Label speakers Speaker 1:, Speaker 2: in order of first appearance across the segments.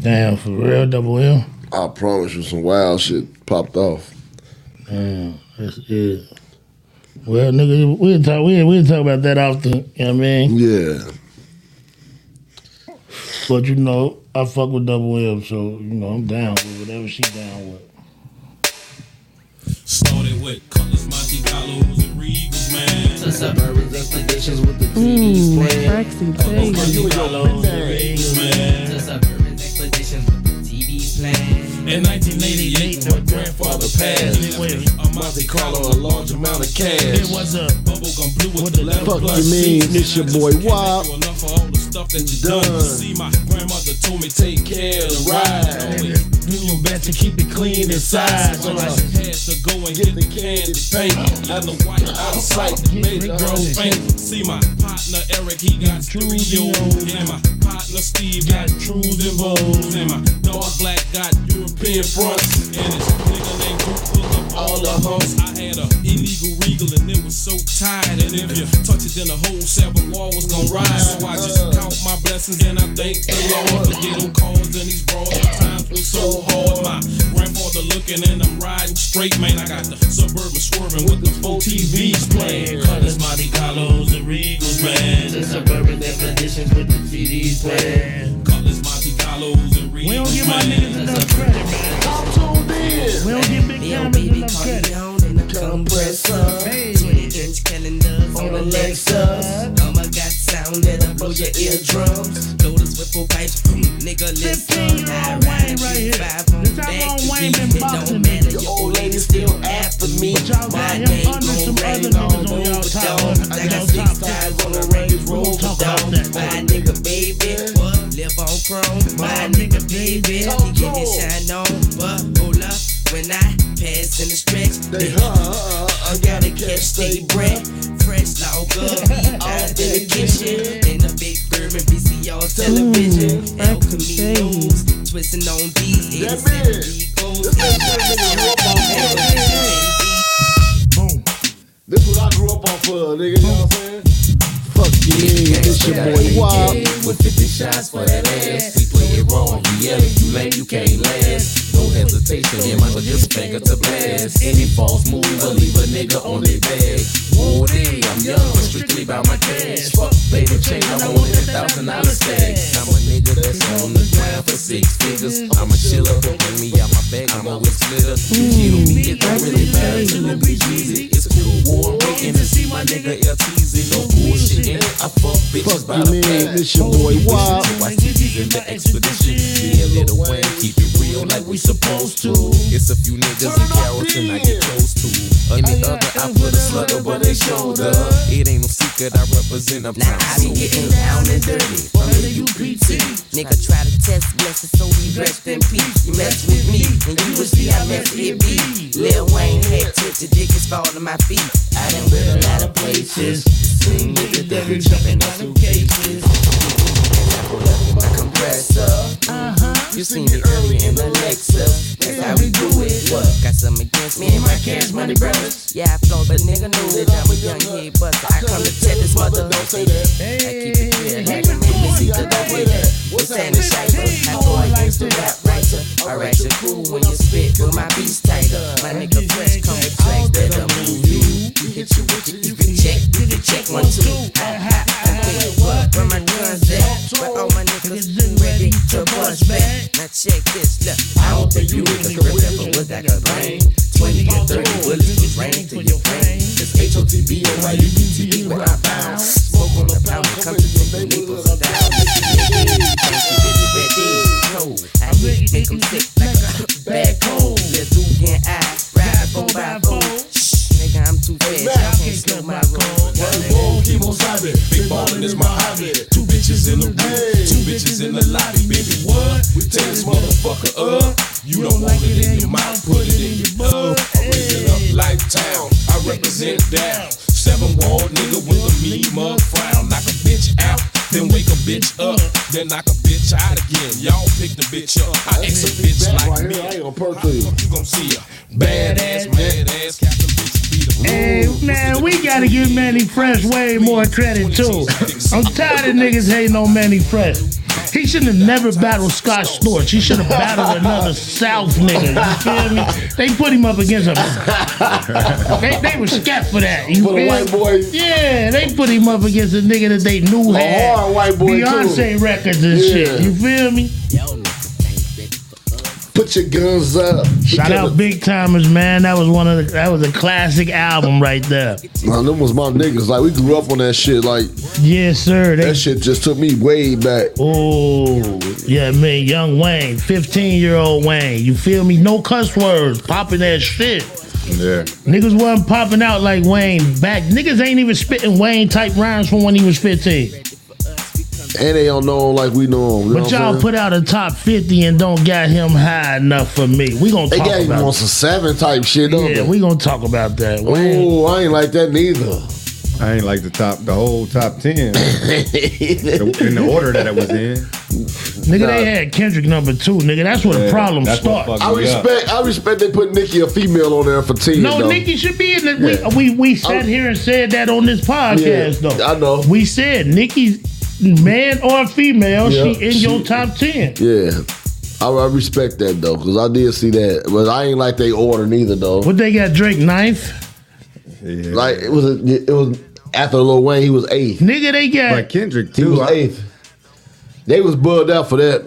Speaker 1: Damn, for real, double M.
Speaker 2: I promise you, some wild shit popped off.
Speaker 1: Damn, that's it. Well, nigga, we can talk. We we can talk about that often. You know what I mean?
Speaker 2: Yeah,
Speaker 1: But you know, I fuck with double M, so you know I'm down with whatever she down with.
Speaker 3: Started with Cutlass, Monte Carlos, and Reeves, man.
Speaker 4: The suburbans expeditions with the TV's playing.
Speaker 5: Roxy, please.
Speaker 3: Monte Carlos, and Reeves, man.
Speaker 4: The suburbans expeditions with the TV's playing.
Speaker 3: In 1988, my grandfather passed. A Monte Carlo, a large amount of
Speaker 1: It
Speaker 3: cash.
Speaker 1: was a
Speaker 3: Bubblegum blue with the leather
Speaker 6: fuck
Speaker 3: blood
Speaker 6: you mean?
Speaker 3: seeds.
Speaker 6: This your
Speaker 3: And I just
Speaker 6: boy,
Speaker 3: can't thank
Speaker 6: Wop.
Speaker 3: you enough for all the stuff that you done.
Speaker 6: Done.
Speaker 3: See, my grandmother told me take care of the ride. Only Do your best to keep it clean inside. So I had to go and get the candy paint. Let the white out of sight that made the girls faint. See my partner Eric, he got studios. And my partner Steve got trues and bows. And my dog Black got European fronts. And his nigga named Duke pulled up all the humps. I had a illegal regal and it was so tight. And if you touch it, then the whole seven wall was gonna rise. So I just count my blessings and I thank the Lord. The ghetto calls and these broad times was so hard. My grandfather looking and I'm riding straight, man. I got the suburban swerving with the four TVs playing. Cutlass, Monte Carlos, and Regals,
Speaker 4: The
Speaker 3: man.
Speaker 4: suburban expeditions with the TV's playing.
Speaker 3: Cutlass, Monte Carlos, and Regals,
Speaker 1: We don't give my
Speaker 3: man.
Speaker 1: niggas enough credit, man. We don't give big
Speaker 4: Yo,
Speaker 1: cameras
Speaker 4: baby,
Speaker 1: enough
Speaker 4: call me
Speaker 1: credit.
Speaker 4: on in the compressor.
Speaker 1: Hey.
Speaker 4: 20 inch calendars on Alexa. Mama got sound that'll blow your eardrums. Lotus with four pipes, boom, nigga, listen.
Speaker 1: 15-year-old
Speaker 4: I ride
Speaker 1: Wayne right
Speaker 4: you
Speaker 1: here.
Speaker 4: five on
Speaker 1: This
Speaker 4: back
Speaker 1: how long
Speaker 4: to
Speaker 1: Wayne
Speaker 4: beat.
Speaker 1: been
Speaker 4: It
Speaker 1: boxing
Speaker 4: don't matter,
Speaker 1: niggas?
Speaker 4: your old lady still after me.
Speaker 1: But y'all got
Speaker 4: My
Speaker 1: him
Speaker 4: name
Speaker 1: under
Speaker 4: gon'
Speaker 1: some other
Speaker 4: ring
Speaker 1: niggas
Speaker 4: all
Speaker 1: on y'all
Speaker 4: over
Speaker 1: top,
Speaker 4: dog.
Speaker 1: on
Speaker 4: I got
Speaker 1: y'all
Speaker 4: six
Speaker 1: top.
Speaker 4: tires on the Range
Speaker 1: We don't
Speaker 4: Rover
Speaker 1: talk
Speaker 4: dog.
Speaker 1: about that.
Speaker 4: My nigga, baby, what? Live on chrome. My nigga, baby, he get his shine on. But hold up, when I pass in the stretch,
Speaker 6: They
Speaker 4: they
Speaker 6: huh,
Speaker 4: I gotta catch they breath. Fresh lager, out in the kitchen. In the big German VCR television.
Speaker 5: Mm,
Speaker 4: El
Speaker 5: that's
Speaker 4: Caminos, twisting on these 87 Eagles.
Speaker 1: Boom.
Speaker 6: this what I grew up off of, nigga. You know what I'm saying? Fuck yeah, this your boy Wop.
Speaker 4: With 50 shots for that ass. We play it wrong. We yell if you lame, you can't last. No hesitation, him under his finger to blast. Any false move, will leave a nigga on their bag. Woo dee, I'm young, strictly by my cash. Fuck paper chain, I want that thousand dollar stack. I'm a nigga that's on the grind for six figures. I'm a chiller, but bring me out my bag, I'm always glitter. You kill me, it don't really matter, it'll be cheesy. It's cool, war, I'm waiting to see my nigga LTZ. No bullshit, in it. I fuck bitches by
Speaker 6: Fuck
Speaker 4: the
Speaker 6: you
Speaker 4: pack.
Speaker 6: man, this your boy Wop.
Speaker 4: Watch these in the expedition. Me and Little Wayne keep it real like we supposed to. It's a few niggas in Carrollton I get close to. Any other, I put a slug over their shoulder. It ain't no secret, I represent a Now I be getting down and dirty from the UPT. Nigga try to test, bless it, so we rest in peace. You mess with me, and you will see how messy it be. Lil Wayne had tips, the dick is falling to my feet. I done been a lot of places. Seen niggas that be jumping on some cases compressor. You seen it early in the Lexus. That's how we do it. What? Got some against me and my cash money brothers. Yeah, I flow, but nigga knew that I'm a young head buster. I come to tell this mother, don't say that. I keep it clear like a man, see the way that. What's that? I go against the rap writer. I write your cool when you spit, but my beats tighter. My nigga fresh come with tracks that'll move you. We hit you with it, you can check, you can check one, two. Ha, ha, ha. Wait, what? Where my guns at? Where all my niggas ready to bust back? Now check this, look. I don't think you niggas can remember what that could bring. 20 or 30 bullets was rain to your brain. It's H-O-T-B and Y-U-T-T-E where I bounce. Smoke on the pound when it comes to taking neighbors down. I hit, make 'em sick like a bad cold. Let Duke and I ride four by four. Shh, nigga, I'm too fast. I can't slow my roll.
Speaker 3: Roll, keep on sobbing. Big ballin' is my hobby. Two bitches in the room, two bitches in the lobby. Baby, what? We tear this motherfucker up. You don't want it in your mouth, put it in your bub. I raise it up like town. I represent down. Seven wall nigga with a mean mug frown. Knock a bitch out, then wake a bitch up, then knock a bitch out again. Y'all pick the bitch up. I ex a bitch
Speaker 6: Back
Speaker 3: like
Speaker 6: right
Speaker 3: me.
Speaker 6: here, I ain't gonna
Speaker 3: How
Speaker 6: perk
Speaker 3: the
Speaker 6: you.
Speaker 3: fuck you gon' see a badass, badass Captain Bitch beat a
Speaker 1: Hey, man, we gotta give Manny Fresh way more credit too. I'm tired of niggas hating on Manny Fresh. He shouldn't have never battled Scott Storch. He should have battled another South nigga. You feel me? They put him up against a. They, they were scared for that. You
Speaker 2: For the
Speaker 1: feel me?
Speaker 2: white boy.
Speaker 1: Yeah, they put him up against a nigga that they knew had
Speaker 2: hard white boy, too.
Speaker 1: Beyonce records and shit.
Speaker 2: Yeah.
Speaker 1: You feel me?
Speaker 2: Put your guns up.
Speaker 1: Shout out Big Timers, man. That was one of the, that was a classic album right there.
Speaker 2: Nah, them was my niggas. Like we grew up on that shit. Like
Speaker 1: Yes, sir. They
Speaker 2: that shit just took me way back.
Speaker 1: Oh, yeah, man, young Wayne, 15 year old Wayne. You feel me? No cuss words, popping that shit.
Speaker 5: Yeah.
Speaker 1: Niggas wasn't popping out like Wayne back. Niggas ain't even spitting Wayne type rhymes from when he was 15.
Speaker 2: And they don't know him like we know him. You know
Speaker 1: But
Speaker 2: what I'm
Speaker 1: y'all
Speaker 2: saying?
Speaker 1: put out a top 50 and don't got him high enough for me. We gonna
Speaker 2: They
Speaker 1: talk
Speaker 2: got him on
Speaker 1: about
Speaker 2: some seven type shit, don't
Speaker 1: Yeah,
Speaker 2: they?
Speaker 1: we gonna talk about that. Wayne.
Speaker 2: Oh, I ain't like that neither.
Speaker 5: I ain't like the top, the whole top ten the- in the order that it was in.
Speaker 1: Nigga, they had Kendrick number two, nigga. That's where the problem
Speaker 5: That's what
Speaker 1: starts.
Speaker 5: fucked
Speaker 2: I
Speaker 5: me up.
Speaker 2: respect. I respect they put Nikki a female on there for teen.
Speaker 1: No,
Speaker 2: though.
Speaker 1: Nikki should be in the.
Speaker 2: Yeah.
Speaker 1: We, we, we sat
Speaker 2: I-
Speaker 1: here and said that on this podcast,
Speaker 2: Yeah,
Speaker 1: though.
Speaker 2: I know.
Speaker 1: We said Nikki's man or female,
Speaker 2: Yeah,
Speaker 1: she in
Speaker 2: she-
Speaker 1: your top 10.
Speaker 2: Yeah, I, I respect that though, cause I did see that, but I ain't like they order neither though.
Speaker 1: What they got, Drake ninth?
Speaker 5: Yeah.
Speaker 2: Like it was. A, it was after Lil Wayne. He was eighth.
Speaker 1: Nigga, they got.
Speaker 5: But Kendrick
Speaker 2: He
Speaker 5: too.
Speaker 2: was
Speaker 5: I,
Speaker 2: eighth. They was bugged out for that.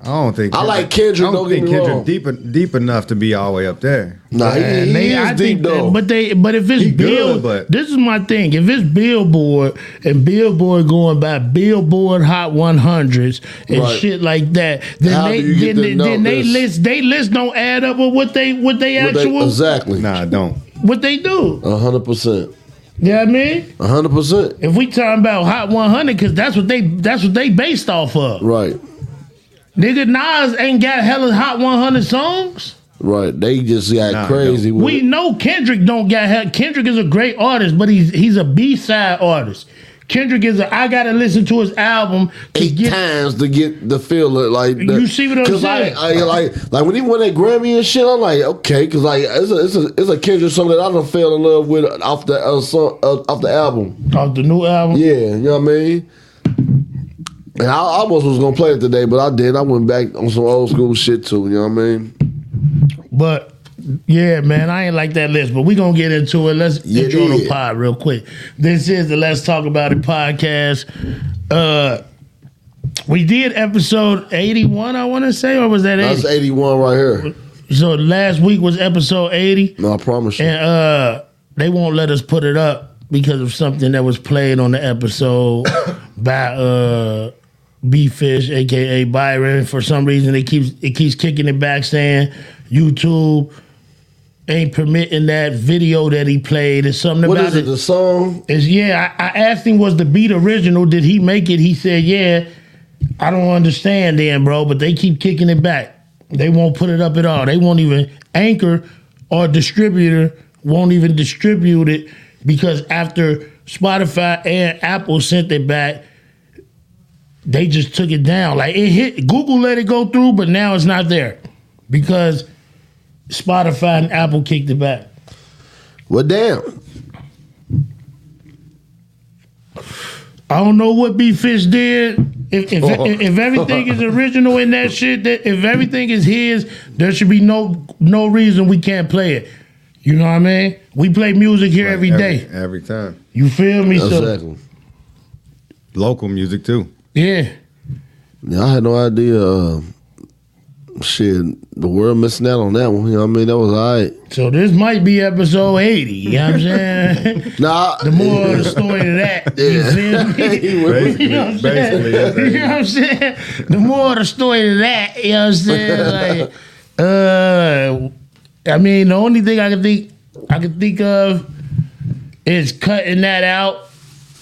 Speaker 5: I don't think.
Speaker 2: I like Kendrick,
Speaker 5: I
Speaker 2: don't
Speaker 5: don't
Speaker 2: get
Speaker 5: think
Speaker 2: me
Speaker 5: Kendrick
Speaker 2: wrong.
Speaker 5: deep en- deep enough to be all the way up there.
Speaker 2: Nah, he,
Speaker 1: Man,
Speaker 2: he
Speaker 1: they-
Speaker 2: is
Speaker 1: I
Speaker 2: deep
Speaker 1: think that-
Speaker 2: though.
Speaker 1: but they, but if it's
Speaker 5: He good,
Speaker 1: Bill,
Speaker 5: but-
Speaker 1: this is my thing. If it's Billboard and Billboard going by Billboard Hot 100s and
Speaker 2: Right.
Speaker 1: shit like that, then
Speaker 2: How
Speaker 1: they,
Speaker 2: do you
Speaker 1: then,
Speaker 2: get to
Speaker 1: they-
Speaker 2: know
Speaker 1: then they
Speaker 2: this?
Speaker 1: list, they list don't add up with what they, what they
Speaker 2: What they-
Speaker 1: actual,
Speaker 2: exactly.
Speaker 5: Nah, I don't.
Speaker 1: what they do.
Speaker 2: A hundred percent.
Speaker 1: You know what I mean?
Speaker 2: A hundred percent.
Speaker 1: If we talking about Hot 100, because that's what they that's what they based off of.
Speaker 2: Right.
Speaker 1: Nigga, Nas ain't got hella Hot 100 songs.
Speaker 2: Right. They just got
Speaker 5: Nah,
Speaker 2: crazy with
Speaker 1: We
Speaker 2: it.
Speaker 1: know Kendrick don't got hell. Kendrick is a great artist, but he's he's a B side artist. Kendrick is a I gotta listen to his album to
Speaker 2: eight
Speaker 1: get.
Speaker 2: times to get the feel it like the,
Speaker 1: You see what I'm
Speaker 2: 'cause
Speaker 1: saying?
Speaker 2: I, I, like like when he won that Grammy and shit, I'm like okay, because like it's a it's a it's a Kendrick song that I done fell in love with off the uh, song uh, off the album.
Speaker 1: Off the new album.
Speaker 2: Yeah, you know what I mean. And I almost was gonna play it today, but I did. I went back on some old school shit too. You know what I mean?
Speaker 1: But yeah, man, I ain't like that list, but we gonna get into it. Let's
Speaker 2: Yeah,
Speaker 1: intro the
Speaker 2: yeah.
Speaker 1: pod real quick. This is the Let's Talk About It podcast. Uh we did episode 81, I want to say, or was that 80?
Speaker 2: That's eighty one right here.
Speaker 1: So last week was episode 80,
Speaker 2: No, I promise you.
Speaker 1: and uh they won't let us put it up because of something that was played on the episode by uh B Fish, aka Byron. For some reason it keeps it keeps kicking it back saying YouTube ain't permitting that video that he played. It's something
Speaker 2: What
Speaker 1: about
Speaker 2: is it? The
Speaker 1: it.
Speaker 2: song?
Speaker 1: It's yeah, I, I asked him was the beat original, did he make it? He said, Yeah. I don't understand then, bro, but they keep kicking it back. They won't put it up at all. They won't even anchor or distributor won't even distribute it because after Spotify and Apple sent it back, they just took it down. Like it hit Google let it go through, but now it's not there because Spotify and Apple kicked it back.
Speaker 2: Well, damn.
Speaker 1: I don't know what B Fish did. If if, if if everything is original in that shit, that if everything is his, there should be no no reason we can't play it. You know what I mean? We play music here every day.
Speaker 5: every time.
Speaker 1: You feel me? So
Speaker 2: Exactly.
Speaker 5: Local music too.
Speaker 1: yeah,
Speaker 2: Yeah, I had no idea. Uh, shit, the world missing out on that one. You know what I mean? That was all right.
Speaker 1: so this might be episode eighty. You know what I'm saying?
Speaker 2: Nah,
Speaker 1: the more of the story to that, you feel me?
Speaker 5: Basically,
Speaker 1: You know what I'm
Speaker 5: basically,
Speaker 1: saying? You know what I'm saying? The more the story to that, you know what I'm saying? Like, uh, I mean, the only thing I can think I can think of is cutting that out,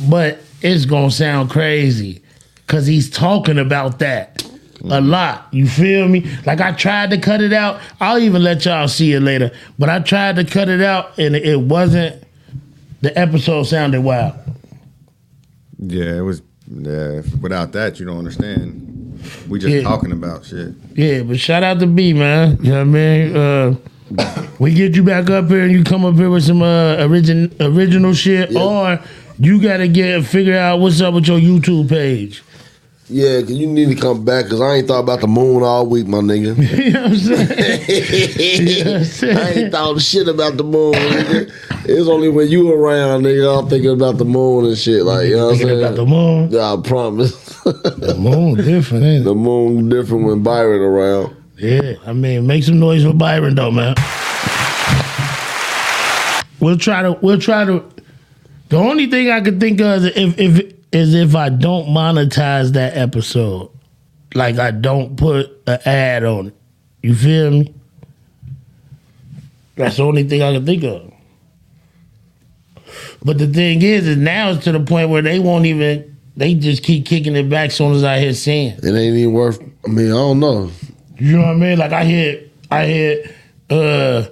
Speaker 1: but it's gonna sound crazy because he's talking about that a
Speaker 5: Mm-hmm.
Speaker 1: lot. You feel me? Like I tried to cut it out. I'll even let y'all see it later, but I tried to cut it out and it wasn't. The episode sounded wild.
Speaker 5: yeah, it was. Yeah, without that, you don't understand. We just
Speaker 1: Yeah.
Speaker 5: talking about shit.
Speaker 1: Yeah, but shout out to B, man. You know what I mean? Uh, we get you back up here and you come up here with some uh, origin, original shit, or you gotta get figure out what's up with your YouTube page.
Speaker 2: Yeah, 'cause you need to come back because I ain't thought about the moon all week, my nigga.
Speaker 1: You know what I'm saying?
Speaker 2: I ain't thought shit about the moon, nigga. It's only when you around, nigga, I'm thinking about the moon and shit. Like, you know what I'm
Speaker 1: Thinking
Speaker 2: saying?
Speaker 1: about the moon.
Speaker 2: Yeah, I promise.
Speaker 1: The moon different, ain't
Speaker 2: the
Speaker 1: it?
Speaker 2: moon different when Byron around.
Speaker 1: Yeah. I mean, make some noise for Byron though, man. We'll try to we'll try to the only thing I could think of is if, if is if I don't monetize that episode. Like I don't put an ad on it. You feel me? That's the only thing I can think of. But the thing is, is now it's to the point where they won't even they just keep kicking it back soon as I hear sin.
Speaker 2: It ain't even worth. I mean, I don't know.
Speaker 1: You know what I mean? Like I hear, I hear, uh,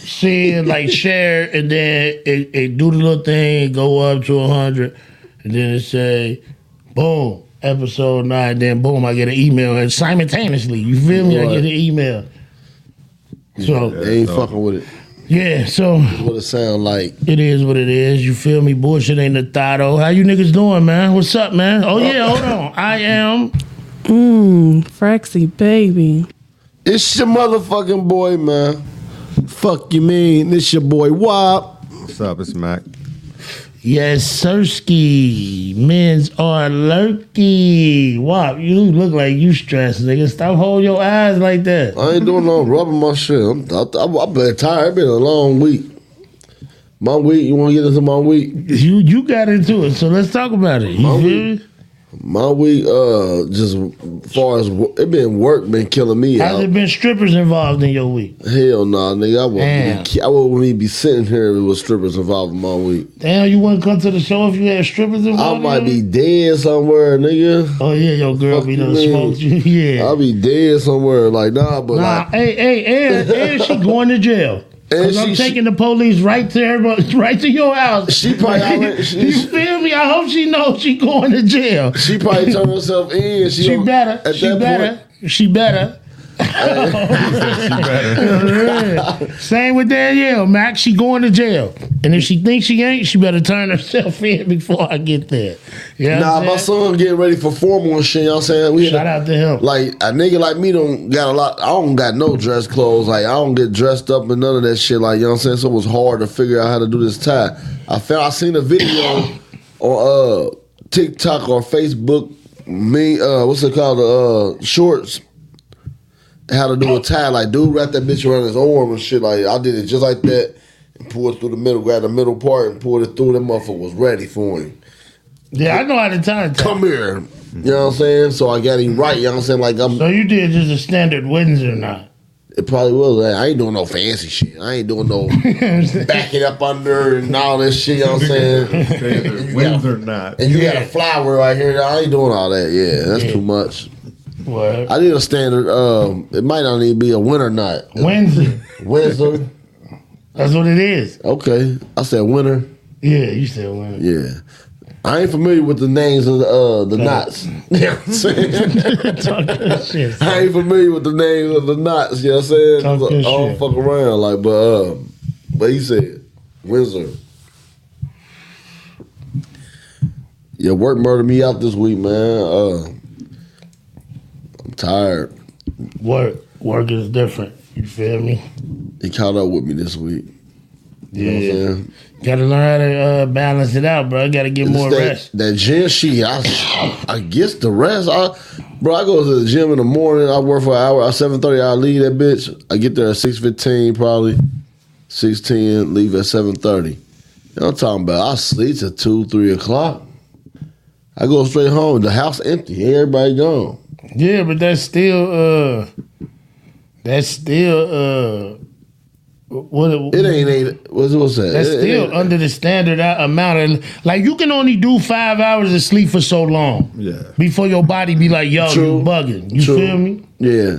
Speaker 1: seeing like share, and then it, it do the little thing, go up to hundred, and then it say, boom, episode nine. Then boom, I get an email, and simultaneously, you feel me? I get an email. So
Speaker 2: They ain't
Speaker 5: so-
Speaker 2: fucking with it.
Speaker 1: yeah, so
Speaker 2: What it sound like?
Speaker 1: it is what it is. You feel me? Bullshit ain't a thotto. How you niggas doing, man? What's up, man? Oh yeah, hold on. I am
Speaker 7: Mmm, Frexy baby.
Speaker 2: It's your motherfucking boy, man. Fuck you mean? It's your boy Wop.
Speaker 5: What's up? It's Mac.
Speaker 1: Yes, Sirski. Men's are lurky. Wow, you look like you stressed, nigga. Stop holding your eyes like that.
Speaker 2: I ain't doing no rubbing my shit. I'm, I, I, I've been tired. It's been a long week. My week. You want to get into my week?
Speaker 1: You you got into it, so let's talk about it. You
Speaker 2: Mom,
Speaker 1: feel
Speaker 2: we-
Speaker 1: me?
Speaker 2: My week. Uh, just far as wo- it been work been killing me
Speaker 1: Has
Speaker 2: out.
Speaker 1: there been strippers involved in your week?
Speaker 2: Hell nah, nigga. I
Speaker 1: Damn.
Speaker 2: wouldn't. Be, ki- I wouldn't even be sitting here if it was strippers involved in my week.
Speaker 1: Damn, you wouldn't come to the show if you had strippers
Speaker 2: I
Speaker 1: involved. in
Speaker 2: might
Speaker 1: your
Speaker 2: be
Speaker 1: week?
Speaker 2: dead somewhere, nigga.
Speaker 1: Oh yeah, your girl
Speaker 2: Fuck
Speaker 1: be
Speaker 2: you
Speaker 1: done
Speaker 2: mean?
Speaker 1: smoked you. yeah.
Speaker 2: I'll be dead somewhere. Like nah, but
Speaker 1: Nah,
Speaker 2: like,
Speaker 1: hey, hey, and, and she going to jail.
Speaker 2: And
Speaker 1: Cause I'm
Speaker 2: she-
Speaker 1: taking the police right to her, right to your house.
Speaker 2: She probably already- she-
Speaker 1: you feel me? I hope she knows she going to jail.
Speaker 2: she probably turned herself in. She,
Speaker 1: She
Speaker 2: don't-
Speaker 1: better.
Speaker 2: At
Speaker 1: She
Speaker 2: that
Speaker 1: better.
Speaker 2: point,
Speaker 1: She better. Same with Danielle, Max. She going to jail, and if she thinks she ain't, she better turn herself in before I get there. Yeah.
Speaker 2: nah, my son getting ready for formal and shit. You know what I'm saying? We
Speaker 1: Shout out to him.
Speaker 2: Like a nigga like me don't got a lot. I don't got no dress clothes. Like I don't get dressed up and none of that shit. Like you know what I'm saying. So it was hard to figure out how to do this tie. I found I seen a video on uh TikTok or Facebook. Me, uh, what's it called? The uh, shorts. How to do a tie? Like dude, wrap that bitch around his arm and shit. Like I did it just like that. And pulled through the middle, grabbed the middle part and pulled it through. That motherfucker was ready for him
Speaker 1: yeah, I know how to tie it.
Speaker 2: come here. You know what I'm saying? So I got him right. You know what I'm saying? Like I'm,
Speaker 1: So you did just a standard Windsor knot.
Speaker 2: it probably was. Like, I ain't doing no fancy shit. I ain't doing no back it up under and all this shit. You know what I'm saying?
Speaker 5: Wins or not.
Speaker 2: And you got a flower right here. I ain't doing all that. Yeah, that's too much.
Speaker 1: What?
Speaker 2: I did a standard. Um, it might not even be a winter night.
Speaker 1: Windsor.
Speaker 2: Windsor.
Speaker 1: That's what it is.
Speaker 2: Okay, I said winter.
Speaker 1: Yeah, you said Windsor.
Speaker 2: Yeah. I ain't familiar with the names of the, uh, the knots. You know what I'm saying?
Speaker 1: Talk that shit.
Speaker 2: I ain't familiar with the names of the knots, you know what I'm saying?
Speaker 1: Talk
Speaker 2: 'Cause I
Speaker 1: your
Speaker 2: don't
Speaker 1: shit.
Speaker 2: fuck around, like, but, um, but he said, Windsor, your work murdered me out this week, man. Uh, I'm tired.
Speaker 1: Work. Work is different. You feel me?
Speaker 2: He caught up with me this week. You know what I'm saying?
Speaker 1: Got to learn how to uh, balance it out, bro. Got to get more
Speaker 2: It's that,
Speaker 1: rest.
Speaker 2: That gym shit, I, I guess the rest. I, bro, I go to the gym in the morning. I work for an hour. At seven thirty, I leave that bitch. I get there at six fifteen, probably six ten. Leave at seven thirty. I'm talking about. I sleep till two, three o'clock. I go straight home. The house empty. Everybody gone.
Speaker 1: Yeah, but that's still uh that's still uh what
Speaker 2: It ain't ain't. What's what's that?
Speaker 1: that's
Speaker 2: It- it
Speaker 1: still
Speaker 2: ain't-
Speaker 1: under the standard a- amount of like you can only do five hours of sleep for so long
Speaker 5: Yeah.
Speaker 1: before your body be like yo
Speaker 2: True.
Speaker 1: you bugging you
Speaker 2: True.
Speaker 1: feel me
Speaker 2: Yeah.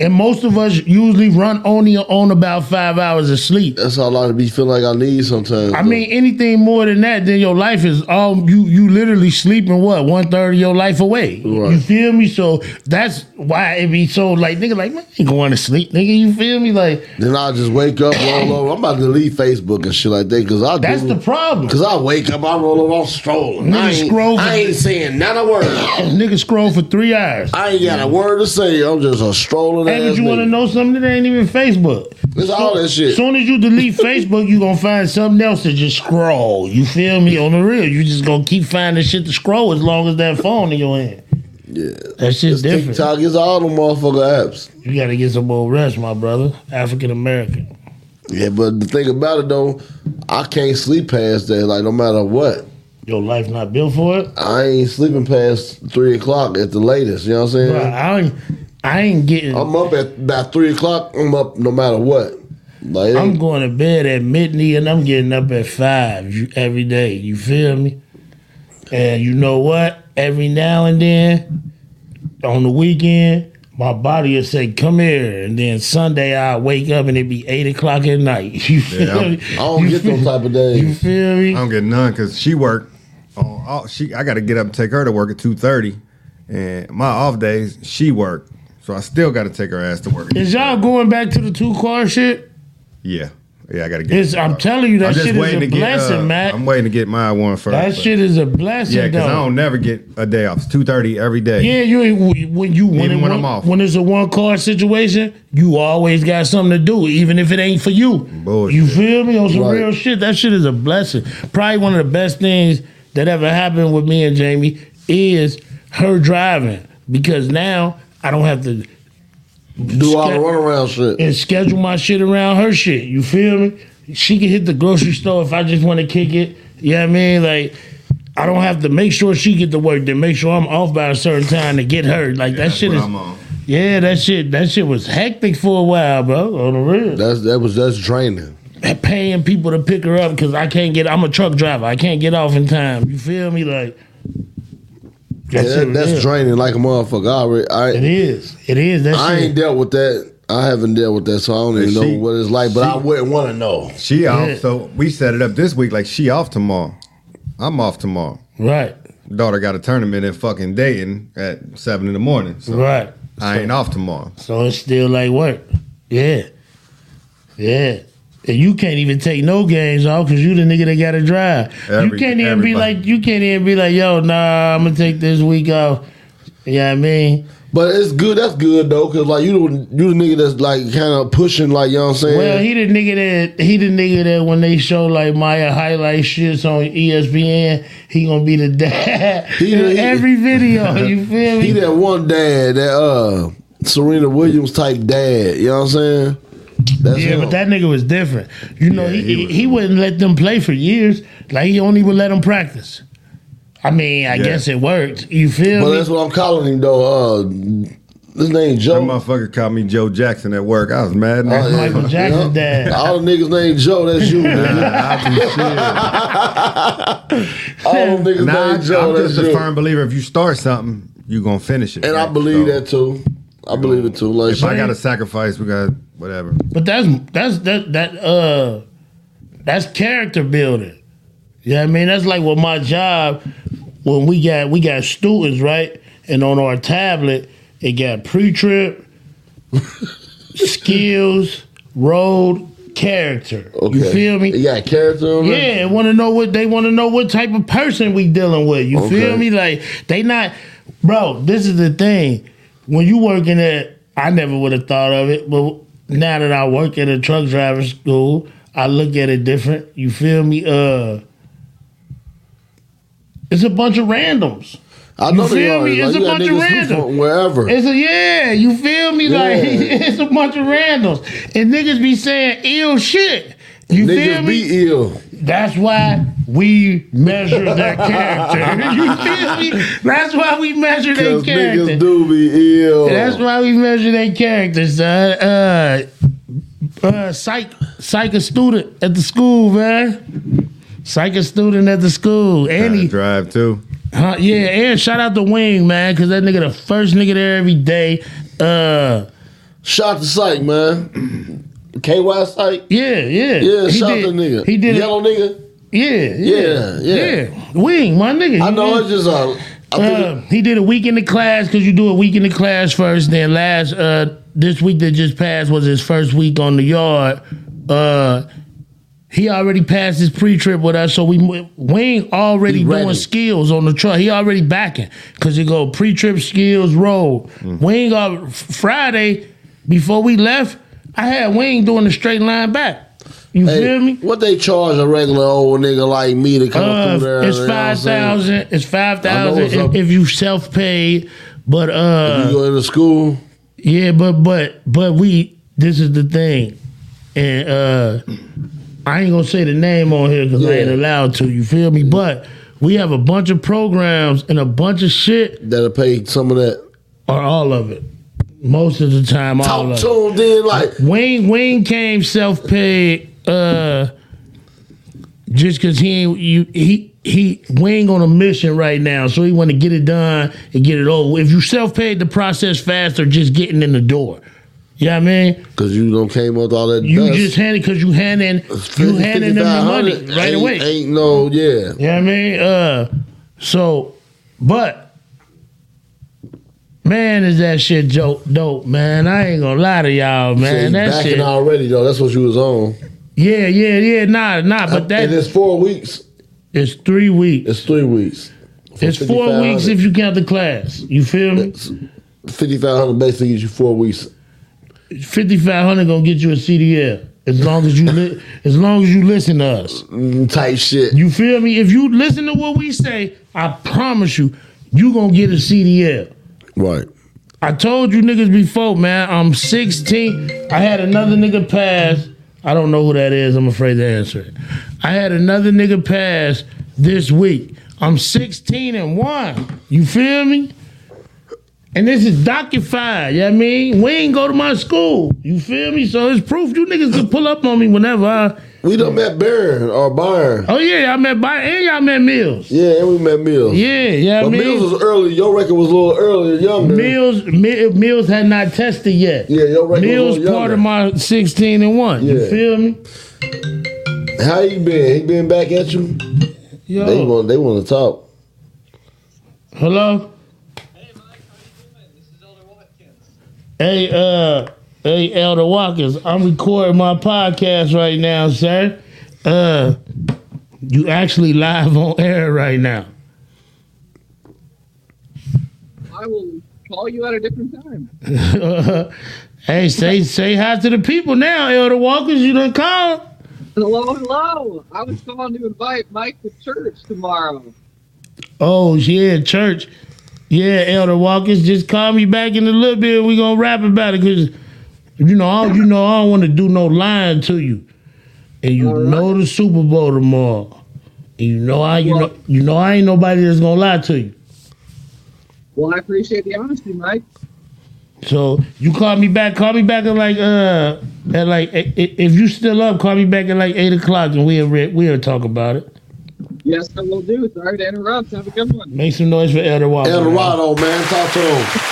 Speaker 1: And most of us usually run only on about five hours of sleep.
Speaker 2: That's how a lot of be feeling like I need sometimes.
Speaker 1: I mean, anything more than that, then your life is all you. You literally sleeping what one third of your life away. You
Speaker 2: Right.
Speaker 1: feel me? So that's why it be so like nigga, like man, I ain't going to sleep, nigga. You feel me? Like
Speaker 2: Then I just wake up, roll over. I'm about to leave Facebook and shit like that because I
Speaker 1: that's
Speaker 2: do,
Speaker 1: the problem.
Speaker 2: Cause I wake up, I roll over, I'm strolling.
Speaker 1: Nigga
Speaker 2: I ain't,
Speaker 1: scroll for-
Speaker 2: I ain't saying not a word.
Speaker 1: nigga scroll for three hours.
Speaker 2: I ain't got a word to say. I'm just a strolling
Speaker 1: Hey,
Speaker 2: ass.
Speaker 1: but you want to
Speaker 2: nigga.
Speaker 1: know something that ain't even Facebook?
Speaker 2: It's all that shit.
Speaker 1: As soon as you delete Facebook, you gonna find something else to just scroll. You feel me? On the real, you just gonna keep finding shit to scroll as long as that phone in your hand.
Speaker 2: Yeah.
Speaker 1: That shit's
Speaker 2: It's
Speaker 1: different.
Speaker 2: TikTok. It's all the motherfucker apps.
Speaker 1: You gotta get some more rest, my brother. African American.
Speaker 2: Yeah, but the thing about it though, I can't sleep past that. Like no matter what,
Speaker 1: Your life not built for it.
Speaker 2: I ain't sleeping past three o'clock at the latest. You know what I'm saying?
Speaker 1: Bruh, I ain't, I ain't getting. I'm,
Speaker 2: I'm up at about three o'clock. I'm up no matter what. Like it ain't-
Speaker 1: going to bed at midnight and I'm getting up at five you, every day. You feel me? And you know what? Every now and then, on the weekend, my body will say, "Come here," and then Sunday I wake up and it be eight o'clock at night. You feel
Speaker 5: Yeah, I'm-
Speaker 1: me?
Speaker 2: I don't get those type
Speaker 1: You
Speaker 2: of days.
Speaker 1: feel me?
Speaker 5: I don't get none because she work. On, all, she, I got to get up and take her to work at two thirty, and my off days she work, so I still got to take her ass to work.
Speaker 1: Is y'all going back to the two car shit?
Speaker 5: Yeah, yeah, I got to get.
Speaker 1: It's, I'm telling you,
Speaker 5: I'm
Speaker 1: that
Speaker 5: just
Speaker 1: shit is
Speaker 5: waiting to
Speaker 1: a
Speaker 5: get,
Speaker 1: blessing,
Speaker 5: uh,
Speaker 1: Matt.
Speaker 5: I'm waiting to get my one first.
Speaker 1: that
Speaker 5: but-
Speaker 1: shit is a blessing,
Speaker 5: Yeah, because I
Speaker 1: though.
Speaker 5: don't never get a day off. It's two thirty every day.
Speaker 1: Yeah, you ain't- when you when,
Speaker 5: Even
Speaker 1: it-
Speaker 5: when I'm off.
Speaker 1: when it's a one car situation, you always got something to do, even if it ain't for you.
Speaker 5: Bullshit.
Speaker 1: You feel me on some
Speaker 2: Right.
Speaker 1: real shit? That shit is a blessing. Probably one of the best things that ever happened with me and Jamie is her driving because now I don't have to
Speaker 2: Do all the runaround shit.
Speaker 1: and schedule my shit around her shit. You feel me? She can hit the grocery store if I just want to kick it. You know what I mean? Like, I don't have to make sure she get to work, then make sure I'm off by a certain time to get her. Like that
Speaker 5: that's
Speaker 1: shit
Speaker 5: what
Speaker 1: is
Speaker 5: I'm on.
Speaker 1: Yeah, that shit that shit was hectic for a while, bro. On the real.
Speaker 2: That's that was that's draining.
Speaker 1: Paying people to pick her up because I can't get I'm a truck driver. I can't get off in time. You feel me? Like that
Speaker 2: Yeah,
Speaker 1: shit
Speaker 2: that,
Speaker 1: was
Speaker 2: that's
Speaker 1: ill.
Speaker 2: draining like a motherfucker. I already, I,
Speaker 1: It is. It is. That
Speaker 2: I
Speaker 1: shit.
Speaker 2: ain't dealt with that. I haven't dealt with that, so I don't even
Speaker 5: But she-
Speaker 2: know what it's like. But I wouldn't want to know.
Speaker 5: She
Speaker 1: Yeah.
Speaker 5: off, so we set it up this week. Like she off tomorrow. I'm off tomorrow.
Speaker 1: right.
Speaker 5: Daughter got a tournament in fucking Dayton at seven in the morning. So
Speaker 1: Right.
Speaker 5: I ain't off tomorrow.
Speaker 1: So it's still like work. Yeah. Yeah. And you can't even take no games off because you the nigga that gotta drive. you
Speaker 5: Every-
Speaker 1: can't even be
Speaker 5: everybody.
Speaker 1: like you can't even be like, yo, nah, I'm gonna take this week off. You know what I mean?
Speaker 2: But it's good. That's good though, cause like you, the- you the nigga that's like kind of pushing, like you know what I'm saying.
Speaker 1: Well, he the nigga that he the nigga that when they show like Maya highlight shits on E ESPN, he gonna be the dad
Speaker 2: He
Speaker 1: in
Speaker 2: the- he-
Speaker 1: every video. You feel
Speaker 2: He
Speaker 1: me?
Speaker 2: that one dad, that uh Serena Williams type dad. You know what I'm saying? That's
Speaker 1: Yeah,
Speaker 2: him.
Speaker 1: but that nigga was different. You know,
Speaker 5: Yeah,
Speaker 1: he,
Speaker 5: he
Speaker 1: he,
Speaker 5: was-
Speaker 1: wouldn't let them play for years. Like he only would let them practice. I mean, I
Speaker 5: Yeah.
Speaker 1: guess it worked. You feel
Speaker 2: But
Speaker 1: me?
Speaker 2: that's what I'm calling him though. Uh, his name
Speaker 5: That
Speaker 2: Joe.
Speaker 5: motherfucker called me Joe Jackson at work. I was mad.
Speaker 2: Oh, yeah.
Speaker 1: Michael Jackson's dad.
Speaker 2: All the niggas named Joe. That's you. nigga.
Speaker 5: nah,
Speaker 2: All them niggas
Speaker 5: I'm
Speaker 2: named Joe.
Speaker 5: just
Speaker 2: That's
Speaker 5: a
Speaker 2: you.
Speaker 5: firm believer. If you start something, you gonna finish it.
Speaker 2: And I
Speaker 5: right?
Speaker 2: believe
Speaker 5: So,
Speaker 2: that too. I believe it too. Like
Speaker 5: If I got to sacrifice, we got whatever.
Speaker 1: But that's that's that that uh that's character building. Yeah, I mean that's like with my job when we got we got students right, and on our tablet it got pre trip, skills, road, character. You
Speaker 2: Okay.
Speaker 1: feel me?
Speaker 2: You got character. on it?
Speaker 1: Yeah, want to know what they want to know what type of person we dealing with. You feel
Speaker 2: Okay.
Speaker 1: me? Like they not, bro. This is the thing. When you working at, I never would have thought of it, but now that I work at a truck driver school, I look at it different. You feel me? Uh, it's a bunch of randoms.
Speaker 2: I
Speaker 1: You
Speaker 2: know they
Speaker 1: feel
Speaker 2: are.
Speaker 1: me?
Speaker 2: Like,
Speaker 1: It's
Speaker 2: you
Speaker 1: a
Speaker 2: got
Speaker 1: bunch of
Speaker 2: niggas who
Speaker 1: random.
Speaker 2: from Wherever.
Speaker 1: It's a yeah, you feel me? Like
Speaker 2: Yeah.
Speaker 1: it's a bunch of randoms, and niggas be saying ill shit. You feel
Speaker 2: Niggas
Speaker 1: me?
Speaker 2: be ill.
Speaker 1: That's why we measure their character. you feel me? That's why we measure their
Speaker 2: Cause niggas
Speaker 1: character.
Speaker 2: do be ill.
Speaker 1: That's why we measure their character, son. Uh, uh, psych, psych a student at the school, man. Psych a student at the school. And
Speaker 5: Gotta
Speaker 1: he,
Speaker 5: drive too.
Speaker 1: huh, yeah, and shout out to Wing, man, because that nigga the first nigga there every day. Uh,
Speaker 2: Shot the psych, man. KY psych.
Speaker 1: Yeah, yeah.
Speaker 2: Yeah,
Speaker 1: he
Speaker 2: shot
Speaker 1: did,
Speaker 2: the nigga.
Speaker 1: He did
Speaker 2: Yellow
Speaker 1: it.
Speaker 2: nigga.
Speaker 1: Yeah, yeah,
Speaker 2: Yeah, yeah.
Speaker 1: Wing, my nigga.
Speaker 2: I
Speaker 1: he
Speaker 2: know
Speaker 1: did-
Speaker 2: it's just a. I think
Speaker 1: Uh, he did a week in the class because you do a week in the class first. Then last uh, this week that just passed was his first week on the yard. Uh, he already passed his pre trip with us, so we Wing already
Speaker 2: He
Speaker 1: doing
Speaker 2: ready.
Speaker 1: skills on the truck. He already backing because he go pre trip skills roll.
Speaker 2: Mm-hmm.
Speaker 1: Wing uh, Friday before we left, I had Wing doing the straight line back. You
Speaker 2: Hey,
Speaker 1: feel me?
Speaker 2: What they charge a regular old nigga like me to come
Speaker 1: Uh,
Speaker 2: through there?
Speaker 1: it's
Speaker 2: you know what I'm
Speaker 1: five
Speaker 2: saying?
Speaker 1: thousand. It's five
Speaker 2: I know
Speaker 1: thousand
Speaker 2: it's
Speaker 1: if,
Speaker 2: up.
Speaker 1: if you self paid. But uh,
Speaker 2: You go into school.
Speaker 1: yeah, but but but we. This is the thing, and uh, I ain't gonna say the name on here because I
Speaker 2: Yeah.
Speaker 1: ain't allowed to. You feel me? But we have a bunch of programs and a bunch of shit,
Speaker 2: That'll pay some of that.
Speaker 1: or all of it. Most of the time, all
Speaker 2: Talk
Speaker 1: of
Speaker 2: to
Speaker 1: it.
Speaker 2: him then, like
Speaker 1: Wayne Wayne came self paid uh just cause he ain't you he he Wayne on a mission right now, so he wanna get it done and get it over. If you self paid the process faster, just getting in the door. You know what I mean?
Speaker 2: because you don't came up with all that.
Speaker 1: You
Speaker 2: dust.
Speaker 1: just handed cause you handing you handing them the money
Speaker 2: 5500
Speaker 1: right
Speaker 2: ain't,
Speaker 1: away.
Speaker 2: Ain't no yeah.
Speaker 1: You know what I mean? Uh, so, but man, is that shit dope? Dope, man. I ain't gonna lie to y'all, man.
Speaker 2: Man,
Speaker 1: That
Speaker 2: backing
Speaker 1: shit.
Speaker 2: already though. That's what you was on.
Speaker 1: Yeah, yeah, yeah. Nah, nah. But that
Speaker 2: and it's four weeks.
Speaker 1: it's three weeks.
Speaker 2: It's three weeks.
Speaker 1: It's four weeks if you count the class. You feel me?
Speaker 2: fifty five hundred basically gives you four weeks.
Speaker 1: Fifty five hundred gonna get you a CDL as long as you li- as long as you listen to us.
Speaker 2: Mm, Type shit.
Speaker 1: You feel me? If you listen to what we say, I promise you, you gonna get a CDL.
Speaker 2: Right.
Speaker 1: I told you niggas before, man. I'm 16. I had another nigga pass. I don't know who that is. I'm afraid to answer it. I had another nigga pass this week. I'm 16 and one. You feel me? And this is docufied, you know what I mean? We ain't go to my school. You feel me? So it's proof you niggas can pull up on me whenever I
Speaker 2: We done met Baron or Byron.
Speaker 1: Oh yeah, y'all met by and y'all met Mills.
Speaker 2: Yeah, and we met Mills.
Speaker 1: Yeah, yeah,
Speaker 2: But
Speaker 1: I mean
Speaker 2: Mills was early. Your record was a little earlier, younger.
Speaker 1: Mills, Mi- Mills had not tested yet.
Speaker 2: Yeah, your record
Speaker 1: Mills
Speaker 2: was a little
Speaker 1: part
Speaker 2: younger.
Speaker 1: of my sixteen and one. You
Speaker 2: Yeah.
Speaker 1: feel me?
Speaker 2: How you been? He been back at you? They
Speaker 1: Yo,
Speaker 2: want. They want to talk.
Speaker 1: hello. Hey, uh, hey, Elder Watkins, I'm recording my podcast right now, sir. Uh, you actually live on air right now.
Speaker 8: I will call you at a different time.
Speaker 1: hey, say say hi to the people now, Elder Watkins. You done called.
Speaker 8: Hello, hello. I was calling to invite Mike to church tomorrow.
Speaker 1: Oh yeah, church. Yeah, Elder Walkers, just call me back in a little bit. We gonna rap about it because you know, I, you know, I don't want to do no lying to you. And you know the Super Bowl tomorrow. And you know I, you know, you know I ain't nobody that's gonna lie to you.
Speaker 8: Well, I appreciate the honesty, Mike.
Speaker 1: So you call me back. Call me back at like uh at like i- i- if you still up, call me back at like eight o'clock and we'll re- we'll talk about it.
Speaker 8: Yes, I will do. Sorry to interrupt. Have a good one.
Speaker 1: Make some noise for Elder Walkers.
Speaker 2: El Dorado, man. Talk to him.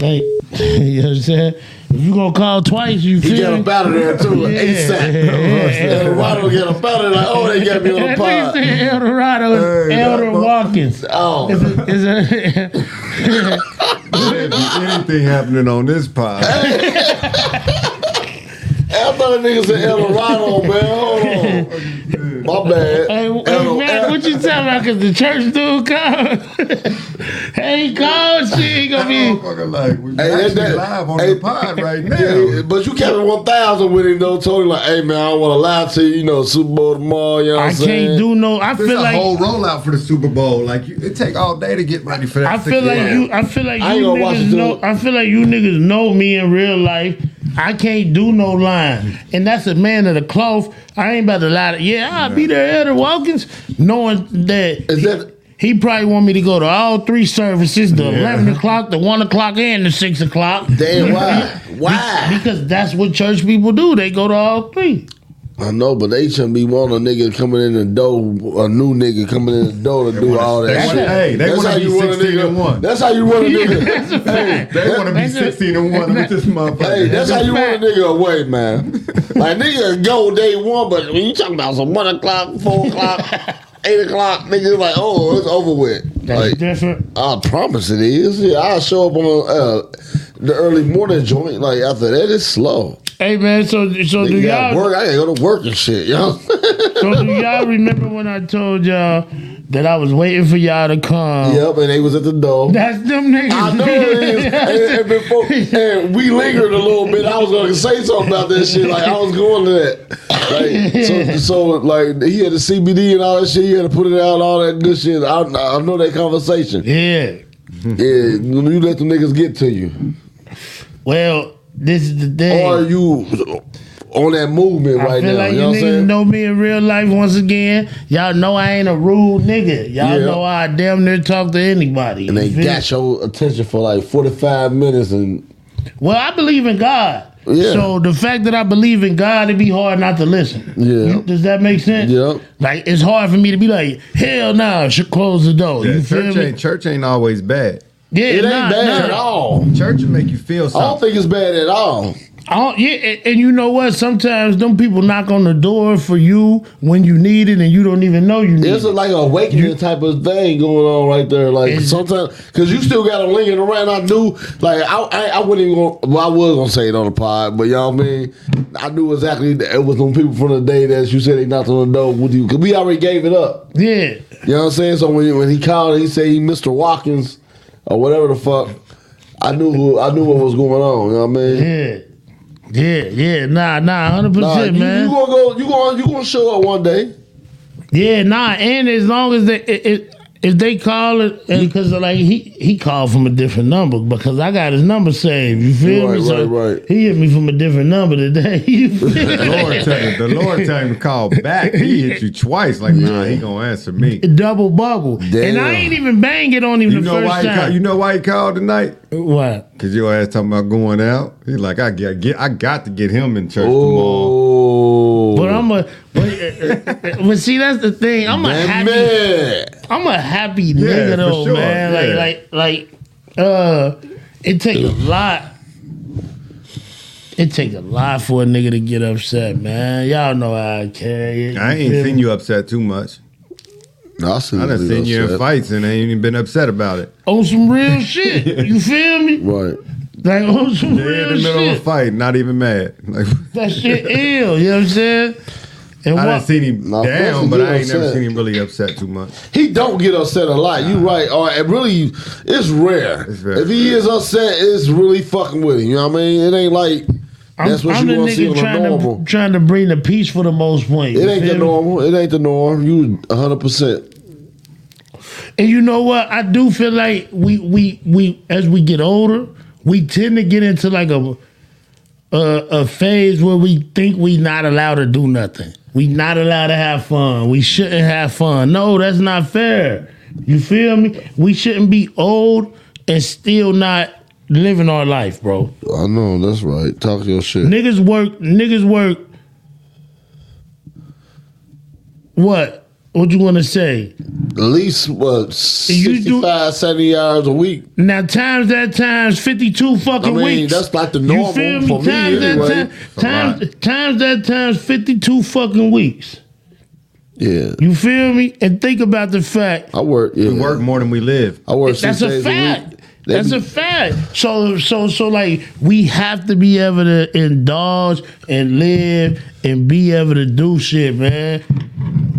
Speaker 1: Hey, you know what I'm saying? If you gonna call twice, you
Speaker 2: He
Speaker 1: feel
Speaker 2: got
Speaker 1: me?
Speaker 2: up out of there too.
Speaker 1: Oh,
Speaker 2: ASAP. El Dorado get up out of there. Oh, they got me on the
Speaker 1: That nigga
Speaker 2: pod.
Speaker 1: said El Dorado,
Speaker 5: Hey,
Speaker 1: Elder
Speaker 5: that mother-
Speaker 1: Watkins. Is a,
Speaker 2: Oh,
Speaker 1: is a,
Speaker 5: There be anything happening on this pod.
Speaker 2: I thought that nigga said El Dorado, man. Hold on. My bad.
Speaker 1: hey, hey,
Speaker 2: El-
Speaker 1: Matt,
Speaker 2: El-
Speaker 1: what you talking about? Because the church dude come. hey, call shit. He gonna be.
Speaker 5: Motherfucker, like we
Speaker 2: Hey, that-
Speaker 5: actually
Speaker 2: that-
Speaker 5: live on
Speaker 2: hey,
Speaker 5: the pod right
Speaker 2: Yeah,
Speaker 5: now.
Speaker 2: but you kept it 1,000 with him, though. Told him, like, hey, man, I don't want to lie to you. You know, Super Bowl tomorrow, you know what
Speaker 1: I
Speaker 2: I'm saying?
Speaker 1: can't do no. I
Speaker 5: This is
Speaker 1: feel
Speaker 5: a
Speaker 1: like.
Speaker 5: whole rollout for the Super Bowl. Like you, it take all day to get ready for that.
Speaker 1: I feel
Speaker 5: 60
Speaker 1: like
Speaker 5: round.
Speaker 1: you. I feel like
Speaker 2: I ain't
Speaker 1: you
Speaker 2: gonna watch
Speaker 1: niggas
Speaker 2: it till-
Speaker 1: know. I feel like you niggas know me in real life. I can't do no lying, and that's a man of the cloth. I ain't about to lie. To, yeah, I'll be there, Elder Watkins, knowing that
Speaker 2: Is that.
Speaker 1: He probably want me to go to all three services: the eleven o'clock, the one o'clock, and the six o'clock.
Speaker 2: Damn, why? Why?
Speaker 1: Because that's what church people do. They go to all three.
Speaker 2: I know, but they shouldn't be wanting a nigga coming in the door, a new nigga coming in the door to do
Speaker 5: wanna-
Speaker 2: all that
Speaker 5: they wanna-
Speaker 2: shit.
Speaker 5: hey, they
Speaker 2: That's
Speaker 5: wanna
Speaker 2: how
Speaker 5: be
Speaker 2: you run a
Speaker 5: 16
Speaker 2: nigga-
Speaker 5: and one.
Speaker 2: That's how you run a nigga.
Speaker 1: Hey,
Speaker 5: They want to be
Speaker 1: that's a-
Speaker 5: 16 and 1 with this motherfucker.
Speaker 2: Hey, that's how you
Speaker 1: fact.
Speaker 2: run a nigga away, man. Like nigga go day one, but when you talking about some one o'clock, four o'clock, eight o'clock, nigga, like oh, it's over with.
Speaker 1: That's
Speaker 2: Like
Speaker 1: different.
Speaker 2: I promise it is. Yeah, I show up on uh, the early morning joint. Like after that, it's slow.
Speaker 1: Hey man, so so do
Speaker 2: You got
Speaker 1: y'all
Speaker 2: work. I gotta go to work and shit. You know?
Speaker 1: so do y'all remember when I told y'all that I was waiting for y'all to
Speaker 5: Oh.
Speaker 1: come?
Speaker 2: yep, and they was at the door.
Speaker 1: That's them niggas.
Speaker 2: I know it is. And, and before and we lingered a little bit, I was gonna say something about that shit. Like I was going to that. Like, so, so like he had the CBD and all that shit. He had to put it out, all that good shit. I, I know that conversation.
Speaker 1: yeah.
Speaker 2: Yeah, you let the niggas get to you,
Speaker 1: Well, this is the thing.
Speaker 2: or you on that movement
Speaker 1: I
Speaker 2: right
Speaker 1: feel
Speaker 2: now.
Speaker 1: like
Speaker 2: you
Speaker 1: you
Speaker 2: know what I'm
Speaker 1: niggas
Speaker 2: saying?
Speaker 1: know me in real life once again. Y'all know I ain't a rude nigga. Y'all
Speaker 2: Yeah.
Speaker 1: know I damn near talk to anybody.
Speaker 2: and they
Speaker 1: You feel me?
Speaker 2: got your attention for like 45 minutes and
Speaker 1: Well, I believe in God.
Speaker 2: Yeah.
Speaker 1: So the fact that I believe in God, it'd be hard not to listen.
Speaker 2: Yeah.
Speaker 1: Does that make sense?
Speaker 2: Yep.
Speaker 1: Like it's hard for me to be like, hell no, should close the door.
Speaker 5: Yeah,
Speaker 1: you feel
Speaker 5: church,
Speaker 1: me?
Speaker 5: ain't, church ain't always bad.
Speaker 1: yeah,
Speaker 2: it ain't
Speaker 1: nah,
Speaker 2: bad
Speaker 1: nah.
Speaker 2: at all.
Speaker 5: Church will make you feel
Speaker 2: I don't
Speaker 5: something.
Speaker 2: think it's bad at all.
Speaker 1: I don't- yeah, and, and you know what? Sometimes them people knock on the door for you when you need it, and you don't even know you need
Speaker 2: It's
Speaker 1: it.
Speaker 2: a, like an awakening type of thing going on right there. Like
Speaker 1: It's-
Speaker 2: sometimes, because you still got to linger around. I do. Like I, I, I wouldn't even. Gonna, well, I was gonna say it on the pod, but y'all mean I knew exactly that it was them people from the day that you said they knocked on the door with you. Cause we already gave it up.
Speaker 1: yeah.
Speaker 2: You know what I'm saying? So when when he called, he said he Mr. Watkins or whatever the fuck. I knew who, I knew what was going on. You know what I mean?
Speaker 1: Yeah. Yeah, yeah, nah, nah, hundred
Speaker 2: Nah,
Speaker 1: percent,
Speaker 2: you,
Speaker 1: man.
Speaker 2: you gonna go? You gonna you gonna show up one day?
Speaker 1: yeah, nah, and as long as they, it, it, if they call it, because like he he called from a different number because I got his number saved. You feel
Speaker 2: Right,
Speaker 1: me? So
Speaker 2: right, right.
Speaker 1: He hit me from a different number today. You feel me?
Speaker 5: The Lord tell you, the Lord tell him to call back. He hit you twice. Like, nah, he gonna answer me.
Speaker 1: Double bubble, and I
Speaker 2: Damn.
Speaker 1: ain't even bang it on him
Speaker 5: You
Speaker 1: the
Speaker 5: know
Speaker 1: first
Speaker 5: why? He call,
Speaker 1: time.
Speaker 5: you know why he called tonight?
Speaker 1: what?
Speaker 5: Cause your ass talking about going out. He's like, I got get, I got to get him in church tomorrow.
Speaker 2: Oh,
Speaker 1: But I'm a, but, but see, that's the thing. I'm a happy.
Speaker 2: man.
Speaker 1: I'm a happy
Speaker 5: for
Speaker 1: nigga though,
Speaker 5: sure,
Speaker 1: man.
Speaker 5: yeah.
Speaker 1: Like like like uh it take a lot. It take a lot for a nigga to get upset, man. Y'all know how I carry it.
Speaker 5: I ain't seen you upset too much.
Speaker 2: No, I seen,
Speaker 5: I done
Speaker 2: you
Speaker 5: seen you in
Speaker 2: upset.
Speaker 5: fights and ain't even been upset about it.
Speaker 1: on some real shit. You feel me?
Speaker 2: Right.
Speaker 1: Like on some
Speaker 5: Yeah, in the
Speaker 1: real
Speaker 5: middle of a
Speaker 1: shit.
Speaker 5: fight, not even mad. Like
Speaker 1: That shit ill, you know what I'm saying? And
Speaker 5: I
Speaker 1: what,
Speaker 5: done seen him
Speaker 2: Nah,
Speaker 5: down,
Speaker 2: Preston
Speaker 5: but
Speaker 2: get
Speaker 5: I ain't never
Speaker 2: upset.
Speaker 5: seen him really upset too much.
Speaker 2: He don't get upset a lot. You right. Or it really, it's rare.
Speaker 5: It's very
Speaker 2: if he is upset, it's really fucking with him. You know what I mean? It ain't like
Speaker 1: I'm,
Speaker 2: that's what
Speaker 1: I'm
Speaker 2: you
Speaker 1: the
Speaker 2: want to see
Speaker 1: nigga
Speaker 2: on the
Speaker 1: trying
Speaker 2: normal.
Speaker 1: to, trying to bring the peace for the most part. you
Speaker 2: it ain't the
Speaker 1: feel me?
Speaker 2: normal. It ain't the norm. You 100. percent
Speaker 1: And you know what? I do feel like we we we as we get older, we tend to get into like a a, a phase where we think we not allowed to do nothing. We not allowed to have fun. We shouldn't have fun. No, that's not fair. You feel me? We shouldn't be old and still not living our life, bro.
Speaker 2: I know that's right. Talk your shit.
Speaker 1: Niggas work. Niggas work. What? What you want to say?
Speaker 2: At least what
Speaker 1: You do-
Speaker 2: 65, 70 hours a week.
Speaker 1: Now times that times fifty two fucking
Speaker 2: I mean,
Speaker 1: weeks.
Speaker 2: that's like the normal for me
Speaker 1: times
Speaker 2: anyway.
Speaker 1: that
Speaker 5: a
Speaker 1: time, times times that times fifty two fucking weeks.
Speaker 2: Yeah,
Speaker 1: You feel me? And think about the fact
Speaker 2: I work. Yeah,
Speaker 5: We work more than we live.
Speaker 2: I work.
Speaker 1: that's
Speaker 2: six
Speaker 1: a
Speaker 2: days
Speaker 1: fact.
Speaker 2: week. They
Speaker 1: That's
Speaker 2: be-
Speaker 1: a fact. So so so like we have to be able to indulge and live and be able to do shit, man.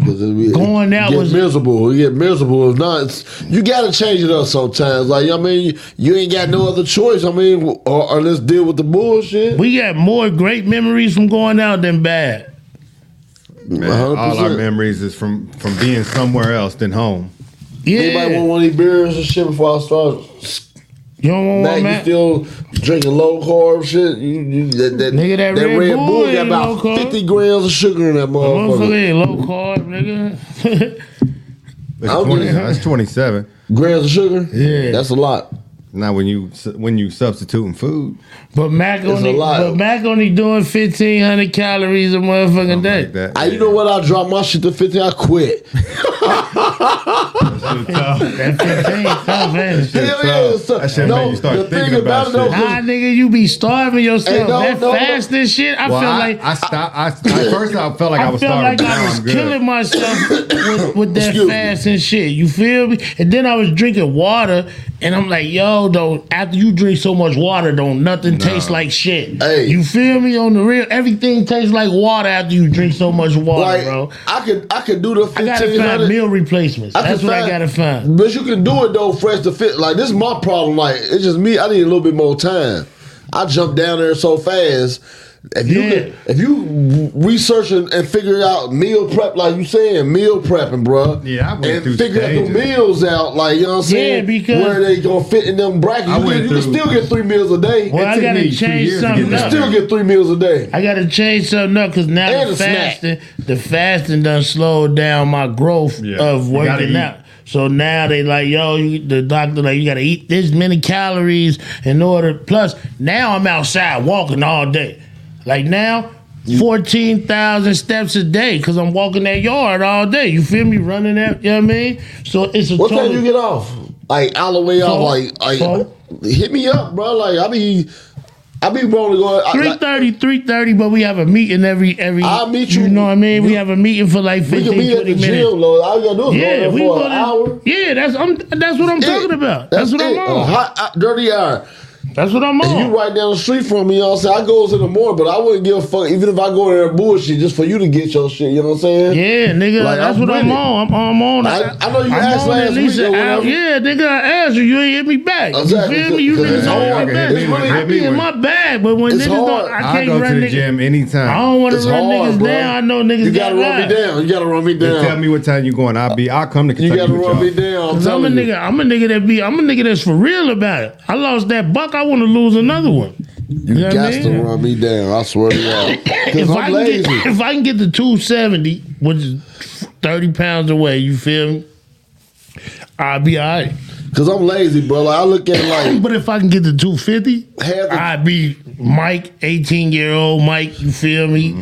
Speaker 2: Cause it be-
Speaker 1: Going out
Speaker 2: get
Speaker 1: was-
Speaker 2: miserable. You get miserable. If not, it's, you got to change it up sometimes. Like I mean, you, you ain't got no other choice. I mean, or, or let's deal with the bullshit.
Speaker 1: We got more great memories from going out than bad.
Speaker 5: Man,
Speaker 2: 100%.
Speaker 5: all our memories is from from being somewhere else than home.
Speaker 1: Yeah.
Speaker 2: Anybody want one of these beers and shit before I start?
Speaker 1: you don't want
Speaker 2: Now
Speaker 1: one,
Speaker 2: you
Speaker 1: man?
Speaker 2: still drinking low carb shit. You, you, that, that,
Speaker 1: Nigga, that Red Bull
Speaker 2: got
Speaker 1: ain't
Speaker 2: about
Speaker 1: low carb.
Speaker 2: fifty grams of sugar in that
Speaker 1: Motherfucker
Speaker 2: motherfucker.
Speaker 1: ain't low carb, nigga.
Speaker 5: That's,
Speaker 2: I'll
Speaker 5: 20,
Speaker 2: get-
Speaker 5: that's 27.
Speaker 2: Grams of sugar.
Speaker 1: Yeah.
Speaker 2: that's a lot.
Speaker 5: Not when you when you substituting food.
Speaker 1: But Mac only,
Speaker 2: a lot.
Speaker 1: but Mac only doing fifteen hundred calories a motherfucking day.
Speaker 5: Like that.
Speaker 2: I, you know what? I dropped my shit to 15. I quit.
Speaker 1: That fifteen, tough, ain't it?
Speaker 2: Hell yeah,
Speaker 5: tough.
Speaker 2: so-
Speaker 5: That shit
Speaker 2: no,
Speaker 5: make you start
Speaker 2: the
Speaker 5: thinking
Speaker 2: thing
Speaker 5: about
Speaker 2: about it,
Speaker 5: shit.
Speaker 2: though,
Speaker 1: Nah, nigga, you be starving yourself.
Speaker 2: Hey, no,
Speaker 1: that
Speaker 2: no, no.
Speaker 1: fast and shit, I
Speaker 5: Well,
Speaker 1: feel
Speaker 5: I,
Speaker 1: like
Speaker 5: I stopped. I, at first I felt like I,
Speaker 1: I
Speaker 5: was starving.
Speaker 1: felt like I
Speaker 5: Now
Speaker 1: was
Speaker 5: I'm good.
Speaker 1: killing myself with, with that
Speaker 2: Excuse me.
Speaker 1: fast and shit. You feel me? And then I was drinking water, and I'm like, yo, don't after you drink so much water, don't nothing taste like shit.
Speaker 2: Hey.
Speaker 1: You feel me? On the real, everything tastes like water after you drink so much water,
Speaker 2: like,
Speaker 1: bro.
Speaker 2: I could I could do the
Speaker 1: I gotta find
Speaker 2: 1500.
Speaker 1: meal replacements.
Speaker 2: I can
Speaker 1: That's what I
Speaker 2: find-
Speaker 1: gotta find.
Speaker 2: But you can do it though, fresh to fit. Like this is my problem. Like it's just me. I need a little bit more time. I jump down there so fast. If you
Speaker 1: Yeah.
Speaker 2: could- if you research and, and figure out meal prep, like you saying, meal prepping, bruh.
Speaker 5: Yeah, I went
Speaker 2: and
Speaker 5: through
Speaker 2: figure out the
Speaker 5: stages.
Speaker 2: meals out, like you know what I'm saying.
Speaker 1: Yeah, because-
Speaker 2: where they gonna fit in them brackets.
Speaker 5: I
Speaker 2: You,
Speaker 5: went
Speaker 2: can- you can
Speaker 5: through-
Speaker 2: still get three meals a day.
Speaker 1: Well, I
Speaker 5: took me
Speaker 1: gotta
Speaker 5: two
Speaker 1: change
Speaker 5: years to get
Speaker 1: something
Speaker 5: this
Speaker 1: up.
Speaker 2: still get three meals a day.
Speaker 1: I gotta change something up because now
Speaker 2: And
Speaker 1: the
Speaker 2: a snack.
Speaker 1: fasting, the fasting done slowed down my growth
Speaker 5: Yeah.
Speaker 1: of
Speaker 5: You gotta
Speaker 1: working
Speaker 5: eat.
Speaker 1: out. So now they like, yo, you, the doctor like, you gotta eat this many calories in order. Plus, now I'm outside walking all day. Like now, fourteen thousand steps a day because I'm walking that yard all day. You feel me? Running that, you know what I mean? So it's a
Speaker 2: What
Speaker 1: total.
Speaker 2: time you get off? Like all the way off? Like, like
Speaker 1: Four.
Speaker 2: hit me up, bro. Like I be, I be rolling going. I, like,
Speaker 1: 330, 330, but we have a meeting every every.
Speaker 2: I'll meet you-
Speaker 1: You know what I mean? we
Speaker 2: you-
Speaker 1: have a meeting for like 15,
Speaker 2: we can meet at
Speaker 1: 20
Speaker 2: the
Speaker 1: minutes.
Speaker 2: gym, Lord. All you gotta do is
Speaker 1: Yeah,
Speaker 2: go there
Speaker 1: we
Speaker 2: for
Speaker 1: go
Speaker 2: an
Speaker 1: to-
Speaker 2: hour.
Speaker 1: Yeah, that's I'm. That's what I'm talking about. That's, what
Speaker 2: it.
Speaker 1: I'm
Speaker 2: A
Speaker 1: on.
Speaker 2: hot, hot, dirty hour.
Speaker 1: That's what I'm
Speaker 2: And
Speaker 1: on.
Speaker 2: you right down the street from me, you know what I'm saying? I goes in the morning, but I wouldn't give a fuck even if I go in there and bullshit just for you to get your shit, you know what I'm saying?
Speaker 1: Yeah, nigga,
Speaker 2: Like,
Speaker 1: that's
Speaker 2: I'm
Speaker 1: what I'm
Speaker 2: with it.
Speaker 1: on. I'm, I'm on.
Speaker 2: I- I know you
Speaker 1: I'm
Speaker 2: asked
Speaker 1: on at
Speaker 2: last
Speaker 1: least
Speaker 2: week
Speaker 1: an
Speaker 2: or
Speaker 1: hour.
Speaker 2: whatever.
Speaker 1: Yeah, nigga, I asked you. You ain't hit me back.
Speaker 2: Exactly,
Speaker 1: You feel me? You
Speaker 2: 'cause
Speaker 1: niggas
Speaker 2: it's
Speaker 1: don't
Speaker 5: hard.
Speaker 1: hit me back.
Speaker 5: It's really-
Speaker 1: I be in my bag, but when
Speaker 2: It's
Speaker 1: niggas don't,
Speaker 2: hard.
Speaker 1: I
Speaker 5: I
Speaker 1: can't
Speaker 5: go
Speaker 1: run
Speaker 5: to the
Speaker 1: niggas.
Speaker 5: gym anytime.
Speaker 1: I don't want to
Speaker 2: It's
Speaker 1: run
Speaker 2: hard,
Speaker 1: niggas
Speaker 2: bro.
Speaker 1: down. I know niggas
Speaker 2: You gotta
Speaker 1: got
Speaker 2: run
Speaker 1: lives.
Speaker 2: me down. You gotta run me
Speaker 5: They tell
Speaker 2: down.
Speaker 5: me what time you going. I'll be. I'll come to
Speaker 2: you
Speaker 5: Kentucky.
Speaker 2: gotta
Speaker 5: with
Speaker 2: run
Speaker 5: y'all.
Speaker 2: me down. I'm
Speaker 1: Cause I'm a
Speaker 2: telling you.
Speaker 1: nigga. I'm a nigga that be. I'm a nigga that's for real about it. I lost that buck. I want to lose another one. You, know
Speaker 2: You
Speaker 1: what I
Speaker 2: got to
Speaker 1: mean?
Speaker 2: run me down. I swear to God. Because
Speaker 1: if
Speaker 2: I'm
Speaker 1: I can
Speaker 2: lazy.
Speaker 1: get if I can get the 270, which is 30 pounds away, you feel me? I'll be all right.
Speaker 2: Because I'm lazy, bro. Like, I look at like
Speaker 1: But if I can get the 250,
Speaker 2: half the
Speaker 1: I'd be Mike, 18 year old Mike, you feel me?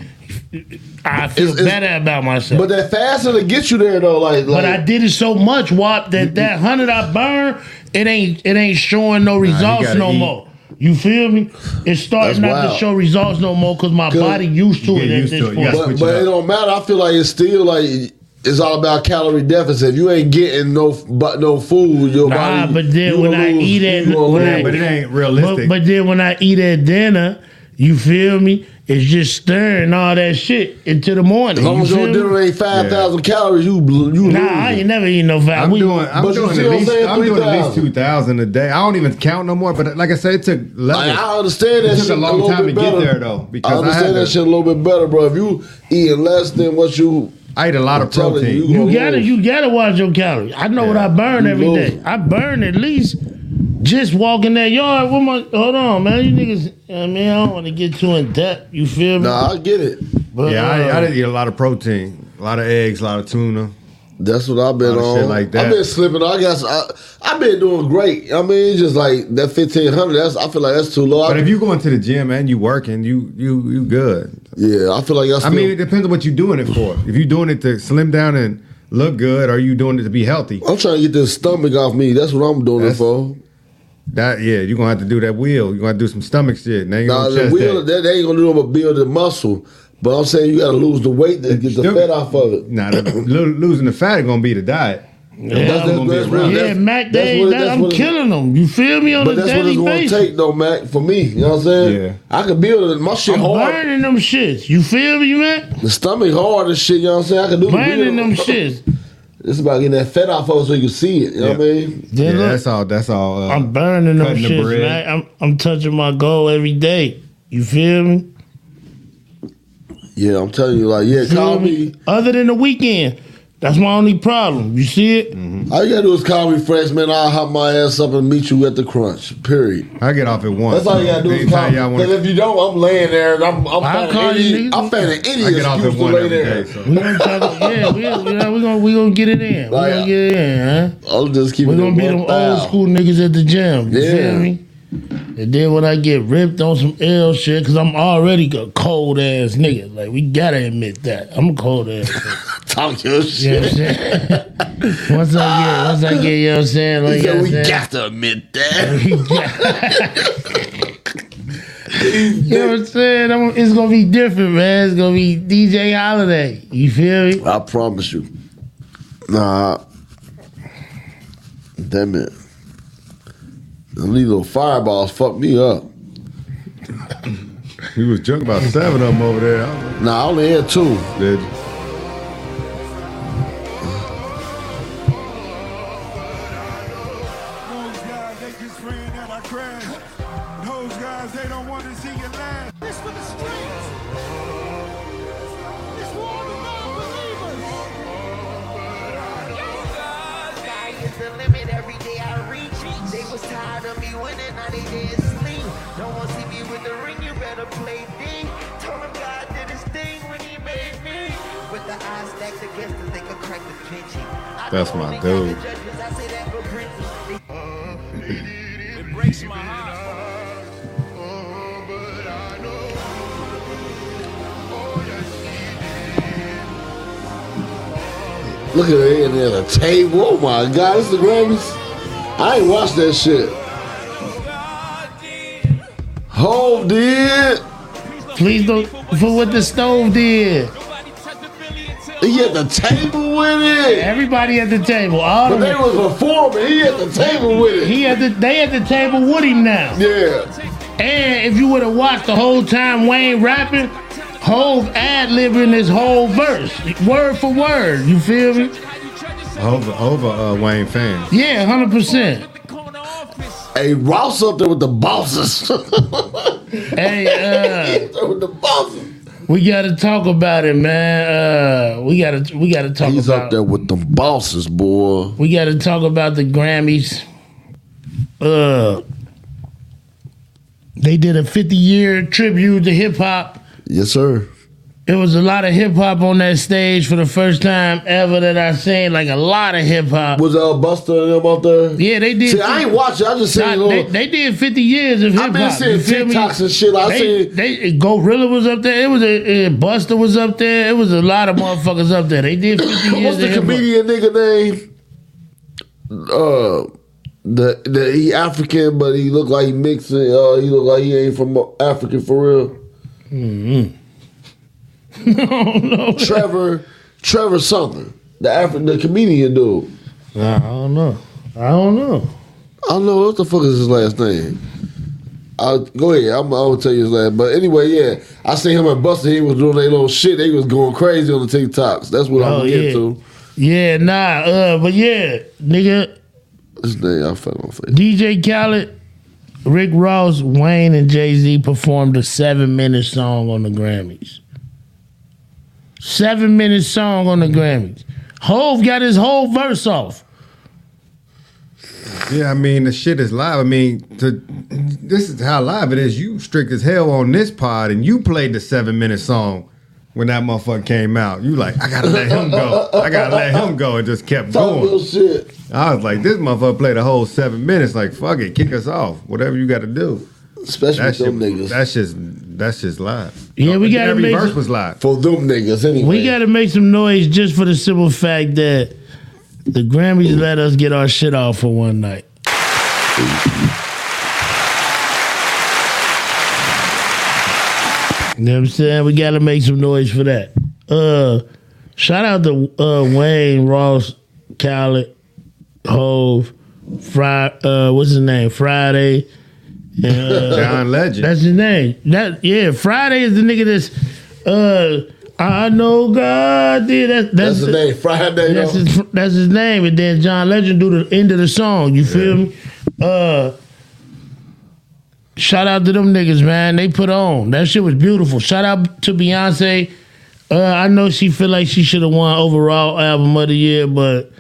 Speaker 1: I feel
Speaker 2: It's- it's-
Speaker 1: better about myself.
Speaker 2: But
Speaker 1: But,
Speaker 2: that faster to get you there though, like, like
Speaker 1: I did it so much, Wop, that that 100 I burned, it ain't it ain't showing no results
Speaker 5: gotta
Speaker 1: no
Speaker 5: eat.
Speaker 1: more. You feel me? It's starting
Speaker 2: That's
Speaker 1: not to
Speaker 2: wild.
Speaker 1: show results no more because my
Speaker 2: Good.
Speaker 1: body used to
Speaker 5: You
Speaker 1: it
Speaker 5: get
Speaker 1: at
Speaker 5: used
Speaker 1: this
Speaker 5: to it.
Speaker 1: point.
Speaker 5: You gotta
Speaker 2: but,
Speaker 5: switch
Speaker 2: but
Speaker 5: it
Speaker 2: it
Speaker 5: up.
Speaker 2: don't matter. I feel like it's still like it's all about calorie deficit. If you ain't getting no but no food, your
Speaker 1: Nah,
Speaker 2: body.
Speaker 1: but then
Speaker 2: you
Speaker 1: when
Speaker 2: gonna
Speaker 1: I
Speaker 2: lose-
Speaker 1: eat
Speaker 2: you
Speaker 1: at
Speaker 2: gonna
Speaker 1: when I-
Speaker 2: lose.
Speaker 5: But it ain't
Speaker 1: But,
Speaker 5: realistic.
Speaker 1: but then when I eat at dinner, you feel me? It's just stirring all that shit into the morning.
Speaker 2: as long
Speaker 1: you
Speaker 2: as your
Speaker 1: feel
Speaker 2: dinner
Speaker 1: me?
Speaker 2: ain't five thousand calories, you bl- you
Speaker 1: Nah,
Speaker 2: lose.
Speaker 1: I ain't never eating no fat.
Speaker 5: I'm
Speaker 1: We-
Speaker 5: doing.
Speaker 2: But
Speaker 5: I'm
Speaker 2: you
Speaker 5: doing
Speaker 2: see
Speaker 5: at
Speaker 2: what I'm
Speaker 5: least.
Speaker 2: saying?
Speaker 5: I'm doing at least
Speaker 2: 3,000.
Speaker 5: two thousand a day. I don't even count no more. But like I said, it took.
Speaker 2: Like,
Speaker 5: levels.
Speaker 2: I understand that
Speaker 5: It took
Speaker 2: shit
Speaker 5: a long
Speaker 2: little
Speaker 5: time
Speaker 2: bit
Speaker 5: to get
Speaker 2: better.
Speaker 5: there, though, because I
Speaker 2: I understand
Speaker 5: had
Speaker 2: that
Speaker 5: to-
Speaker 2: shit a little bit better, bro. If you eating less than what you
Speaker 5: I ate a lot of
Speaker 2: telling
Speaker 5: protein.
Speaker 2: you,
Speaker 1: You
Speaker 2: gonna
Speaker 1: gotta,
Speaker 2: lose.
Speaker 1: you gotta watch your calories. I know what
Speaker 5: Yeah.
Speaker 1: I burn
Speaker 2: You
Speaker 1: every
Speaker 2: lose.
Speaker 1: day. I burn at least just walking that yard. What my? Hold on, man. You niggas. I mean, I don't want to get too in depth. You feel me?
Speaker 2: Nah, I get it.
Speaker 1: But,
Speaker 5: Yeah, I, I
Speaker 1: uh,
Speaker 5: did eat a lot of protein, a lot of eggs, a lot of tuna.
Speaker 2: That's what I've been
Speaker 5: Lot of
Speaker 2: on.
Speaker 5: shit like that.
Speaker 2: I've been slipping. I guess I I've been doing great. I mean, it's just like that fifteen hundred. That's I feel like that's too low.
Speaker 5: But if you going to the gym and you working, you you you good.
Speaker 2: yeah, I feel like that's.
Speaker 5: I mean, it depends on what you're doing it for. If you're doing it to slim down and look good, or you doing it to be healthy,
Speaker 2: I'm trying to get this stomach off me. That's what I'm doing it
Speaker 5: That's-
Speaker 2: for.
Speaker 5: that yeah, you're gonna have to do that wheel. You're gonna have to do some stomach shit. Now you
Speaker 2: Now
Speaker 5: gonna
Speaker 2: the
Speaker 5: chest
Speaker 2: wheel,
Speaker 5: that.
Speaker 2: that, they ain't gonna do nothing but build the muscle. But I'm saying you gotta lose the weight to get the
Speaker 5: Still-
Speaker 2: fat off of it.
Speaker 5: Nah, the, lo- losing the fat is gonna be the diet.
Speaker 1: yeah,
Speaker 2: that's-
Speaker 1: I'm-
Speaker 2: that's-
Speaker 1: yeah,
Speaker 2: that's-
Speaker 1: Mac.
Speaker 2: that's
Speaker 1: They,
Speaker 2: what it-
Speaker 1: that-
Speaker 2: that's
Speaker 1: I'm
Speaker 2: what it-
Speaker 1: killing them. You feel me on
Speaker 2: But
Speaker 1: a
Speaker 2: that's what it's
Speaker 1: daily
Speaker 2: gonna
Speaker 1: basis?
Speaker 2: take though, Mac, for me. You know what I'm saying?
Speaker 5: Yeah.
Speaker 2: I can build it. My shit
Speaker 1: I'm
Speaker 2: hard.
Speaker 1: burning them shits. You feel me, man?
Speaker 2: The stomach hard and shit, you know what I'm saying? I can do the
Speaker 1: Burning
Speaker 2: wheel.
Speaker 1: them shits.
Speaker 2: It's about getting that fat off of it so you can see it. You know what I
Speaker 5: Yeah.
Speaker 2: mean?
Speaker 5: Yeah,
Speaker 1: Then look,
Speaker 5: that's all. That's all. Uh,
Speaker 1: I'm burning them
Speaker 5: cutting the
Speaker 1: shits,
Speaker 5: bread.
Speaker 1: man. I'm, I'm touching my goal every day. You feel me?
Speaker 2: Yeah, I'm telling you, like, yeah,
Speaker 1: You know
Speaker 2: call
Speaker 1: what I mean?
Speaker 2: me.
Speaker 1: Other than the weekend. That's my only problem. You see it?
Speaker 5: Mm.
Speaker 2: All you gotta do is call me fresh, man. I'll hop my ass up and meet you at the crunch. Period.
Speaker 5: I get off at one.
Speaker 2: That's all you gotta do is call
Speaker 5: Anytime
Speaker 2: me.
Speaker 5: y'all
Speaker 2: 'Cause
Speaker 5: want
Speaker 2: if you don't, I'm laying there and I'm I'm
Speaker 1: I'll
Speaker 2: finding
Speaker 1: call you
Speaker 2: any,
Speaker 1: niggas.
Speaker 2: I'm finding any
Speaker 5: I get off
Speaker 2: excuse
Speaker 5: at
Speaker 2: to
Speaker 5: one
Speaker 2: lay
Speaker 5: every
Speaker 2: there.
Speaker 5: day. So.
Speaker 1: We gonna talk, yeah, we, we, we gonna we gonna get it in. We
Speaker 2: Like,
Speaker 1: gonna get it in. Huh?
Speaker 2: I'll just keep
Speaker 1: We
Speaker 2: it.
Speaker 1: gonna be them old school niggas at the gym. You
Speaker 2: Yeah.
Speaker 1: feel me? And then when I get ripped on some L shit, cause I'm already a cold ass nigga. Like we gotta admit that I'm a cold ass. nigga.
Speaker 2: Talk your
Speaker 1: You know what
Speaker 2: shit.
Speaker 1: I'm saying? once I get, once I get, you know what I'm saying? Like,
Speaker 2: He said,
Speaker 1: you know
Speaker 2: we
Speaker 1: what I'm saying?
Speaker 2: got to admit that.
Speaker 1: We got- You know what I'm saying? I'm, it's gonna be different, man. It's gonna be DJ Holiday. You feel me?
Speaker 2: I promise you. Nah. Damn it. Them little fireballs fucked me up.
Speaker 5: You was drunk about seven of them over there. I was
Speaker 2: Nah, I only had two.
Speaker 5: like, Did you?
Speaker 9: Those guys, they just ran out of crash. Those guys, they don't want to see you laugh. This for the streets. This for all the non-believers.
Speaker 4: Sky is the limit every day I reach. They was tired of me winning, now they didn't sleep. Don't want to see me with the ring, you better play D. Told him God did his thing when he made me. With the eyes stacked against us, they could crack the pinchy. I
Speaker 5: That's
Speaker 4: know
Speaker 5: my
Speaker 4: only God
Speaker 5: dude.
Speaker 4: can judge us, I say that for Britney. They
Speaker 9: It breaks my heart.
Speaker 2: Look at it in there, the table. Oh my god, it's the Grammys. I ain't watched that shit. Hov did.
Speaker 1: Please don't for what the stove did.
Speaker 2: He at the table with it.
Speaker 1: Everybody at the table, all
Speaker 2: But
Speaker 1: of
Speaker 2: they
Speaker 1: them.
Speaker 2: was performing. He at the table with it.
Speaker 1: He at the they at the table with him now.
Speaker 2: Yeah.
Speaker 1: And if you would have watched the whole time Wayne rapping, Hove ad libbing this whole verse, word for word. You feel me?
Speaker 5: Over, over uh, Wayne fan.
Speaker 1: Yeah, hundred percent.
Speaker 2: Hey, Ross up there with the bosses.
Speaker 1: Hey, uh,
Speaker 2: Up there with the bosses.
Speaker 1: we gotta talk about it, man. Uh, we gotta we gotta talk
Speaker 2: He's
Speaker 1: about
Speaker 2: up there with the bosses, boy.
Speaker 1: we gotta talk about the Grammys. Uh, they did a fifty year tribute to hip hop.
Speaker 2: Yes, sir.
Speaker 1: it was a lot of hip hop on that stage for the first time ever that I seen like a lot of hip hop.
Speaker 2: Was uh Buster and them up there?
Speaker 1: Yeah, they did.
Speaker 2: See, I ain't watching. I just seen it
Speaker 1: Nah, they,
Speaker 2: on.
Speaker 1: they did 50 years of hip hop.
Speaker 2: I've been seeing TikToks and shit. I
Speaker 1: They,
Speaker 2: seen.
Speaker 1: they Gorilla was up there. It was a, Buster was up there. It was a lot of motherfuckers up there. They did 50 years
Speaker 2: What's
Speaker 1: of
Speaker 2: the
Speaker 1: hip hop.
Speaker 2: comedian nigga name? Uh, the the he African, but he look like he mixing. Uh, he look like he ain't from African for real.
Speaker 1: Mm-hmm.
Speaker 2: Trevor, Trevor something. The Afri- the comedian dude.
Speaker 1: Nah, I don't know. I don't know.
Speaker 2: I don't know what the fuck is his last name. I go ahead. I'm, I'll tell you his last. But anyway, yeah, I seen him and Buster. He was doing their little shit. They was going crazy on the TikToks. That's what
Speaker 1: Oh,
Speaker 2: I'm getting
Speaker 1: yeah.
Speaker 2: to.
Speaker 1: Yeah, nah. Uh, but yeah, nigga,
Speaker 2: This nigga, I fuck on face.
Speaker 1: DJ Khaled, Rick Ross, Wayne, and Jay Z performed a seven minute song on the Grammys. Seven minute song on the Grammys. Hove got his whole verse off.
Speaker 5: Yeah, I mean the shit is live. I mean, to, this is how live it is. You strict as hell on this pod, and you played the seven minute song when that motherfucker came out. You like, I gotta let him go. I gotta let him go, and just kept
Speaker 2: Talk your
Speaker 5: going.
Speaker 2: shit.
Speaker 5: I was like, this motherfucker played a whole seven minutes. Like, fuck it, kick us off. Whatever you got to do.
Speaker 2: Especially
Speaker 5: That
Speaker 2: with
Speaker 5: shit,
Speaker 2: them niggas.
Speaker 5: that's just, that's just live.
Speaker 1: Yeah, we gotta
Speaker 5: every
Speaker 1: make
Speaker 5: verse
Speaker 1: it-
Speaker 5: was live.
Speaker 2: for them niggas, anyway.
Speaker 1: We got to make some noise just for the simple fact that the Grammys let us get our shit off for one night. You know what I'm saying? We got to make some noise for that. Uh, shout out to uh, Wayne Ross, Khaled, Hove, Fry. Uh, what's his name? Friday. And, uh,
Speaker 5: John Legend.
Speaker 1: that's his name. That yeah, Friday is the nigga that's uh I know God did that
Speaker 2: that's
Speaker 1: that's
Speaker 2: the name. Friday.
Speaker 1: that's
Speaker 2: though.
Speaker 1: his, that's his name and then John Legend do the end of the song, you feel me? Uh Shout out to them niggas, man. They put on. That shit was beautiful. Shout out to Beyonce, Uh, I know she feel like she should have won overall album of the year, but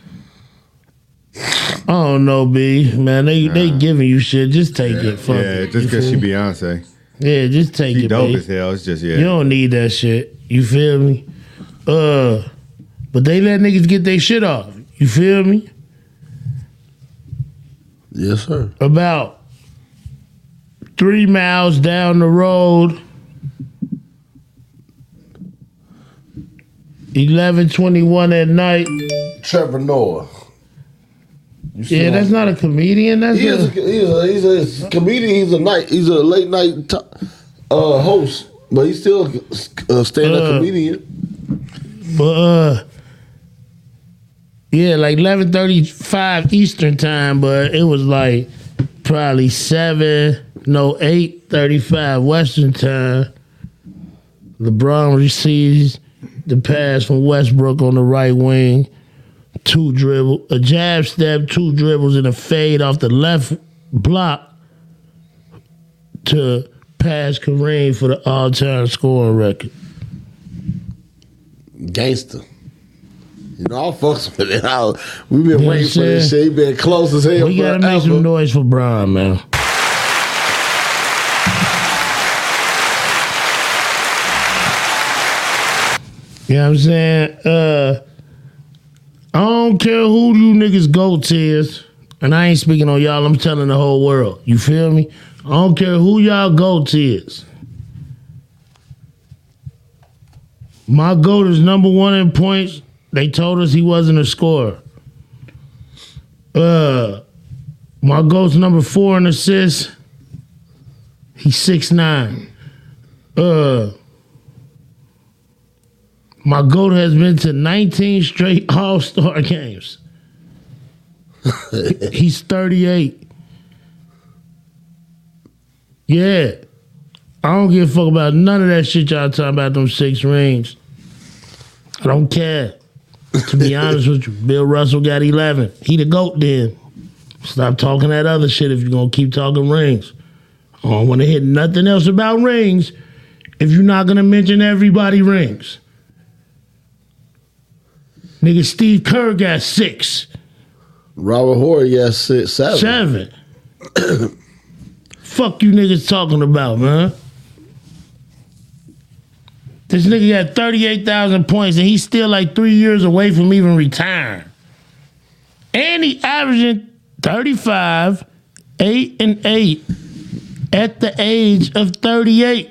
Speaker 1: I don't know, B. Man, they they giving you shit. Just take it. Fuck
Speaker 5: Yeah,
Speaker 1: it.
Speaker 5: just because she Beyonce.
Speaker 1: Yeah, just take
Speaker 5: She
Speaker 1: it.
Speaker 5: dope
Speaker 1: B.
Speaker 5: as hell. It's just, yeah.
Speaker 1: You don't need that shit. You feel me? Uh, but they let niggas get their shit off. You feel me?
Speaker 2: Yes, sir.
Speaker 1: About three miles down the road, eleven twenty one at night.
Speaker 2: Trevor Noah. You see
Speaker 1: Yeah,
Speaker 2: him?
Speaker 1: that's not a comedian. That's
Speaker 2: He is a,
Speaker 1: a,
Speaker 2: he's a, he's a comedian. He's a night. He's a late night to, uh, host, but he's still a stand up
Speaker 1: Uh.
Speaker 2: comedian.
Speaker 1: but uh, yeah, like eleven thirty five Eastern time, but it was like probably seven, no eight thirty five Western time. LeBron receives the pass from Westbrook on the right wing. Two dribble, a jab step, two dribbles, and a fade off the left block to pass Kareem for the all-time scoring record.
Speaker 2: Gangster. You know, I fucks with it. I, we've been
Speaker 1: Yeah,
Speaker 2: waiting for this
Speaker 1: sure.
Speaker 2: shit. He been close as hell
Speaker 1: We gotta make
Speaker 2: forever.
Speaker 1: some noise for Brian, man. You know what I'm saying? Uh, I don't care who you niggas goats is, and I ain't speaking on y'all, I'm telling the whole world. You feel me? I don't care who y'all goats is. My goat is number one in points. They told us he wasn't a scorer. Uh, my goal's number four in assists. He's six nine. Uh, my goat has been to 19 straight All Star games. He's 38. Yeah. I don't give a fuck about none of that shit y'all talking about them six rings. I don't care. To be honest with you, Bill Russell got 11. He the GOAT then. Stop talking that other shit if you're going to keep talking rings. I don't want to hear nothing else about rings if you're not going to mention everybody rings. Nigga, Steve Kerr got six,
Speaker 2: Robert Horry, yes, six, seven.
Speaker 1: seven. Fuck you niggas talking about, man. This nigga got 38,000 points and he's still like three years away from even retiring. And he averaging 35, 8 and 8 at the age of 38.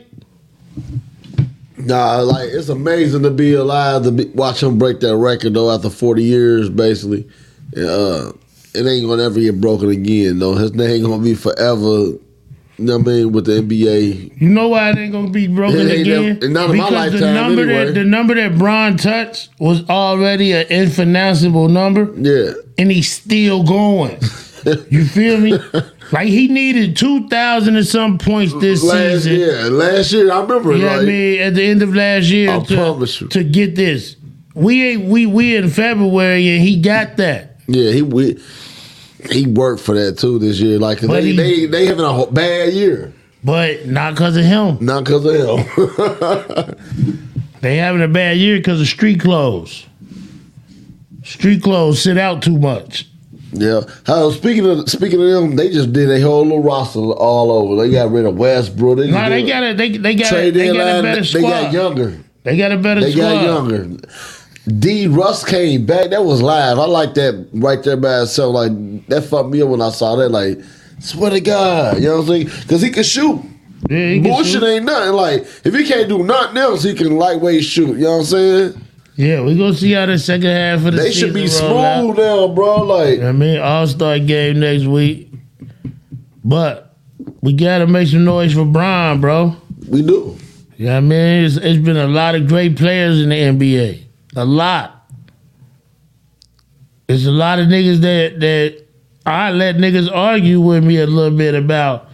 Speaker 2: Nah, like it's amazing to be alive to be, watch him break that record though after forty years, basically. And, uh, it ain't gonna ever get broken again though. His name gonna be forever. You know what I mean? With the NBA,
Speaker 1: You know why it ain't gonna be broken
Speaker 2: It ain't
Speaker 1: again?
Speaker 2: never- not in my
Speaker 1: the
Speaker 2: lifetime,
Speaker 1: number
Speaker 2: anyway.
Speaker 1: that the number that Bron touched was already an infinanceable number,
Speaker 2: yeah,
Speaker 1: and he's still going. you feel me? Like he needed two thousand and some points this
Speaker 2: last
Speaker 1: season.
Speaker 2: year, last year I remember.
Speaker 1: You know
Speaker 2: like,
Speaker 1: what I mean? At the end of last year,
Speaker 2: I
Speaker 1: to,
Speaker 2: promise you.
Speaker 1: to get this, we ain't we we in February, and he got that.
Speaker 2: Yeah, he we, he worked for that too this year. Like 'cause
Speaker 1: But
Speaker 2: they,
Speaker 1: he-
Speaker 2: they they having a ho- bad year,
Speaker 1: But not because of him.
Speaker 2: not because of him.
Speaker 1: They having a bad year because of street clothes. Street clothes sit out too much.
Speaker 2: yeah. How speaking of speaking of them, they just did a whole little roster all over. They got rid of Westbrook. They
Speaker 1: No,
Speaker 2: just
Speaker 1: they
Speaker 2: did-
Speaker 1: got a they they got a,
Speaker 2: trade
Speaker 1: they got a
Speaker 2: deadline.
Speaker 1: better
Speaker 2: They
Speaker 1: squad.
Speaker 2: got younger.
Speaker 1: They got a better
Speaker 2: They
Speaker 1: squad.
Speaker 2: got younger. D. Russ came back. That was live. I like that right there by itself. Like that fucked me up when I saw that. Like swear to God, you know what I'm saying? Because he could shoot.
Speaker 1: Yeah, he can
Speaker 2: Bullshit
Speaker 1: shoot.
Speaker 2: ain't nothing. Like if he can't do nothing else, he can lightweight shoot. You know what I'm saying?
Speaker 1: Yeah, we gonna see how the second half of the
Speaker 2: They
Speaker 1: season
Speaker 2: should be
Speaker 1: roll out.
Speaker 2: smooth now, bro. Like
Speaker 1: I mean, All Star game next week, but we gotta make some noise for Brian, bro.
Speaker 2: we do.
Speaker 1: You know what I mean? It's, it's been a lot of great players in the NBA. A lot. There's a lot of niggas that that I let niggas argue with me a little bit about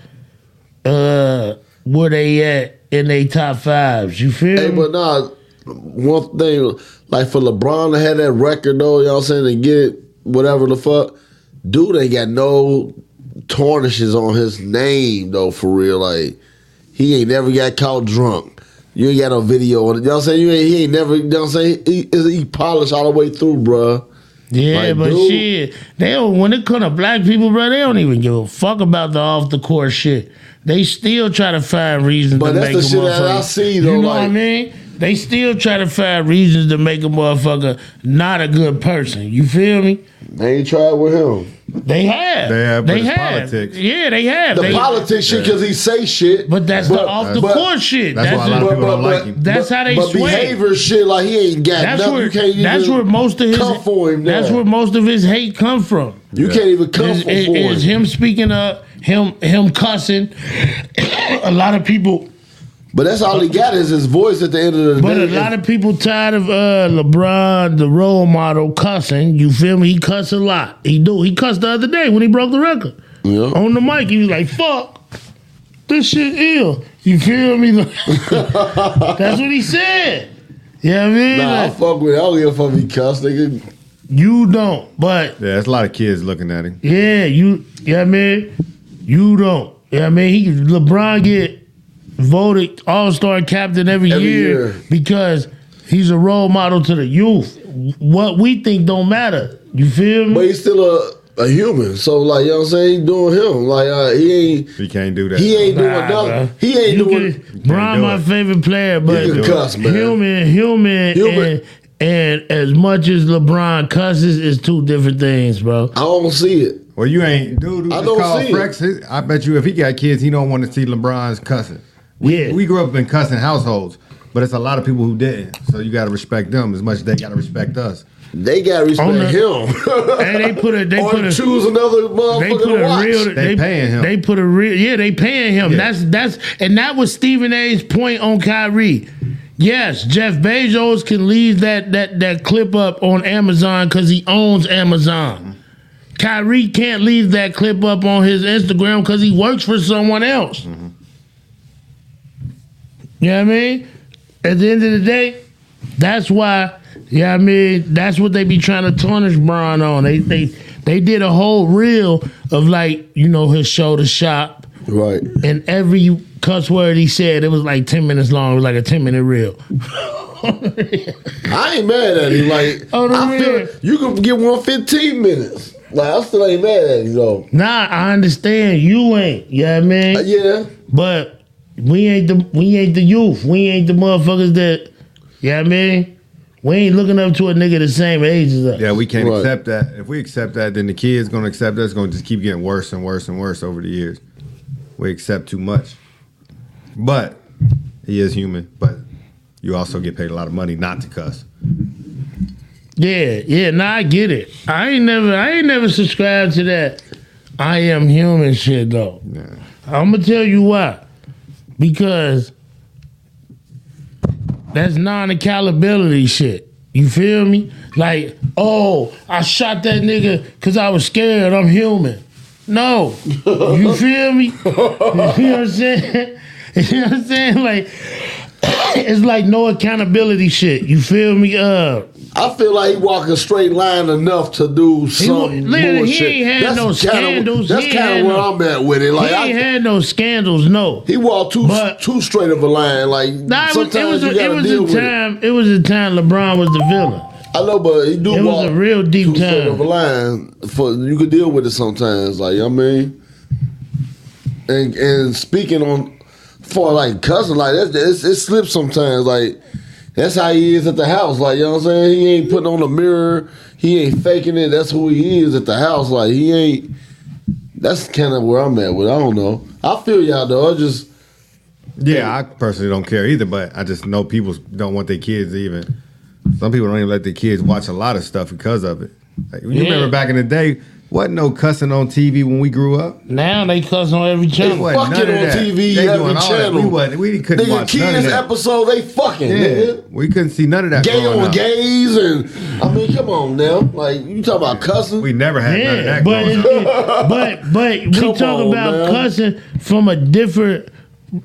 Speaker 1: uh where they at in their top fives. You feel
Speaker 2: Hey,
Speaker 1: me?
Speaker 2: but nah, one thing, like for LeBron to have that record though, you know what I'm saying, and get it, whatever the fuck, dude ain't got no tarnishes on his name though, for real. Like, he ain't never got caught drunk. You ain't got no video on it. You know what I'm saying? You ain't, he ain't never, you know what I'm saying? He, he, he polished all the way through, bruh.
Speaker 1: Yeah,
Speaker 2: Like,
Speaker 1: but
Speaker 2: dude.
Speaker 1: shit, they don't, when it comes to black people, bro, they don't even give a fuck about the off the court shit. They still try to find reasons
Speaker 2: But
Speaker 1: to
Speaker 2: that's
Speaker 1: make
Speaker 2: the
Speaker 1: a
Speaker 2: shit that
Speaker 1: motherfucker.
Speaker 2: I see,
Speaker 1: you
Speaker 2: though,
Speaker 1: know what I
Speaker 2: like-
Speaker 1: mean? They still try to find reasons to make a motherfucker not a good person. You feel me?
Speaker 2: They ain't tried with him.
Speaker 1: They have.
Speaker 5: They have, but
Speaker 1: They
Speaker 5: it's
Speaker 1: have.
Speaker 5: politics.
Speaker 1: Yeah, they have.
Speaker 2: The
Speaker 1: They-
Speaker 2: politics shit, because he say shit.
Speaker 1: but that's the off the
Speaker 2: but-
Speaker 1: court shit.
Speaker 5: That's why a lot
Speaker 1: the-
Speaker 5: of people don't like him.
Speaker 1: That's how they
Speaker 2: But
Speaker 1: swing.
Speaker 2: behavior shit, like he ain't got
Speaker 1: That's
Speaker 2: nothing.
Speaker 1: where
Speaker 2: you can't even
Speaker 1: that's where most of his
Speaker 2: come for him.
Speaker 1: that's
Speaker 2: now.
Speaker 1: where most of his hate come from.
Speaker 2: you can't even come
Speaker 1: Is,
Speaker 2: for
Speaker 1: is,
Speaker 2: for
Speaker 1: is
Speaker 2: him.
Speaker 1: him speaking up? Him him cussing? a lot of people,
Speaker 2: But that's all he got is his voice at the end of the
Speaker 1: but
Speaker 2: day.
Speaker 1: a lot of people tired of uh, LeBron, the role model, cussing. You feel me? He cuss a lot. He do. He cussed the other day when he broke the record
Speaker 2: yeah.
Speaker 1: on the mic. He was like, "Fuck." This shit ill. You feel me? That's what he said. Yeah, I mean,
Speaker 2: Nah, I
Speaker 1: Like,
Speaker 2: fuck with. It. I don't give a fuck if he cuss, nigga.
Speaker 1: you don't. But
Speaker 5: Yeah, there's a lot of kids looking at him.
Speaker 1: Yeah, you, yeah, man. You don't. Yeah, I mean, he LeBron get voted All Star captain every,
Speaker 2: Every
Speaker 1: year,
Speaker 2: year.
Speaker 1: because he's a role model to the youth. What we think don't matter. You feel me?
Speaker 2: But he's still a a human. So like, you know what I'm saying? He doing him. Like uh, he ain't
Speaker 5: He can't do that.
Speaker 2: he ain't doing
Speaker 1: Nah,
Speaker 2: nothing.
Speaker 1: bruh.
Speaker 2: He ain't
Speaker 1: You
Speaker 2: doing.
Speaker 1: can- Bron,
Speaker 5: do
Speaker 1: my
Speaker 5: it.
Speaker 1: favorite player, but
Speaker 2: can cuss, man.
Speaker 1: human, human,
Speaker 2: Human.
Speaker 1: and and as much as LeBron cusses, is two different things, bro.
Speaker 2: I don't see it.
Speaker 5: Well, you ain't, dude. Who
Speaker 2: I
Speaker 5: just
Speaker 2: don't
Speaker 5: called
Speaker 2: see it.
Speaker 5: Frex? his- I bet you, if he got kids, he don't want to see LeBron's cussing. We,
Speaker 1: Yeah.
Speaker 5: we grew up in cussing households, but it's a lot of people who didn't. So you got to respect them as much as they got to respect us.
Speaker 2: They got to respect
Speaker 1: On the-
Speaker 2: him.
Speaker 1: And they put a they
Speaker 2: or
Speaker 1: put a
Speaker 2: choose another
Speaker 1: They put
Speaker 2: motherfucker to
Speaker 1: a
Speaker 2: watch.
Speaker 1: real.
Speaker 5: They paying him.
Speaker 1: They put a real. Yeah, they paying him.
Speaker 5: Yeah.
Speaker 1: That's that's and that was Stephen A's point on Kyrie. Yes, Jeff Bezos can leave that that that clip up on Amazon because he owns Amazon. Kyrie can't leave that clip up on his Instagram because he works for someone else.
Speaker 5: Mm-hmm.
Speaker 1: You know what I mean? At the end of the day, that's why, yeah, I mean, that's what they be trying to tarnish Bron on. They they they did a whole reel of like, you know, his shoulder shop
Speaker 2: Right.
Speaker 1: and every cuss word he said, it was like ten minutes long, it was like a ten minute reel.
Speaker 2: I ain't mad at him. Like
Speaker 1: Oh, the
Speaker 2: I
Speaker 1: real.
Speaker 2: feel you can get one 15 minutes. Like I still ain't mad at him though.
Speaker 1: Nah, I understand you ain't, you know what I mean?
Speaker 2: Uh, yeah.
Speaker 1: But we ain't the we ain't the youth. We ain't the motherfuckers that you know what I mean? We ain't looking up to a nigga the same age as us.
Speaker 5: Yeah, we can't
Speaker 2: Right.
Speaker 5: accept that. If we accept that, then the kids gonna accept that. It's gonna just keep getting worse and worse and worse over the years. We accept too much. But he is human. But you also get paid a lot of money not to cuss.
Speaker 1: Yeah, yeah, nah, I get it. I ain't never I ain't never subscribed to that I am human shit though.
Speaker 5: Yeah.
Speaker 1: I'ma tell you why. Because that's non accountability shit. You feel me? Like, oh, I shot that nigga because I was scared. I'm human. No. You feel me? you know what I'm saying? You know what I'm saying? Like, it's like no accountability shit. You feel me? Uh,
Speaker 2: I feel like he walk a straight line enough to do some
Speaker 1: wa- listen, he
Speaker 2: bullshit.
Speaker 1: ain't had no
Speaker 2: Kinda,
Speaker 1: scandals.
Speaker 2: that's
Speaker 1: He
Speaker 2: kind
Speaker 1: ain't
Speaker 2: of where
Speaker 1: had
Speaker 2: I'm at with it. Like
Speaker 1: he
Speaker 2: Oh, I,
Speaker 1: ain't had no scandals, no.
Speaker 2: he walked too
Speaker 1: But-
Speaker 2: too straight of a line. Like
Speaker 1: Nah, it was,
Speaker 2: sometimes
Speaker 1: it was,
Speaker 2: you
Speaker 1: a,
Speaker 2: gotta
Speaker 1: it was
Speaker 2: deal
Speaker 1: a
Speaker 2: with it.
Speaker 1: time. It was a time LeBron was the villain.
Speaker 2: I know, but he do
Speaker 1: It
Speaker 2: walk
Speaker 1: was a real
Speaker 2: too
Speaker 1: deep
Speaker 2: straight of a
Speaker 1: time.
Speaker 2: line. For you could deal with it sometimes. Like you know what I mean, and and speaking on for like cousin, like that's it's, it slips sometimes. Like that's how he is at the house. Like you know what I'm saying, he ain't putting on a mirror. He ain't faking it. That's who he is at the house. Like he ain't. That's kind of where I'm at with. it. I don't know. I feel y'all though. I just
Speaker 5: Yeah, I personally don't care either, but I just know people don't want their kids to even. Some people don't even let their kids watch a lot of stuff because of it. Like, you
Speaker 1: Yeah.
Speaker 5: remember back in the day, wasn't no cussing on TV when we grew up.
Speaker 1: Now they cuss on every
Speaker 5: It
Speaker 1: channel.
Speaker 5: wasn't
Speaker 2: Fuck
Speaker 5: none
Speaker 2: it
Speaker 5: of
Speaker 2: on
Speaker 5: that.
Speaker 2: TV,
Speaker 5: They
Speaker 2: every
Speaker 5: doing all that. We,
Speaker 2: channel.
Speaker 5: wasn't, we couldn't
Speaker 2: nigga
Speaker 5: watch none of
Speaker 2: kids
Speaker 5: that.
Speaker 2: episode they fucking
Speaker 5: Yeah,
Speaker 2: nigga.
Speaker 5: we couldn't see none of that.
Speaker 2: gay
Speaker 5: growing
Speaker 2: on
Speaker 5: up.
Speaker 2: gays and I mean, come on now. Like you talking about cussing?
Speaker 5: We never had none of
Speaker 1: Yeah,
Speaker 5: that.
Speaker 1: but
Speaker 5: growing
Speaker 1: it,
Speaker 5: up.
Speaker 1: it- but but we
Speaker 2: Come
Speaker 1: talk
Speaker 2: on,
Speaker 1: about
Speaker 2: man.
Speaker 1: cussing from a different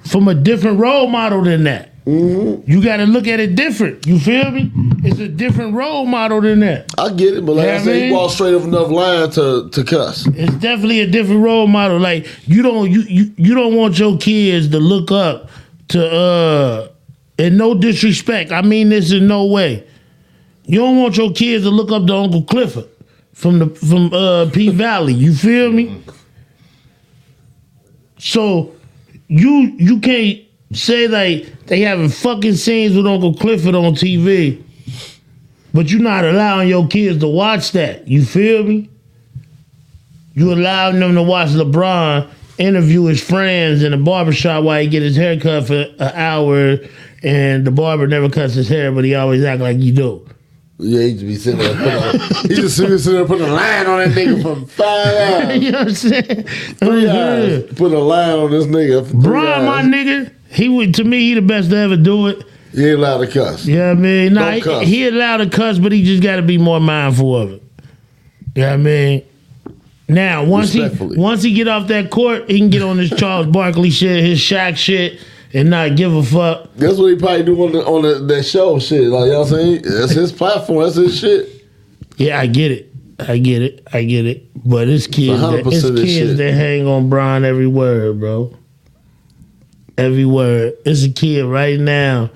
Speaker 1: from a different role model than that.
Speaker 2: Mm-hmm.
Speaker 1: You got to look at it different. You feel me? It's a different role model than that.
Speaker 2: I get it, but like
Speaker 1: Yeah,
Speaker 2: I said,
Speaker 1: man.
Speaker 2: he walked straight up enough line to to cuss.
Speaker 1: It's definitely a different role model. Like you don't you you, you don't want your kids to look up to uh and no disrespect, I mean this in no way. You don't want your kids to look up to Uncle Clifford from the from uh, P Valley. You feel me? So you you can't say like they having fucking scenes with Uncle Clifford on TV, but you're not allowing your kids to watch that. You feel me? You allowing them to watch LeBron interview his friends in the barbershop while he get his hair cut for an hour and the barber never cuts his hair, but he always act like you do.
Speaker 2: Yeah, he just be sitting there. Putting a, he just sitting sitting there putting a line on that nigga for five hours.
Speaker 1: you know what I'm saying?
Speaker 2: Three
Speaker 1: Yeah.
Speaker 2: hours. Put a line on this nigga. For three
Speaker 1: Brian, my
Speaker 2: hours.
Speaker 1: nigga, he would to me he the best to ever do it.
Speaker 2: He ain't allowed to cuss.
Speaker 1: Yeah, I mean, nah,
Speaker 2: Don't cuss.
Speaker 1: he, he allowed a cuss, but he just got to be more mindful of it. Yeah, I mean, now once he
Speaker 2: Respectfully.
Speaker 1: once he get off that court, he can get on his Charles Barkley shit, his Shaq shit, and not give a fuck.
Speaker 2: That's what he probably do on the, on the, that show shit. Like y'all saying, that's his platform. That's his shit.
Speaker 1: Yeah, I get it, I get it, I get it. But it's kids, that,
Speaker 2: 100%
Speaker 1: it's
Speaker 2: of this
Speaker 1: kids
Speaker 2: shit.
Speaker 1: that hang on Brian every word, bro. Every word. It's a kid right now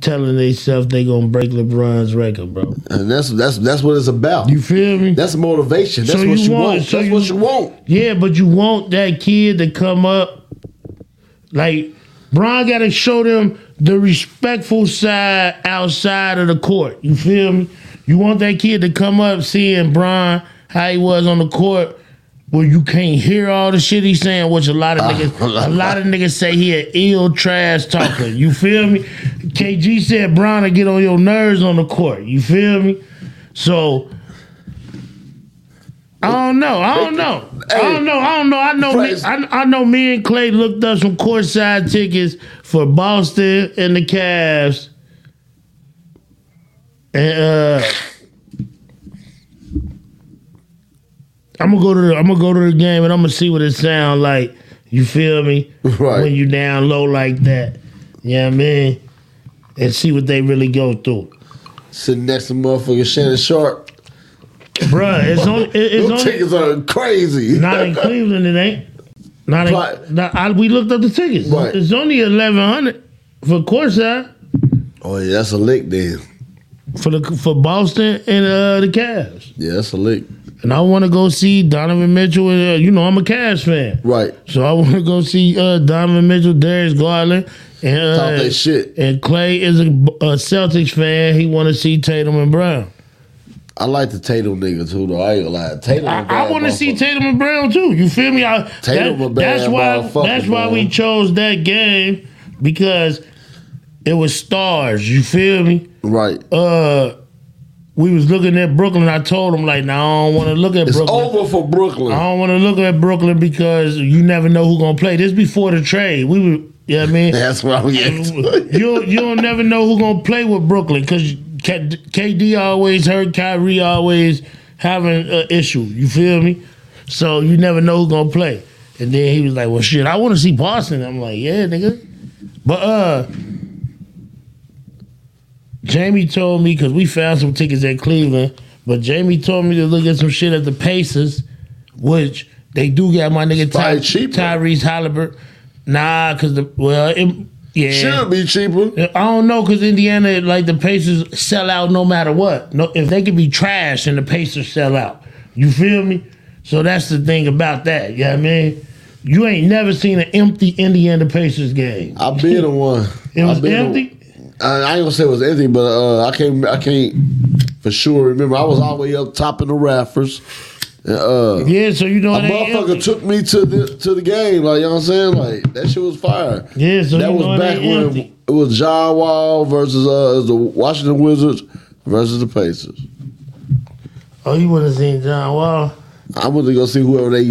Speaker 1: telling themselves they gonna break LeBron's record, bro.
Speaker 2: And that's that's that's what it's about.
Speaker 1: You feel me?
Speaker 2: that's motivation. That's
Speaker 1: So
Speaker 2: what
Speaker 1: you
Speaker 2: you,
Speaker 1: want-
Speaker 2: want.
Speaker 1: so
Speaker 2: that's
Speaker 1: you-
Speaker 2: what you want.
Speaker 1: Yeah, but you want that kid to come up. Like, Bron got to show them the respectful side outside of the court. You feel me? You want that kid to come up seeing Bron how he was on the court. Where you can't hear all the shit he's saying, which a lot of niggas, a lot of niggas say he an ill trash talker. You feel me? KG said Bron to get on your nerves on the court. You feel me? So I don't know. I don't know. I don't know. I don't know. I know. Me,
Speaker 2: Praise-
Speaker 1: I, I know. Me and Clay looked up some courtside tickets for Boston and the Cavs, and uh, I'm gonna go to. The, I'm gonna go to the game and I'm gonna see what it sound like. You feel me?
Speaker 2: Right.
Speaker 1: When you down low like that, yeah, you know what I mean, and see what they really go through.
Speaker 2: Sitting next to motherfucking Shannon Sharp.
Speaker 1: Bruh, it's only it- it's
Speaker 2: Those
Speaker 1: only
Speaker 2: tickets are crazy.
Speaker 1: Not in Cleveland, it ain't. Not
Speaker 2: Right.
Speaker 1: in, not, I, we looked up the tickets.
Speaker 2: Right.
Speaker 1: It's only eleven hundred for courtside
Speaker 2: oh yeah, that's a lick then.
Speaker 1: for the for Boston and uh, the Cavs.
Speaker 2: Yeah, that's a lick.
Speaker 1: And I want to go see Donovan Mitchell. And, uh, you know I'm a Cavs fan,
Speaker 2: Right.
Speaker 1: so I want to go see uh, Donovan Mitchell, Darius Garland, and
Speaker 2: Talk
Speaker 1: uh,
Speaker 2: that shit.
Speaker 1: and Clay is a, a Celtics fan. He want to see Tatum and Brown.
Speaker 2: I like the Tatum nigga too though. I ain't gonna lie. Tatum. a
Speaker 1: I,
Speaker 2: bad
Speaker 1: I want to
Speaker 2: motherfucker.
Speaker 1: see Tatum and Brown too. You feel me? I,
Speaker 2: Tatum a bad
Speaker 1: that's why.
Speaker 2: motherfucker,
Speaker 1: That's why we
Speaker 2: man.
Speaker 1: chose that game because it was stars. You feel me?
Speaker 2: Right.
Speaker 1: Uh, we was looking at Brooklyn. I told him like, no, I don't want to look at
Speaker 2: it's
Speaker 1: Brooklyn.
Speaker 2: over for
Speaker 1: I
Speaker 2: Brooklyn.
Speaker 1: don't want to look at Brooklyn because you never know who gonna play. This before the trade. We were, yeah, I mean,
Speaker 2: That's what I'm getting.
Speaker 1: you you don't never know who gonna play with Brooklyn because KD always hurt, Kyrie always having an issue. You feel me? So you never know who gonna play. And then he was like, "Well, shit, I want to see Boston." I'm like, "Yeah, nigga," but uh. Jamie told me because we found some tickets at Cleveland, but Jamie told me to look at some shit at the Pacers, which they do got my nigga Ty-
Speaker 2: probably cheaper.
Speaker 1: Tyrese Halliburton. Nah, because the well, it, yeah,
Speaker 2: Should be cheaper.
Speaker 1: I don't know because Indiana, like the Pacers, sell out no matter what. No, if they could be trash and the Pacers sell out, you feel me? So that's the thing about that. You know what I mean? You ain't never seen an empty Indiana Pacers game.
Speaker 2: I been the one.
Speaker 1: It
Speaker 2: I
Speaker 1: was
Speaker 2: been to-
Speaker 1: empty.
Speaker 2: I, I ain't gonna say it was empty, but uh, I can't. I can't for sure remember. I was all the way up top in the rafters. And, uh,
Speaker 1: Yeah, so you know
Speaker 2: a
Speaker 1: it ain't
Speaker 2: motherfucker
Speaker 1: empty.
Speaker 2: took me to the to the game. Like you know what I'm saying? Like that shit was fire.
Speaker 1: Yeah, so you know
Speaker 2: that was
Speaker 1: it
Speaker 2: back
Speaker 1: ain't
Speaker 2: when
Speaker 1: empty.
Speaker 2: it was John Wall versus uh it was the Washington Wizards versus the Pacers.
Speaker 1: Oh, you wouldn't have seen John Wall.
Speaker 2: I went to go see whoever they,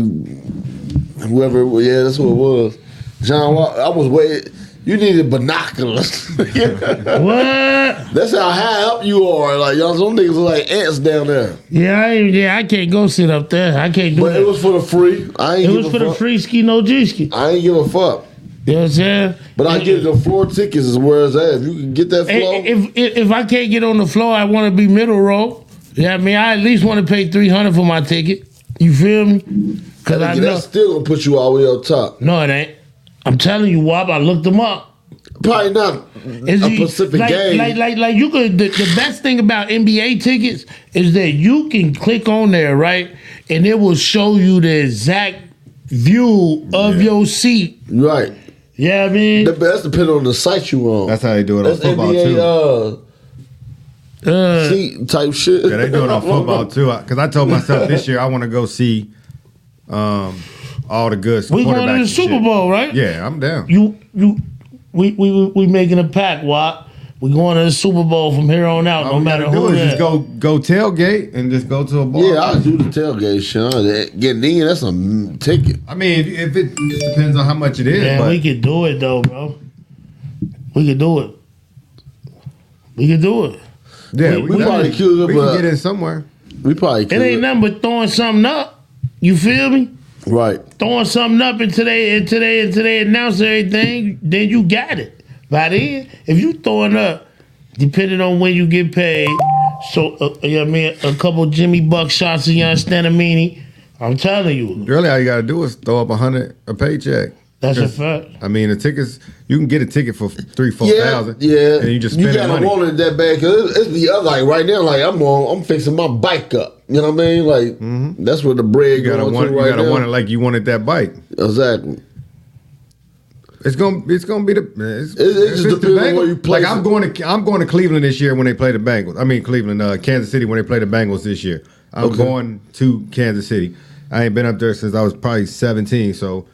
Speaker 2: whoever. it was. Yeah, that's who it was. John Wall. I was waiting. You needed binoculars.
Speaker 1: What?
Speaker 2: That's how high up you are. Like y'all, some niggas are like ants down there.
Speaker 1: Yeah, I ain't, yeah, I can't go sit up there. I can't do
Speaker 2: But
Speaker 1: that.
Speaker 2: it was for the free. I ain't.
Speaker 1: It
Speaker 2: give
Speaker 1: was
Speaker 2: a
Speaker 1: for the
Speaker 2: fuck.
Speaker 1: free ski, no G ski.
Speaker 2: I ain't give a fuck.
Speaker 1: You know what I'm saying?
Speaker 2: But I get the floor tickets is where it's at. If you can get that floor,
Speaker 1: if, if if I can't get on the floor, I want to be middle row. Yeah, I mean, I at least want to pay three hundred for my ticket. You feel me? Because I
Speaker 2: that's
Speaker 1: know.
Speaker 2: still gonna put you all the way up top.
Speaker 1: No, it ain't. I'm telling you, Wop. I looked them up.
Speaker 2: probably not
Speaker 1: Is
Speaker 2: a
Speaker 1: you-
Speaker 2: Pacific
Speaker 1: like,
Speaker 2: game.
Speaker 1: Like, like, like you could. The, the best thing about NBA tickets is that you can click on there, right, and it will show you the exact view of your seat.
Speaker 2: right.
Speaker 1: Yeah, I mean,
Speaker 2: That- That's depending on the site you on.
Speaker 5: That's how they do it on
Speaker 2: That's
Speaker 5: football
Speaker 2: NBA
Speaker 5: too.
Speaker 2: uh,
Speaker 1: uh,
Speaker 2: seat type shit.
Speaker 5: Yeah, they do it on football too. Because I told myself this year I want to go see um, all the good
Speaker 1: we going
Speaker 5: quarterbacks
Speaker 1: to the
Speaker 5: and
Speaker 1: Super
Speaker 5: shit.
Speaker 1: Bowl, right?
Speaker 5: Yeah, I'm down.
Speaker 1: You, you, we, we, we- we making a pact, Wop. We going to the Super Bowl from here on out,
Speaker 5: All
Speaker 1: no
Speaker 5: we gotta
Speaker 1: matter
Speaker 5: do
Speaker 1: who.
Speaker 5: is
Speaker 1: it
Speaker 5: just
Speaker 1: is.
Speaker 5: go go tailgate and just go to a bar.
Speaker 2: Yeah, I do the tailgate, Sean. That- Getting in, that's a m- ticket.
Speaker 5: I mean, if, if it just depends on how much it is,
Speaker 1: Man,
Speaker 5: but
Speaker 1: we could do it though, bro. We could do it. We could do it.
Speaker 5: yeah,
Speaker 1: we-
Speaker 5: we,
Speaker 1: we
Speaker 5: can-
Speaker 2: probably queued up,
Speaker 5: we can
Speaker 2: uh,
Speaker 5: get in somewhere.
Speaker 2: We probably could.
Speaker 1: It ain't nothing but throwing something up. You feel me?
Speaker 2: Right.
Speaker 1: Throwing something up and today and today and today announce everything, then you got it. By then, if you throwing up, depending on when you get paid, so uh, you know what I mean, a couple Jimmy Buck shots of Young Stanamini, I'm telling you,
Speaker 5: Really, all you gotta do is throw up a hundred a paycheck.
Speaker 1: that's a
Speaker 5: Just-
Speaker 1: fact.
Speaker 5: I mean, the tickets you can get a ticket for three, four
Speaker 2: Yeah,
Speaker 5: thousand.
Speaker 2: yeah.
Speaker 5: and you just spend the
Speaker 2: gotta
Speaker 5: money.
Speaker 2: want it that bad because it's, it's the other like right now. Like I'm on, I'm fixing my bike up. You know what I mean? Like that's where the bread
Speaker 5: Mm-hmm. You gotta
Speaker 2: going
Speaker 5: want,
Speaker 2: to
Speaker 5: you
Speaker 2: right
Speaker 5: gotta
Speaker 2: now.
Speaker 5: want it like you wanted that bike.
Speaker 2: exactly.
Speaker 5: It's gonna it's gonna be the it's,
Speaker 2: it
Speaker 5: if
Speaker 2: just
Speaker 5: it's
Speaker 2: depends on where you
Speaker 5: Bengals-
Speaker 2: place
Speaker 5: Like I'm
Speaker 2: it.
Speaker 5: going to I'm going to Cleveland this year when they play the Bengals. I mean Cleveland, uh, Kansas City when they play the Bengals this year. I'm
Speaker 2: Okay.
Speaker 5: going to Kansas City. I ain't been up there since I was probably 17, so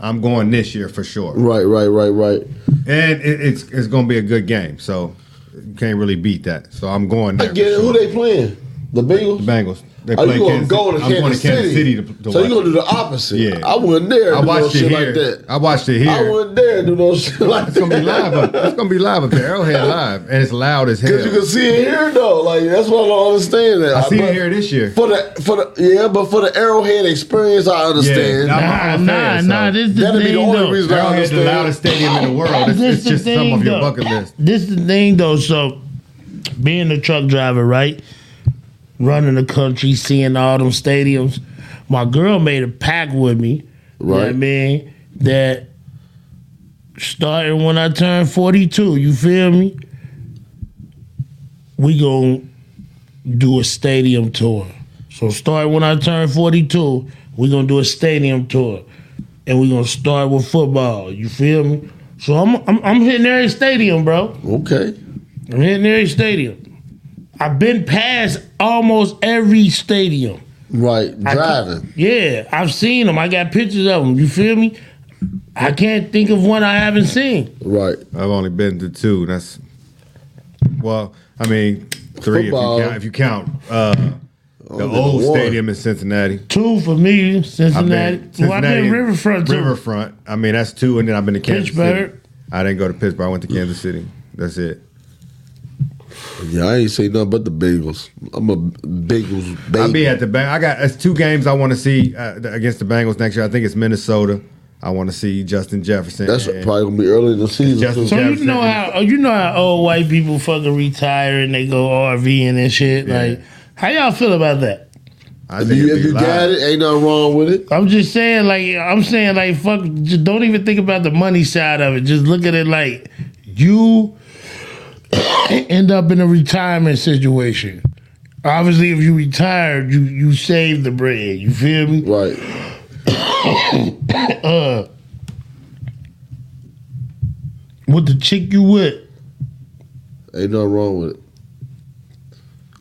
Speaker 5: I'm going this year for sure.
Speaker 2: Right, right, right, right.
Speaker 5: And it, it's it's gonna be a good game, so you can't really beat that. So I'm going there.
Speaker 2: I get it.
Speaker 5: for
Speaker 2: Who
Speaker 5: sure.
Speaker 2: they playing? The Bengals.
Speaker 5: The Bengals. They
Speaker 2: Are Oh, you gonna
Speaker 5: Kansas-
Speaker 2: go to
Speaker 5: I'm going to
Speaker 2: Kansas
Speaker 5: Kansas City,
Speaker 2: City?
Speaker 5: to, to
Speaker 2: so you
Speaker 5: watch
Speaker 2: gonna do
Speaker 5: it.
Speaker 2: the opposite?
Speaker 5: Yeah.
Speaker 2: I wasn't
Speaker 5: I
Speaker 2: there. to do no
Speaker 5: watched it
Speaker 2: shit
Speaker 5: here.
Speaker 2: like that.
Speaker 5: I watched it here.
Speaker 2: I wasn't there to do no shit like
Speaker 5: it's gonna be
Speaker 2: that.
Speaker 5: live. Up. It's gonna be live up there. Arrowhead live, and it's loud as hell.
Speaker 2: Cause you can see it here though. Like that's what I don't understand. That
Speaker 5: I seen
Speaker 2: but
Speaker 5: it here this year.
Speaker 2: for the for the yeah, but for the Arrowhead experience, I understand.
Speaker 5: Yeah, I'm
Speaker 1: Nah,
Speaker 5: a fan,
Speaker 1: nah,
Speaker 5: so
Speaker 1: nah. This is the
Speaker 2: That'd be
Speaker 1: thing,
Speaker 2: the only
Speaker 1: though.
Speaker 2: reason I
Speaker 5: Arrowhead, the
Speaker 2: understand.
Speaker 5: loudest stadium in the world. It's,
Speaker 1: This
Speaker 5: it's
Speaker 1: the
Speaker 5: just some of
Speaker 1: thing,
Speaker 5: your
Speaker 1: though.
Speaker 5: bucket list.
Speaker 1: This is the thing though. So, being a truck driver, right, running the country, seeing all them stadiums, my girl made a pact with me. you know what I
Speaker 2: Right.
Speaker 1: mean that starting when I turn forty two. You feel me? We gonna do a stadium tour. So starting when I turn forty two, we gonna do a stadium tour and we're gonna start with football. You feel me? So I'm I'm, I'm hitting every stadium, bro.
Speaker 2: Okay.
Speaker 1: I'm hitting every stadium. I've been past almost every stadium.
Speaker 2: Right.
Speaker 1: I can't-
Speaker 2: Driving.
Speaker 1: Yeah, I've seen them. I got pictures of them. You feel me? I can't think of one I haven't seen.
Speaker 2: Right.
Speaker 5: I've only been to two. and That's well, I mean, three
Speaker 2: Football.
Speaker 5: if you count. If you count uh, the
Speaker 2: Only
Speaker 5: old
Speaker 2: one.
Speaker 5: stadium in Cincinnati.
Speaker 1: Two for me,
Speaker 5: I've
Speaker 1: Cincinnati.
Speaker 5: been,
Speaker 1: well, I've been
Speaker 5: Cincinnati-
Speaker 1: Riverfront too.
Speaker 5: Riverfront. I mean, that's two, and then I've been to Kansas
Speaker 1: Pittsburgh.
Speaker 5: City. I didn't go to Pittsburgh. I went to Kansas City. That's it.
Speaker 2: Yeah, I ain't say nothing but the Bengals. I'm a Bengals baby.
Speaker 5: I'll be at the bank. I got that's two games I want to see uh, th- against the Bengals next year. I think it's Minnesota. I want to see Justin Jefferson.
Speaker 2: that's
Speaker 5: and-
Speaker 2: probably gonna be early in the season.
Speaker 5: Justin
Speaker 2: Too.
Speaker 1: So you
Speaker 5: Jefferson.
Speaker 1: know how oh, you know how old white people fucking retire and they go RVing and shit.
Speaker 5: Yeah.
Speaker 1: Like, how y'all feel about that?
Speaker 5: I
Speaker 2: If
Speaker 5: think
Speaker 2: you,
Speaker 5: it'd
Speaker 2: if
Speaker 5: be
Speaker 2: you
Speaker 5: live.
Speaker 2: got it, ain't nothing wrong with it.
Speaker 1: I'm just saying, like, I'm saying, like, fuck, just don't even think about the money side of it. Just look at it like you end up in a retirement situation. Obviously, if you retired, you you save the bread. You feel me?
Speaker 2: Right.
Speaker 1: With the chick you with,
Speaker 2: Ain't nothing wrong with it.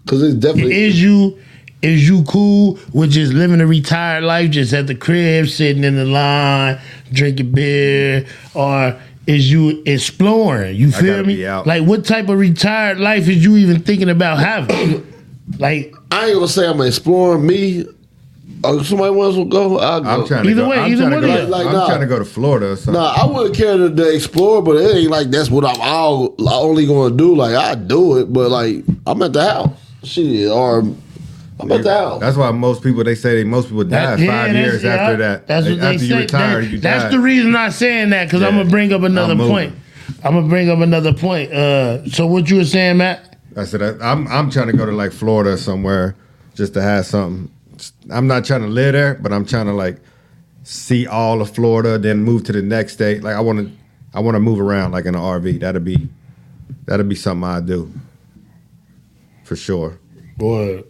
Speaker 2: Cause it's definitely
Speaker 1: is you is you cool with just living a retired life, just at the crib, sitting in the line, drinking beer, or is you exploring? You
Speaker 5: I
Speaker 1: feel
Speaker 5: gotta
Speaker 1: me?
Speaker 5: be out.
Speaker 1: Like what type of retired life is you even thinking about having? like
Speaker 2: I ain't gonna say I'm exploring me. Oh, somebody wants to go, I'll go.
Speaker 5: I'm trying to
Speaker 1: Either
Speaker 5: go.
Speaker 1: way,
Speaker 5: I'm
Speaker 1: either
Speaker 5: trying
Speaker 1: one
Speaker 5: to
Speaker 1: of
Speaker 5: go.
Speaker 1: you.
Speaker 5: to-
Speaker 2: Like,
Speaker 5: I'm
Speaker 2: nah.
Speaker 5: trying to go to Florida. Or something.
Speaker 2: Nah, I wouldn't care to, to explore, but it ain't like that's what I'm all I only gonna do. Like I do it, but like I'm at the house. Shit, or I'm at the house.
Speaker 5: That's why most people they say they, most people die
Speaker 1: that- yeah,
Speaker 5: five
Speaker 1: that's-
Speaker 5: years
Speaker 1: yeah,
Speaker 5: after that.
Speaker 1: That's what
Speaker 5: Like, after
Speaker 1: they
Speaker 5: you
Speaker 1: say.
Speaker 5: retire,
Speaker 1: That-
Speaker 5: you
Speaker 1: that's
Speaker 5: die.
Speaker 1: the reason I'm saying that because I'm
Speaker 5: Yeah.
Speaker 1: gonna bring up another
Speaker 5: I'm moving.
Speaker 1: point. I'm gonna bring up another point. Uh, so what you were saying, Matt?
Speaker 5: I said I, I'm I'm trying to go to like Florida or somewhere just to have something. I'm not trying to live there, but I'm trying to like see all of Florida, then move to the next state. Like I want to. I want to move around like in an RV. That'd be that'd be something I do for sure.
Speaker 1: Boy.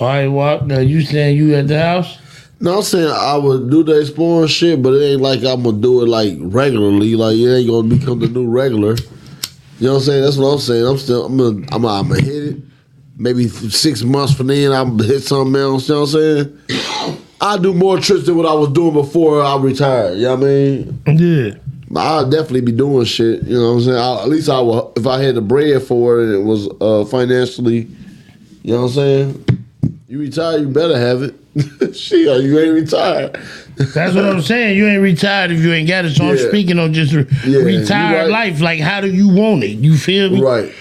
Speaker 1: All right, Wop. Now you saying you at the house?
Speaker 2: No, I'm saying I would do the exploring shit, but it ain't like I'm gonna do it like regularly. Like it ain't gonna become the new regular. You know what I'm saying? That's what I'm saying. I'm still I'm gonna I'm gonna, I'm gonna hit it. Maybe f- six months from then I'm gonna hit something else. You know what I'm saying? I do more trips than what I was doing before I retired. You know what I mean?
Speaker 1: Yeah.
Speaker 2: I'll definitely be doing shit. You know what I'm saying? I, at least I will if I had the bread for it and it was uh, financially. You know what I'm saying? You retire, you better have it. Shit, you ain't retired.
Speaker 1: That's what I'm saying. You ain't retired if you ain't got it. So I'm
Speaker 2: Yeah.
Speaker 1: speaking on just re-
Speaker 2: Yeah, you
Speaker 1: retired
Speaker 2: right.
Speaker 1: life. Like, how do you want it? You feel me?
Speaker 2: Right.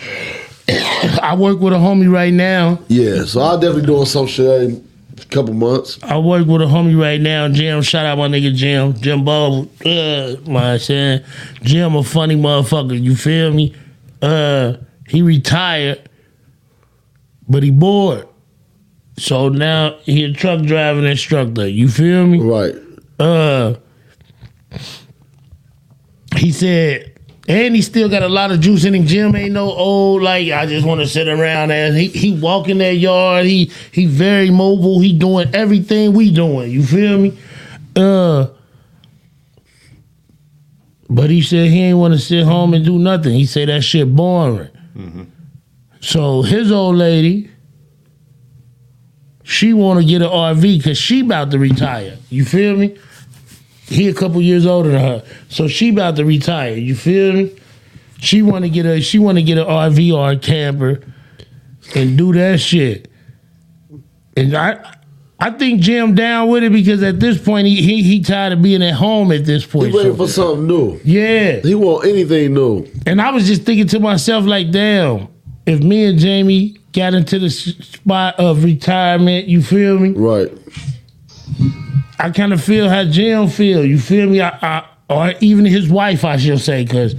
Speaker 1: I work with a homie right now.
Speaker 2: Yeah. So I'll definitely doing some shit in a couple months.
Speaker 1: I work with a homie right now, Jim. Shout out my nigga Jim. Jim Ball. Uh, my son. Jim a funny motherfucker. You feel me? Uh, he retired, but he bored. So now he a truck driving instructor. You feel me?
Speaker 2: Right.
Speaker 1: uh he said and he still got a lot of juice in him. Jim ain't no old like I just want to sit around and he he walking that yard. He he very mobile. He doing everything we doing. You feel me? Uh but he said he ain't want to sit home and do nothing. He said that shit boring. So his old lady, she want to get an RV because she about to retire. You feel me? He a couple years older than her, so she about to retire. You feel me? She want to get a she want to get an RV or a camper and do that shit. And I. I think Jim down with it because at this point he he, he tired of being at home at this
Speaker 2: He
Speaker 1: point.
Speaker 2: waiting
Speaker 1: So-
Speaker 2: for something new.
Speaker 1: yeah.
Speaker 2: He want anything new.
Speaker 1: And I was just thinking to myself, like, damn, if me and Jamie got into the s- spot of retirement, you feel me?
Speaker 2: Right.
Speaker 1: I kind of feel how Jim feel. You feel me? I, I, or even his wife, I should say, because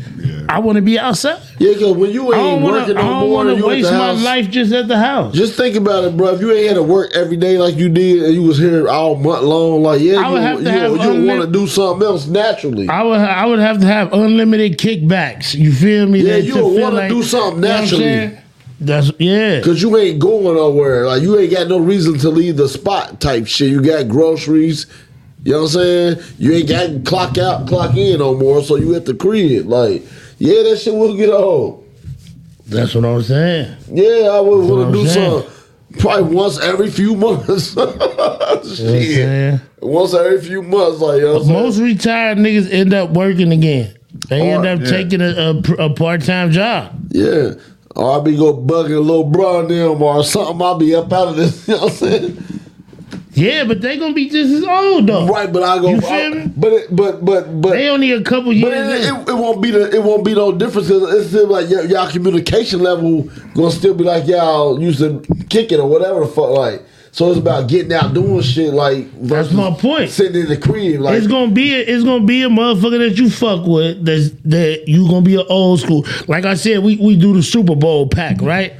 Speaker 1: I want to be outside.
Speaker 2: Yeah, because when you
Speaker 1: I don't
Speaker 2: ain't
Speaker 1: want
Speaker 2: working
Speaker 1: to. I
Speaker 2: no
Speaker 1: don't
Speaker 2: more,
Speaker 1: want
Speaker 2: and
Speaker 1: to
Speaker 2: you at
Speaker 1: waste
Speaker 2: the
Speaker 1: my
Speaker 2: house,
Speaker 1: life just at the house.
Speaker 2: Just think about it, bro. If you ain't had to work every day like you did, and you was here all month long, like yeah,
Speaker 1: I would
Speaker 2: you,
Speaker 1: have to
Speaker 2: you,
Speaker 1: have
Speaker 2: you want
Speaker 1: unlim-
Speaker 2: to do something else naturally.
Speaker 1: I would. I would have to have unlimited kickbacks. You feel me?
Speaker 2: Yeah,
Speaker 1: That-
Speaker 2: you
Speaker 1: to
Speaker 2: would
Speaker 1: feel
Speaker 2: wanna do something
Speaker 1: you know what I'm
Speaker 2: naturally.
Speaker 1: saying? That's yeah.
Speaker 2: Cause you ain't going nowhere. Like you ain't got no reason to leave the spot type shit. You got groceries. You know what I'm saying? You ain't got to clock out, clock in no more. So you at the crib. Like, yeah, that shit will get old.
Speaker 1: That's what I'm saying.
Speaker 2: Yeah, I would
Speaker 1: what I'm
Speaker 2: want to do
Speaker 1: saying.
Speaker 2: something. Probably once every few months.
Speaker 1: You know what I'm
Speaker 2: shit.
Speaker 1: saying?
Speaker 2: Once every few months, like you know what I'm
Speaker 1: Most retired niggas end up working again. They
Speaker 2: Or-
Speaker 1: end up
Speaker 5: yeah.
Speaker 1: taking a, a, part time job.
Speaker 2: saying? Yeah. Or I be go bugging little bro and them or something. I'll be up out of this. You know what I'm saying?
Speaker 1: Yeah, but they gonna be just as old though.
Speaker 2: Right, but I go.
Speaker 1: You feel
Speaker 2: I-
Speaker 1: me?
Speaker 2: But it, but but but
Speaker 1: They only a couple
Speaker 2: But
Speaker 1: years.
Speaker 2: it,
Speaker 1: in.
Speaker 2: it, it won't be the it won't be no difference. 'cause It's still like y'all, y'all communication level gonna still be like y'all used to kick it or whatever the fuck. Like so, it's about getting out doing shit. Like
Speaker 1: That's
Speaker 2: versus
Speaker 1: my point.
Speaker 2: Sitting in the crib, like
Speaker 1: it's gonna be a, it's gonna be a motherfucker that you fuck with that's, that you gonna be an old school. Like I said, we, we do the Super Bowl pack, right?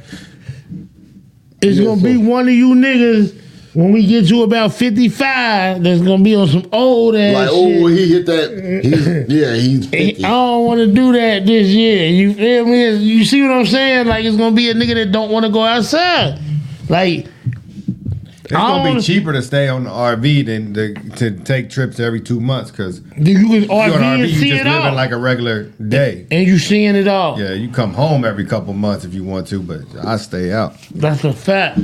Speaker 1: It's
Speaker 2: Yeah,
Speaker 1: gonna
Speaker 2: so-
Speaker 1: be one of you niggas when we get to about fifty five that's gonna be on some old ass
Speaker 2: like
Speaker 1: shit.
Speaker 2: oh he hit that. He's, yeah, he's
Speaker 1: I
Speaker 2: 50.
Speaker 1: don't want to do that this year. You feel me? It's- You see what I'm saying? Like it's gonna be a nigga that don't want to go outside. Like
Speaker 5: It's gonna
Speaker 1: don't-
Speaker 5: be cheaper to stay on the RV than to, to take trips every two months because you
Speaker 1: you can RV,
Speaker 5: on an
Speaker 1: and
Speaker 5: RV you
Speaker 1: see
Speaker 5: just
Speaker 1: it
Speaker 5: living
Speaker 1: all,
Speaker 5: like a regular day.
Speaker 1: and you seeing it all.
Speaker 5: Yeah, you come home every couple months if you want to, but I stay out.
Speaker 1: That's a fact.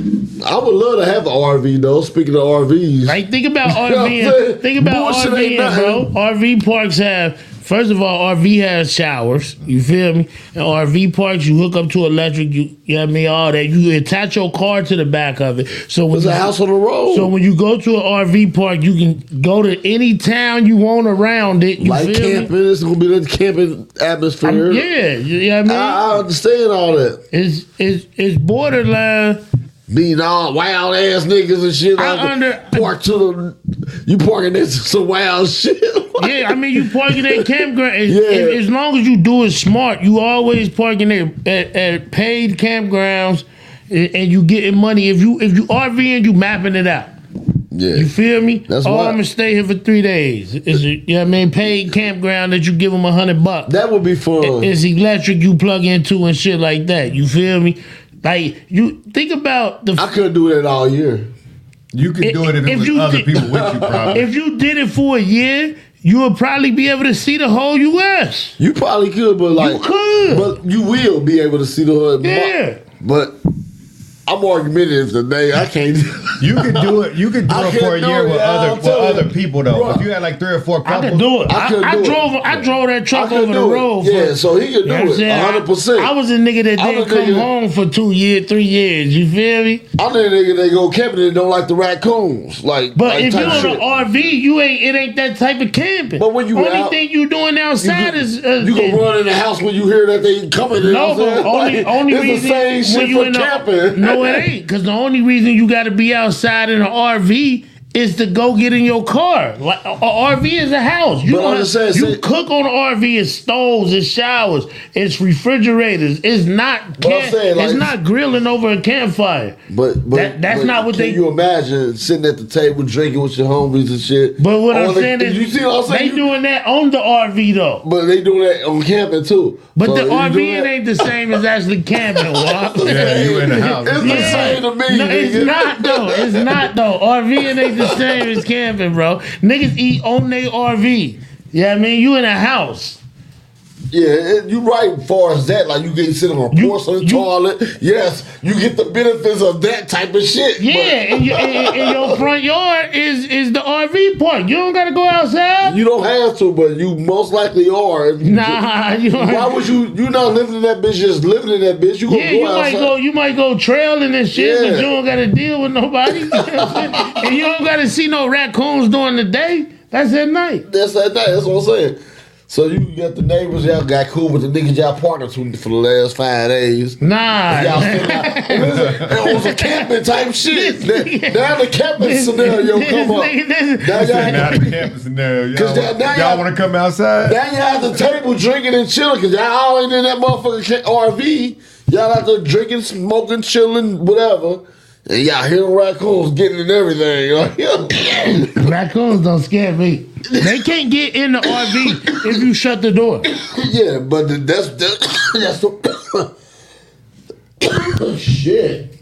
Speaker 2: I would love to have an RV though. Speaking of RVs,
Speaker 1: Like think about
Speaker 2: know what I'm saying?
Speaker 1: RV. Think about
Speaker 2: Bullshit ain't
Speaker 1: RV, bro. RV parks have first of all, RV has showers. You feel me? And RV parks, you hook up to electric. You, you know what I mean? All that. You attach your car to the back of it. So when
Speaker 2: it's a
Speaker 1: you-
Speaker 2: house on the road.
Speaker 1: So when you go to an RV park, you can go to any town you want around it. You
Speaker 2: like
Speaker 1: feel me?
Speaker 2: camping, it's gonna be the camping
Speaker 1: I'm-
Speaker 2: atmosphere.
Speaker 1: yeah, you know what I mean?
Speaker 2: I, I understand all that.
Speaker 1: it's, it's, it's borderline.
Speaker 2: Being all wild ass niggas and shit.
Speaker 1: I
Speaker 2: like,
Speaker 1: under-
Speaker 2: park to the you parking next to some wild shit.
Speaker 1: Yeah, I mean, you parking at campground. As,
Speaker 2: Yeah.
Speaker 1: as- as long as you do it smart, you always parking at, at, at paid campgrounds a- and you getting money. If you if you RVing, you mapping it out.
Speaker 2: Yeah.
Speaker 1: You feel me?
Speaker 2: That's
Speaker 1: oh,
Speaker 2: why-
Speaker 1: I'm gonna stay here for three days. Is it? You know what I mean? Paid campground that you give them a hundred bucks.
Speaker 2: That would be fun.
Speaker 1: It's electric you plug into and shit like that. You feel me? Like you think about the
Speaker 2: I couldn't do that all year.
Speaker 5: You could do it if,
Speaker 1: If
Speaker 5: it was
Speaker 1: you
Speaker 5: other
Speaker 1: did-
Speaker 5: people with you, probably.
Speaker 1: if you did it for a year, you would probably be able to see the whole U.S.
Speaker 2: You probably could, but like
Speaker 1: could.
Speaker 2: but you will be able to see the hood.
Speaker 1: Yeah.
Speaker 2: But I'm argumentative today. I can't.
Speaker 5: you could do it. You could do
Speaker 2: I
Speaker 5: it for a
Speaker 2: couldn't
Speaker 5: year
Speaker 2: do it,
Speaker 5: with
Speaker 2: yeah,
Speaker 5: other
Speaker 2: I'm
Speaker 5: with
Speaker 2: telling
Speaker 5: other
Speaker 2: you.
Speaker 5: people though.
Speaker 2: Bruh.
Speaker 5: If you had like three or four
Speaker 1: I
Speaker 5: couples,
Speaker 1: could do it.
Speaker 2: I
Speaker 1: I,
Speaker 2: could
Speaker 1: I
Speaker 2: do it.
Speaker 1: drove. I drove that
Speaker 2: I
Speaker 1: truck
Speaker 2: could
Speaker 1: over the
Speaker 2: do it.
Speaker 1: road. for-
Speaker 2: Yeah, so he could
Speaker 1: You
Speaker 2: do
Speaker 1: know what I'm
Speaker 2: it.
Speaker 1: saying? I-
Speaker 2: 100. percent
Speaker 1: I was a nigga that
Speaker 2: I'm
Speaker 1: didn't
Speaker 2: a
Speaker 1: come
Speaker 2: nigga-
Speaker 1: home for two years, three years. You feel me?
Speaker 2: I'm the nigga that go camping and don't like the raccoons. Like,
Speaker 1: But
Speaker 2: like
Speaker 1: if
Speaker 2: type
Speaker 1: you're in
Speaker 2: shit.
Speaker 1: an RV, you ain't. It ain't that type of camping.
Speaker 2: But when you
Speaker 1: only
Speaker 2: out-
Speaker 1: thing you doing
Speaker 2: You
Speaker 1: outside
Speaker 2: can-
Speaker 1: is uh,
Speaker 2: you
Speaker 1: is-
Speaker 2: can run in the house when you hear that they coming. You know
Speaker 1: No,
Speaker 2: what I'm
Speaker 1: but
Speaker 2: saying?
Speaker 1: only
Speaker 2: Like,
Speaker 1: only
Speaker 2: it's
Speaker 1: reason
Speaker 2: the same shit
Speaker 1: when you
Speaker 2: for
Speaker 1: in
Speaker 2: camping.
Speaker 1: A, no, it ain't. Because the only reason you got to be outside in an RV is to go get in your car. Like a, a RV is a house. You
Speaker 2: But I'm
Speaker 1: don't
Speaker 2: just
Speaker 1: have-
Speaker 2: saying,
Speaker 1: you
Speaker 2: see-
Speaker 1: cook on an RV. It's stoves. It's showers. It's refrigerators. It's not.
Speaker 2: But I'm
Speaker 1: Camp,
Speaker 2: saying, like-
Speaker 1: it's not grilling over a campfire.
Speaker 2: But, but
Speaker 1: That- that's
Speaker 2: but
Speaker 1: not what
Speaker 2: can
Speaker 1: they-
Speaker 2: you imagine sitting at the table drinking with your homies and shit.
Speaker 1: But what
Speaker 2: On
Speaker 1: I'm
Speaker 2: the-
Speaker 1: saying is,
Speaker 2: you see what I'm
Speaker 1: they
Speaker 2: saying? You-
Speaker 1: doing that on the RV though.
Speaker 2: but they doing that on camping too.
Speaker 1: But
Speaker 2: So
Speaker 1: the
Speaker 2: you
Speaker 1: RV
Speaker 2: doing that-
Speaker 1: ain't the same as actually camping. Wop.
Speaker 5: Yeah, you in the house.
Speaker 2: It's the
Speaker 1: Yeah.
Speaker 2: same to me.
Speaker 1: No,
Speaker 2: nigga.
Speaker 1: it's not though. It's not though. RVing ain't the same as camping, bro. Niggas eat on they RV. Yeah, I mean you in a house.
Speaker 2: Yeah, it, you right. As far as that, like you get sit on a
Speaker 1: You-
Speaker 2: porcelain
Speaker 1: you-
Speaker 2: toilet. Yes, you get the benefits of that type of shit.
Speaker 1: Yeah, and, you, and, and your front yard is is the RV park. You don't gotta go
Speaker 2: but
Speaker 1: outside.
Speaker 2: you don't have to, but you most likely are. If you
Speaker 1: nah, you.
Speaker 2: do-
Speaker 1: Don't,
Speaker 2: Why would you? You not living in that bitch. Just living in that bitch. You gonna
Speaker 1: Yeah,
Speaker 2: go
Speaker 1: you
Speaker 2: outside?
Speaker 1: might go. You might go trailing and shit,
Speaker 2: Yeah.
Speaker 1: but you don't gotta deal with nobody, and you don't gotta see no raccoons during the day. That's at night.
Speaker 2: That's that. that- That's what I'm saying. So you got the neighbors y'all got cool with the niggas y'all partners with for the last five days.
Speaker 1: Nah,
Speaker 2: Y'all still got- it was a camping type shit.
Speaker 1: This-
Speaker 2: Now the camping scenario
Speaker 1: this
Speaker 2: come up.
Speaker 1: nigga- this-
Speaker 2: Now y'all
Speaker 5: Sitting out of campus and there, y'all,
Speaker 2: Cause that- now y'all-
Speaker 5: y'all want to come outside?
Speaker 2: Now you all at the table drinking and chilling because y'all all ain't in that motherfucking ca- RV. Y'all out there drinking, smoking, chilling, whatever. And y'all hearing raccoons getting and everything. Like,
Speaker 1: Raccoons don't scare me. They can't get in the RV if you shut the door.
Speaker 2: yeah, but th- that's that's, that's the shit.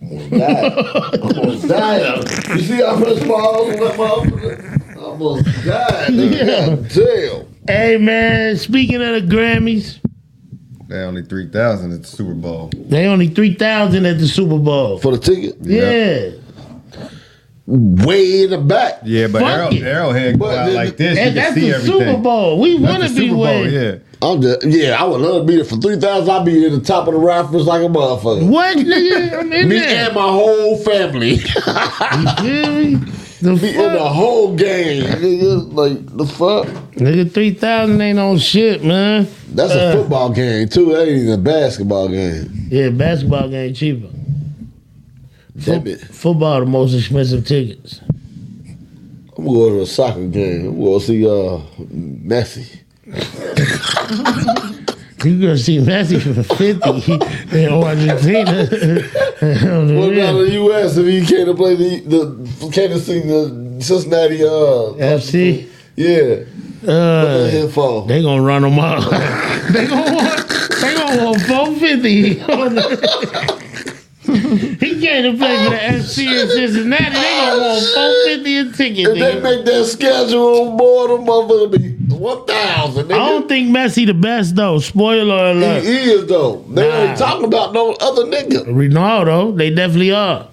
Speaker 2: I'm almost died. I'm almost dying. You see how much balls on that motherfucker? I Almost died. nigga.
Speaker 1: Yeah.
Speaker 2: God damn.
Speaker 1: Hey man, speaking of the Grammys,
Speaker 5: They only three thousand at the Super Bowl.
Speaker 1: they only three thousand at the Super Bowl.
Speaker 2: For the ticket,
Speaker 1: Yeah,
Speaker 2: way in the back.
Speaker 5: Yeah, but
Speaker 1: Fuck
Speaker 5: Arrow,
Speaker 1: it.
Speaker 5: Arrowhead go
Speaker 2: But
Speaker 5: out
Speaker 2: the-
Speaker 5: like this, you
Speaker 1: and
Speaker 5: can
Speaker 1: that's
Speaker 5: see
Speaker 1: the
Speaker 5: everything.
Speaker 1: Super Bowl. We
Speaker 5: That's
Speaker 1: want
Speaker 5: the
Speaker 1: to be
Speaker 5: Super Bowl,
Speaker 1: with.
Speaker 5: yeah.
Speaker 2: I'm just yeah, I would love to be there for three thousand. I'd be in the top of the rafters like a motherfucker.
Speaker 1: What nigga? I'm in
Speaker 2: Me
Speaker 1: there.
Speaker 2: and my whole family.
Speaker 1: You feel me? The
Speaker 2: Me and the
Speaker 1: fuck?
Speaker 2: whole gang. Nigga, like the fuck?
Speaker 1: Nigga, three thousand ain't on shit, man.
Speaker 2: That's a football game too. That ain't even a basketball game.
Speaker 1: Yeah, basketball game cheaper.
Speaker 2: Damn it.
Speaker 1: Football the most expensive tickets.
Speaker 2: I'm gonna go to a soccer game. I'm gonna see uh Messi.
Speaker 1: You gonna see Messi for fifty in Argentina? Mm-hmm.
Speaker 2: What about the US if he came to play the the came to see the Cincinnati uh
Speaker 1: FC?
Speaker 2: yeah. What the
Speaker 1: Uh,
Speaker 2: hell for?
Speaker 1: they gonna run them out. they gonna want. They gonna want four fifty. he came to play for the FC in Cincinnati. They gonna want four fifty a ticket.
Speaker 2: If they
Speaker 1: nigga.
Speaker 2: make that schedule, boy, the motherfucker be one thousand.
Speaker 1: I don't think Messi the best though. Spoiler
Speaker 2: He
Speaker 1: alert.
Speaker 2: is though. They
Speaker 1: Nah.
Speaker 2: ain't talking about no other nigga.
Speaker 1: Ronaldo, they definitely are.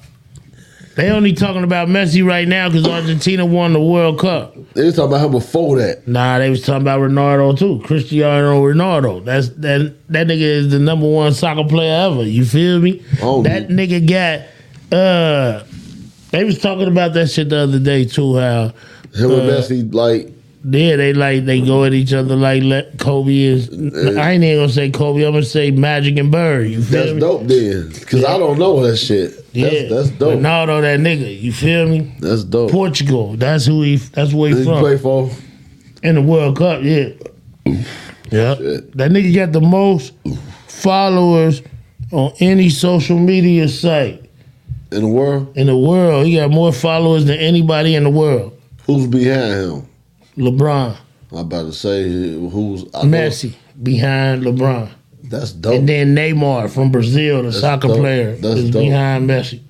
Speaker 1: They only talking about Messi right now because Argentina won the World Cup.
Speaker 2: They was talking about him before that.
Speaker 1: Nah, they was talking about Ronaldo too. Cristiano Ronaldo. That's that that nigga is the number one soccer player ever. You feel me?
Speaker 2: Oh,
Speaker 1: that nigga got uh they was talking about that shit the other day too, how
Speaker 2: Him
Speaker 1: Uh,
Speaker 2: and Messi, like
Speaker 1: yeah, they like they go at each other like let Kobe is I ain't even gonna say Kobe, I'm gonna say Magic and Bird. You feel
Speaker 2: that's
Speaker 1: me?
Speaker 2: dope then, cause I don't know that shit. That's,
Speaker 1: Yeah,
Speaker 2: that's dope.
Speaker 1: Ronaldo, that nigga. You feel me?
Speaker 2: that's dope.
Speaker 1: Portugal. That's who he. That's where he
Speaker 2: Did you
Speaker 1: from.
Speaker 2: play for?
Speaker 1: in the World Cup. Yeah, yeah. That nigga got the most followers on any social media site.
Speaker 2: in the world?
Speaker 1: in the world. He got more followers than anybody in the world.
Speaker 2: Who's behind him?
Speaker 1: LeBron,
Speaker 2: I'm about to say who's I know-
Speaker 1: Messi behind LeBron,
Speaker 2: That's dope.
Speaker 1: and then Neymar from Brazil, the soccer
Speaker 2: dope.
Speaker 1: player,
Speaker 2: That's
Speaker 1: is
Speaker 2: dope.
Speaker 1: behind Messi.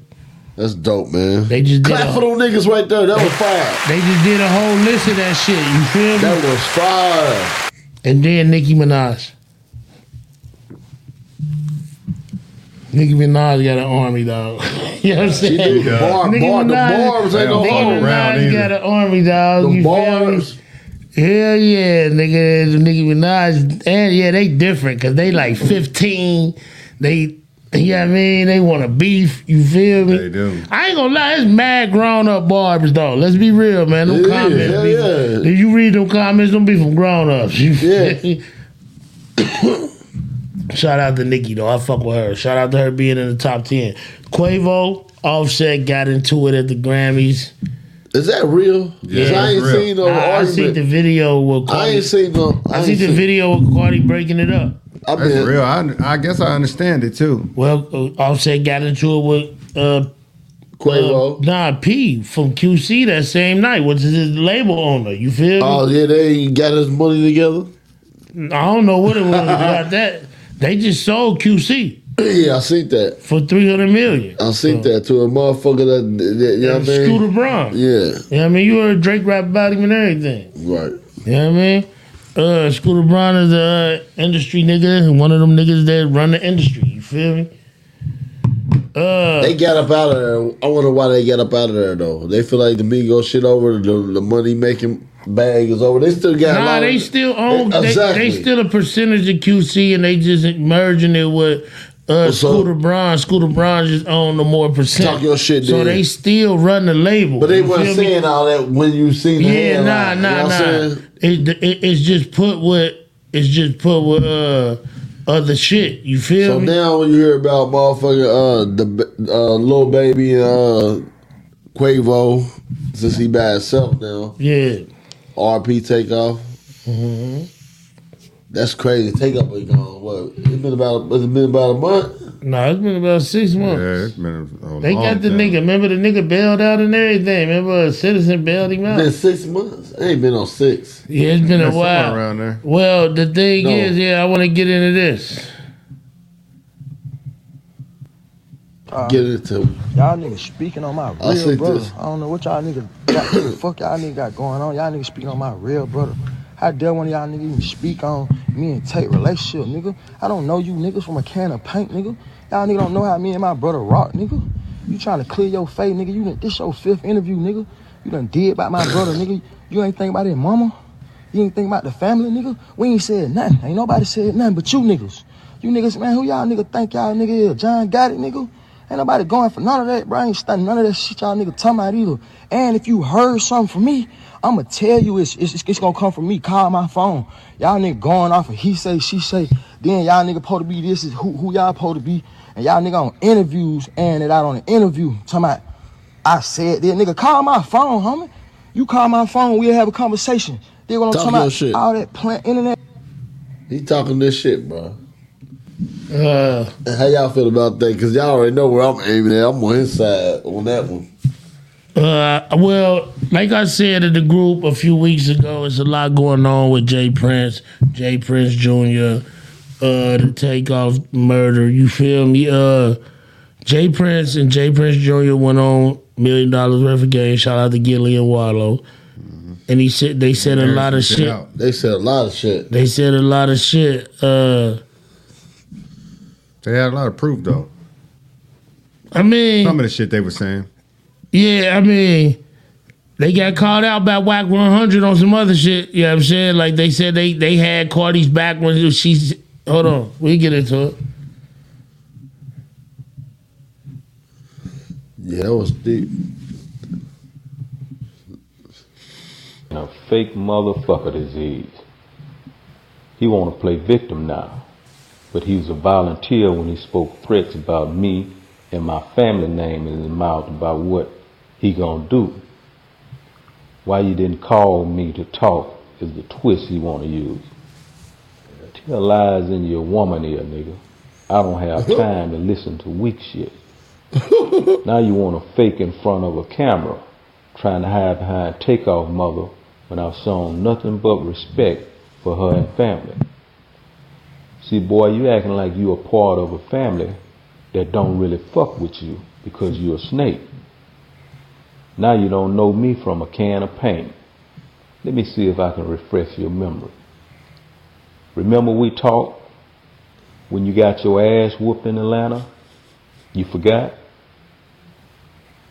Speaker 2: That's dope, man.
Speaker 1: They just did
Speaker 2: Clap for
Speaker 1: a,
Speaker 2: them niggas right there. That was fire.
Speaker 1: they just did a whole list of that shit. You feel me?
Speaker 2: That was fire.
Speaker 1: And then Nicki Minaj. Nicki Minaj got an army dog. you know what I'm
Speaker 2: She do
Speaker 1: saying?
Speaker 2: the bar,
Speaker 1: Nigga
Speaker 2: bar, the
Speaker 1: Minaj-
Speaker 2: barbs ain't no
Speaker 5: Nigga
Speaker 1: Nicki
Speaker 5: all
Speaker 2: harm.
Speaker 5: around
Speaker 1: Minaj
Speaker 5: either.
Speaker 1: got an army dog.
Speaker 2: The
Speaker 1: you feel me?
Speaker 2: barbs.
Speaker 1: Hell yeah, nigga. Nicki Minaj. And yeah, they different because they like 15. They, you know what I mean? They want to beef. You feel me?
Speaker 5: They do.
Speaker 1: I ain't gonna lie, it's mad grown up barbers though. Let's be real, man. Them
Speaker 2: Yeah,
Speaker 1: comments,
Speaker 2: yeah,
Speaker 1: be-
Speaker 2: yeah.
Speaker 1: if you read them comments, don't be from grown ups. You feel
Speaker 2: Yeah.
Speaker 1: me? Shout out to Nikki though. I fuck with her. Shout out to her being in the top ten. Quavo, Offset got into it at the Grammys.
Speaker 2: Is that real? Because
Speaker 1: Yeah,
Speaker 2: I ain't
Speaker 5: it's real.
Speaker 2: seen no
Speaker 1: I, I seen
Speaker 2: argument.
Speaker 1: the video with
Speaker 2: I
Speaker 1: Cardi.
Speaker 2: ain't seen no.
Speaker 1: I,
Speaker 2: ain't
Speaker 1: seen the video with Cardi breaking it up.
Speaker 2: I
Speaker 5: That's
Speaker 2: been
Speaker 5: real. I, I guess I understand it too.
Speaker 1: Well, uh, Offset got into it with uh, uh,
Speaker 2: Quavo.
Speaker 1: Nah P from QC that same night, which is his label owner. You feel? me?
Speaker 2: oh yeah, they ain't got his money together.
Speaker 1: I don't know what it was about that. They just sold QC
Speaker 2: yeah, I seen that.
Speaker 1: for three hundred million.
Speaker 2: I seen that to a motherfucker that, that you know what I mean.
Speaker 1: Uh. Scooter Braun.
Speaker 2: Yeah,
Speaker 1: You know what I mean? You heard Drake rap about him and everything.
Speaker 2: right.
Speaker 1: You know what I mean? Uh, Scooter Braun is a uh, industry nigga, and one of them niggas that run the industry. You feel me? Uh,
Speaker 2: They got up out of there. I wonder why they got up out of there though. They feel like the Migos shit over, the, the money making bag is over. They still got a
Speaker 1: nah,
Speaker 2: lot
Speaker 1: they
Speaker 2: of-
Speaker 1: still own. They,
Speaker 2: Exactly.
Speaker 1: they still a percentage of QC, and they just merging it with uh,
Speaker 2: What's up?
Speaker 1: Scooter Braun. Scooter Braun just own the more percent.
Speaker 2: Talk your shit,
Speaker 1: So
Speaker 2: then.
Speaker 1: they still run the label.
Speaker 2: But they
Speaker 1: you
Speaker 2: weren't
Speaker 1: feel me?
Speaker 2: saying all that when you seen the
Speaker 1: Yeah, nah,
Speaker 2: headline,
Speaker 1: nah,
Speaker 2: you know what I'm
Speaker 1: nah.
Speaker 2: saying?
Speaker 1: It, it, it's just put with it's just put with uh other shit. You feel
Speaker 2: So
Speaker 1: me?
Speaker 2: now when you hear about motherfucking uh the uh little baby and uh Quavo since he by himself now
Speaker 1: yeah,
Speaker 2: RP takeoff.
Speaker 1: Mm-hmm.
Speaker 2: That's crazy. Take up ain't gone. What? It's been about. It's been about a month.
Speaker 1: nah, it's been about six
Speaker 5: Yeah,
Speaker 1: months.
Speaker 5: it's been a, a
Speaker 1: They
Speaker 5: long
Speaker 1: got the
Speaker 5: time.
Speaker 1: nigga. Remember the nigga bailed out and everything. Remember a citizen bailed him
Speaker 2: It's been
Speaker 1: out.
Speaker 2: six months. I ain't been on six.
Speaker 1: Yeah, it's been
Speaker 5: Yeah,
Speaker 1: a
Speaker 5: somewhere
Speaker 1: while.
Speaker 5: around there.
Speaker 1: Well, the thing
Speaker 2: No.
Speaker 1: is, yeah, I want to get into this.
Speaker 2: Get into.
Speaker 10: Y'all niggas speaking on my
Speaker 2: I see
Speaker 10: real brother.
Speaker 2: this.
Speaker 10: I don't know what y'all niggas got, what the fuck y'all niggas got going on. Y'all niggas speaking on my real brother. How dare one of y'all niggas even speak on me and Tate relationship, nigga? I don't know you niggas from a can of paint, nigga. Y'all niggas don't know how me and my brother rock, nigga. You trying to clear your face, nigga. You done, this your fifth interview, nigga. You done did about my brother, nigga. You ain't think about his mama. You ain't think about the family, nigga. We ain't said nothing. Ain't nobody said nothing but you niggas. You niggas, man, who y'all nigga think y'all nigga is? John got it, nigga. Ain't nobody going for none of that, bro. I ain't stunning none of that shit y'all nigga talking about either. And if you heard something from me, I'ma tell you it's, it's, it's gonna come from me. Call my phone. Y'all nigga going off of he say, she say. Then y'all nigga supposed to be this is who, who y'all supposed to be. And y'all nigga on interviews and it out on an interview talking about I said that nigga call my phone, homie. You call my phone, we'll have a conversation. They what I'm
Speaker 2: Talk
Speaker 10: talking
Speaker 2: your
Speaker 10: about
Speaker 2: shit.
Speaker 10: all that plant internet.
Speaker 2: He talking this shit, bro.
Speaker 1: Uh,
Speaker 2: How y'all feel about that? Cause y'all already know where I'm aiming at. I'm on his side on that one.
Speaker 1: Uh, well, like I said in the group a few weeks ago, it's a lot going on with Jay Prince, Jay Prince Jr., uh, the takeoff murder. You feel me? Uh, Jay Prince and Jay Prince Jr. went on Million Dollars Worth of Game. Shout out to Gillian Wallow. And he said they said a lot of
Speaker 5: Get
Speaker 1: shit.
Speaker 5: out.
Speaker 2: They said a lot of shit.
Speaker 1: They said a lot of shit. Uh,
Speaker 5: They had a lot of proof though.
Speaker 1: I mean,
Speaker 5: Some of the shit they were saying.
Speaker 1: Yeah, I mean, they got called out by WAC 100 on some other shit. You know what I'm saying? Like they said they they had Cardi's back when she's. Hold on, we get into it.
Speaker 2: Yeah, that was deep.
Speaker 11: and a fake motherfucker disease. He want to play victim now, but he was a volunteer when he spoke threats about me and my family name in his mouth about what he gonna do. Why you didn't call me to talk is the twist you want to use. Tell lies in your woman ear, nigga. I don't have time to listen to weak shit. now you want to fake in front of a camera, trying to hide behind takeoff mother when I've shown nothing but respect for her and family. See, boy, you acting like you a part of a family that don't really fuck with you because you're a snake. Now you don't know me from a can of paint. Let me see if I can refresh your memory. Remember we talked when you got your ass whooped in Atlanta? You forgot?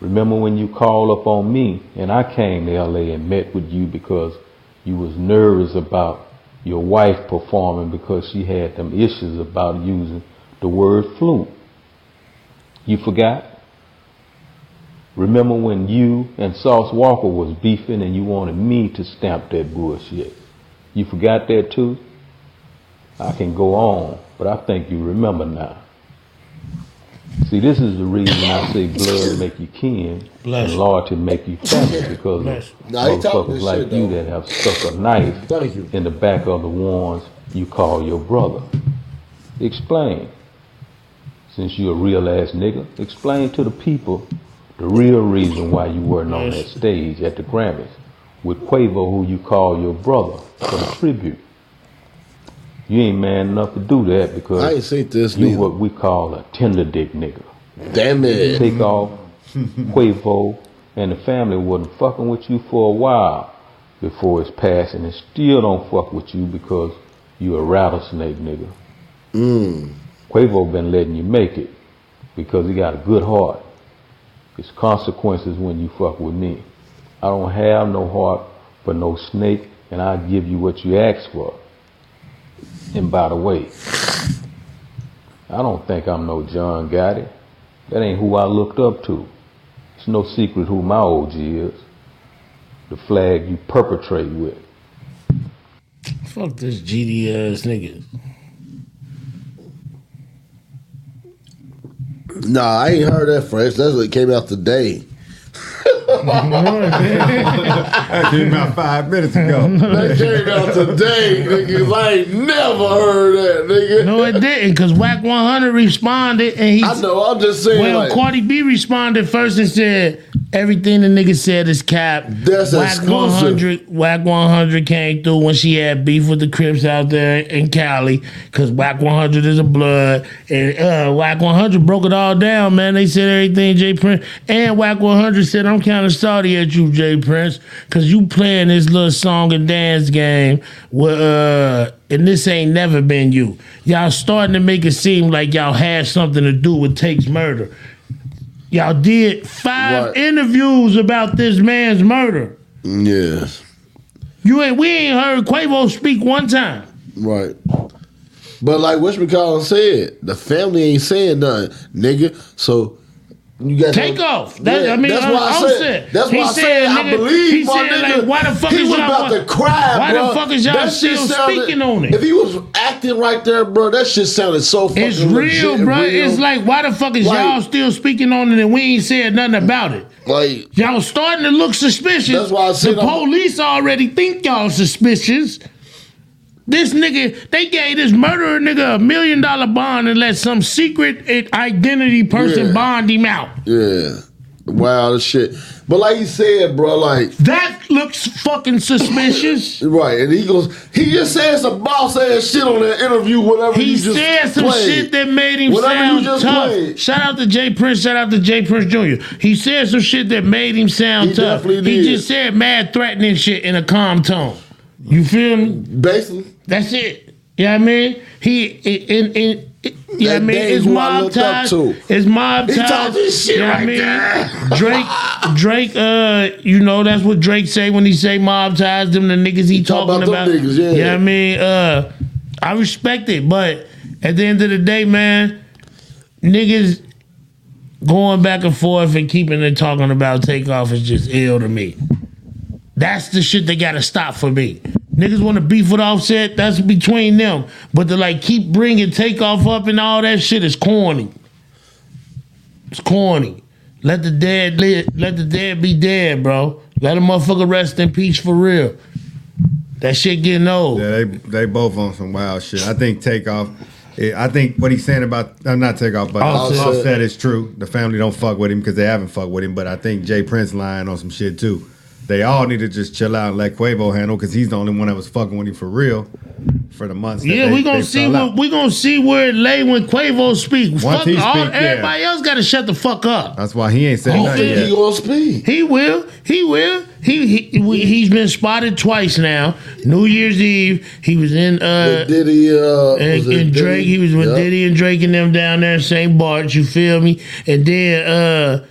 Speaker 11: Remember when you called up on me and I came to LA and met with you because you was nervous about your wife performing because she had them issues about using the word flute. You forgot? Remember when you and Sauce Walker was beefing and you wanted me to stamp that bullshit? You forgot that too? I can go on, but I think you remember now. See, this is the reason I say blood make you kin
Speaker 2: Bless.
Speaker 11: and loyalty make you family because
Speaker 2: Bless.
Speaker 11: of
Speaker 2: Nah, he talking
Speaker 11: motherfuckers
Speaker 2: this
Speaker 11: like
Speaker 2: shit,
Speaker 11: you
Speaker 2: though.
Speaker 11: that have stuck a knife in the back of the ones you call your brother. Explain. Since you a real ass nigga, explain to the people the real reason why you weren't on that stage at the Grammys with Quavo, who you call your brother, for the tribute. You ain't man enough to do that because
Speaker 2: I ain't seen this
Speaker 11: you
Speaker 2: neither.
Speaker 11: what we call a tender dick nigga.
Speaker 2: Damn it.
Speaker 11: Take off Quavo and the family wasn't fucking with you for a while before it's passing and still don't fuck with you because you a rattlesnake nigga. Mm. Quavo been letting you make it because he got a good heart. It's consequences when you fuck with me. I don't have no heart for no snake and I'll give you what you ask for. And by the way, I don't think I'm no John Gotti. That ain't who I looked up to. It's no secret who my OG is. The flag you perpetrate with.
Speaker 1: Fuck this GD ass nigga.
Speaker 2: Nah, I ain't heard that French. That's what came out today.
Speaker 5: that came out five minutes ago.
Speaker 2: That came out today, niggas. I ain't never heard that, nigga.
Speaker 1: No, it didn't, because Whack 100 responded and he.
Speaker 2: I know, I'm just saying,
Speaker 1: Well,
Speaker 2: like-
Speaker 1: Cardi B responded first and said, everything the nigga said is cap.
Speaker 2: That's exclusive.
Speaker 1: 100, Whack 100 came through when she had beef with the Crips out there in Cali, because Whack 100 is a blood. And uh, Whack 100 broke it all down, man. They said everything Jay Prince. And Whack 100 said, I'm kind of sorry at you, Jay Prince, because you playing this little song and dance game with, uh, and this ain't never been you. Y'all starting to make it seem like y'all had something to do with Take's murder. Y'all did five interviews about this man's murder.
Speaker 2: Yes.
Speaker 1: You ain't we ain't heard Quavo speak one time.
Speaker 2: Right. But like Wish McCollum said, the family ain't saying nothing, nigga. So you got
Speaker 1: Take off. That- I mean,
Speaker 2: that's
Speaker 1: uh,
Speaker 2: why I
Speaker 1: Offset.
Speaker 2: said. That's
Speaker 1: He
Speaker 2: why I
Speaker 1: said,
Speaker 2: said I
Speaker 1: nigga- he
Speaker 2: believe my
Speaker 1: said,
Speaker 2: nigga.
Speaker 1: like, why the fuck
Speaker 2: he
Speaker 1: is
Speaker 2: was
Speaker 1: y'all
Speaker 2: about
Speaker 1: wa-
Speaker 2: to cry,
Speaker 1: why the
Speaker 2: bruh.
Speaker 1: fuck is y'all
Speaker 2: That shit
Speaker 1: still
Speaker 2: sounded-
Speaker 1: speaking on it?
Speaker 2: If he was acting right there, bro, that shit sounded so fucking
Speaker 1: It's real,
Speaker 2: legit,
Speaker 1: bro.
Speaker 2: real.
Speaker 1: It's like why the fuck is
Speaker 2: Like-
Speaker 1: y'all still speaking on it and we ain't said nothing about it?
Speaker 2: like
Speaker 1: Y'all starting to look suspicious.
Speaker 2: That's why I said
Speaker 1: the
Speaker 2: I'm-
Speaker 1: police already think y'all suspicious. This nigga, they gave this murderer nigga a million dollar bond and let some secret i- identity person
Speaker 2: Yeah.
Speaker 1: bond him out.
Speaker 2: yeah, wild as shit. But like he said, bro, like
Speaker 1: That looks fucking suspicious.
Speaker 2: right, and he goes, he just said some boss ass shit on that interview. Whatever
Speaker 1: He
Speaker 2: you just
Speaker 1: said some
Speaker 2: played.
Speaker 1: shit that made him
Speaker 2: Whatever you
Speaker 1: sound
Speaker 2: just
Speaker 1: tough.
Speaker 2: played.
Speaker 1: Shout out to Jay Prince. Shout out to Jay Prince Jr. He said some shit that made him sound
Speaker 2: He
Speaker 1: tough.
Speaker 2: definitely
Speaker 1: He
Speaker 2: did.
Speaker 1: just said mad threatening shit in a calm tone. You feel me?
Speaker 2: Basically,
Speaker 1: That's it. You know what I mean? He in in. Yeah, I
Speaker 2: That
Speaker 1: mean,
Speaker 2: dang
Speaker 1: it's
Speaker 2: who I
Speaker 1: mob
Speaker 2: looked up
Speaker 1: ties.
Speaker 2: to.
Speaker 1: It's mob
Speaker 2: He
Speaker 1: ties.
Speaker 2: talking shit
Speaker 1: you know what
Speaker 2: right
Speaker 1: I mean? Drake, Drake, uh, you know that's what Drake say when he say mob ties. Them the niggas he
Speaker 2: talking
Speaker 1: talking about.
Speaker 2: about them niggas, yeah.
Speaker 1: You know what I mean? Uh, I respect it, but at the end of the day, man, niggas going back and forth and keeping and talking about takeoff is just ill to me. That's the shit they gotta stop for me. Niggas want to beef with Offset. That's between them. But to like keep bringing takeoff up and all that shit is corny. It's corny. Let the dead live. Let the dead be dead, bro. Let a motherfucker rest in peace for real. That shit getting old.
Speaker 5: Yeah, they they both on some wild shit. I think Takeoff it, I think what he's saying about I'm not take off, but
Speaker 1: Offset.
Speaker 5: offset. is true. The family don't fuck with him because they haven't fucked with him. But I think Jay Prince lying on some shit too. They all need to just chill out and let Quavo handle because he's the only one that was fucking with him for real for the months. that
Speaker 1: Yeah,
Speaker 5: they- they
Speaker 1: we gonna see
Speaker 5: fell
Speaker 1: what
Speaker 5: out.
Speaker 1: we gonna see where it lay when Quavo speak. fuck
Speaker 5: he
Speaker 1: all,
Speaker 5: speak, yeah.
Speaker 1: everybody else gotta shut the fuck up.
Speaker 5: That's why he ain't said nothing yet.
Speaker 2: gonna speak.
Speaker 1: He will. He will. He he we, he's been spotted twice now. New Year's Eve, he was in uh
Speaker 2: With Diddy, uh, was
Speaker 1: and,
Speaker 2: it
Speaker 1: and Drake. He was with
Speaker 2: Yeah.
Speaker 1: Diddy and Drake and them down there in St. Bart's. You feel me? And then uh,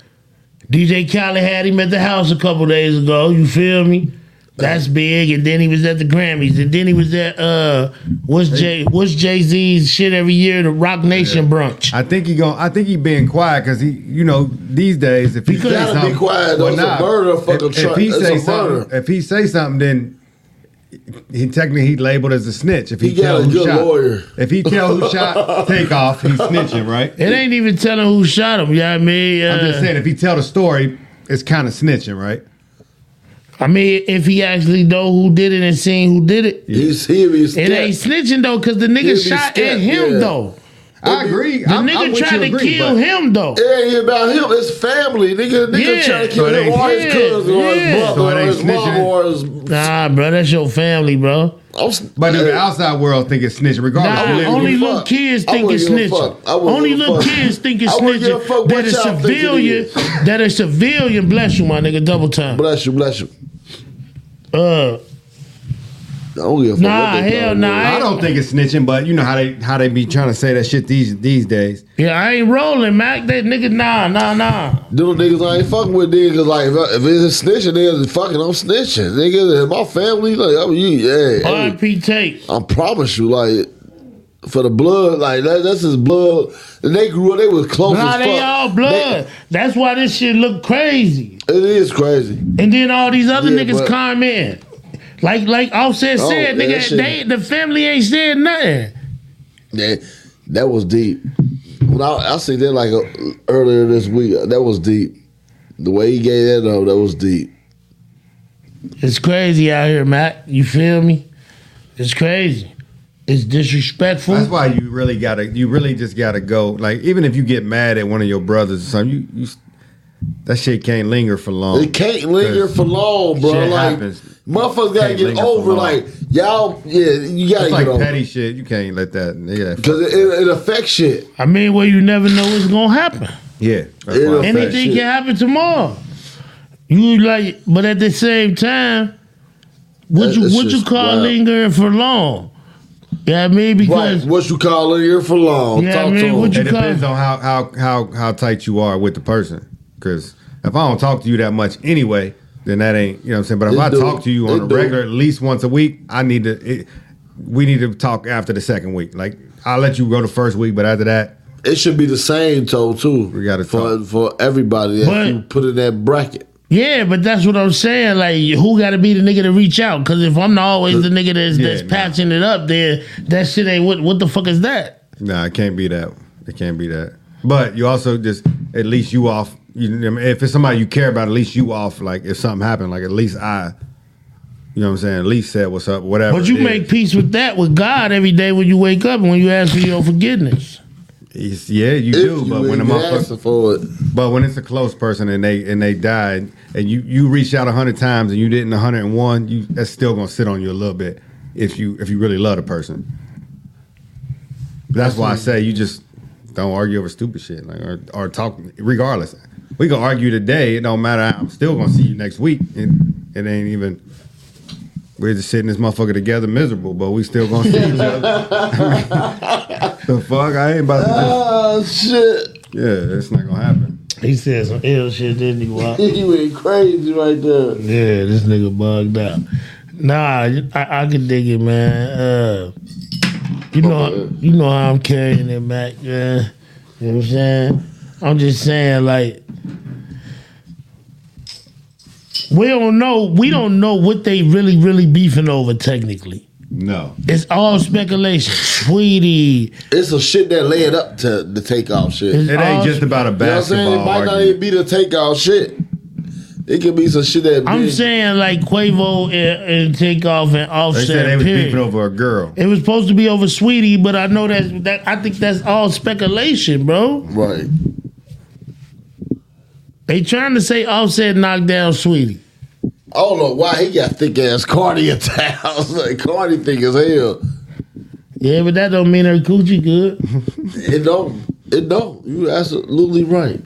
Speaker 1: DJ Khaled had him at the house a couple days ago. You feel me? That's big. And then he was at the Grammys. And then he was at uh, what's Jay? What's Jay Z's shit every year? The Rock Nation brunch.
Speaker 5: I think he going I think he being quiet because he, you know, these days if he
Speaker 2: You gotta be
Speaker 5: something-
Speaker 2: quiet, though. It's a murder
Speaker 5: if-
Speaker 2: fucking
Speaker 5: if,
Speaker 2: truck.
Speaker 5: he
Speaker 2: It's
Speaker 5: say
Speaker 2: a
Speaker 5: something,
Speaker 2: murder.
Speaker 5: if he say something, then he technically he labeled as a snitch. If he,
Speaker 2: He got
Speaker 5: tell
Speaker 2: a
Speaker 5: who
Speaker 2: good
Speaker 5: shot,
Speaker 2: lawyer.
Speaker 5: if he tell who shot, take off. He's snitching, right?
Speaker 1: It ain't even telling who shot him. Yeah, you know what I mean, uh,
Speaker 5: I'm just saying, if he tell the story, it's kind of snitching, right?
Speaker 1: I mean, if he actually know who did it and seen who did it,
Speaker 2: He's he be
Speaker 1: it ain't snitching though, cause the nigga
Speaker 2: He'd be
Speaker 1: shot at
Speaker 2: scared,
Speaker 1: him
Speaker 2: yeah.
Speaker 1: though.
Speaker 5: I agree.
Speaker 1: The
Speaker 5: I'm- I'm
Speaker 1: nigga
Speaker 5: with you,
Speaker 1: tried to
Speaker 5: agree,
Speaker 1: kill
Speaker 5: but-
Speaker 1: him though.
Speaker 2: It ain't about him. It's family. Nigga, nigga
Speaker 1: Yeah.
Speaker 2: trying to kill
Speaker 5: So it
Speaker 2: him
Speaker 5: ain't-
Speaker 2: or his
Speaker 1: yeah,
Speaker 2: cousin or his
Speaker 1: yeah.
Speaker 2: brother
Speaker 5: So it
Speaker 2: or
Speaker 5: ain't
Speaker 2: his mom
Speaker 5: snitching.
Speaker 2: or his.
Speaker 1: Nah, bro, that's your family, bro.
Speaker 2: I'm s-
Speaker 5: But if the
Speaker 2: yeah.
Speaker 5: outside world think it's snitching, regardless.
Speaker 1: Nah,
Speaker 5: of living-
Speaker 1: only
Speaker 2: give a
Speaker 1: little
Speaker 2: fuck.
Speaker 1: kids
Speaker 2: I
Speaker 1: think
Speaker 2: wouldn't
Speaker 1: it's
Speaker 2: give a
Speaker 1: snitching.
Speaker 2: fuck. I wouldn't
Speaker 1: Only
Speaker 2: give a
Speaker 1: little
Speaker 2: fuck.
Speaker 1: kids think it's
Speaker 2: I wouldn't give a fuck
Speaker 1: snitching.
Speaker 2: what
Speaker 1: That a
Speaker 2: y'all think it
Speaker 1: civilian,
Speaker 2: is.
Speaker 1: that a civilian. Bless you, my nigga. Double time.
Speaker 2: Bless you, bless you.
Speaker 1: Uh,
Speaker 2: I don't give a fuck.
Speaker 1: Nah,
Speaker 2: what they
Speaker 1: hell
Speaker 2: call
Speaker 1: nah,
Speaker 2: me.
Speaker 5: I don't think it's snitching, but you know how they how they be trying to say that shit these these days.
Speaker 1: yeah, I ain't rolling, Mac. That nigga, nah, nah, nah.
Speaker 2: Them niggas I ain't fucking with niggas 'cause like if, I- if it's a snitching, niggas fucking I'm snitching. Niggas and my family, like I'm you, yeah. hey,
Speaker 1: R.I.P. Tate.
Speaker 2: I promise you, like for the blood, like that, that's his blood. And they grew up, they was close
Speaker 1: Nah,
Speaker 2: as fuck.
Speaker 1: they all blood. That's why this shit look crazy.
Speaker 2: They- it is crazy.
Speaker 1: And then all these other
Speaker 2: Yeah,
Speaker 1: niggas
Speaker 2: but-
Speaker 1: come in. Like, like Offset
Speaker 2: Oh,
Speaker 1: said,
Speaker 2: yeah, that
Speaker 1: nigga,
Speaker 2: shit-
Speaker 1: they, the family ain't said nothing.
Speaker 2: That that was deep. When I I seen that like uh earlier this week, uh, that was deep. The way he gave that up, that was deep.
Speaker 1: It's crazy out here, Mac. You feel me? It's crazy. It's disrespectful.
Speaker 5: That's why you really gotta, you really just gotta go. Like even if you get mad at one of your brothers or something, you, you that shit can't linger for long.
Speaker 2: It can't linger for long, bro.
Speaker 5: Oh, Shit
Speaker 2: like
Speaker 5: happens.
Speaker 2: motherfuckers gotta
Speaker 5: Can't
Speaker 2: get
Speaker 5: linger for
Speaker 2: over.
Speaker 5: long.
Speaker 2: Like y'all, yeah, you gotta
Speaker 5: It's
Speaker 2: get
Speaker 5: like
Speaker 2: over.
Speaker 5: petty shit. You can't let that. Yeah,
Speaker 2: Cause it, it, it affects shit.
Speaker 1: I mean, well, you never know what's gonna happen.
Speaker 5: yeah. That's
Speaker 2: It'll-
Speaker 5: why I'm saying.
Speaker 1: Anything
Speaker 2: shit.
Speaker 1: can happen tomorrow. You like, but at the same time, would
Speaker 2: That-
Speaker 1: you
Speaker 2: that's
Speaker 1: would you
Speaker 2: just
Speaker 1: call
Speaker 2: wild.
Speaker 1: lingering for long? Yeah, you know what I mean
Speaker 2: Right.
Speaker 1: because
Speaker 2: What you call it here for long?
Speaker 1: Yeah, I
Speaker 2: Talk
Speaker 1: mean,
Speaker 2: to 'em.
Speaker 1: what you-
Speaker 5: It depends on how how how how tight you are with the person. Because if I don't talk to you that much anyway, then that ain't you know what I'm saying. But if
Speaker 2: It
Speaker 5: I
Speaker 2: do.
Speaker 5: talk to you
Speaker 2: It
Speaker 5: on a
Speaker 2: do.
Speaker 5: regular, at least once a week, I need to. It, we need to talk after the second week. Like I'll let you go the first week, but after that,
Speaker 2: It should be the same toe too.
Speaker 5: We gotta
Speaker 2: for
Speaker 5: talk.
Speaker 2: for everybody that
Speaker 1: But-
Speaker 2: you put in that bracket.
Speaker 1: yeah, but that's what I'm saying. Like, who got to be the nigga to reach out? Because if I'm not always the nigga that's,
Speaker 5: Yeah,
Speaker 1: that's
Speaker 5: nah.
Speaker 1: patching it up, then that shit ain't what. What the fuck is that?
Speaker 5: nah, it can't be that. It can't be that. But you also just at least you off. You know what I mean? if it's somebody you care about, at least you off. Like if something happened, like at least I. You know what I'm saying? At least said what's up, whatever.
Speaker 1: But you
Speaker 5: it is.
Speaker 1: make peace with that with God every day when you wake up and when you ask for your forgiveness.
Speaker 5: It's- yeah, you
Speaker 2: If
Speaker 5: do. but when the
Speaker 2: ain't
Speaker 5: motherfucker,
Speaker 2: asking for it,
Speaker 5: But when it's a close person and they and they died and you you reach out hundred times and you didn't hundred and one, you that's still gonna sit on you a little bit if you if you really love the person. That's why I say you just don't argue over stupid shit, like or, or talk regardless. We can argue today; it don't matter. I'm still gonna see you next week, and it ain't even. We're just sitting this motherfucker together, miserable, but we still gonna see each other. the fuck, I ain't about to.
Speaker 2: oh shit,
Speaker 5: Just, yeah, it's not gonna happen.
Speaker 1: He said some ill shit, didn't he? Wop?
Speaker 2: you went crazy right there.
Speaker 1: Yeah, this nigga bugged out. Nah, I, I can dig it, man. Uh, you know, you know how I'm carrying it, Mac. Man. You know what I'm saying? I'm just saying, like, we don't know. We don't know what they really, really beefing over. Technically,
Speaker 5: No.
Speaker 1: it's all speculation, sweetie.
Speaker 2: It's some shit that led up to the takeoff shit.
Speaker 1: It's
Speaker 5: It
Speaker 1: all-
Speaker 5: ain't just about a
Speaker 2: You Oh, know what I'm saying? It
Speaker 5: basketball
Speaker 2: might not
Speaker 5: argument.
Speaker 2: even be the takeoff shit. It could be some shit that.
Speaker 1: I'm
Speaker 2: big.
Speaker 1: saying like Quavo and, and Takeoff and Offset.
Speaker 5: They said they was
Speaker 1: period.
Speaker 5: beefing over a girl.
Speaker 1: It was supposed to be over Sweetie, but I know that's that. I think that's all speculation, bro.
Speaker 2: Right.
Speaker 1: They trying to say Offset knocked down Sweetie.
Speaker 2: I don't know why he got thick ass Cardi attacks. like Cardi thick as hell.
Speaker 1: Yeah, but that don't mean her coochie good.
Speaker 2: It don't. It don't. You absolutely right.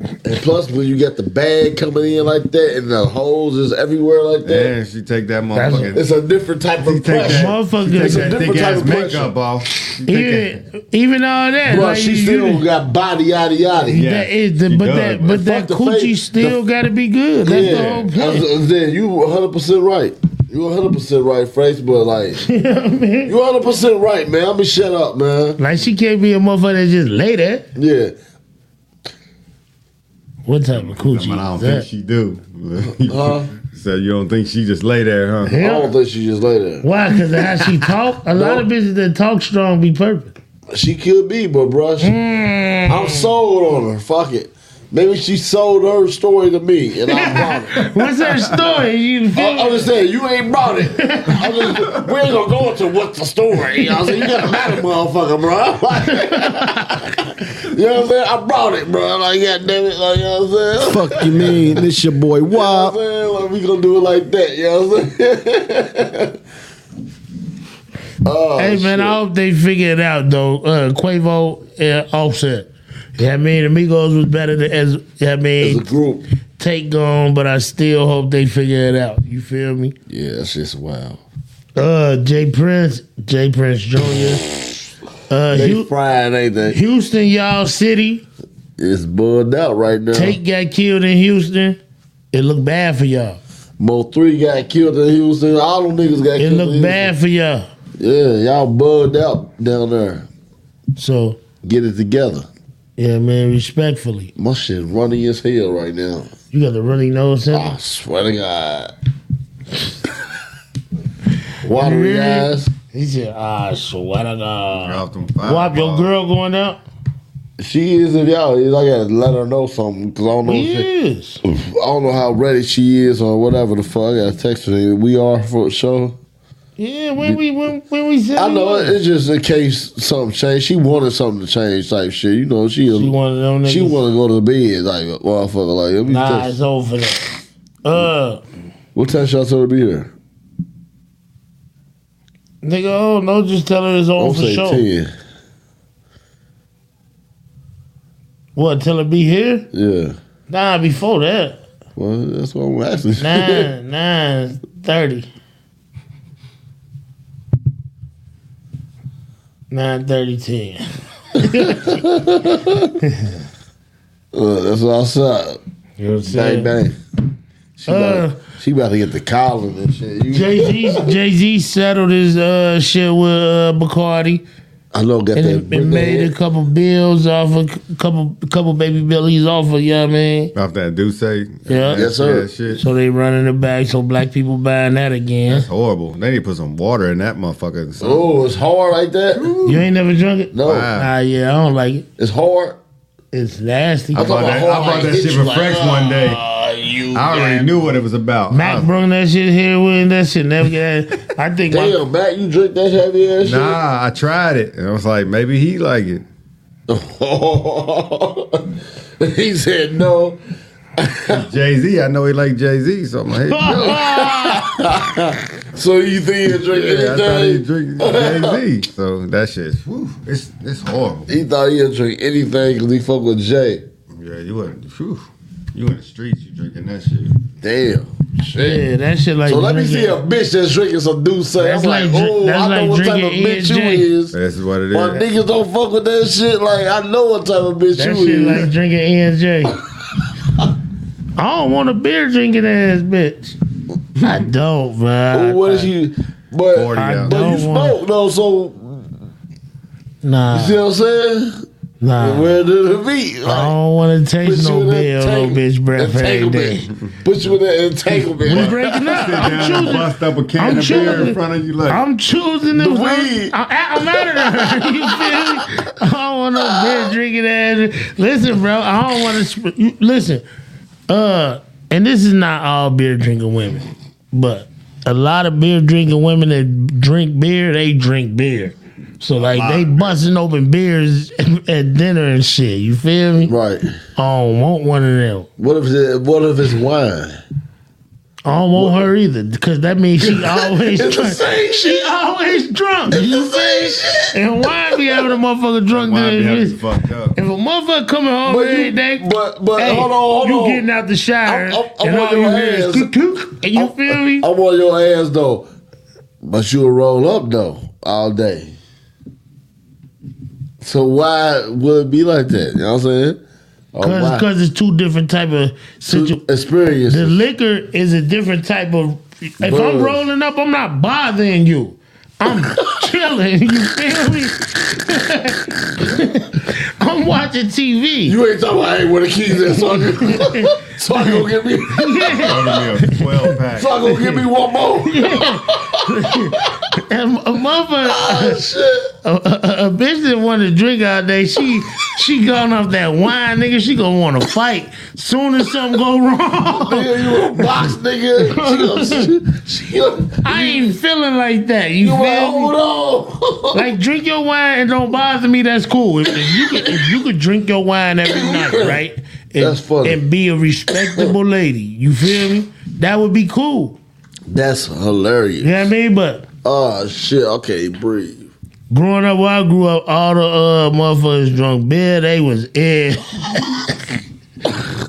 Speaker 2: And plus, when you got the bag coming in like that, and the holes is everywhere like that,
Speaker 5: And she take that
Speaker 2: That's-
Speaker 5: motherfucking.
Speaker 2: it's a different type of
Speaker 5: take
Speaker 2: pressure.
Speaker 5: that, she
Speaker 1: Motherfucker.
Speaker 5: take
Speaker 1: It's a
Speaker 5: that
Speaker 2: different
Speaker 5: thick
Speaker 2: type
Speaker 5: ass
Speaker 2: of pressure.
Speaker 5: makeup off. She take that-
Speaker 1: Even, even all that,
Speaker 2: Bruh,
Speaker 1: like,
Speaker 2: she
Speaker 1: you-
Speaker 2: still got body yada yada.
Speaker 1: that is the, but
Speaker 5: does,
Speaker 1: that
Speaker 5: but
Speaker 1: but that
Speaker 2: fuck the
Speaker 1: coochie
Speaker 2: face.
Speaker 1: still got to be good. That's the
Speaker 2: yeah,
Speaker 1: whole
Speaker 2: I was-
Speaker 1: point.
Speaker 2: I was saying, you 100 percent right. You 100 percent right, Frace. But like,
Speaker 1: You know what I mean?
Speaker 2: you 100 percent right, man. I'ma shut up, man.
Speaker 1: Like she can't be a motherfucker that just lay there.
Speaker 2: Yeah,
Speaker 1: What type of
Speaker 5: I, mean, I
Speaker 1: coochie
Speaker 5: don't
Speaker 1: is
Speaker 5: think
Speaker 1: that?
Speaker 5: she do.
Speaker 2: Huh?
Speaker 5: so you don't think she just lay there, huh?
Speaker 2: I
Speaker 1: Hell,
Speaker 2: don't think she just lay there.
Speaker 1: why? Because of how she talk. A lot of bitches that talk strong be perfect.
Speaker 2: She could be, but bruh, she- I'm sold on her. Fuck it. Maybe she sold her story to me, and I bought it.
Speaker 1: What's her story? You
Speaker 2: I,
Speaker 1: feel
Speaker 2: I'm
Speaker 1: me?
Speaker 2: just saying, you ain't brought it. I'm just, we ain't gonna go into what's the story. You know what I'm saying? You gotta matter, motherfucker, bro. you know what I'm saying? I brought it, bro. Like, god damn it, like, you know what I'm saying?
Speaker 6: Fuck you mean? This your boy
Speaker 2: You know
Speaker 6: Wop.
Speaker 2: what I'm saying? Like, we gonna do it like that, you know what I'm saying? oh,
Speaker 1: Hey man, I hope they figure it out though. Uh, Quavo and Offset. Yeah, I mean, Amigos was better than as. Yeah, I
Speaker 2: As
Speaker 1: mean,
Speaker 2: a group.
Speaker 1: take gone, but I still hope they figure it out. You feel me?
Speaker 2: Yeah, that's just wild.
Speaker 1: Uh, Jay Prince, Jay Prince Jr. Uh,
Speaker 2: They
Speaker 1: Hu-
Speaker 2: fried, ain't they?
Speaker 1: Houston, y'all city.
Speaker 2: It's bugged out right now.
Speaker 1: Tate got killed in Houston. It looked bad for y'all.
Speaker 2: Mo three got killed in Houston. All them niggas got
Speaker 1: It
Speaker 2: killed. in
Speaker 1: looked bad for y'all.
Speaker 2: Houston. Yeah, y'all bugged out down there.
Speaker 1: So
Speaker 2: Get it together.
Speaker 1: yeah, man, respectfully,
Speaker 2: My shit runny as hell right now.
Speaker 1: you got to really know what I'm
Speaker 2: I
Speaker 1: saying.
Speaker 2: swear to God. Watery
Speaker 1: Yeah.
Speaker 2: eyes.
Speaker 1: He said, "Ah, "I swear to God."
Speaker 5: Off them five
Speaker 1: uh, Wop, your
Speaker 5: balls.
Speaker 1: girl going out?
Speaker 2: She is if y'all is. I gotta let her know something because I don't know. if she-
Speaker 1: Yes.
Speaker 2: I don't know how ready she is or whatever the fuck. I gotta text her. We are for sure.
Speaker 1: Yeah, when we when, when we said
Speaker 2: I
Speaker 1: we
Speaker 2: know
Speaker 1: was.
Speaker 2: it- it's just in case something changed. She wanted something to change type shit. You know she.
Speaker 1: She one of them niggas.
Speaker 2: She want to go to bed like motherfucker. Like let me
Speaker 1: Nah,
Speaker 2: text.
Speaker 1: it's over there. Uh,
Speaker 2: What time y'all supposed to be here?
Speaker 1: nigga, oh no, just tell her it's
Speaker 2: I'm
Speaker 1: on for
Speaker 2: say
Speaker 1: sure.
Speaker 2: ten.
Speaker 1: What? Tell her be here?
Speaker 2: Yeah.
Speaker 1: Nah, before that,
Speaker 2: Well, that's what I'm asking.
Speaker 1: nine nine thirty. Nine thirty ten.
Speaker 2: uh, that's what I said.
Speaker 1: You know what I'm
Speaker 2: Bang
Speaker 1: saying?
Speaker 2: bang. She,
Speaker 1: Uh,
Speaker 2: about, she about to get the collar and shit. You,
Speaker 1: Jay Z Jay Z settled his uh shit with uh, Bacardi
Speaker 2: I know. Got
Speaker 1: and
Speaker 2: that.
Speaker 1: it, it made a couple bills off a couple couple baby billies off of you know what I mean.
Speaker 5: Off that do say.
Speaker 1: Yeah.
Speaker 2: Yes, sir.
Speaker 5: shit.
Speaker 1: So they running it back. So black people buying that again.
Speaker 5: That's horrible. They need to put some water in that motherfucker. So,
Speaker 2: oh, it's hard like that.
Speaker 1: You ain't never drunk it?
Speaker 2: No,
Speaker 5: Wow.
Speaker 1: Ah, yeah, I don't like it.
Speaker 2: it's hard.
Speaker 1: It's nasty.
Speaker 5: I bought
Speaker 2: about
Speaker 5: that, I
Speaker 2: hard,
Speaker 5: bought
Speaker 2: like,
Speaker 5: that
Speaker 2: hit
Speaker 5: shit
Speaker 2: you
Speaker 5: with
Speaker 2: like, uh,
Speaker 5: Frex one day.
Speaker 2: you
Speaker 5: I already knew what it was about. I
Speaker 1: Mac
Speaker 5: was-
Speaker 1: brung that shit here with that shit never get. I think my,
Speaker 2: Damn, Matt, you drink that heavy ass
Speaker 5: Nah, I tried it. And I was like, maybe he like it.
Speaker 2: shit. he said no.
Speaker 5: Jay Z, I know he like Jay Z, so I'm like, hey,
Speaker 2: So you think you drink
Speaker 5: yeah, I thought he
Speaker 2: anything?
Speaker 5: drink Jay Z. So that shit's, whew, it's it's horrible.
Speaker 2: He thought he'd drink anything because he fuck with Jay.
Speaker 5: Yeah, you in, whew, you in the streets, you drinking that shit.
Speaker 2: Damn. Shit.
Speaker 1: yeah, that shit like.
Speaker 2: So let me
Speaker 1: drinking-
Speaker 2: see a bitch that's drinking some Douce. I'm
Speaker 1: That's
Speaker 2: like,
Speaker 1: like dr-
Speaker 2: oh,
Speaker 1: that's
Speaker 2: I know
Speaker 1: like
Speaker 2: what type of
Speaker 1: drinking E
Speaker 2: bitch you
Speaker 1: ENJ.
Speaker 2: is.
Speaker 5: That's what it is.
Speaker 2: My niggas don't fuck with that shit. Like, I know what type of bitch
Speaker 1: That
Speaker 2: you
Speaker 1: shit
Speaker 2: is.
Speaker 1: like drinking ENJ. I don't want a beer drinking ass bitch. I don't,
Speaker 2: Ooh,
Speaker 1: man.
Speaker 2: what is you? But,
Speaker 5: 40
Speaker 1: I
Speaker 5: out.
Speaker 2: but you
Speaker 1: don't want.
Speaker 2: smoke though, so you see
Speaker 1: Nah,
Speaker 2: what I'm saying?
Speaker 1: nah.
Speaker 2: Where did it be?
Speaker 1: I
Speaker 2: Like,
Speaker 1: don't want to taste
Speaker 2: put you
Speaker 1: no
Speaker 2: in
Speaker 1: bill, no
Speaker 2: entang-
Speaker 1: bitch breath every day.
Speaker 2: entanglement. Put you in that
Speaker 1: We
Speaker 2: entanglement.
Speaker 1: breaking up.
Speaker 5: Sit down
Speaker 1: I'm
Speaker 5: and
Speaker 1: choosing.
Speaker 5: bust up a can
Speaker 1: I'm
Speaker 5: of beer
Speaker 1: choosing-
Speaker 5: in front of you like,
Speaker 1: I'm choosing the
Speaker 2: weed.
Speaker 1: I'm, I'm out of there. You feel me? I don't want no beer drinking ass. Listen, bro. I don't want to. Sp- you- listen. Uh, and this is not all beer drinking women, but a lot of beer drinking women that drink beer, they drink beer. So like they busting open beers at dinner and shit. You feel me?
Speaker 2: Right.
Speaker 1: I don't want one of them.
Speaker 2: What if it, what if it's wine?
Speaker 1: I don't want her either because that means she always
Speaker 2: It's the
Speaker 1: drunk.
Speaker 2: same
Speaker 1: She always drunk.
Speaker 2: You say shit.
Speaker 1: And why be having a motherfucker drunk
Speaker 5: Why be
Speaker 1: than
Speaker 5: having
Speaker 1: this?
Speaker 5: you fucked up?
Speaker 1: If a motherfucker coming home
Speaker 2: But you-
Speaker 1: every day,
Speaker 2: but- but
Speaker 1: hey,
Speaker 2: hold on, hold
Speaker 1: you
Speaker 2: on.
Speaker 1: getting out the shower
Speaker 2: I'm- I'm
Speaker 1: and
Speaker 2: on
Speaker 1: all you
Speaker 2: your
Speaker 1: hear is
Speaker 2: ass.
Speaker 1: toot toot, and you feel me?
Speaker 2: I'm on your ass though, but you'll roll up though all day. So why would it be like that? You know what I'm saying? Or why?
Speaker 1: Because it's two different type of situ-
Speaker 2: experience.
Speaker 1: The liquor is a different type of. If
Speaker 2: Buzz.
Speaker 1: I'm rolling up, I'm not bothering you. I'm chilling. You feel me? I'm watching TV.
Speaker 2: You ain't talking about I ain't where the keys at, so I can, so I go get me,
Speaker 5: Order me a 12 pack.
Speaker 2: so I go get me one more.
Speaker 1: and a motherfucker,
Speaker 2: Oh, shit.
Speaker 1: a, a, a bitch that want to drink all day, she she gone off that wine, nigga. She gonna want to fight soon as something go wrong.
Speaker 2: Nigga, you a box nigga. She, she, she,
Speaker 1: I ain't feeling like that. You,
Speaker 2: you
Speaker 1: feel
Speaker 2: like,
Speaker 1: me?
Speaker 2: hold on.
Speaker 1: Like drink your wine and don't bother me. That's cool. If, if you could, if you could drink your wine every night, right? And,
Speaker 2: That's funny.
Speaker 1: And be a respectable lady. You feel me? That would be cool.
Speaker 2: That's hilarious.
Speaker 1: You know what I mean? But
Speaker 2: Oh shit. Okay, breathe.
Speaker 1: growing up, where I grew up, all the uh, motherfuckers drunk beer. They was ill.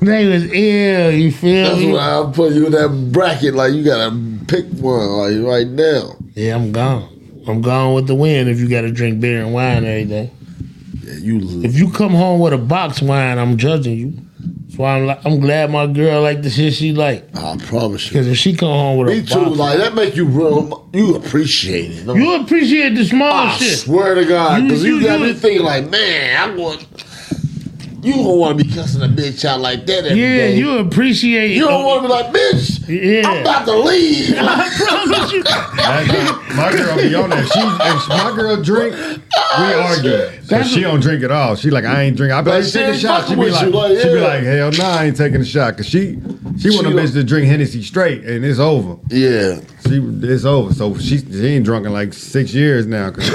Speaker 1: they was ill. You feel
Speaker 2: That's
Speaker 1: me?
Speaker 2: why I put you in that bracket. Like you gotta pick one, like right now.
Speaker 1: Yeah, I'm gone. I'm gone with the wind. If you got to drink beer and wine every day.
Speaker 2: Yeah, you.
Speaker 1: If you come home with a box wine, I'm judging you. That's why I'm like, I'm glad my girl like the shit she like.
Speaker 2: I promise you.
Speaker 1: Because if she come home with a
Speaker 2: Me too.
Speaker 1: box,
Speaker 2: Like that make you real. You appreciate it.
Speaker 1: you appreciate the small
Speaker 2: I
Speaker 1: shit.
Speaker 2: swear to God,
Speaker 1: You-
Speaker 2: because you,
Speaker 1: you-
Speaker 2: got
Speaker 1: you-
Speaker 2: me thinking like, man, I want. You don't want to be cussing a bitch out like that every
Speaker 1: yeah,
Speaker 2: day.
Speaker 1: you appreciate.
Speaker 2: You don't want to be like, bitch.
Speaker 1: Yeah.
Speaker 2: I'm about to leave.
Speaker 1: I promise you.
Speaker 5: That girl- my girl be on that. She, if my girl drink, we argue. 'Cause she don't drink at all. She like, I ain't drink. I be
Speaker 2: But
Speaker 5: like,
Speaker 2: she
Speaker 5: take a
Speaker 2: ain't
Speaker 5: shot. She
Speaker 2: fucking
Speaker 5: be
Speaker 2: with
Speaker 5: like,
Speaker 2: you, like,
Speaker 5: she be
Speaker 2: yeah.
Speaker 5: like, hell nah, I ain't taking a shot. Cause she, she, want a
Speaker 2: She
Speaker 5: bitch
Speaker 2: like-
Speaker 5: to drink Hennessy straight, and it's over.
Speaker 2: Yeah.
Speaker 5: She, it's over. So she, she ain't drunk in like six years now. 'cause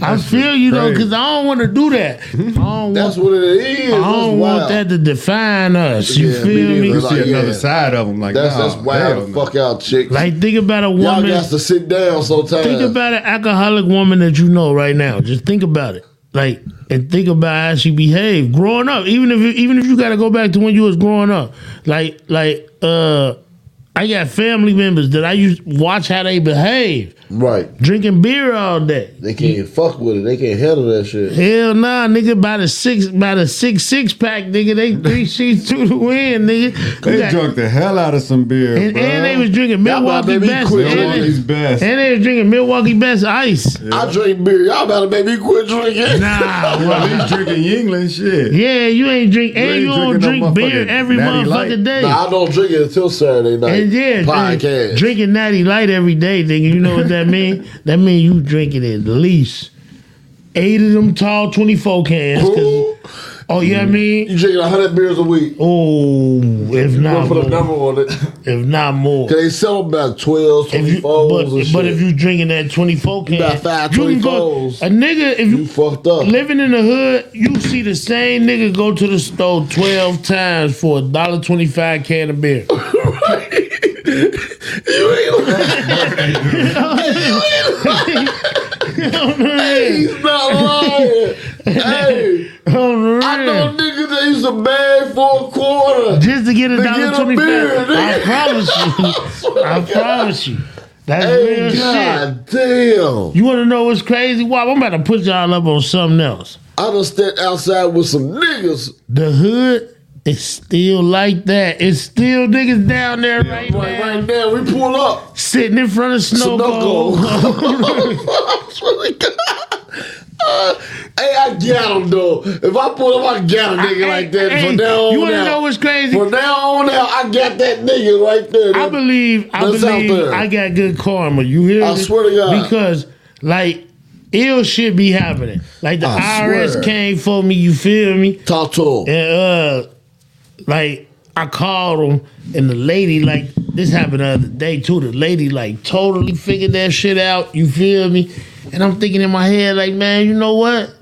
Speaker 1: I feel you though,
Speaker 5: crazy.
Speaker 1: because I don't want to do that. I
Speaker 2: Hmm?
Speaker 1: don't
Speaker 2: That's
Speaker 1: want.
Speaker 2: what it is.
Speaker 1: I don't want that to define us. You
Speaker 2: Yeah, me
Speaker 1: feel me?
Speaker 2: neither.
Speaker 5: you
Speaker 2: Like,
Speaker 5: see another
Speaker 2: yeah.
Speaker 5: side of them. Like
Speaker 2: That's,
Speaker 5: nah,
Speaker 2: that's wild.
Speaker 5: hell
Speaker 2: as
Speaker 5: no.
Speaker 2: Fuck out, chicks.
Speaker 1: Like think about a
Speaker 2: Y'all
Speaker 1: woman.
Speaker 2: got uh, to sit down sometimes.
Speaker 1: Think about an alcoholic woman that you know right now. Just think about it. Like and think about how she behaved growing up. Even if even if you got to go back to when you was growing up. Like like uh, I got family members that I used watch how they behave.
Speaker 2: right.
Speaker 1: Drinking beer all day.
Speaker 2: They can't fuck with it. They can't handle that shit.
Speaker 1: Hell nah, nigga. By the six, by the six six pack, nigga. They three sheets to the win, nigga.
Speaker 5: They
Speaker 1: You got-
Speaker 5: drunk the hell out of some beer,
Speaker 1: and,
Speaker 5: bro.
Speaker 1: and they was drinking
Speaker 2: Y'all
Speaker 1: Milwaukee
Speaker 2: about to make me
Speaker 1: Best.
Speaker 2: quit
Speaker 1: And
Speaker 5: Milwaukee's
Speaker 1: they,
Speaker 5: best.
Speaker 1: and they was drinking Milwaukee Best ice.
Speaker 2: I drink beer. Y'all about to make me quit drinking.
Speaker 1: Nah,
Speaker 5: Well,
Speaker 1: well,
Speaker 5: at least drinking Yingling shit.
Speaker 1: yeah, you ain't drink, and
Speaker 5: ain't
Speaker 1: you,
Speaker 5: drinking
Speaker 1: don't drink
Speaker 5: no
Speaker 1: beer
Speaker 5: motherfucking
Speaker 1: every
Speaker 5: Natty
Speaker 1: motherfucking
Speaker 5: Light.
Speaker 1: day.
Speaker 2: Nah, I don't drink it until Saturday night.
Speaker 1: And yeah, drink-
Speaker 2: podcast.
Speaker 1: drinking natty light every day, nigga. You know what that mean? that mean you drinking at least eight of them tall twenty four cans. 'cause-
Speaker 2: Ooh.
Speaker 1: Oh, you know what I mean?
Speaker 2: You drinking hundred beers a week.
Speaker 1: Oh, if
Speaker 2: Don't
Speaker 1: not
Speaker 2: put a
Speaker 1: more,
Speaker 2: number on it.
Speaker 1: if not more.
Speaker 2: 'Cause they sell them about 12,
Speaker 1: If you,
Speaker 2: 24s
Speaker 1: but,
Speaker 2: and shit.
Speaker 1: but if you drinking that twenty four can,
Speaker 2: got five
Speaker 1: you can go.
Speaker 2: 24s.
Speaker 1: A nigga, if you,
Speaker 2: You fucked up.
Speaker 1: living in the hood, you see the same nigga go to the store twelve times for a dollar twenty five can of beer.
Speaker 2: You ain't like, he's not lying. hey,
Speaker 1: Oh,
Speaker 2: I
Speaker 1: man.
Speaker 2: know niggas that used to bag for a quarter.
Speaker 1: Just to get a
Speaker 2: To
Speaker 1: dollar
Speaker 2: get a
Speaker 1: twenty
Speaker 2: beer,
Speaker 1: five. I
Speaker 2: nigga.
Speaker 1: promise you. I promise you. That's real
Speaker 2: Hey,
Speaker 1: shit.
Speaker 2: God damn.
Speaker 1: You wanna know what's crazy? Wow, I'm about to put y'all up on something else.
Speaker 2: I done stepped outside with some niggas
Speaker 1: The hood is still like that. It's still niggas down there right
Speaker 2: right,
Speaker 1: now.
Speaker 2: right now. We pull up.
Speaker 1: Sitting in front of snow
Speaker 2: Snuggle.
Speaker 1: Globe.
Speaker 2: I swear to God. Uh, hey, I got him though. If I pull up, I got a nigga
Speaker 1: Hey,
Speaker 2: like that.
Speaker 1: hey,
Speaker 2: from now on
Speaker 1: you wanna
Speaker 2: out.
Speaker 1: know what's crazy?
Speaker 2: From now on out, I got that nigga right there.
Speaker 1: I believe I
Speaker 2: That's out
Speaker 1: believe
Speaker 2: there.
Speaker 1: I got good karma. You hear
Speaker 2: I
Speaker 1: me?
Speaker 2: swear to God.
Speaker 1: Because like ill shit be happening. Like the
Speaker 2: I
Speaker 1: IRS
Speaker 2: swear.
Speaker 1: came for me, you feel me?
Speaker 2: Talk to him.
Speaker 1: And uh like I called him, and the lady like this happened the other day too. The lady like totally figured that shit out. You feel me? And I'm thinking in my head like, man, you know what?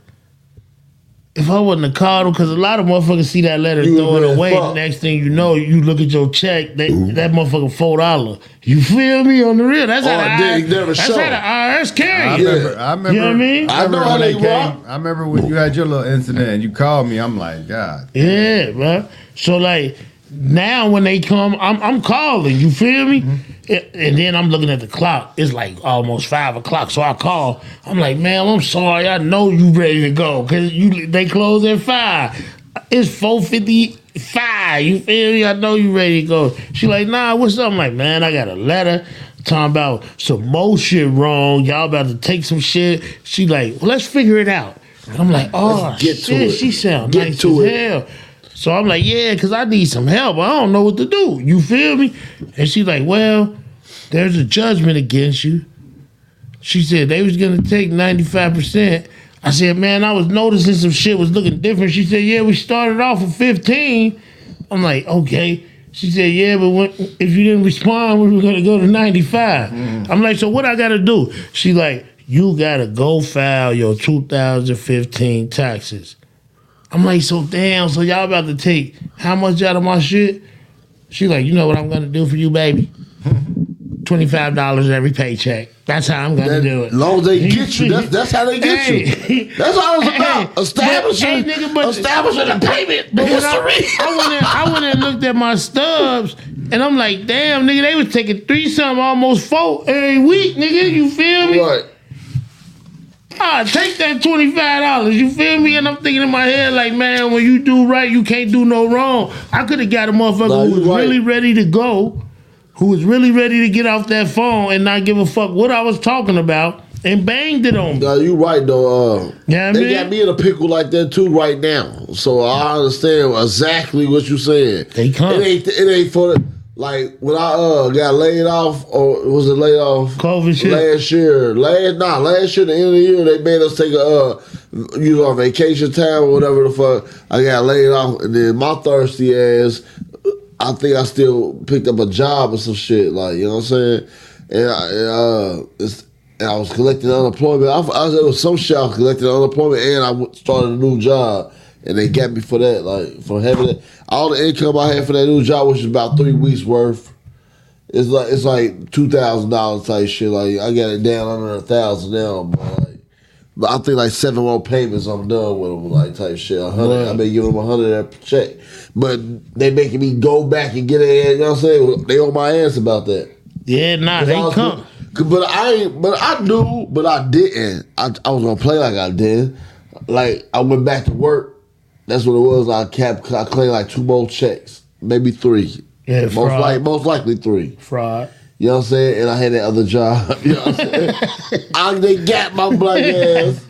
Speaker 1: If I wouldn't have called him, because a lot of motherfuckers see that letter,
Speaker 2: You
Speaker 1: throw
Speaker 2: would've
Speaker 1: it
Speaker 2: been
Speaker 1: away.
Speaker 2: fucked.
Speaker 1: The next thing you know, you look at your check, that that motherfucker four dollar. You feel me on the real? That's how
Speaker 2: Oh,
Speaker 1: the
Speaker 2: dick,
Speaker 1: IRS
Speaker 2: never
Speaker 1: that's
Speaker 2: show.
Speaker 1: how the IRS carry.
Speaker 5: I
Speaker 1: it.
Speaker 5: remember. I remember.
Speaker 1: You know what I mean?
Speaker 5: remember when they came- I remember when you had your little incident and you called me. I'm like, God.
Speaker 1: Yeah, bro. So like now when they come, I'm I'm calling. You feel me?
Speaker 2: Mm-hmm.
Speaker 1: And- And then I'm looking at the clock. It's like almost five o'clock. So I call. I'm like, man, I'm sorry. I know you ready to go because you they close at five. It's four fifty five. You feel me? I know you ready to go. She like, nah, what's up? I'm like, man, I got a letter. Talking about some more shit wrong. Y'all about to take some shit. She like, well, let's figure it out. And I'm like, oh
Speaker 2: Let's get to
Speaker 1: shit,
Speaker 2: it.
Speaker 1: she sound
Speaker 2: Get
Speaker 1: nice as
Speaker 2: to it.
Speaker 1: hell. So I'm like, yeah, because I need some help. I don't know what to do. You feel me? And she's like, well, there's a judgment against you. She said they was gonna take 95%. I said, man, I was noticing some shit was looking different. She said, yeah, we started off with 15. I'm like, okay. She said, yeah, but when, if you didn't respond, we were gonna go to 95. I'm like, so what I gotta do? She like, you gotta go file your 2015 taxes. I'm like, so damn, so y'all about to take how much out of my shit? She like, you know what I'm gonna do for you, baby? Twenty five dollars every paycheck. That's how I'm gonna
Speaker 2: That-
Speaker 1: do it.
Speaker 2: long as they get you, that's- that's how they get you. That's all it's about, establishing-
Speaker 1: but- nigga, but-
Speaker 2: establishing a payment
Speaker 1: But when
Speaker 2: history.
Speaker 1: I, I went in, I went and looked at my stubs, and I'm like, damn, nigga, they was taking three something, almost four every week, nigga. You feel me?
Speaker 2: Right.
Speaker 1: Ah, take that twenty five dollars. You feel me? And I'm thinking in my head like, man, when you do right, you can't do no wrong. I could have got a motherfucker
Speaker 2: Nah,
Speaker 1: who
Speaker 2: you
Speaker 1: was
Speaker 2: right.
Speaker 1: really ready to go, who was really ready to get off that phone and not give a fuck what I was talking about, and banged it on me.
Speaker 2: Nah, you right though. Uh,
Speaker 1: Yeah, I
Speaker 2: they
Speaker 1: mean?
Speaker 2: got me in a pickle like that too right now. So I understand exactly what you saying.
Speaker 1: They come.
Speaker 2: It ain't. It ain't for the, like when I uh got laid off or was it laid off?
Speaker 1: COVID shit.
Speaker 2: Last year, last nah, last year the end of the year they made us take a uh, you know vacation time or whatever the fuck. I got laid off, and then my thirsty ass, I think I still picked up a job or some shit. Like you know what I'm saying? And I, and, uh, it's, and I was collecting unemployment. I, I was there was some shit I was collecting unemployment, and I w- started a new job. And they got me for that, like for having that. All the income I had for that new job, which is about three weeks worth, it's like it's like two thousand dollars type shit. Like I got it down under a thousand now, but like, but I think like seven more payments I'm done with them, like type shit. A hundred, I been giving them a hundred every check, but they making me go back and get it. You know what I'm saying? They on my ass about that.
Speaker 1: Yeah, nah, they
Speaker 2: I was
Speaker 1: come.
Speaker 2: doing- But I ain't. But I knew. But I didn't. I, I was gonna play like I did. Like I went back to work. That's what it was. I kept. I claimed like two more checks, maybe three.
Speaker 1: Yeah,
Speaker 2: most
Speaker 1: fraud.
Speaker 2: like most likely three.
Speaker 1: Fraud.
Speaker 2: You know what I'm saying? And I had that other job. You know what I'm saying? I, they got my black ass.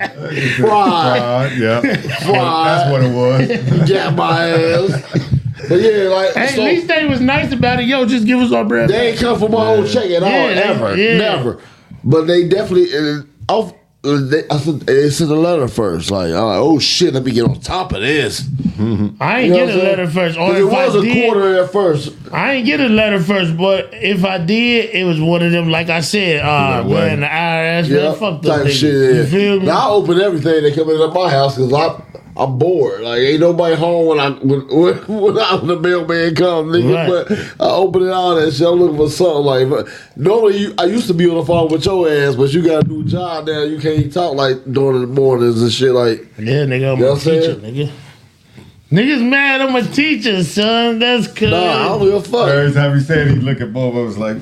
Speaker 2: Fried.
Speaker 5: Uh, yeah. That's
Speaker 2: Fried.
Speaker 5: what it was.
Speaker 2: Got my ass. But yeah, like
Speaker 1: Hey,
Speaker 2: so-
Speaker 1: at least they was nice about it. Yo, just give us our bread.
Speaker 2: They ain't come for my own check at all,
Speaker 1: Yeah, they-
Speaker 2: ever,
Speaker 1: yeah.
Speaker 2: never. But they definitely and off. uh, They, I said, they sent a letter first. Like, I'm like, oh shit, let me get on top of this.
Speaker 1: I
Speaker 2: You
Speaker 1: ain't get
Speaker 2: know what
Speaker 1: a
Speaker 2: I'm saying?
Speaker 1: letter first. Or
Speaker 2: 'Cause it
Speaker 1: if I
Speaker 2: was a
Speaker 1: did-
Speaker 2: quarter at first.
Speaker 1: I ain't get a letter first, but if I did, it was one of them. Like I said, uh,
Speaker 5: Yeah,
Speaker 1: man, the IRS,
Speaker 2: Yeah,
Speaker 1: man, fuck them
Speaker 2: type
Speaker 1: niggas.
Speaker 2: shit.
Speaker 1: You
Speaker 2: Yeah.
Speaker 1: feel me?
Speaker 2: Now I open everything that come into my house because I'm I'm bored. Like ain't nobody home when I when when, when I, the mailman come, nigga.
Speaker 1: Right.
Speaker 2: But I open it all that shit. I'm looking for something. Like but normally you, I used to be on the phone with your ass, but you got a new job now. You can't talk like during the mornings and shit. Like
Speaker 1: yeah, nigga, I'm
Speaker 2: You
Speaker 1: a
Speaker 2: know what I'm
Speaker 1: teacher, nigga. Niggas mad I'm a teacher, son. That's cool.
Speaker 2: nah, I don't give a fuck.
Speaker 5: Every time he said it, he look at both of us like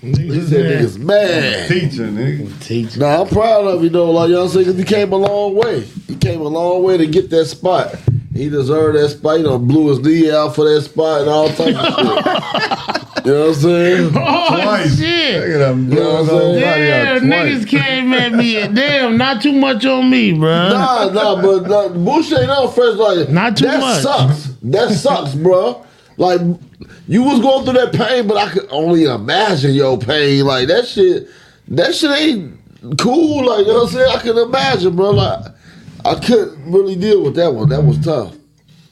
Speaker 2: He said niggas mad.
Speaker 5: teacher, nigga.
Speaker 1: teacher.
Speaker 2: Nah, I'm proud of you though, like y'all saying, because you came a long way. You came a long way to get that spot. He deserved that spot. You know, blew his knee out for that spot and all types of shit. You know what I'm saying?
Speaker 1: Oh,
Speaker 5: Twice.
Speaker 1: shit.
Speaker 5: Look at him.
Speaker 2: You know what I'm saying?
Speaker 1: Damn, niggas came at me. and Damn, not too much on me, bro.
Speaker 2: Nah, nah, but nah, Bush ain't out first. Like,
Speaker 1: Not too
Speaker 2: that
Speaker 1: much.
Speaker 2: sucks. That sucks, bro. Like, you was going through that pain, but I could only imagine your pain. Like that shit, that shit ain't cool. Like you know what I'm saying? I can imagine, bro. Like, I couldn't really deal with that one. That was tough,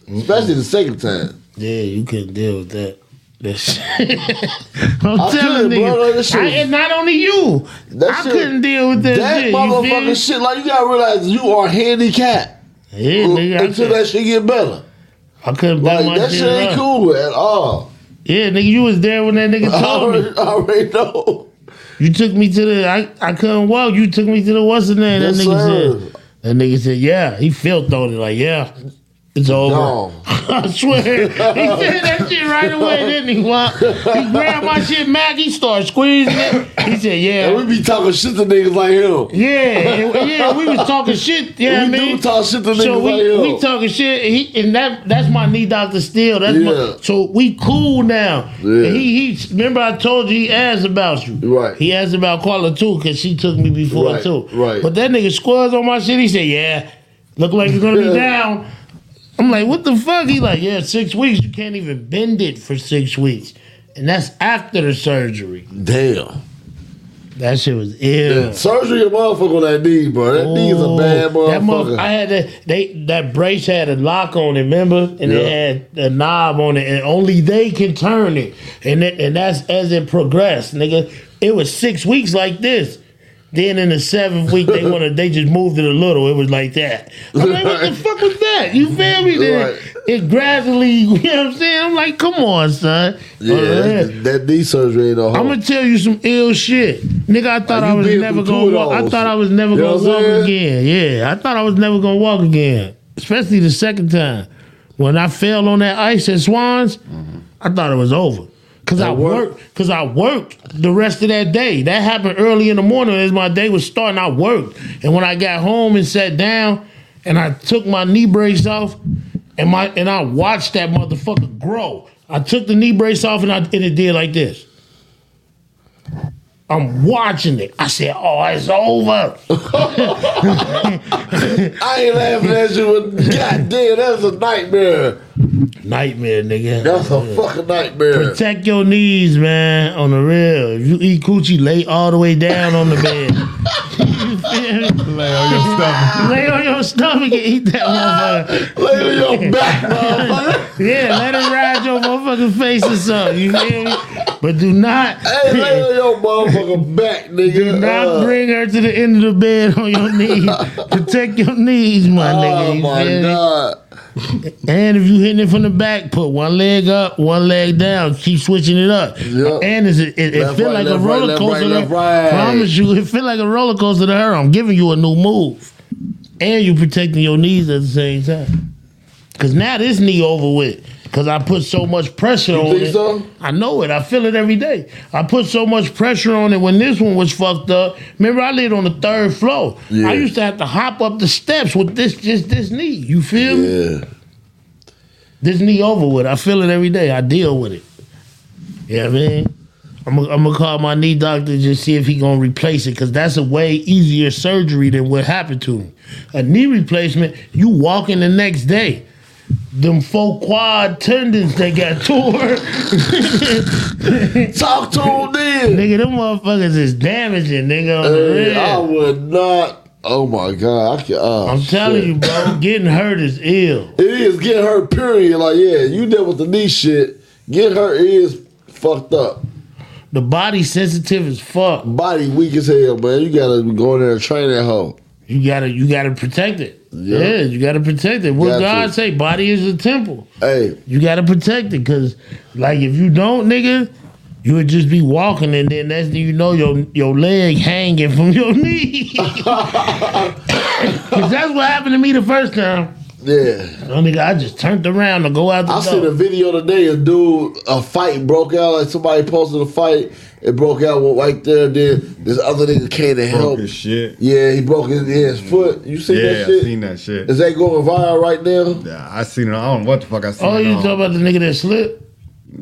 Speaker 2: especially the second time.
Speaker 1: Yeah, you couldn't deal with that. That shit.
Speaker 2: I
Speaker 1: I'm telling
Speaker 2: couldn't, bro, that
Speaker 1: niggas.
Speaker 2: shit-
Speaker 1: I, and not only you.
Speaker 2: That
Speaker 1: I
Speaker 2: shit-
Speaker 1: couldn't deal with that,
Speaker 2: That
Speaker 1: shit. you feel me?
Speaker 2: motherfucking shit, like you gotta realize you are handicapped.
Speaker 1: Yeah, nigga, I
Speaker 2: until
Speaker 1: could-
Speaker 2: that shit get better.
Speaker 1: I couldn't back
Speaker 2: Like
Speaker 1: my
Speaker 2: that
Speaker 1: shit
Speaker 2: shit ain't
Speaker 1: up.
Speaker 2: cool at all.
Speaker 1: Yeah, nigga, you was there when that nigga
Speaker 2: I
Speaker 1: told me.
Speaker 2: already, I already know.
Speaker 1: You took me to the I, I couldn't walk. You took me to the what's his name?
Speaker 2: Yes,
Speaker 1: that nigga
Speaker 2: sir.
Speaker 1: said. That nigga said, yeah. He felt on it like, yeah, it's over.
Speaker 2: Dog.
Speaker 1: I swear. He said that shit right away, didn't he? Wop? He grabbed my shit, Mac. He started squeezing it. He said,
Speaker 2: And
Speaker 1: yeah.
Speaker 2: we be talking shit to niggas like him.
Speaker 1: Yeah, and- yeah, we was talking shit. Yeah,
Speaker 2: we
Speaker 1: I mean,
Speaker 2: do talk shit to niggas
Speaker 1: so
Speaker 2: like
Speaker 1: we,
Speaker 2: him.
Speaker 1: we talking shit, and, he, and that that's my knee doctor still. That's
Speaker 2: Yeah.
Speaker 1: my, so we cool now.
Speaker 2: Yeah.
Speaker 1: And He he remember I told you he asked about you.
Speaker 2: Right.
Speaker 1: He asked about Carla too because she took me before
Speaker 2: Right,
Speaker 1: too.
Speaker 2: right.
Speaker 1: But that nigga squares on my shit. He said, "Yeah, look like you're gonna be down." I'm like, "What the fuck?" He like, "Yeah, six weeks. You can't even bend it for six weeks, and that's after the surgery."
Speaker 2: Damn.
Speaker 1: That shit was ill.
Speaker 2: Yeah, surgery a motherfucker on that knee, bro. That knee is a
Speaker 1: Ooh,
Speaker 2: bad
Speaker 1: Oh, That mother-
Speaker 2: motherfucker.
Speaker 1: I had that they that brace had a lock on it, remember? And
Speaker 2: Yeah.
Speaker 1: it had a knob on it, and only they can turn it. And it, and that's as it progressed, nigga. It was six weeks like this. Then in the seventh week, they wanna they just moved it a little. It was like that. I'm like, what the fuck was that? You feel me? Then
Speaker 2: Right.
Speaker 1: It gradually, you know what I'm saying? I'm like, come on, son.
Speaker 2: yeah, that, that knee surgery ain't no
Speaker 1: I'm
Speaker 2: hope.
Speaker 1: gonna tell you some ill shit, nigga. I thought
Speaker 2: Like,
Speaker 1: I
Speaker 2: you
Speaker 1: was
Speaker 2: been
Speaker 1: never
Speaker 2: through
Speaker 1: gonna
Speaker 2: two
Speaker 1: walk.
Speaker 2: of
Speaker 1: I
Speaker 2: those.
Speaker 1: thought I was never
Speaker 2: You know
Speaker 1: gonna
Speaker 2: what
Speaker 1: walk
Speaker 2: I'm saying?
Speaker 1: again. Yeah, I thought I was never gonna walk again, especially the second time when I fell on that ice at Swans. I thought it was over because I
Speaker 2: worked.
Speaker 1: worked. Because I worked the rest of that day. That happened early in the morning as my day was starting. I worked, and when I got home and sat down, and I took my knee brace off, and my and I watched that motherfucker grow. I took the knee brace off, and I and it did like this. I'm watching it. I said, "Oh, it's over."
Speaker 2: I ain't laughing at you, but goddamn, that's a nightmare.
Speaker 1: Nightmare, nigga.
Speaker 2: That's a fucking nightmare.
Speaker 1: Protect your knees, man. On the real, if you eat coochie, lay all the way down on the bed.
Speaker 5: Lay on your stomach.
Speaker 1: lay on your stomach and eat that motherfucker.
Speaker 2: Lay on your back, motherfucker.
Speaker 1: Yeah, let it ride your motherfucking face or something. You feel me? But do not,
Speaker 2: Hey, lay on your motherfucking back, nigga.
Speaker 1: do not
Speaker 2: Uh,
Speaker 1: bring her to the end of the bed on your knees. Protect your knees, my nigga.
Speaker 2: Oh
Speaker 1: You
Speaker 2: my
Speaker 1: feel me?
Speaker 2: god.
Speaker 1: And if you hitting it from the back, put one leg up, one leg down. Keep switching it up.
Speaker 2: Yep.
Speaker 1: And it's, it, it
Speaker 2: Left,
Speaker 1: feel
Speaker 2: right,
Speaker 1: like a
Speaker 2: left, right,
Speaker 1: roller
Speaker 2: left,
Speaker 1: coaster.
Speaker 2: right,
Speaker 1: to-
Speaker 2: left, right.
Speaker 1: Promise you, it feel like a roller coaster to her. I'm giving you a new move, and you protecting your knees at the same time. Cause now this knee over with. Cause I put so much pressure on
Speaker 2: think
Speaker 1: it.
Speaker 2: so?
Speaker 1: I know it. I feel it every day. I put so much pressure on it when this one was fucked up. Remember, I lived on the third floor.
Speaker 2: Yeah.
Speaker 1: I used to have to hop up the steps with this just this knee. You feel me?
Speaker 2: Yeah.
Speaker 1: this knee over with. I feel it every day. I deal with it. Yeah, you know what I mean. I'm gonna I'm gonna call my knee doctor just see if he gonna replace it because that's a way easier surgery than what happened to me. A knee replacement, you walking the next day. Them four quad tendons they got tore,
Speaker 2: Talk to him then.
Speaker 1: nigga. Them motherfuckers is damaging, nigga. On the
Speaker 2: Hey, oh, I
Speaker 1: real.
Speaker 2: would not. Oh my god. I can, oh,
Speaker 1: I'm telling
Speaker 2: shit.
Speaker 1: you, bro. Getting hurt is ill.
Speaker 2: It is get her period. Like, yeah, you deal with the knee shit. Get her is fucked up.
Speaker 1: The body sensitive as fuck.
Speaker 2: Body weak as hell, man. You gotta go in there and train that hoe.
Speaker 1: You gotta you gotta protect it.
Speaker 2: Yeah.
Speaker 1: Yeah, you gotta protect it. What
Speaker 2: Got
Speaker 1: God
Speaker 2: to.
Speaker 1: say, body is a temple.
Speaker 2: Hey,
Speaker 1: You gotta protect it, cause like if you don't, nigga, you would just be walking and then next thing you know your your leg hanging from your knee. Cause that's what happened to me the first time.
Speaker 2: yeah.
Speaker 1: Oh, nigga, I just turned around to go out the
Speaker 2: I
Speaker 1: door.
Speaker 2: seen a video today. A dude, a fight broke out. Like somebody posted a fight. It broke out right there. Then this other nigga came to help.
Speaker 5: Broke as shit.
Speaker 2: Yeah, he broke his, his foot. You seen
Speaker 5: Yeah,
Speaker 2: that
Speaker 5: I
Speaker 2: shit?
Speaker 5: seen that shit.
Speaker 2: Is that going viral right now?
Speaker 5: Yeah, I seen it. I don't know what the fuck I seen.
Speaker 1: oh,
Speaker 5: it
Speaker 1: you
Speaker 5: on.
Speaker 1: talking about the nigga that slipped?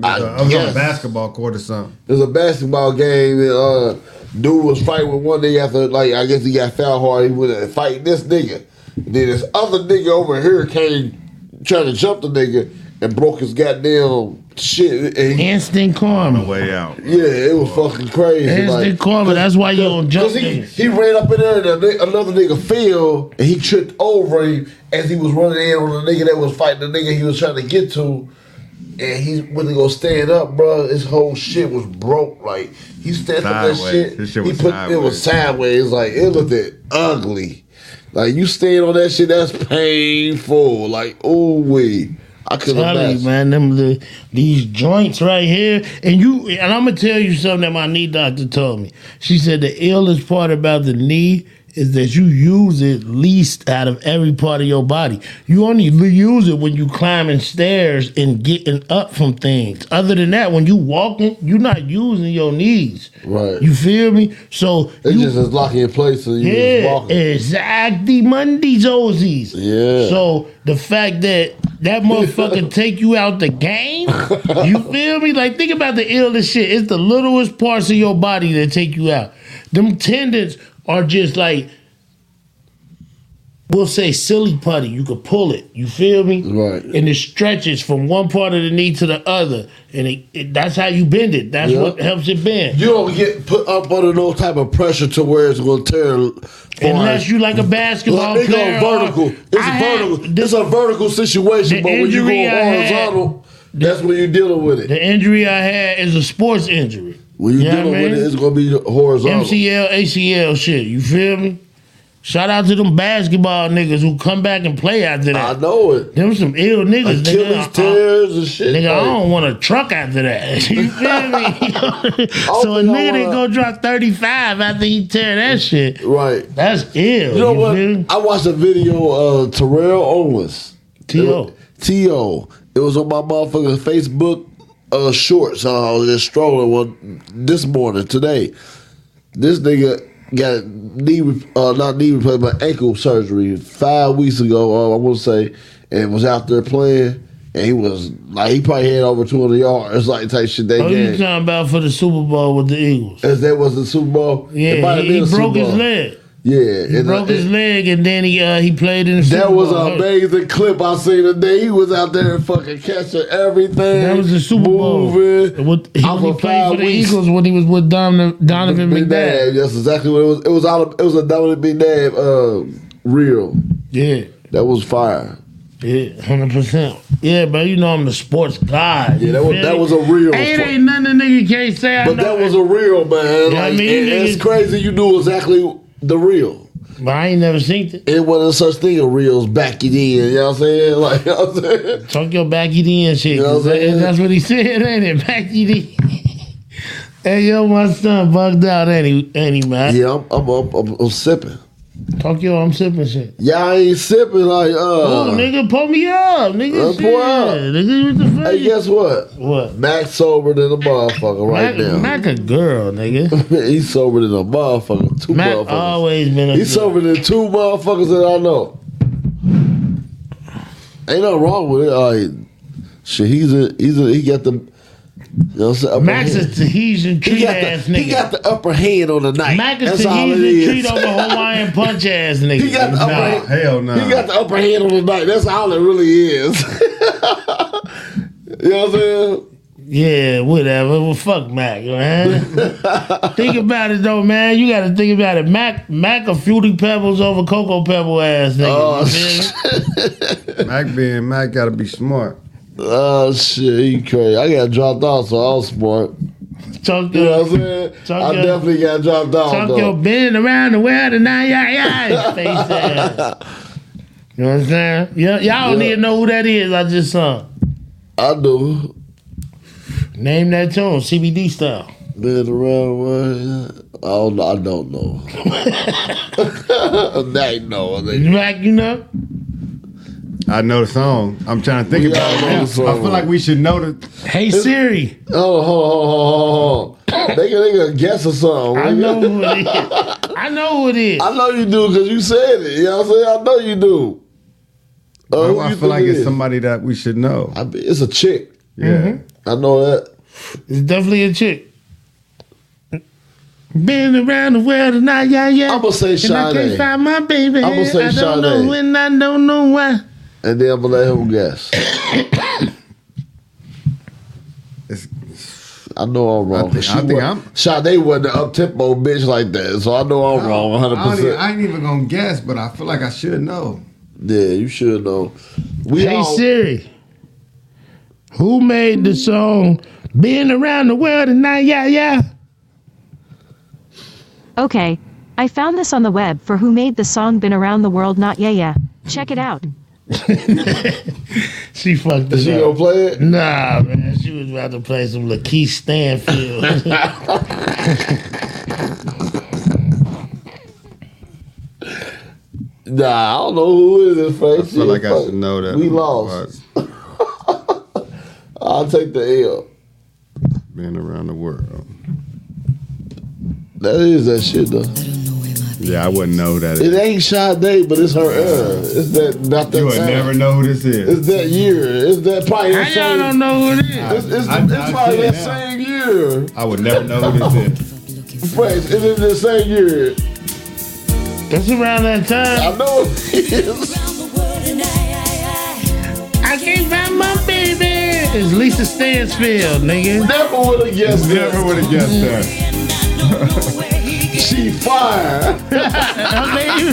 Speaker 2: I
Speaker 5: I was on
Speaker 2: guess.
Speaker 5: a basketball court or something.
Speaker 2: There's a basketball game and uh dude was fighting with one nigga after like I guess he got foul hard, he went and fighting this nigga. Then this other nigga over here came trying to jump the nigga and broke his goddamn shit. And he-
Speaker 1: Instant
Speaker 5: On the
Speaker 1: karma.
Speaker 5: way out.
Speaker 2: yeah, it was fucking crazy.
Speaker 1: Instant
Speaker 2: like,
Speaker 1: karma. That's why you don't jump.
Speaker 2: Cause he,
Speaker 1: niggas.
Speaker 2: he ran up in there and the, another nigga fell and he tripped over him as he was running in on the nigga that was fighting the nigga he was trying to get to. and he went to go stand up, bro. His whole shit was broke. Like he stands up that
Speaker 5: Sideways.
Speaker 2: shit.
Speaker 5: His shit
Speaker 2: he
Speaker 5: was
Speaker 2: put it was
Speaker 5: sideways.
Speaker 2: sideways. Like it looked it ugly. Like you stand on that shit, that's painful. Like oh wait, I couldn't
Speaker 1: Tell you,
Speaker 2: imagine.
Speaker 1: man, them the, these joints right here, and you, and I'm gonna tell you something that my knee doctor told me. She said the illest part about the knee is that you use it least out of every part of your body. You only l- use it when you climbing stairs and getting up from things. Other than that, when you walking, you're not using your knees.
Speaker 2: Right.
Speaker 1: You feel me? So
Speaker 2: It
Speaker 1: you,
Speaker 2: just is locking in place, so you just
Speaker 1: yeah,
Speaker 2: walking.
Speaker 1: exactly. Mondays, Ozies.
Speaker 2: Yeah.
Speaker 1: So the fact that that motherfucker take you out the game, you feel me? Like think about the illest shit. It's the littlest parts of your body that take you out. Them tendons are just like we'll say silly putty. You could pull it. You feel me?
Speaker 2: Right.
Speaker 1: And it stretches from one part of the knee to the other, and it, it that's how you bend it. That's
Speaker 2: Yeah.
Speaker 1: what helps it bend.
Speaker 2: You don't get put up under no type of pressure to where it's gonna tear.
Speaker 1: Unless you like a basketball
Speaker 2: Like, it go
Speaker 1: player, or-
Speaker 2: vertical. It's
Speaker 1: I had-
Speaker 2: vertical. it's a vertical situation,
Speaker 1: the
Speaker 2: but when you go
Speaker 1: injury I had-
Speaker 2: horizontal, that's when you're dealing with it.
Speaker 1: The injury I had is a sports injury.
Speaker 2: When you're
Speaker 1: You know what
Speaker 2: dealing
Speaker 1: I mean?
Speaker 2: with it, it's gonna be horizontal.
Speaker 1: MCL, ACL shit. You feel me? Shout out to them basketball niggas who come back and play after that.
Speaker 2: I know it.
Speaker 1: Them some ill niggas.
Speaker 2: Achilles
Speaker 1: nigga. I-
Speaker 2: tears and shit.
Speaker 1: Nigga, I
Speaker 2: like-
Speaker 1: don't want a truck after that. You feel me? so a
Speaker 2: think I
Speaker 1: nigga that
Speaker 2: wanna-
Speaker 1: go drop 35 after he tear that shit,
Speaker 2: Right.
Speaker 1: that's ill.
Speaker 2: You know what?
Speaker 1: feel me?
Speaker 2: I watched a video of Terrell Owens.
Speaker 1: T.O..
Speaker 2: T.O. It was on my motherfucking Facebook uh, shorts. I was just strolling one this morning, today. This nigga got knee, re- uh, not knee replacement, but ankle surgery five weeks ago, uh, I want to say, and was out there playing. And he was like, he probably had over 200 yards, like type shit that
Speaker 1: What Oh, you
Speaker 2: game.
Speaker 1: talking about for the Super Bowl with the Eagles?
Speaker 2: As that was the Super Bowl. It might
Speaker 1: Yeah, he,
Speaker 2: have been
Speaker 1: he
Speaker 2: the Super
Speaker 1: broke his
Speaker 2: Bowl.
Speaker 1: leg.
Speaker 2: Yeah.
Speaker 1: He
Speaker 2: and, uh,
Speaker 1: broke his
Speaker 2: and-
Speaker 1: leg and then he uh, he played in the Super
Speaker 2: That was
Speaker 1: Bowl.
Speaker 2: an amazing clip I seen today. He was out there fucking catching everything.
Speaker 1: That was the Super Bowl.
Speaker 2: moving.
Speaker 1: What, he,
Speaker 2: Out
Speaker 1: when he
Speaker 2: for
Speaker 1: played
Speaker 2: five
Speaker 1: for the
Speaker 2: weeks.
Speaker 1: Eagles when he was with Donovan, Donovan
Speaker 2: Big
Speaker 1: McNabb.
Speaker 2: Dab. That's exactly what it was. It was out. Of, it was a Dominic McNabb uh, reel.
Speaker 1: Yeah,
Speaker 2: that was fire.
Speaker 1: Yeah, hundred percent. Yeah, bro, you know I'm the sports guy.
Speaker 2: Yeah,
Speaker 1: You
Speaker 2: that was
Speaker 1: feel
Speaker 2: that
Speaker 1: me?
Speaker 2: was a real.
Speaker 1: Ain't ain't nothing a nigga can't say. I
Speaker 2: but
Speaker 1: know
Speaker 2: that was a real man.
Speaker 1: You know what I
Speaker 2: Like,
Speaker 1: mean?
Speaker 2: and- and it's
Speaker 1: Niggas-
Speaker 2: crazy. You knew exactly the real.
Speaker 1: But I ain't never seen it.
Speaker 2: It wasn't such thing as reels back then. You know what I'm saying? Like, you know what I'm saying?
Speaker 1: Talk your back it in shit.
Speaker 2: You know what I'm
Speaker 1: 'cause that-
Speaker 2: saying?
Speaker 1: that's what he said, ain't it? Back it in. hey yo, my son bugged out any any man.
Speaker 2: Yeah, I'm, I'm, I'm, I'm, I'm sipping.
Speaker 1: Talk yo, I'm sipping shit.
Speaker 2: Y'all ain't sipping like uh.
Speaker 1: oh nigga, pull me up, nigga.
Speaker 2: Uh,
Speaker 1: shit.
Speaker 2: pull up.
Speaker 1: Nigga, what the fuck?
Speaker 2: Hey, guess what?
Speaker 1: What?
Speaker 2: Max sober than a motherfucker right
Speaker 1: Mac-
Speaker 2: now.
Speaker 1: Mac a girl, nigga.
Speaker 2: He's sober than a motherfucker. Two
Speaker 1: Mac
Speaker 2: motherfuckers.
Speaker 1: always been a
Speaker 2: He's
Speaker 1: girl.
Speaker 2: sober than two motherfuckers that I know. Ain't nothing wrong with it. All right. Shit, he's a he's a he got the. You know what I'm saying? upper
Speaker 1: Max
Speaker 2: hand.
Speaker 1: is Tahitian
Speaker 2: he
Speaker 1: treat
Speaker 2: got
Speaker 1: ass
Speaker 2: the,
Speaker 1: nigga.
Speaker 2: He got the upper hand on the night.
Speaker 1: Mac is
Speaker 2: That's all it
Speaker 1: Tahitian treat
Speaker 2: is.
Speaker 1: over Hawaiian punch ass nigga.
Speaker 2: He got the upper
Speaker 5: Nah,
Speaker 2: hand.
Speaker 5: hell no.
Speaker 2: He got the upper hand on the night. That's all it really is. you know what I'm saying?
Speaker 1: Yeah, whatever. Well, fuck Mac, man. think about it though, man. You got to think about it. Mac, Mac, a fruity pebbles over cocoa pebble ass nigga.
Speaker 2: Oh,
Speaker 1: you feel me?
Speaker 5: Mac being Mac gotta be smart.
Speaker 2: Oh shit, he crazy. I got dropped off, so I was smart.
Speaker 1: Talk
Speaker 2: You know
Speaker 1: your,
Speaker 2: what I'm saying?
Speaker 1: Talk
Speaker 2: I
Speaker 1: your-
Speaker 2: definitely got dropped off
Speaker 1: talk
Speaker 2: though.
Speaker 1: your bend around the world and now yeah yeah face ass. You know what I'm saying? Yeah, y'all don't
Speaker 2: Yeah.
Speaker 1: need to know who that is. I just uh, sung.
Speaker 2: I do.
Speaker 1: Name that tune, CBD style.
Speaker 2: Been around where I don't know. I don't know. I ain't know. I think.
Speaker 1: Mac, you know?
Speaker 5: I know the song. I'm trying to think
Speaker 2: We
Speaker 5: about
Speaker 2: all
Speaker 5: it.
Speaker 2: know
Speaker 5: now.
Speaker 2: the
Speaker 5: I
Speaker 2: song.
Speaker 5: feel like we should know the
Speaker 1: Hey Siri.
Speaker 2: Oh, ho, ho, ho, ho, ho. They can, they can guess or something.
Speaker 1: I know who it is. I know who it is.
Speaker 2: I know you do because you said it. You know what I'm saying? I know you do. Uh, who
Speaker 5: I
Speaker 2: you
Speaker 5: feel
Speaker 2: think
Speaker 5: like
Speaker 2: it
Speaker 5: it's
Speaker 2: is?
Speaker 5: somebody that we should know.
Speaker 2: I be- it's a chick.
Speaker 5: Yeah.
Speaker 2: I know that.
Speaker 1: It's definitely a chick. Been around the world and I, yeah, yeah.
Speaker 2: I'ma say
Speaker 1: And I
Speaker 2: Sade.
Speaker 1: can't find my baby.
Speaker 2: I'ma say
Speaker 1: I don't know
Speaker 2: Sade.
Speaker 1: when, I don't know why.
Speaker 2: And then I'm gonna let him guess.
Speaker 5: It's-
Speaker 2: I know I'm wrong.
Speaker 5: I think-
Speaker 2: She
Speaker 5: I think
Speaker 2: wa-
Speaker 5: I'm-
Speaker 2: Sade wasn't an up tempo bitch like that, so I know I'm wrong 100.
Speaker 5: I, don't even-
Speaker 2: percent
Speaker 5: I ain't even gonna guess, but I feel like I should know.
Speaker 2: Yeah, you should know. We
Speaker 1: hey,
Speaker 2: all
Speaker 1: Siri. Who made the song Been Around the World and Now Yeah Yeah?
Speaker 12: Okay, I found this on the web for who made the song Been Around the World Not Yeah Yeah. Check it out.
Speaker 1: She fucked it
Speaker 2: she
Speaker 1: up.
Speaker 2: gonna play it?
Speaker 1: Nah, man. She was about to play some Lakeith Stanfield.
Speaker 2: Nah, I don't know who is this face.
Speaker 5: I feel like I should know that.
Speaker 2: We lost. I'll take the L.
Speaker 5: Been around the world.
Speaker 2: That is that shit though.
Speaker 5: Yeah, I wouldn't know that.
Speaker 2: It ain't Sade, but it's her era. It's that not that
Speaker 5: you would
Speaker 2: time.
Speaker 5: never know who this is.
Speaker 2: It's that year. It's that probably
Speaker 1: How
Speaker 2: that
Speaker 1: y'all
Speaker 2: same.
Speaker 1: don't know who it is?
Speaker 2: It's, it's,
Speaker 5: I-
Speaker 2: it's
Speaker 5: I
Speaker 2: probably
Speaker 5: see it
Speaker 2: that
Speaker 5: now.
Speaker 2: same year.
Speaker 5: I would never know who this is.
Speaker 2: Wait, it's in the same year.
Speaker 1: That's around that time.
Speaker 2: I know it is.
Speaker 1: I can't find my baby. It's Lisa Stansfield, nigga.
Speaker 2: Never would have guessed
Speaker 5: Never
Speaker 2: that.
Speaker 5: would have guessed that.
Speaker 2: She fire.
Speaker 1: My baby.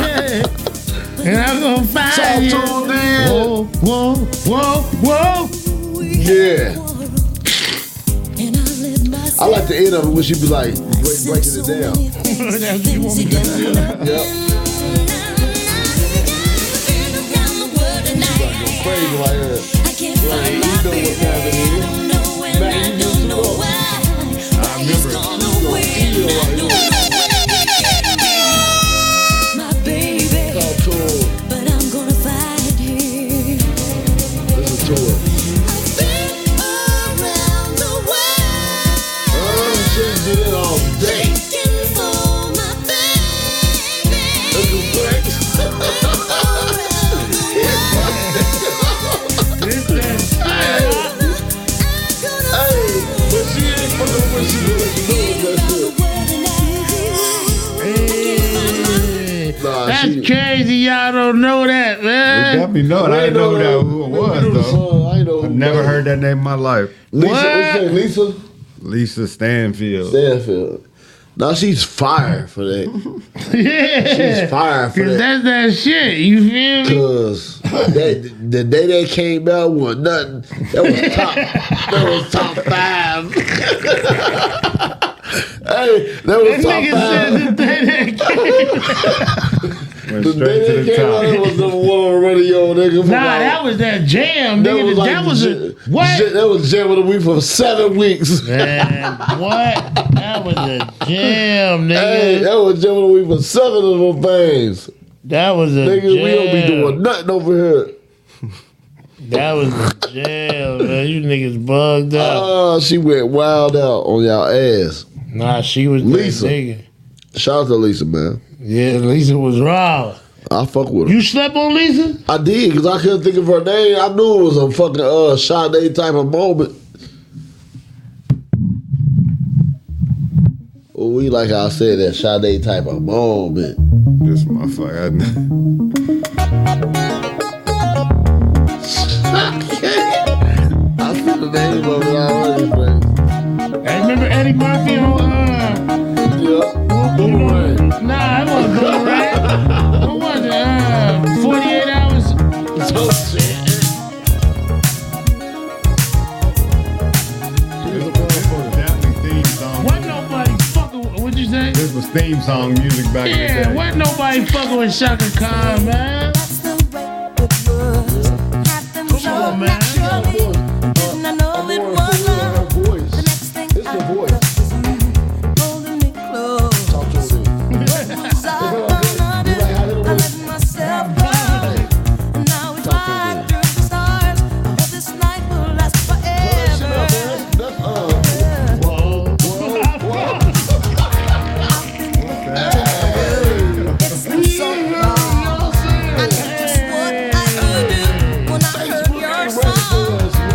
Speaker 1: And I'm gonna find
Speaker 2: Talk
Speaker 1: you.
Speaker 2: to him then.
Speaker 1: Whoa, whoa, whoa, whoa.
Speaker 2: Yeah. I like the end of it when she be like break, breaking it down. Yep. Go crazy like that. Like, you know what time it is. Man, you just know. I remember. You gonna feel like that. Talk to him. Listen to him. Oh, she did it all day. This is great.
Speaker 1: This is- Hey.
Speaker 2: Nah,
Speaker 1: That's
Speaker 2: she-
Speaker 1: crazy. Y'all don't know that,
Speaker 5: We
Speaker 1: man.
Speaker 5: definitely know it. I didn't know that who it was though.
Speaker 2: I know who
Speaker 5: I've never
Speaker 2: that-
Speaker 5: heard that name in my life.
Speaker 2: Lisa,
Speaker 1: What?
Speaker 2: what's that? Lisa
Speaker 5: Lisa Stanfield.
Speaker 2: Stanfield. Now she's fire for that. She's
Speaker 1: Yeah.
Speaker 2: fire for
Speaker 1: Cause that's
Speaker 2: that.
Speaker 1: that shit. You feel me?
Speaker 2: Cause that, the day that came out was nothing. That was top. that was top five. hey, that
Speaker 1: That
Speaker 2: was top
Speaker 1: nigga said that
Speaker 2: five.
Speaker 1: they
Speaker 5: Went
Speaker 2: the
Speaker 5: straight
Speaker 2: day
Speaker 5: to
Speaker 2: that
Speaker 5: the
Speaker 2: came out, it
Speaker 5: top.
Speaker 2: was number one on radio, nigga. for
Speaker 1: Nah,
Speaker 2: like-
Speaker 1: that was that jam, nigga. That was,
Speaker 2: like
Speaker 1: a
Speaker 2: j-
Speaker 1: what?
Speaker 2: j- that was jam of the week for seven weeks.
Speaker 1: Man, what? That was a jam, nigga.
Speaker 2: Hey, that was jam of the week for seven of them things.
Speaker 1: that was a
Speaker 2: Nigga,
Speaker 1: jam.
Speaker 2: we don't be doing nothing over here.
Speaker 1: That was a jam, man. You niggas bugged up.
Speaker 2: Oh, she went wild out on y'all ass.
Speaker 1: nah, she was
Speaker 2: Lisa.
Speaker 1: That nigga.
Speaker 2: Shout out to Lisa, man.
Speaker 1: Yeah, Lisa was wrong.
Speaker 2: I fuck with her.
Speaker 1: You slept on Lisa?
Speaker 2: I did because I couldn't think of her name. I knew it was a fucking uh Sade type of moment. Well, we like I said that Sade type of moment.
Speaker 5: This motherfucker.
Speaker 2: I see the name of it already, man.
Speaker 1: Hey, remember Eddie Murphy on uh,
Speaker 2: Yeah. Boomerang.
Speaker 1: Nah, it wasn't Boomerang. What was it? Uh, 48 hours?
Speaker 5: I knew. This was definitely theme song.
Speaker 1: Wasn't nobody fucking with- what'd you say?
Speaker 5: This was theme song music back
Speaker 1: Yeah,
Speaker 5: in the day.
Speaker 1: wasn't nobody fucking with Shaka Khan, man. Come on, man.
Speaker 2: Her voice. It's her voice. Talk to her.
Speaker 13: I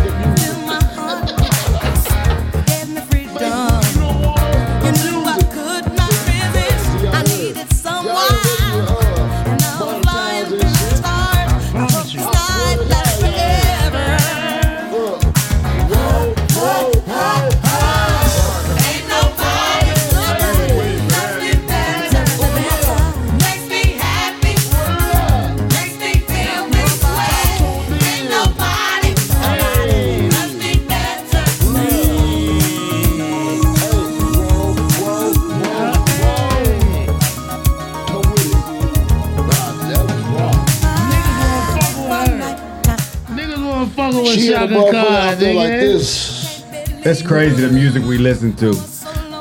Speaker 13: just what I could do when I heard your song.
Speaker 1: fucking with
Speaker 2: She had a
Speaker 1: Shaka
Speaker 2: motherfucker
Speaker 1: Khan,
Speaker 2: out there
Speaker 1: nigga.
Speaker 2: like this.
Speaker 5: That's crazy. The music we listen to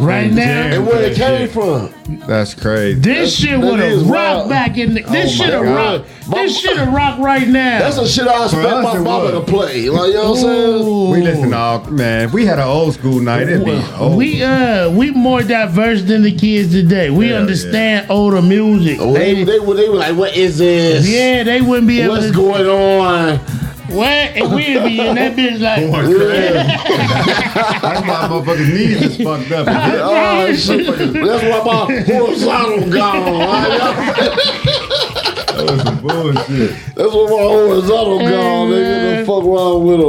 Speaker 1: Right
Speaker 5: We
Speaker 1: now.
Speaker 5: jam
Speaker 1: And
Speaker 5: to
Speaker 1: where
Speaker 5: that
Speaker 1: it came
Speaker 5: shit.
Speaker 2: from.
Speaker 5: That's crazy.
Speaker 1: This shit would have rocked back in. The, this
Speaker 5: Oh my
Speaker 1: shit have
Speaker 5: God.
Speaker 1: rocked. This shit have rocked right now.
Speaker 2: That's the shit I
Speaker 5: For
Speaker 2: expect
Speaker 5: us,
Speaker 2: my
Speaker 5: it
Speaker 2: mama to
Speaker 5: was.
Speaker 2: play. Like, you know what I'm saying?
Speaker 5: We listen to all man. If we had an old school night, it'd be old.
Speaker 1: We uh we more diverse than the kids today. We understand older music.
Speaker 2: They, they, were, they were like, what is this?
Speaker 1: yeah, they wouldn't be able.
Speaker 2: What's
Speaker 1: to,
Speaker 2: going on?
Speaker 1: What? And we'd be in that bitch like.
Speaker 5: That's why motherfuckers' knees is fucked up.
Speaker 2: Oh, shit. That's why my horizontal gone.
Speaker 5: That was some bullshit.
Speaker 2: That's why my horizontal gone. Nigga, the fuck wrong with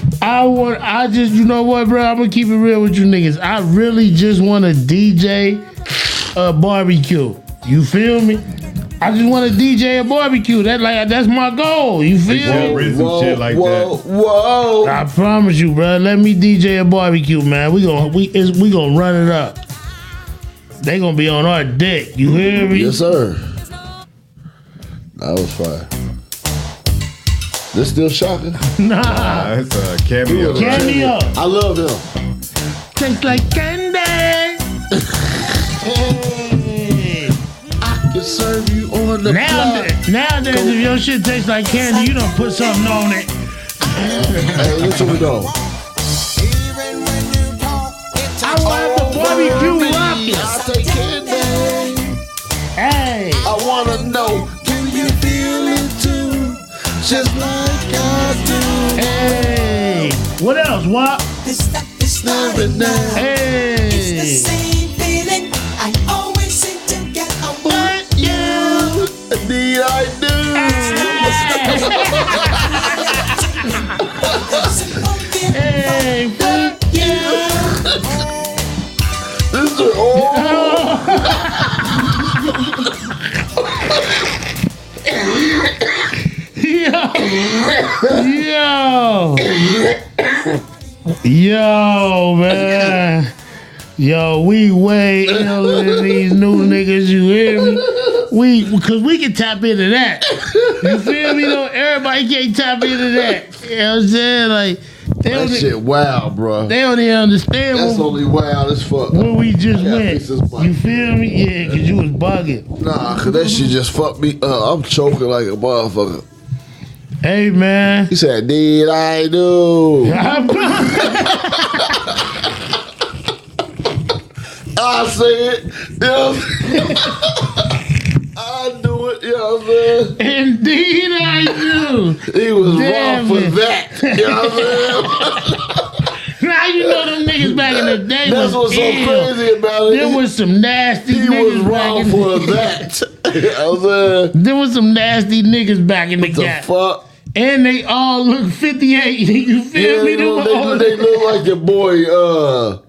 Speaker 2: them?
Speaker 1: I want. I just. You know what, bro? I'm gonna keep it real with you niggas. I really just want to DJ a uh, barbecue. You feel me? I just want to DJ a barbecue. That like that's my goal. You feel me?
Speaker 5: Rent some shit like
Speaker 2: whoa, whoa.
Speaker 1: I promise you, bro. Let me DJ a barbecue, man. We gonna we is we gonna run it up. They gonna be on our dick. You hear me?
Speaker 2: Yes, sir. That was fire. This still shocking.
Speaker 1: Nah.
Speaker 5: that. That's a cameo.
Speaker 1: Cameo.
Speaker 2: I love him.
Speaker 1: Tastes like candy.
Speaker 2: I can serve you on the
Speaker 1: Now,
Speaker 2: block.
Speaker 1: nowadays, if your shit tastes like candy, you don't put something on it.
Speaker 2: Hey, listen to me though.
Speaker 1: I want the barbecue rockets.
Speaker 2: I take candy.
Speaker 1: Hey,
Speaker 2: I wanna know, do you feel it too? Just like I do.
Speaker 1: hey. What else? What?
Speaker 13: It's not enough. It's the
Speaker 1: Hey.
Speaker 13: same feeling I always seem to get. I want
Speaker 2: you. Need E I do?
Speaker 1: Hey, fuck you.
Speaker 2: this is all.
Speaker 1: Yo. Yo. Yo, man. Yo, we way ill than these new niggas, you hear me? We, cause we can tap into that. You feel me though? Everybody can't tap into that. You know what I'm saying? Like, they
Speaker 2: That
Speaker 1: don't, e-
Speaker 2: shit, wow, bro.
Speaker 1: they don't even understand
Speaker 2: That's
Speaker 1: what,
Speaker 2: only wild as fuck.
Speaker 1: where we just
Speaker 2: I gotta
Speaker 1: went.
Speaker 2: fix this mic.
Speaker 1: You feel me? Yeah, cause you was bugging.
Speaker 2: Nah, cause that shit just fucked me up. I'm choking like a motherfucker.
Speaker 1: Hey, man.
Speaker 2: He said, "Did I do? I said, yeah. I do it." You know what I'm saying?
Speaker 1: Indeed, I do.
Speaker 2: He was
Speaker 1: Damn
Speaker 2: wrong for
Speaker 1: it.
Speaker 2: that. You know what I'm saying?
Speaker 1: Now you know them niggas back in the day
Speaker 2: That's
Speaker 1: was
Speaker 2: what's so
Speaker 1: ill.
Speaker 2: crazy about it.
Speaker 1: There was some nasty
Speaker 2: he
Speaker 1: niggas
Speaker 2: was
Speaker 1: back
Speaker 2: wrong
Speaker 1: in
Speaker 2: for
Speaker 1: the,
Speaker 2: that. You know what I'm saying?
Speaker 1: There was some nasty niggas back in the
Speaker 2: What the
Speaker 1: gap.
Speaker 2: fuck?
Speaker 1: And they all look 58. You feel
Speaker 2: Yeah,
Speaker 1: me?
Speaker 2: they,
Speaker 1: Them
Speaker 2: look, they,
Speaker 1: all-
Speaker 2: look, they look like your boy. Uh,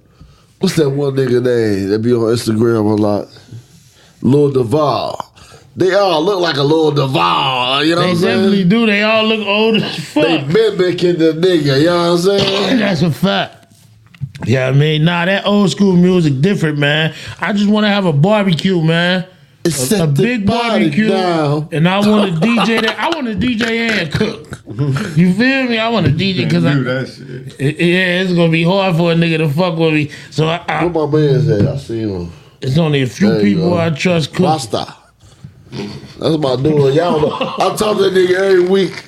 Speaker 2: what's that one nigga name that be on Instagram a lot? Lil Duval. They all look like a Lil Duval. You know
Speaker 1: They
Speaker 2: what I'm
Speaker 1: definitely
Speaker 2: saying?
Speaker 1: do. They all look old as
Speaker 2: They
Speaker 1: fuck.
Speaker 2: mimicking the nigga. You know what I'm saying?
Speaker 1: That's a fact. Yeah, I mean, nah, that old school music different, man. I just want to have a barbecue, man.
Speaker 2: It's
Speaker 1: a big barbecue,
Speaker 2: Down.
Speaker 1: and I want to DJ that. I want to DJ and cook. You feel me? I want to DJ because I
Speaker 5: Do that shit.
Speaker 1: It- Yeah, it's gonna be hard for a nigga to fuck with me. So I, I,
Speaker 2: Where my man's at? I see him.
Speaker 1: it's only a few
Speaker 2: There you
Speaker 1: people
Speaker 2: go.
Speaker 1: I trust cook.
Speaker 2: Rasta. That's my dude. Y'all know. I talk to that nigga every week.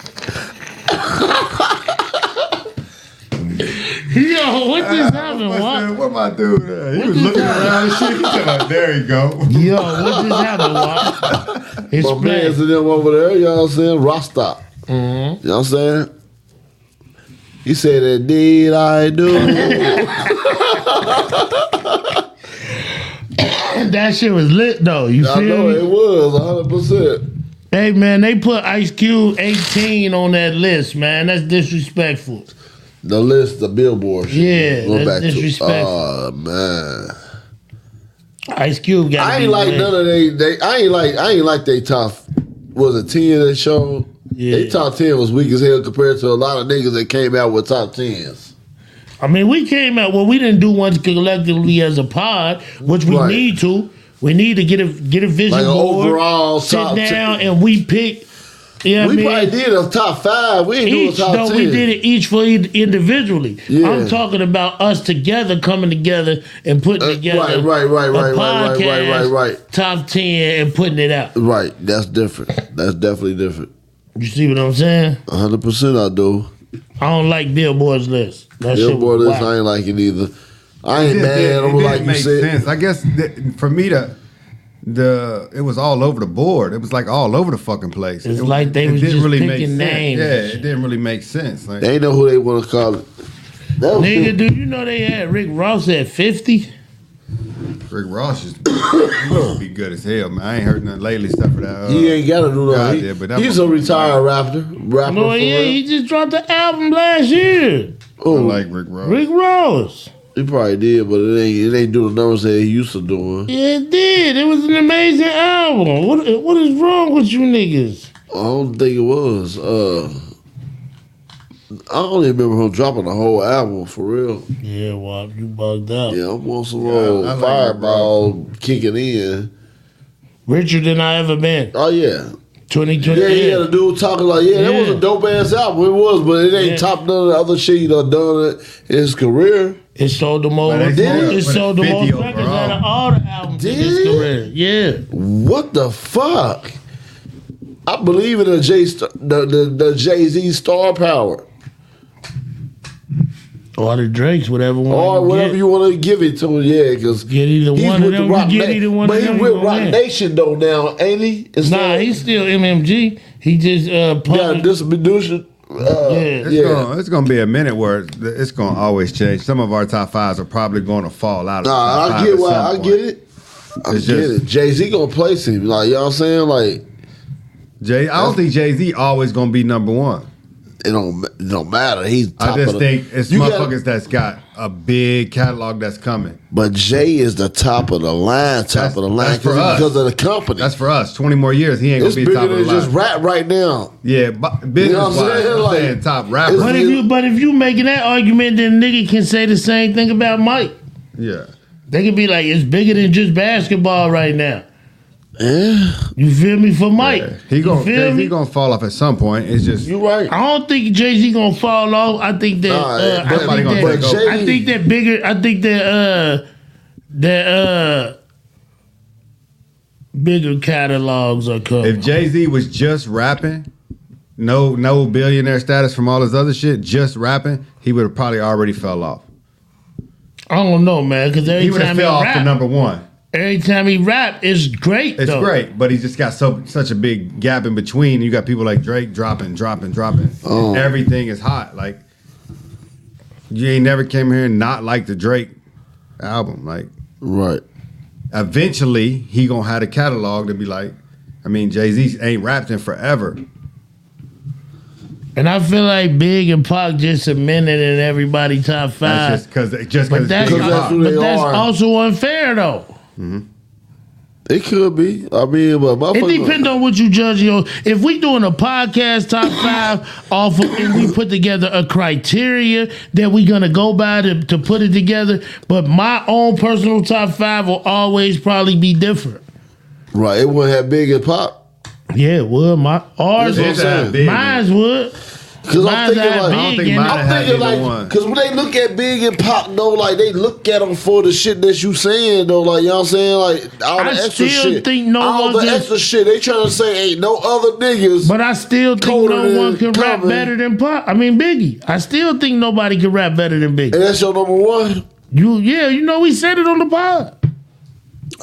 Speaker 1: Yo, what just happened?
Speaker 5: What's that?
Speaker 1: What?
Speaker 5: What my dude? at? He was looking around and shit. He talking about, there you go.
Speaker 1: Yo, what just happened? What?
Speaker 2: My man's
Speaker 1: Explain.
Speaker 2: and them over there. You know what I'm saying? Rasta.
Speaker 1: Mm-hmm.
Speaker 2: You know what I'm saying? He said, indeed I do.
Speaker 1: That shit was lit though. You
Speaker 2: I know
Speaker 1: feel
Speaker 2: it
Speaker 1: me?
Speaker 2: was 100%.
Speaker 1: Hey man, they put Ice Cube 18 on that list, man. That's disrespectful.
Speaker 2: The list, the billboard. shit.
Speaker 1: Yeah,
Speaker 2: Go
Speaker 1: that's
Speaker 2: back to-
Speaker 1: disrespectful.
Speaker 2: Oh, man.
Speaker 1: Ice Cube got.
Speaker 2: I ain't like none of they, they. I ain't like. I ain't like they top. Was it ten that show?
Speaker 1: Yeah.
Speaker 2: They top ten was weak as hell compared to a lot of niggas that came out with top tens.
Speaker 1: I mean, we came out well. We didn't do ones collectively as a pod, which we
Speaker 2: Right.
Speaker 1: need to. We need to get a get a vision
Speaker 2: Like an
Speaker 1: board,
Speaker 2: overall
Speaker 1: sit
Speaker 2: top
Speaker 1: down,
Speaker 2: ten.
Speaker 1: and we pick Yeah,
Speaker 2: we
Speaker 1: I mean,
Speaker 2: probably did a top five. We ain't do a
Speaker 1: each
Speaker 2: top
Speaker 1: though
Speaker 2: ten.
Speaker 1: we did it each for each individually.
Speaker 2: Yeah.
Speaker 1: I'm talking about us together coming together and putting together
Speaker 2: right, Uh, right, right,
Speaker 1: a
Speaker 2: right, right, right, right,
Speaker 1: podcast,
Speaker 2: right,
Speaker 1: top ten and putting it out.
Speaker 2: Right, that's different. That's definitely different.
Speaker 1: You see what I'm saying?
Speaker 2: hundred percent, I do.
Speaker 1: I don't like Billboard's list. That shit
Speaker 2: Billboard
Speaker 1: was
Speaker 2: list,
Speaker 1: whack.
Speaker 2: I ain't like it either. I ain't
Speaker 5: It
Speaker 2: mad.
Speaker 5: did-
Speaker 2: I'm
Speaker 5: it
Speaker 2: like
Speaker 5: did
Speaker 2: you
Speaker 5: make
Speaker 2: said.
Speaker 5: sense. I guess that for me to the it was all over the board. It was like all over the fucking place.
Speaker 1: It's
Speaker 5: it,
Speaker 1: like they
Speaker 5: it
Speaker 1: was
Speaker 5: didn't
Speaker 1: just
Speaker 5: really make sense.
Speaker 1: picking names.
Speaker 5: Yeah, it didn't really make sense. Like,
Speaker 2: They know who they want to call it. That was
Speaker 1: Nigga, do you know they had Rick Ross at 50?
Speaker 5: Rick Ross is he used to be good as hell, man. I ain't heard nothing lately except for that. Uh,
Speaker 2: He ain't got to do
Speaker 5: God
Speaker 2: that. He,
Speaker 5: did, but that
Speaker 2: he's a
Speaker 5: one-
Speaker 2: retired rapper. Rapper.
Speaker 1: No,
Speaker 2: for
Speaker 1: yeah,
Speaker 2: real.
Speaker 1: he just dropped the album last year.
Speaker 2: Oh.
Speaker 5: I like Rick Ross.
Speaker 1: Rick Ross.
Speaker 2: He probably did, but it ain't it ain't doing the numbers that he used to doing.
Speaker 1: Yeah, it did. It was an amazing album. What what is wrong with you niggas?
Speaker 2: I don't think it was. Uh, I don't even remember him dropping the whole album for real.
Speaker 1: Yeah, Wop, you bugged up.
Speaker 2: Yeah, I'm on some
Speaker 5: Yeah,
Speaker 2: old
Speaker 5: I like
Speaker 2: fireball kicking in.
Speaker 1: Richer than I ever been.
Speaker 2: Oh yeah,
Speaker 1: 2020.
Speaker 2: yeah. He had a dude talking like, yeah, that was
Speaker 1: Yeah.
Speaker 2: a dope ass album. It was, but it ain't
Speaker 1: Yeah.
Speaker 2: top none of the other shit he done done in his career.
Speaker 1: It sold the most.
Speaker 2: But it did.
Speaker 1: It sold the
Speaker 5: 50
Speaker 1: most records
Speaker 5: overall.
Speaker 1: out of all the albums in his
Speaker 2: Did it?
Speaker 1: career. Yeah.
Speaker 2: What the fuck? I believe in the Jay St- the the, the Jay Z star power
Speaker 1: Or the Drakes, whatever one.
Speaker 2: or
Speaker 1: you
Speaker 2: whatever
Speaker 1: get.
Speaker 2: you want to give it to. Yeah, because
Speaker 1: Get either
Speaker 2: he's
Speaker 1: one of
Speaker 2: with the
Speaker 1: them.
Speaker 2: Rock
Speaker 1: You get
Speaker 2: Na-
Speaker 1: either one
Speaker 2: but
Speaker 1: of
Speaker 2: he
Speaker 1: them. you
Speaker 2: with
Speaker 1: gonna
Speaker 2: Rock
Speaker 1: win.
Speaker 2: Nation though now, ain't he? It's
Speaker 1: Nah, he's still MMG. He just uh
Speaker 2: got a
Speaker 1: published.
Speaker 2: distribution. Uh,
Speaker 1: Yeah.
Speaker 2: yeah,
Speaker 5: It's, gonna, it's gonna be a minute where it's- it's gonna always change. Some of our top fives are probably gonna fall out. Of
Speaker 2: Nah,
Speaker 5: the top
Speaker 2: I
Speaker 5: five
Speaker 2: get
Speaker 5: at
Speaker 2: why.
Speaker 5: some
Speaker 2: I
Speaker 5: point.
Speaker 2: get it. I
Speaker 5: It's
Speaker 2: get
Speaker 5: just-
Speaker 2: it. Jay Z gonna place him. Like you know what I'm saying. Like
Speaker 5: Jay, I don't think Jay Z always gonna be number one.
Speaker 2: it don't it don't matter. He's. Top
Speaker 5: I just
Speaker 2: of the,
Speaker 5: think it's
Speaker 2: You gotta-
Speaker 5: motherfuckers that's got a big catalog that's coming.
Speaker 2: But Jay is the top of the line. Top
Speaker 5: That's-
Speaker 2: of the line
Speaker 5: that's for us.
Speaker 2: because because of the company.
Speaker 5: That's for us. Twenty more years, he ain't
Speaker 2: it's
Speaker 5: gonna be
Speaker 2: bigger
Speaker 5: top of the
Speaker 2: than just
Speaker 5: line.
Speaker 2: rap right now.
Speaker 5: yeah, bu- business
Speaker 2: You know what
Speaker 5: wise,
Speaker 2: I'm saying?
Speaker 5: I'm
Speaker 2: Like,
Speaker 5: saying top
Speaker 1: But
Speaker 5: rapper.
Speaker 1: if you but if you making that argument, then nigga can say the same thing about Mike.
Speaker 5: Yeah,
Speaker 1: They could be like, it's bigger than just basketball right now.
Speaker 2: Yeah,
Speaker 1: You feel me? For Mike,
Speaker 5: he
Speaker 1: you
Speaker 5: gonna
Speaker 1: feel
Speaker 5: Jay-Z
Speaker 1: me?
Speaker 5: gonna fall off at some point. It's just
Speaker 2: you right.
Speaker 1: I don't think Jay Z gonna fall off. I think that
Speaker 2: Nah,
Speaker 1: uh,
Speaker 2: but-
Speaker 1: I, think
Speaker 5: but
Speaker 1: that
Speaker 2: Jay-
Speaker 1: I think that bigger. I think that uh, that uh, bigger catalogs are coming.
Speaker 5: if Jay Z was just rapping, no no billionaire status from all his other shit, just rapping, he would have probably already fell off.
Speaker 1: I don't know, man, because every
Speaker 5: He would
Speaker 1: time
Speaker 5: have
Speaker 1: he
Speaker 5: fell off to
Speaker 1: rap,
Speaker 5: number one.
Speaker 1: every time he rap, it's great.
Speaker 5: It's
Speaker 1: though.
Speaker 5: great, but he just got so such a big gap in between. You got people like Drake dropping, dropping, dropping.
Speaker 2: Oh.
Speaker 5: Everything is hot. Like you ain't never came here and not like the Drake album. Like
Speaker 2: Right.
Speaker 5: eventually he gonna have a catalog to be like. I mean, Jay Z ain't rapped in forever.
Speaker 1: And I feel like Big and Pac just a minute in everybody top five.
Speaker 5: That's just because just
Speaker 1: but
Speaker 5: because
Speaker 1: that's,
Speaker 5: it's big
Speaker 2: Because that's
Speaker 5: pop.
Speaker 2: who they
Speaker 1: but that's
Speaker 2: are.
Speaker 1: also unfair though.
Speaker 2: It could be. I mean, but my
Speaker 1: It depends on what you judge your. If we doing a podcast top five off of, and we put together a criteria that we gonna go by to, to put it together, but my own personal top five will always probably be different.
Speaker 2: Right. It wouldn't have big and pop.
Speaker 1: Yeah, well, my ours,
Speaker 2: That's what I'm
Speaker 5: saying.
Speaker 1: mine's would.
Speaker 2: Because
Speaker 1: Mine's
Speaker 2: I'm thinking
Speaker 1: not
Speaker 2: like.
Speaker 1: big.
Speaker 5: I don't think
Speaker 1: and-
Speaker 5: mine
Speaker 2: I'm
Speaker 5: had either
Speaker 2: thinking like,
Speaker 5: one.
Speaker 2: because when they look at Big and Pop, though, like they look at them for the shit that you saying, though, like you know what I'm saying, like all the
Speaker 1: I still
Speaker 2: extra shit,
Speaker 1: think no
Speaker 2: all
Speaker 1: one
Speaker 2: the
Speaker 1: can-
Speaker 2: extra shit. They trying to say ain't no other niggas.
Speaker 1: But I still think
Speaker 2: Colder
Speaker 1: no one
Speaker 2: than
Speaker 1: can rap
Speaker 2: Common.
Speaker 1: better than Pop. I mean Biggie. I still think nobody can rap better than Biggie.
Speaker 2: and that's your number one.
Speaker 1: You yeah, you know we said it on the pod.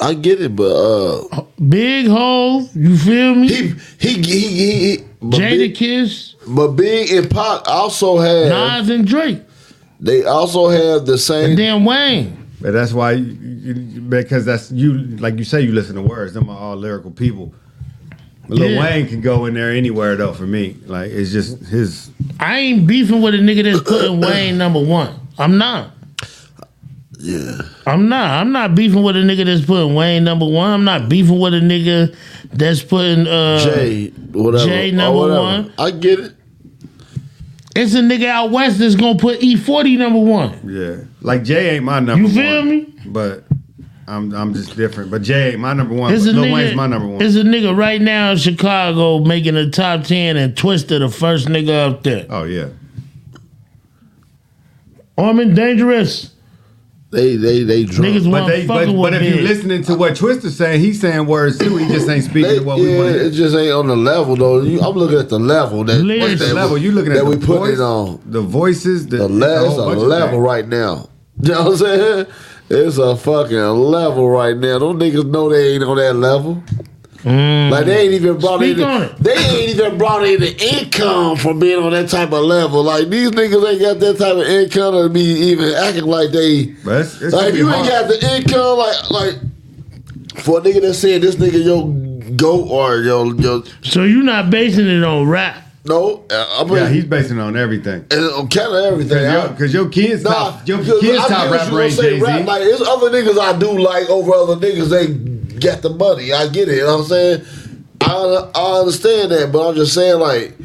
Speaker 2: I get it, but uh,
Speaker 1: Big Hove, you feel me?
Speaker 2: he he he he. he but,
Speaker 1: Jada
Speaker 2: big,
Speaker 1: Kiss,
Speaker 2: but Big and Pop also have
Speaker 1: Nas and Drake,
Speaker 2: they also have the same.
Speaker 1: and then Wayne.
Speaker 5: But that's why, you, you, because that's you, like you say, you listen to words. Them are all lyrical people. But Lil
Speaker 1: Yeah.
Speaker 5: Wayne can go in there anywhere though. For me, like it's just his.
Speaker 1: I ain't beefing with a nigga that's putting Wayne number one. I'm not.
Speaker 2: yeah,
Speaker 1: I'm not. I'm not beefing with a nigga that's putting Wayne number one. I'm not beefing with a nigga that's putting uh
Speaker 2: Jay, whatever,
Speaker 1: Jay
Speaker 2: or
Speaker 1: number
Speaker 2: whatever.
Speaker 1: one.
Speaker 2: I get it.
Speaker 1: It's a nigga out west that's gonna put E forty number one.
Speaker 5: Yeah, like Jay ain't my number.
Speaker 1: You feel
Speaker 5: one,
Speaker 1: me?
Speaker 5: But I'm I'm just different. But Jay, ain't my number one.
Speaker 1: It's a
Speaker 5: Lil
Speaker 1: nigga-
Speaker 5: Wayne's my number one.
Speaker 1: It's a nigga right now in Chicago making the top ten, and Twister the first nigga up there.
Speaker 5: Oh yeah.
Speaker 1: Armin Dangerous.
Speaker 2: They they they drunk.
Speaker 1: Niggas
Speaker 5: But,
Speaker 1: want
Speaker 5: they, but,
Speaker 1: fucking with
Speaker 5: but if you
Speaker 1: me.
Speaker 5: listening to what Twister's saying, he's saying words too. He just ain't speaking to what we
Speaker 2: Yeah,
Speaker 5: want to
Speaker 2: it just ain't on the level though. You, I'm looking at the level that
Speaker 5: What's the
Speaker 2: that
Speaker 5: level?
Speaker 2: we-
Speaker 5: You looking at
Speaker 2: that
Speaker 5: the
Speaker 2: we putting
Speaker 5: voice,
Speaker 2: it on
Speaker 5: the voices, the,
Speaker 2: the
Speaker 5: a
Speaker 2: le-
Speaker 5: whole
Speaker 2: It's a
Speaker 5: bunch of
Speaker 2: level
Speaker 5: things.
Speaker 2: right now. You know what I'm saying? It's a fucking level right now. Those niggas know they ain't on that level. Like they ain't even brought
Speaker 1: Mm. Speak
Speaker 2: in.
Speaker 1: on it.
Speaker 2: They ain't even brought in the income from being on that type of level. Like these niggas ain't got that type of income to be even acting like they.
Speaker 5: But it's, it's
Speaker 2: like
Speaker 5: gonna
Speaker 2: if
Speaker 5: be
Speaker 2: you
Speaker 5: hard.
Speaker 2: ain't got the income, like like for a nigga that said this nigga yo go or yo yo
Speaker 1: So you not basing it on rap.
Speaker 2: no, uh, I mean,
Speaker 5: yeah, he's basing it on everything.
Speaker 2: and on count of everything. I-
Speaker 5: Because your kids
Speaker 2: Nah,
Speaker 5: top, your
Speaker 2: because
Speaker 5: kids
Speaker 2: I get
Speaker 5: top
Speaker 2: what you
Speaker 5: rapper
Speaker 2: gonna
Speaker 5: ain't
Speaker 2: say,
Speaker 5: Jay Z.
Speaker 2: rap. Like it's other niggas I do like over other niggas. They get the money. I get it. You know what I'm saying? I, I understand that, but I'm just saying like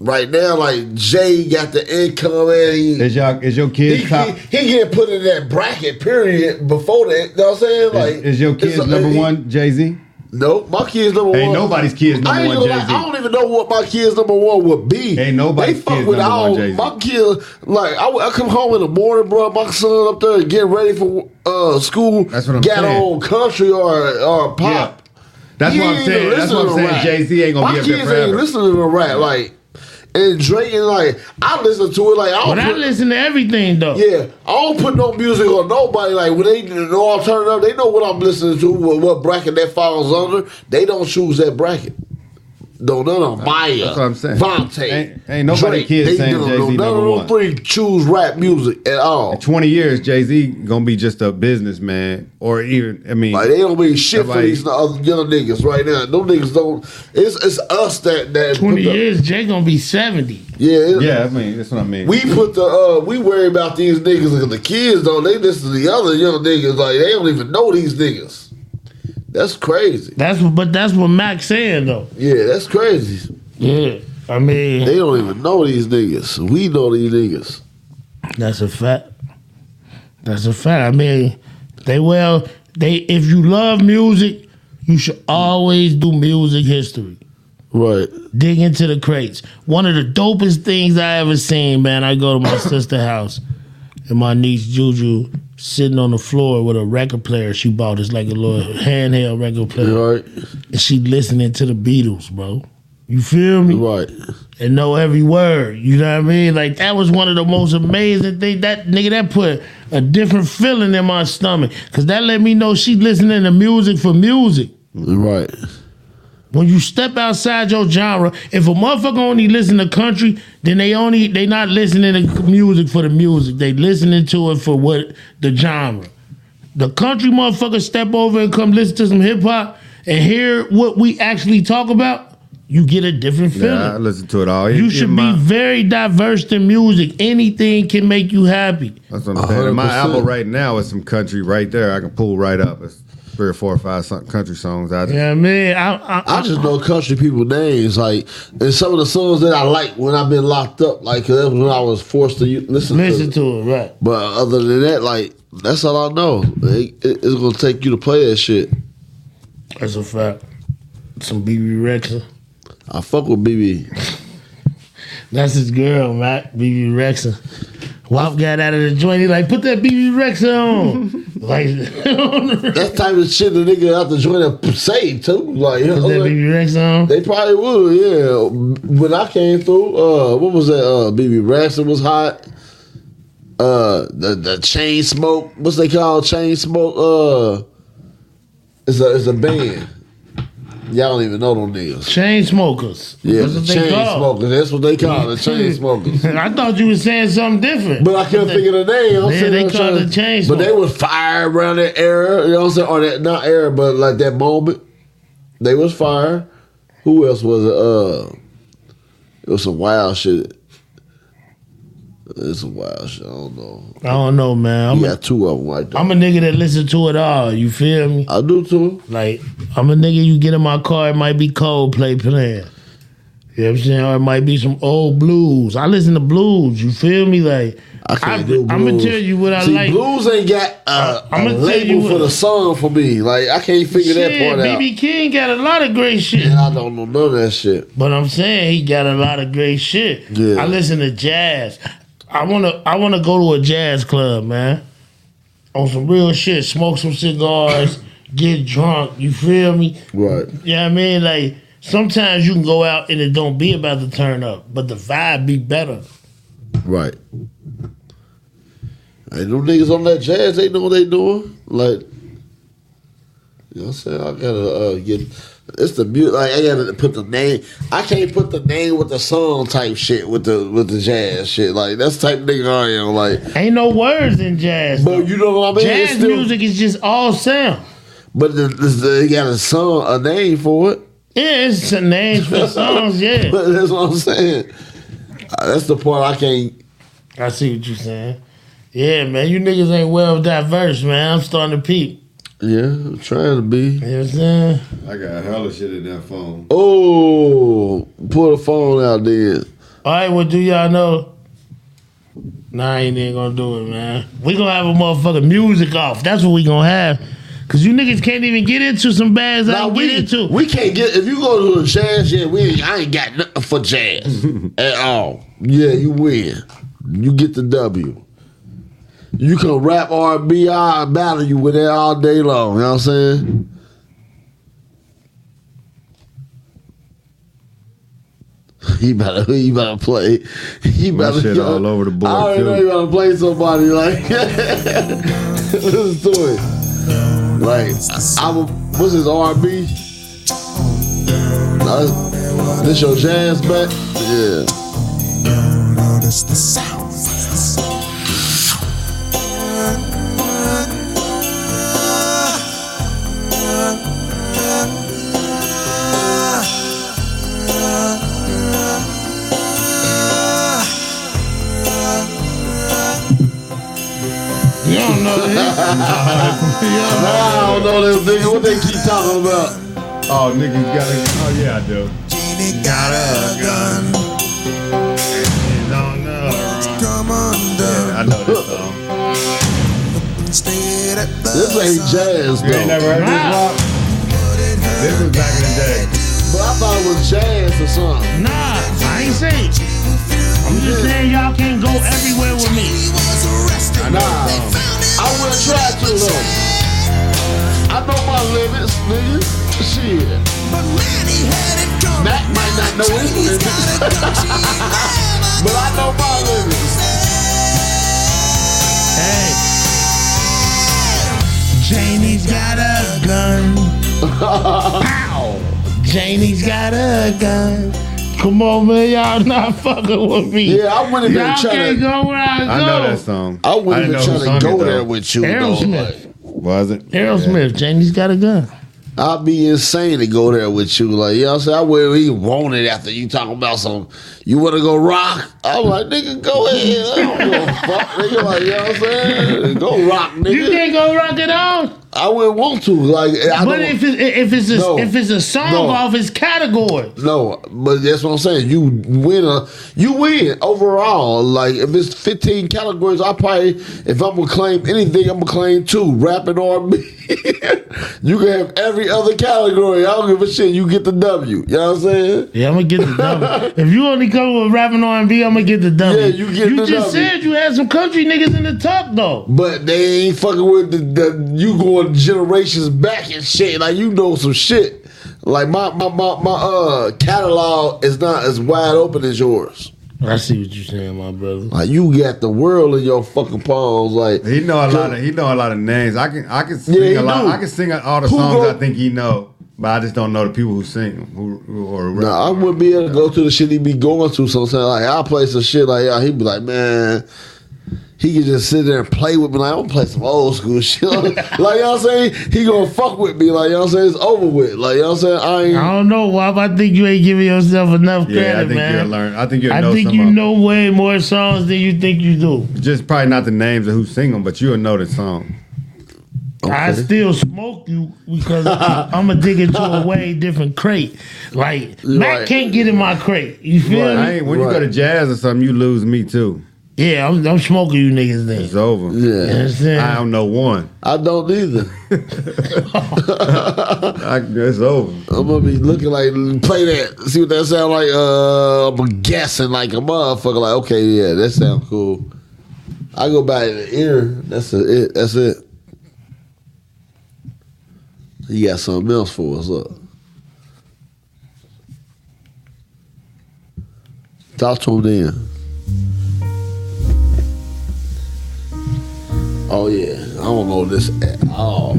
Speaker 2: right now, like Jay got the income and he
Speaker 5: Is y'all is your
Speaker 2: he,
Speaker 5: kids
Speaker 2: he,
Speaker 5: top?
Speaker 2: he get put in that bracket period before that. You know what I'm saying? Like
Speaker 5: Is, is your kids
Speaker 2: it's-
Speaker 5: number
Speaker 2: it-
Speaker 5: one Jay Z?
Speaker 2: Nope, my kids number
Speaker 5: Ain't
Speaker 2: one.
Speaker 5: nobody's kids number
Speaker 2: I ain't
Speaker 5: one
Speaker 2: gonna
Speaker 5: Jay
Speaker 2: lie, I
Speaker 5: Z.
Speaker 2: don't even know what my kids number one would be.
Speaker 5: Ain't nobody's
Speaker 2: They fuck
Speaker 5: kids
Speaker 2: with
Speaker 5: number one
Speaker 2: all
Speaker 5: Jay-Z.
Speaker 2: my kids. Like I, I come home in the morning, bro. My son up there getting ready for uh, school.
Speaker 5: That's what I'm
Speaker 2: got
Speaker 5: saying.
Speaker 2: on country or or pop.
Speaker 5: That's
Speaker 2: He
Speaker 5: what
Speaker 2: ain't
Speaker 5: I'm
Speaker 2: even
Speaker 5: saying. That's what I'm
Speaker 2: listening to
Speaker 5: saying.
Speaker 2: rap.
Speaker 5: Jay Z ain't gonna
Speaker 2: my
Speaker 5: be up
Speaker 2: kids
Speaker 5: there
Speaker 2: ain't
Speaker 5: forever.
Speaker 2: listening to rap like. And Drake and like I listen to it like I don't
Speaker 1: But I
Speaker 2: put-
Speaker 1: listen to everything though.
Speaker 2: yeah, I don't put no music on nobody. Like when they know I'm turning up, they know what I'm listening to, what, what bracket that falls under. They don't choose that bracket. No, no, no. Maya,
Speaker 5: That's what I'm saying.
Speaker 2: Vontae,
Speaker 5: Ain't- ain't nobody kids
Speaker 2: They
Speaker 5: saying
Speaker 2: don't-
Speaker 5: Jay-Z
Speaker 2: none
Speaker 5: number
Speaker 2: of them
Speaker 5: one.
Speaker 2: three choose rap music at all.
Speaker 5: In Twenty years, Jay Z gonna be just a businessman, or even I mean,
Speaker 2: Like they don't mean shit for
Speaker 5: Nobody-
Speaker 2: these other young niggas right now. Them niggas don't. It's it's us that that put
Speaker 1: Twenty
Speaker 2: the-
Speaker 1: years, Jay gonna be seventy.
Speaker 2: Yeah, it-
Speaker 5: yeah. I mean, that's what I mean.
Speaker 2: We put the uh, we worry about these niggas because the kids though they listen to the other young niggas like they don't even know these niggas. That's crazy.
Speaker 1: That's what, but that's what Max saying though.
Speaker 2: Yeah, that's crazy.
Speaker 1: Yeah, I mean
Speaker 2: They don't even know these niggas. We know these niggas.
Speaker 1: that's a fact. That's a fact. I mean, they well they if you love music, you should always do music history.
Speaker 2: Right.
Speaker 1: dig into the crates. One of the dopest things I ever seen, man. I go to my sister's house, and my niece Juju sitting on the floor with a record player she bought. It's like a little handheld record player,
Speaker 2: Right.
Speaker 1: and she listening to the Beatles, bro. You feel me?
Speaker 2: Right.
Speaker 1: And know every word. You know what I mean? Like that was one of the most amazing things. That nigga that put a different feeling in my stomach because that let me know she listening to music for music.
Speaker 2: Right.
Speaker 1: When you step outside your genre, if a motherfucker only listen to country, then they only they not listening to music for the music. They listening to it for what the genre. The country motherfucker step over and come listen to some hip hop and hear what we actually talk about, you get a different feeling.
Speaker 5: yeah, I listen to it all.
Speaker 1: you
Speaker 5: In-
Speaker 1: should
Speaker 5: in my-
Speaker 1: be very diverse in music. Anything can make you happy.
Speaker 5: That's what I'm saying. My
Speaker 2: 100%.
Speaker 5: album right now is some country right there. I can pull right up. It's three or four or five son- country songs. I just,
Speaker 1: Yeah, man. I, I,
Speaker 2: I just know country people names like and some of the songs that I like when I've been locked up like 'cause that was when I was forced to u- listen,
Speaker 1: listen
Speaker 2: to. it.
Speaker 1: to it, right?
Speaker 2: But other than that, like that's all I know. It- it- it's gonna take you to play that shit.
Speaker 1: That's a fact. Some BB Rexa.
Speaker 2: I fuck with BB.
Speaker 1: That's his girl, Matt BB Rexa. Wop got out of the joint. He like, put that BB Rexa on. like,
Speaker 2: That type of shit the nigga out the joint up say too. Like, you
Speaker 1: put
Speaker 2: know,
Speaker 1: that
Speaker 2: like,
Speaker 1: BB Rexa on.
Speaker 2: they probably would, yeah. When I came through, uh what was that? Uh BB Braxton was hot. Uh the the chain smoke, what's they called? Chain smoke, uh it's a it's a band. Y'all don't even know them niggas.
Speaker 1: Chain smokers.
Speaker 2: Yeah,
Speaker 1: That's
Speaker 2: the
Speaker 1: what they
Speaker 2: chain
Speaker 1: call.
Speaker 2: smokers. That's what they call the chain smokers.
Speaker 1: I thought you was saying something different.
Speaker 2: But I couldn't think of the name. I'm
Speaker 1: Yeah,
Speaker 2: saying
Speaker 1: they
Speaker 2: I'm
Speaker 1: call
Speaker 2: trying-
Speaker 1: it chain
Speaker 2: But they
Speaker 1: smoke.
Speaker 2: was fire around that era. You know what I'm saying? Or that not era, but like that moment. They was fire. Who else was it? Uh, it was some wild shit. It's some wild shit. I don't know.
Speaker 1: I don't know, man. I'm,
Speaker 2: You got two of them like that.
Speaker 1: a, I'm a nigga that listen to it all. You feel me?
Speaker 2: I do too.
Speaker 1: Like, I'm a nigga you get in my car, it might be Coldplay playing. You know what I'm saying? Or it might be some old blues. I listen to blues. You feel me? Like,
Speaker 2: I
Speaker 1: I-
Speaker 2: can't do blues.
Speaker 1: I'ma tell you what I
Speaker 2: See,
Speaker 1: like.
Speaker 2: Blues ain't got a,
Speaker 1: I'ma
Speaker 2: a
Speaker 1: tell you
Speaker 2: label
Speaker 1: what-
Speaker 2: for the song for me. Like I can't figure that
Speaker 1: Shit,
Speaker 2: part out.
Speaker 1: BB King got a lot of great shit.
Speaker 2: I don't know none of that shit.
Speaker 1: But I'm saying he got a lot of great shit.
Speaker 2: Yeah.
Speaker 1: I listen to jazz. I wanna I wanna go to a jazz club, man. On some real shit. Smoke some cigars, get drunk, you feel me?
Speaker 2: Right.
Speaker 1: Yeah, I mean, like sometimes you can go out and it don't be about the turn up, but the vibe be better.
Speaker 2: Right. Ain't them niggas on that jazz. They know what they doing. Like, you know what I'm saying? I gotta uh, get. It's the music. Like I gotta put the name. I can't put the name with the song type shit with the with the jazz shit. Like that's the type of nigga I am. Like
Speaker 1: ain't no words in jazz.
Speaker 2: But you know what I mean?
Speaker 1: Jazz music is just all sound.
Speaker 2: But the, the, they got a song, a name for it.
Speaker 1: Yeah, it's a name for songs, yeah.
Speaker 2: but that's what I'm saying. Uh, That's the part I can't.
Speaker 1: I see what you're saying. Yeah, man, you niggas ain't well diverse, man. I'm starting to peep.
Speaker 2: Yeah, I'm trying to be.
Speaker 1: You know what I'm saying?
Speaker 5: I got hella shit in that phone.
Speaker 2: Oh, pull the phone out then.
Speaker 1: All right, well, do y'all know? Nah, I ain't even gonna do it, man. We gonna have a motherfucking music off. That's what we gonna have. Cause you niggas can't even get into some bands I
Speaker 2: Nah,
Speaker 1: can
Speaker 2: we-
Speaker 1: get into.
Speaker 2: We can't get if you go to a jazz, yeah, we ain't, I ain't got nothing for jazz at all. Yeah, you win. You get the W. You can rap R and B, I battle you with that all day long. You know what I'm saying? He better, he better play. He
Speaker 5: My
Speaker 2: better
Speaker 5: shit all over the board,
Speaker 2: I already
Speaker 5: too.
Speaker 2: know you better play somebody. Like, listen to it. Like, I would, what's his R&B? Nah, this- this your jazz back? Yeah.
Speaker 13: Notice the sound.
Speaker 1: You don't know this.
Speaker 2: I don't know this nigga. What they keep talking about?
Speaker 5: Oh, nigga, you gotta. Oh, yeah, I do.
Speaker 13: Jeannie got a gun. Come undone.
Speaker 5: I know this song.
Speaker 13: Stayed at the
Speaker 2: This ain't jazz, though.
Speaker 5: You ain't never heard this
Speaker 1: Nah.
Speaker 5: rock? This was back in the day.
Speaker 2: But I thought it was jazz or something.
Speaker 1: Nah, I ain't saying. I'm just saying y'all can't go everywhere with me.
Speaker 13: was arrested.
Speaker 2: Nah. I would have tried to, though. I know my limits, nigga. Shit.
Speaker 13: But Manny had it coming.
Speaker 2: Mac might not know his
Speaker 13: Jeannie's
Speaker 2: limits.
Speaker 13: got a gun. She ain't lying.
Speaker 2: But I know my limits.
Speaker 1: Hey. Janie's got a gun. Pow! Janie's got a gun. Come on, man, y'all not fucking with me.
Speaker 2: Yeah, I wouldn't been
Speaker 1: Y'all
Speaker 2: trying
Speaker 1: can't
Speaker 2: to.
Speaker 1: go where I go.
Speaker 5: I know that song.
Speaker 2: I wouldn't
Speaker 5: I
Speaker 2: even
Speaker 5: didn't know who
Speaker 2: try to
Speaker 5: sung it,
Speaker 2: go
Speaker 5: though.
Speaker 2: there with you, though. Like,
Speaker 1: Aerosmith.
Speaker 5: Was it?
Speaker 1: Aerosmith. Janie's got a gun.
Speaker 2: I'd be insane to go there with you. Like, you know what I'm saying? I wouldn't even want it after you talking about some, you want to go rock? I'm like, nigga, go ahead. I don't give a fuck, nigga. Like, you know what I'm saying? Go rock,
Speaker 1: You
Speaker 2: nigga.
Speaker 1: can't go rock it on.
Speaker 2: I wouldn't want to. Like, I
Speaker 1: But
Speaker 2: don't,
Speaker 1: if it, if it's a,
Speaker 2: No.
Speaker 1: if it's a song
Speaker 2: No.
Speaker 1: off his category,
Speaker 2: No, but that's what I'm saying. You win a, you win overall. Like if it's 15 categories, I probably if I'm gonna claim anything, I'm gonna claim two: rap and R&B. you can have every other category. I don't give a shit. You get the W. You know what I'm saying?
Speaker 1: yeah, I'm gonna get the W. if you only come with rapping R and B, I'm gonna get the W.
Speaker 2: Yeah, you get
Speaker 1: You
Speaker 2: the
Speaker 1: just
Speaker 2: W.
Speaker 1: said you had some country niggas in the top though.
Speaker 2: But they ain't fucking with the, the you going generations back and shit. Like you know some shit. Like my my my, my uh catalog is not as wide open as yours.
Speaker 1: I see what you're saying, my brother.
Speaker 2: Like you got the world in your fucking palms. Like
Speaker 5: He know a lot of he know a lot of names. I can I can sing
Speaker 2: he
Speaker 5: a lot.
Speaker 2: do.
Speaker 5: I can sing all the
Speaker 2: Who
Speaker 5: songs
Speaker 2: go-
Speaker 5: I think he know, but I just don't know the people who sing them who, who or
Speaker 2: No, I wouldn't be able to go to the shit he be going to sometimes. Like I'll play some shit like yeah, he'd be like, man, he could just sit there and play with me. Like, I'm gonna play some old school shit. like you know what I'm saying? He gonna fuck with me, like you know what I'm saying? It's over with. Like you know what I'm saying? I
Speaker 1: I
Speaker 2: ain't
Speaker 1: don't know, Wob. I think you ain't giving yourself enough
Speaker 5: Yeah, I
Speaker 1: credit,
Speaker 5: think
Speaker 1: man.
Speaker 5: you'll learn. I think you'll
Speaker 1: I
Speaker 5: know
Speaker 1: think
Speaker 5: some
Speaker 1: you
Speaker 5: of 'em.
Speaker 1: know way more songs than you think you do.
Speaker 5: Just probably not the names of who sing them, but you'll know the song.
Speaker 1: I still smoke you because I'm gonna dig into a way different crate. Like Mac
Speaker 2: Right.
Speaker 1: can't get in my crate. You feel
Speaker 5: I
Speaker 1: me?
Speaker 5: ain't, when you
Speaker 2: Right.
Speaker 5: go to jazz or something, you lose me too.
Speaker 1: Yeah, I'm, I'm smoking you niggas then.
Speaker 5: It's over.
Speaker 1: You understand?
Speaker 5: I don't know one.
Speaker 2: I don't either.
Speaker 5: I, it's over.
Speaker 2: I'm gonna be looking like play that. See what that sound like? Uh, I'm guessing like a motherfucker. Like okay, yeah, that sound cool. I go by the ear. That's a, it. That's it. You got something else for us? Look. Talk to him then. Oh yeah, I don't know this at all.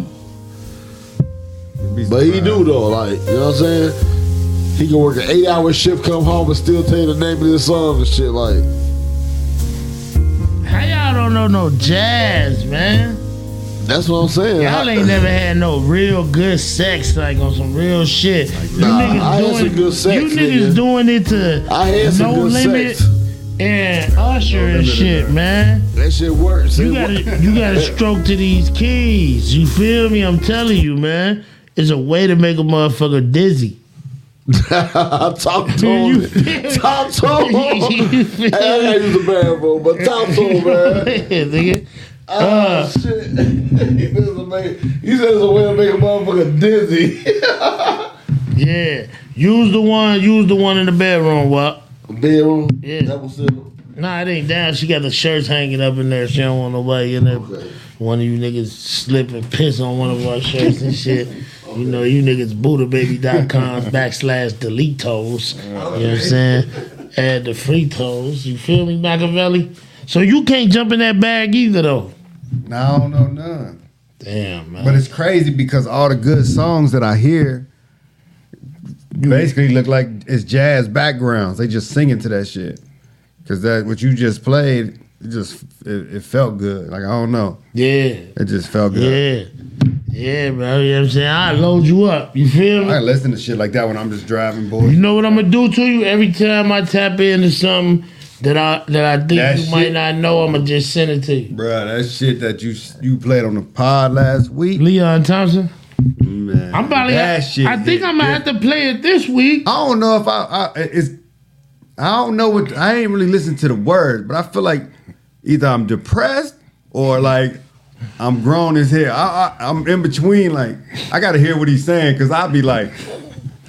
Speaker 2: But he do though, like you know what I'm saying. He can work an eight-hour shift, come home, and still tell you the name of this song and shit. Like,
Speaker 1: How y'all don't know no jazz, man?
Speaker 2: That's what I'm saying.
Speaker 1: Y'all ain't never had no real good sex, like on some real shit. you
Speaker 2: nah, I had
Speaker 1: doing,
Speaker 2: some good sex,
Speaker 1: You niggas
Speaker 2: nigga.
Speaker 1: doing it to
Speaker 2: I had some
Speaker 1: no
Speaker 2: good
Speaker 1: limit
Speaker 2: sex.
Speaker 1: and Usher and shit, man.
Speaker 2: That shit works.
Speaker 1: You
Speaker 2: It
Speaker 1: gotta,
Speaker 2: works.
Speaker 1: you gotta stroke to these keys. You feel me? I'm telling you, man. It's a way to make a motherfucker dizzy.
Speaker 2: Talk to him. Talk to him. hey, I gotta use a bad phone, but talk to him, man.
Speaker 1: Yeah, nigga.
Speaker 2: Oh, shit. he says a make- he says a way to make a motherfucker dizzy.
Speaker 1: Yeah. Use the one, use the one in the bedroom, what?
Speaker 2: Bedroom?
Speaker 1: Yeah.
Speaker 2: Double single.
Speaker 1: Nah, it ain't down. She got the shirts hanging up in there. She don't want nobody in there. One of you niggas slip and piss on one of our shirts and shit. You know, you niggas BuddhaBaby.com backslash deletos. You know what I'm saying? Add the free toes. You feel me, Machiavelli? So you can't jump in that bag either, though.
Speaker 5: No, I don't know none.
Speaker 1: Damn, man.
Speaker 5: But it's crazy because all the good songs that I hear basically look like it's jazz backgrounds. They just singing to that shit. Cause that what you just played, it just it, it felt good. Like I don't know.
Speaker 1: Yeah.
Speaker 5: It just felt good.
Speaker 1: Yeah. Yeah, bro. You know what I'm saying? I load you up. You feel me?
Speaker 5: I listen to shit like that when I'm just driving bored.
Speaker 1: You know what I'm gonna do to you? Every time I tap into something that I that I think
Speaker 5: That
Speaker 1: you
Speaker 5: shit-
Speaker 1: might not know, I'm gonna just send it to you.
Speaker 5: Bruh, that shit that you you played on the pod last week.
Speaker 1: Leon Thompson.
Speaker 5: Man,
Speaker 1: I'm probably.
Speaker 5: that shit.
Speaker 1: I think
Speaker 5: hit
Speaker 1: I'm gonna have to play it this week.
Speaker 5: I don't know if I, I it's I don't know what I ain't really listened to the words, but I feel like either I'm depressed or like I'm grown as hell. I, I I'm in between. Like I gotta hear what he's saying because I'll be like.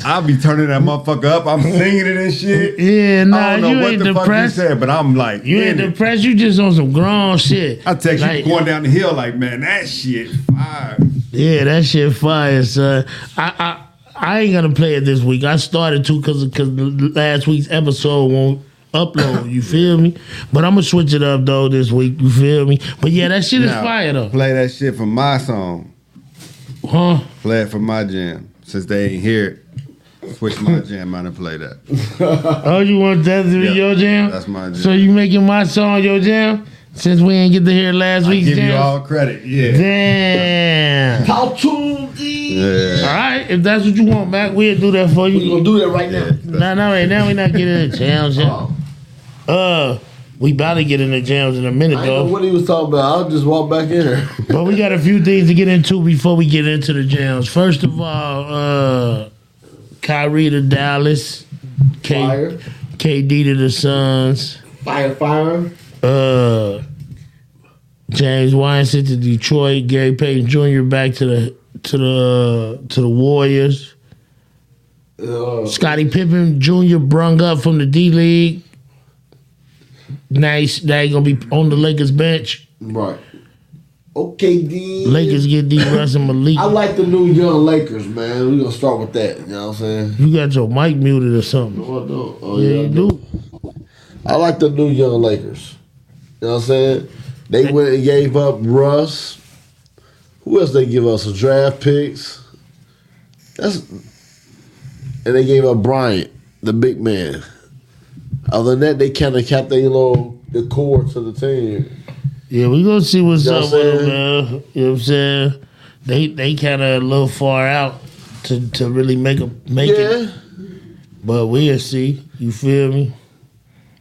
Speaker 5: I'll be turning that motherfucker up. I'm singing it and shit.
Speaker 1: Yeah,
Speaker 5: I
Speaker 1: nah,
Speaker 5: don't know
Speaker 1: you
Speaker 5: what
Speaker 1: ain't
Speaker 5: the
Speaker 1: depressed.
Speaker 5: fuck he said, but I'm like,
Speaker 1: You
Speaker 5: in
Speaker 1: ain't
Speaker 5: it.
Speaker 1: depressed. You just on some grown shit.
Speaker 5: I text
Speaker 1: Like-
Speaker 5: you going down the hill, like, man, that shit fire.
Speaker 1: Yeah, that shit fire, son. I I I ain't gonna play it this week. I started to because because last week's episode won't upload. You feel me? But I'm gonna switch it up though this week. You feel me? But yeah, that shit is
Speaker 5: Now,
Speaker 1: fire though.
Speaker 5: Play that shit for my song.
Speaker 1: Huh?
Speaker 5: Play it for my jam. Since they ain't here, switch my jam out and play that.
Speaker 1: Oh, you want that to be
Speaker 5: Yeah,
Speaker 1: your jam?
Speaker 5: that's my jam.
Speaker 1: So you making my song your jam? Since we ain't get to hear last
Speaker 5: I
Speaker 1: week's
Speaker 5: give
Speaker 1: jam.
Speaker 5: you all credit. Yeah.
Speaker 1: Damn.
Speaker 2: Talk to him.
Speaker 1: All
Speaker 5: Yeah.
Speaker 1: right, if that's what you want, Mac, we'll do that for you.
Speaker 2: We gonna do that right now.
Speaker 1: No, no, right now we not getting in the jams. y'all.
Speaker 5: Oh.
Speaker 1: Uh, we about to get in the jams in a minute
Speaker 2: I do know
Speaker 1: though,
Speaker 2: what he was talking about. I'll just walk back in here.
Speaker 1: but we got a few things to get into before we get into the jams. First of all, uh, Kyrie to Dallas, K-
Speaker 2: Fire.
Speaker 1: KD to the Suns,
Speaker 2: Fire, fire.
Speaker 1: uh, James Wiseman to Detroit, Gary Payton Jr. back to the to the to the Warriors.
Speaker 2: Uh,
Speaker 1: Scottie Pippen Jr. brung up from the D League. Nice. Now he gonna be on the Lakers bench.
Speaker 2: right. Okay, D.
Speaker 1: Lakers get D Russ and Malik.
Speaker 2: I like the new young Lakers, man. We gonna start with that. You know what I'm saying?
Speaker 1: You got your mic muted or something.
Speaker 2: Oh, I do. Oh,
Speaker 1: yeah,
Speaker 2: yeah, I
Speaker 1: you
Speaker 2: do.
Speaker 1: do.
Speaker 2: I like the new young Lakers. You know what I'm saying? They went and gave up Russ. Who else they give us? Some draft picks. That's and they gave up Bryant, the big man. Other than that, they kind of kept their little the core to the team.
Speaker 1: Yeah, we gonna see what's
Speaker 2: You know
Speaker 1: up
Speaker 2: what I'm
Speaker 1: with them,
Speaker 2: saying?
Speaker 1: man. You know what I'm saying? They they kinda a little far out to, to really make a make it.
Speaker 2: Yeah.
Speaker 1: But we'll see. You feel me?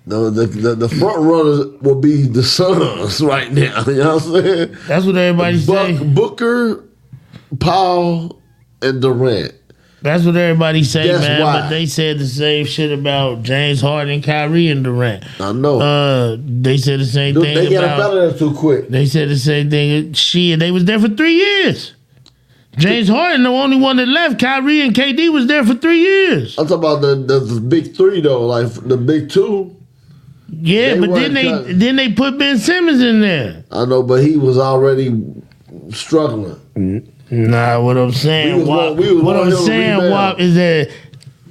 Speaker 2: No, the, the the front runners will be the Suns right now. You know what I'm saying?
Speaker 1: That's what everybody
Speaker 2: Buck,
Speaker 1: say.
Speaker 2: Booker, Powell, and Durant.
Speaker 1: That's what everybody say,
Speaker 2: Guess
Speaker 1: man.
Speaker 2: why?
Speaker 1: But they said the same shit about James Harden, Kyrie, and Durant.
Speaker 2: I know.
Speaker 1: Uh, they said the same
Speaker 2: Dude,
Speaker 1: thing.
Speaker 2: they get
Speaker 1: about,
Speaker 2: up out of there too quick.
Speaker 1: They said the same thing. She and they was there for three years. James Harden, the only one that left. Kyrie and KD was there for three years.
Speaker 2: I'm talking about the, the, the big three though, like the big two.
Speaker 1: Yeah,
Speaker 2: They
Speaker 1: but then
Speaker 2: weren't
Speaker 1: they
Speaker 2: cutting.
Speaker 1: then they put Ben Simmons in there.
Speaker 2: I know, but he was already struggling.
Speaker 1: Nah, what I'm saying,
Speaker 2: We was
Speaker 1: Wop,
Speaker 2: one- we
Speaker 1: what
Speaker 2: was one
Speaker 1: I'm
Speaker 2: hill to
Speaker 1: saying,
Speaker 2: rebound.
Speaker 1: Wop, is that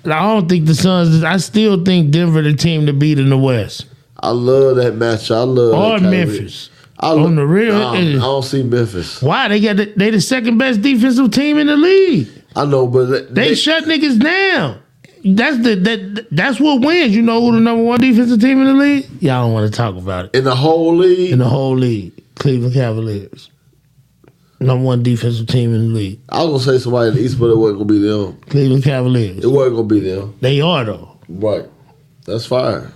Speaker 1: I don't think the Suns. I still think Denver the team to beat in the West.
Speaker 2: I love that match. I love
Speaker 1: Or
Speaker 2: that Kyrie.
Speaker 1: Memphis.
Speaker 2: I love,
Speaker 1: On the real,
Speaker 2: Nah, I
Speaker 1: it is-
Speaker 2: don't see Memphis.
Speaker 1: Why they got the, they the second best defensive team in the league?
Speaker 2: I know, but they,
Speaker 1: They shut niggas down. That's the that that's what wins. You know who the number one defensive team in the league? Y'all don't want to talk about it.
Speaker 2: in the whole league.
Speaker 1: In the whole league, Cleveland Cavaliers, number one defensive team in the league.
Speaker 2: I was gonna say somebody in the East, but it wasn't gonna be them.
Speaker 1: Cleveland Cavaliers.
Speaker 2: It wasn't gonna be them.
Speaker 1: They are though.
Speaker 2: Right. That's fire.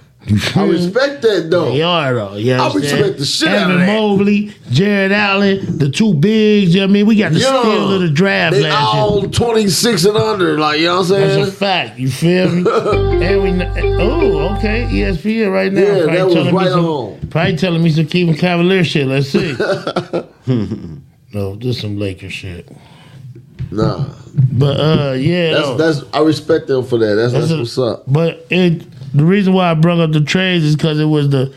Speaker 2: I respect that though.
Speaker 1: They are though. You
Speaker 2: Oh. I
Speaker 1: understand?
Speaker 2: respect the shit
Speaker 1: Evan
Speaker 2: out of that.
Speaker 1: Mobley, Jared Allen, the two bigs. You know what I mean? We got the
Speaker 2: Young.
Speaker 1: steal of the draft
Speaker 2: They
Speaker 1: last year.
Speaker 2: all 26 and under. Like, you know what I'm saying?
Speaker 1: That's a fact. You feel me? and we, oh, okay. ESPN right now.
Speaker 2: Yeah, that was
Speaker 1: telling me
Speaker 2: right
Speaker 1: some,
Speaker 2: on.
Speaker 1: Probably telling me some Kevin Cavalier shit. Let's see. no, just some Lakers shit.
Speaker 2: Nah.
Speaker 1: But uh, yeah,
Speaker 2: That's,
Speaker 1: no.
Speaker 2: that's I respect them for that. That's,
Speaker 1: That's
Speaker 2: that's,
Speaker 1: a-
Speaker 2: what's up.
Speaker 1: But it the reason why I brought up the trades is because it was the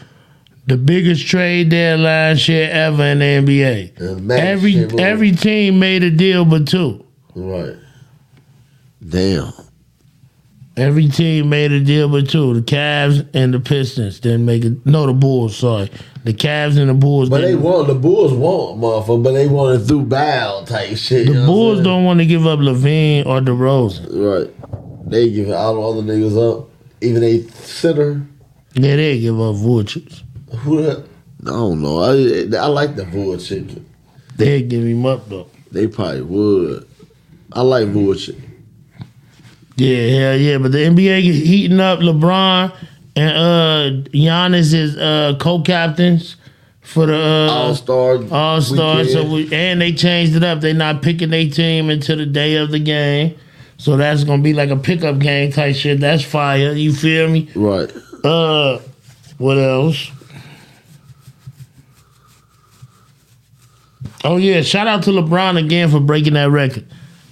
Speaker 1: the biggest trade deadline shit ever in the NBA.
Speaker 2: And Magic
Speaker 1: Every
Speaker 2: came over.
Speaker 1: every team made a deal but two.
Speaker 2: Right. Damn.
Speaker 1: Every team made a deal but two. The Cavs and the Pistons didn't make it. No, the Bulls. Sorry, the Cavs and the Bulls.
Speaker 2: But they
Speaker 1: didn't.
Speaker 2: won. The Bulls won, motherfucker. But they won it through bow type shit.
Speaker 1: the
Speaker 2: you know what
Speaker 1: Bulls don't want to give up Levine or DeRozan.
Speaker 2: I'm saying? Right. They giving all the other niggas up. Even they center.
Speaker 1: Yeah, they give up Vultures.
Speaker 2: Who that? I don't know. I I like the bullshit.
Speaker 1: They give him up though.
Speaker 2: They probably would. I like bullshit.
Speaker 1: Yeah, hell yeah. But the NBA is heating up. LeBron and uh Giannis is uh co-captains for the uh,
Speaker 2: All star.
Speaker 1: All Star. So we, and they changed it up. They not picking their team until the day of the game. So that's gonna be like a pickup game type shit. That's fire. You feel me?
Speaker 2: Right.
Speaker 1: Uh, what else? Oh yeah! Shout out to LeBron again for breaking that record.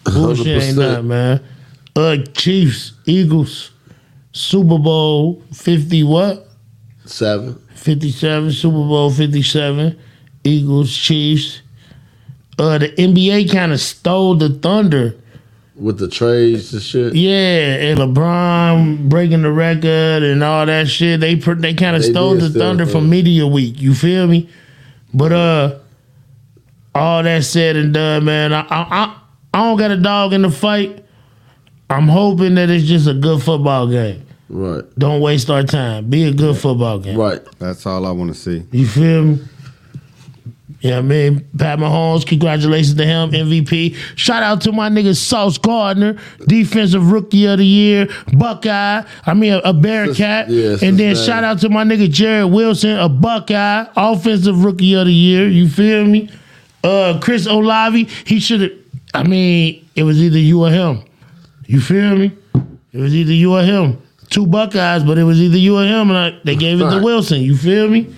Speaker 1: Bullshit ain't
Speaker 2: 100%.
Speaker 1: that, man. Uh, Chiefs, Eagles, Super Bowl fifty what?
Speaker 2: Seven.
Speaker 1: 57, Super Bowl 57, Eagles, Chiefs. Uh, the NBA kind of stole the thunder.
Speaker 2: With the trades and shit.
Speaker 1: Yeah, and LeBron breaking the record and all that shit. They pr- they kind of
Speaker 2: They
Speaker 1: stole
Speaker 2: did
Speaker 1: the
Speaker 2: steal
Speaker 1: thunder
Speaker 2: the
Speaker 1: from
Speaker 2: thunder.
Speaker 1: Media Week. You feel me? But uh, all that said and done, man, I I I, I don't got a dog in the fight. I'm hoping that it's just a good football game.
Speaker 2: Right.
Speaker 1: Don't waste our time. Be a good football game.
Speaker 2: Right.
Speaker 5: That's all I want to see.
Speaker 1: You feel me? Yeah, I mean, Pat Mahomes, congratulations to him, MVP. Shout out to my nigga Sauce Gardner, Defensive Rookie of the Year, Buckeye, I mean, a, a Bearcat.
Speaker 2: Sis- yeah,
Speaker 1: and then
Speaker 2: Cincinnati.
Speaker 1: shout out to my nigga Jared Wilson, a Buckeye, Offensive Rookie of the Year. You feel me? Uh, Chris Olave, he should have, I mean, it was either you or him. You feel me? It was either you or him. Two Buckeyes, but it was either you or him, and I, they gave it to
Speaker 2: Right.
Speaker 1: Wilson. You feel me?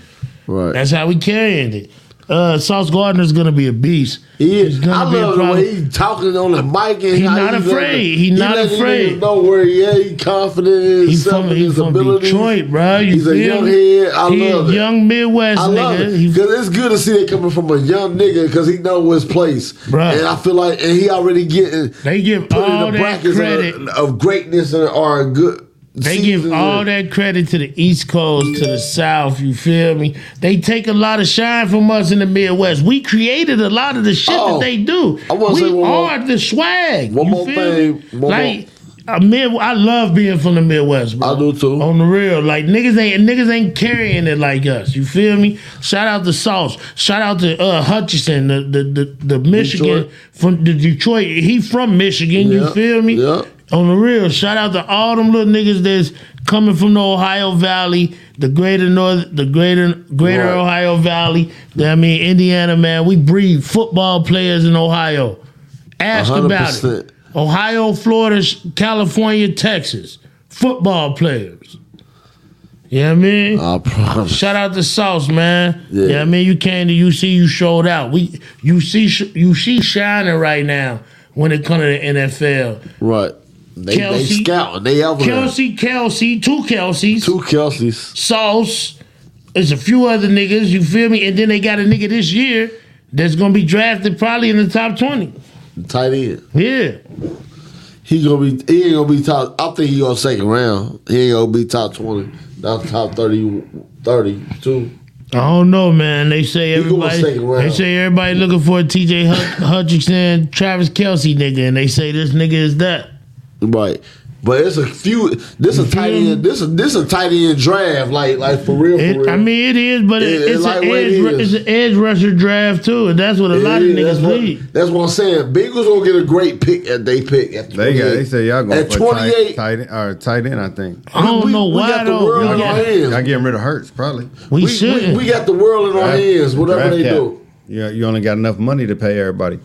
Speaker 2: Right.
Speaker 1: That's how we carrying it. Uh, Sauce Gardner's gonna be a beast.
Speaker 2: He
Speaker 1: He's
Speaker 2: is.
Speaker 1: gonna
Speaker 2: I
Speaker 1: be a
Speaker 2: love the
Speaker 1: problem.
Speaker 2: way he's talking on the mic and
Speaker 1: He
Speaker 2: how
Speaker 1: not
Speaker 2: he's
Speaker 1: afraid. He
Speaker 2: He
Speaker 1: not
Speaker 2: letting
Speaker 1: afraid.
Speaker 2: niggas Know where he at. He confident in
Speaker 1: He's
Speaker 2: himself
Speaker 1: from,
Speaker 2: and
Speaker 1: he's
Speaker 2: his
Speaker 1: from
Speaker 2: abilities.
Speaker 1: Detroit, bro. You
Speaker 2: he's a
Speaker 1: feel
Speaker 2: young
Speaker 1: me?
Speaker 2: head. I
Speaker 1: He a
Speaker 2: love it.
Speaker 1: Young Midwest
Speaker 2: I love
Speaker 1: nigga.
Speaker 2: it
Speaker 1: He-
Speaker 2: because it's good to see it coming from a young nigga because he know his place,
Speaker 1: Bruh.
Speaker 2: and I feel like and he already getting
Speaker 1: they give
Speaker 2: put
Speaker 1: all
Speaker 2: in the
Speaker 1: that
Speaker 2: brackets
Speaker 1: credit.
Speaker 2: of, of greatness and are a good.
Speaker 1: They give
Speaker 2: seasons
Speaker 1: all
Speaker 2: in.
Speaker 1: that credit to the East Coast, to the South. You feel me? They take a lot of shine from us in the Midwest. We created a lot of the shit
Speaker 2: Oh,
Speaker 1: that they do.
Speaker 2: I wanna
Speaker 1: we
Speaker 2: say one more-
Speaker 1: are the swag.
Speaker 2: one
Speaker 1: you
Speaker 2: more
Speaker 1: feel
Speaker 2: thing,
Speaker 1: me?
Speaker 2: one more-
Speaker 1: like a Mid- I love being from the Midwest, bro.
Speaker 2: I do too.
Speaker 1: On the real, like niggas ain't niggas ain't carrying it like us. You feel me? Shout out to Sauce. Shout out to uh, Hutchinson, the the the, the Michigan
Speaker 2: Detroit.
Speaker 1: from the Detroit. He from Michigan. You
Speaker 2: Yeah,
Speaker 1: feel me?
Speaker 2: yeah.
Speaker 1: On the real, shout out to all them little niggas that's coming from the Ohio Valley, the greater north, the greater greater
Speaker 2: Right.
Speaker 1: Ohio Valley. I mean, Indiana, man, we breed football players in Ohio. Ask about it.
Speaker 2: 100%.
Speaker 1: Ohio, Florida, Sh- California, Texas. Football players. You know what I mean?
Speaker 2: I promise.
Speaker 1: Shout out to Sauce, man.
Speaker 2: Yeah.
Speaker 1: Yeah, I mean you came to UC, you showed out. We you see sh- you see shining right now when it comes to the NFL.
Speaker 2: Right. They, they
Speaker 1: Kelsey-
Speaker 2: scouting. They out there.
Speaker 1: Kelsey, Kelsey, two Kelseys,
Speaker 2: two Kelseys,
Speaker 1: Sauce. There's a few other niggas. You feel me? And then they got a nigga this year that's gonna be drafted probably in the top twenty.
Speaker 2: tight end.
Speaker 1: Yeah.
Speaker 2: He gonna be. He ain't gonna be top. I think he gonna second round. He ain't gonna be top twenty. Not top 30, 32.
Speaker 1: I don't know, man. They say
Speaker 2: He going
Speaker 1: everybody.
Speaker 2: second round.
Speaker 1: They say everybody looking for a T.J. Hut- Hutchinson, Travis Kelsey nigga, and they say this nigga is that.
Speaker 2: Right. But it's a few. This a tight end. This a this a tight end draft. Like like for real. For
Speaker 1: It-
Speaker 2: real.
Speaker 1: I mean, it is, but it,
Speaker 2: It- it
Speaker 1: it's,
Speaker 2: like
Speaker 1: an
Speaker 2: what
Speaker 1: edge,
Speaker 2: it
Speaker 1: ru-
Speaker 2: is.
Speaker 1: it's an edge rusher draft too, and that's what a lot of
Speaker 2: Yeah, that's
Speaker 1: niggas
Speaker 2: what,
Speaker 1: need.
Speaker 2: That's what I'm saying. Bengals gonna get a great pick at they pick. At
Speaker 5: They got. They say y'all going
Speaker 2: at
Speaker 5: for tight,
Speaker 2: 28.
Speaker 5: tight end or tight end. I think.
Speaker 1: I don't
Speaker 2: we-
Speaker 1: know
Speaker 2: we
Speaker 1: why
Speaker 2: got the
Speaker 1: though.
Speaker 2: world
Speaker 1: Y'all
Speaker 2: in our
Speaker 1: got-
Speaker 2: hands.
Speaker 5: Y'all getting rid of Hurts probably.
Speaker 1: We,
Speaker 2: we,
Speaker 1: shouldn't.
Speaker 2: we got the world in our
Speaker 5: Draft-
Speaker 2: hands. Whatever
Speaker 5: draft
Speaker 2: they
Speaker 5: cap.
Speaker 2: do.
Speaker 5: Yeah, you only got enough money to pay everybody.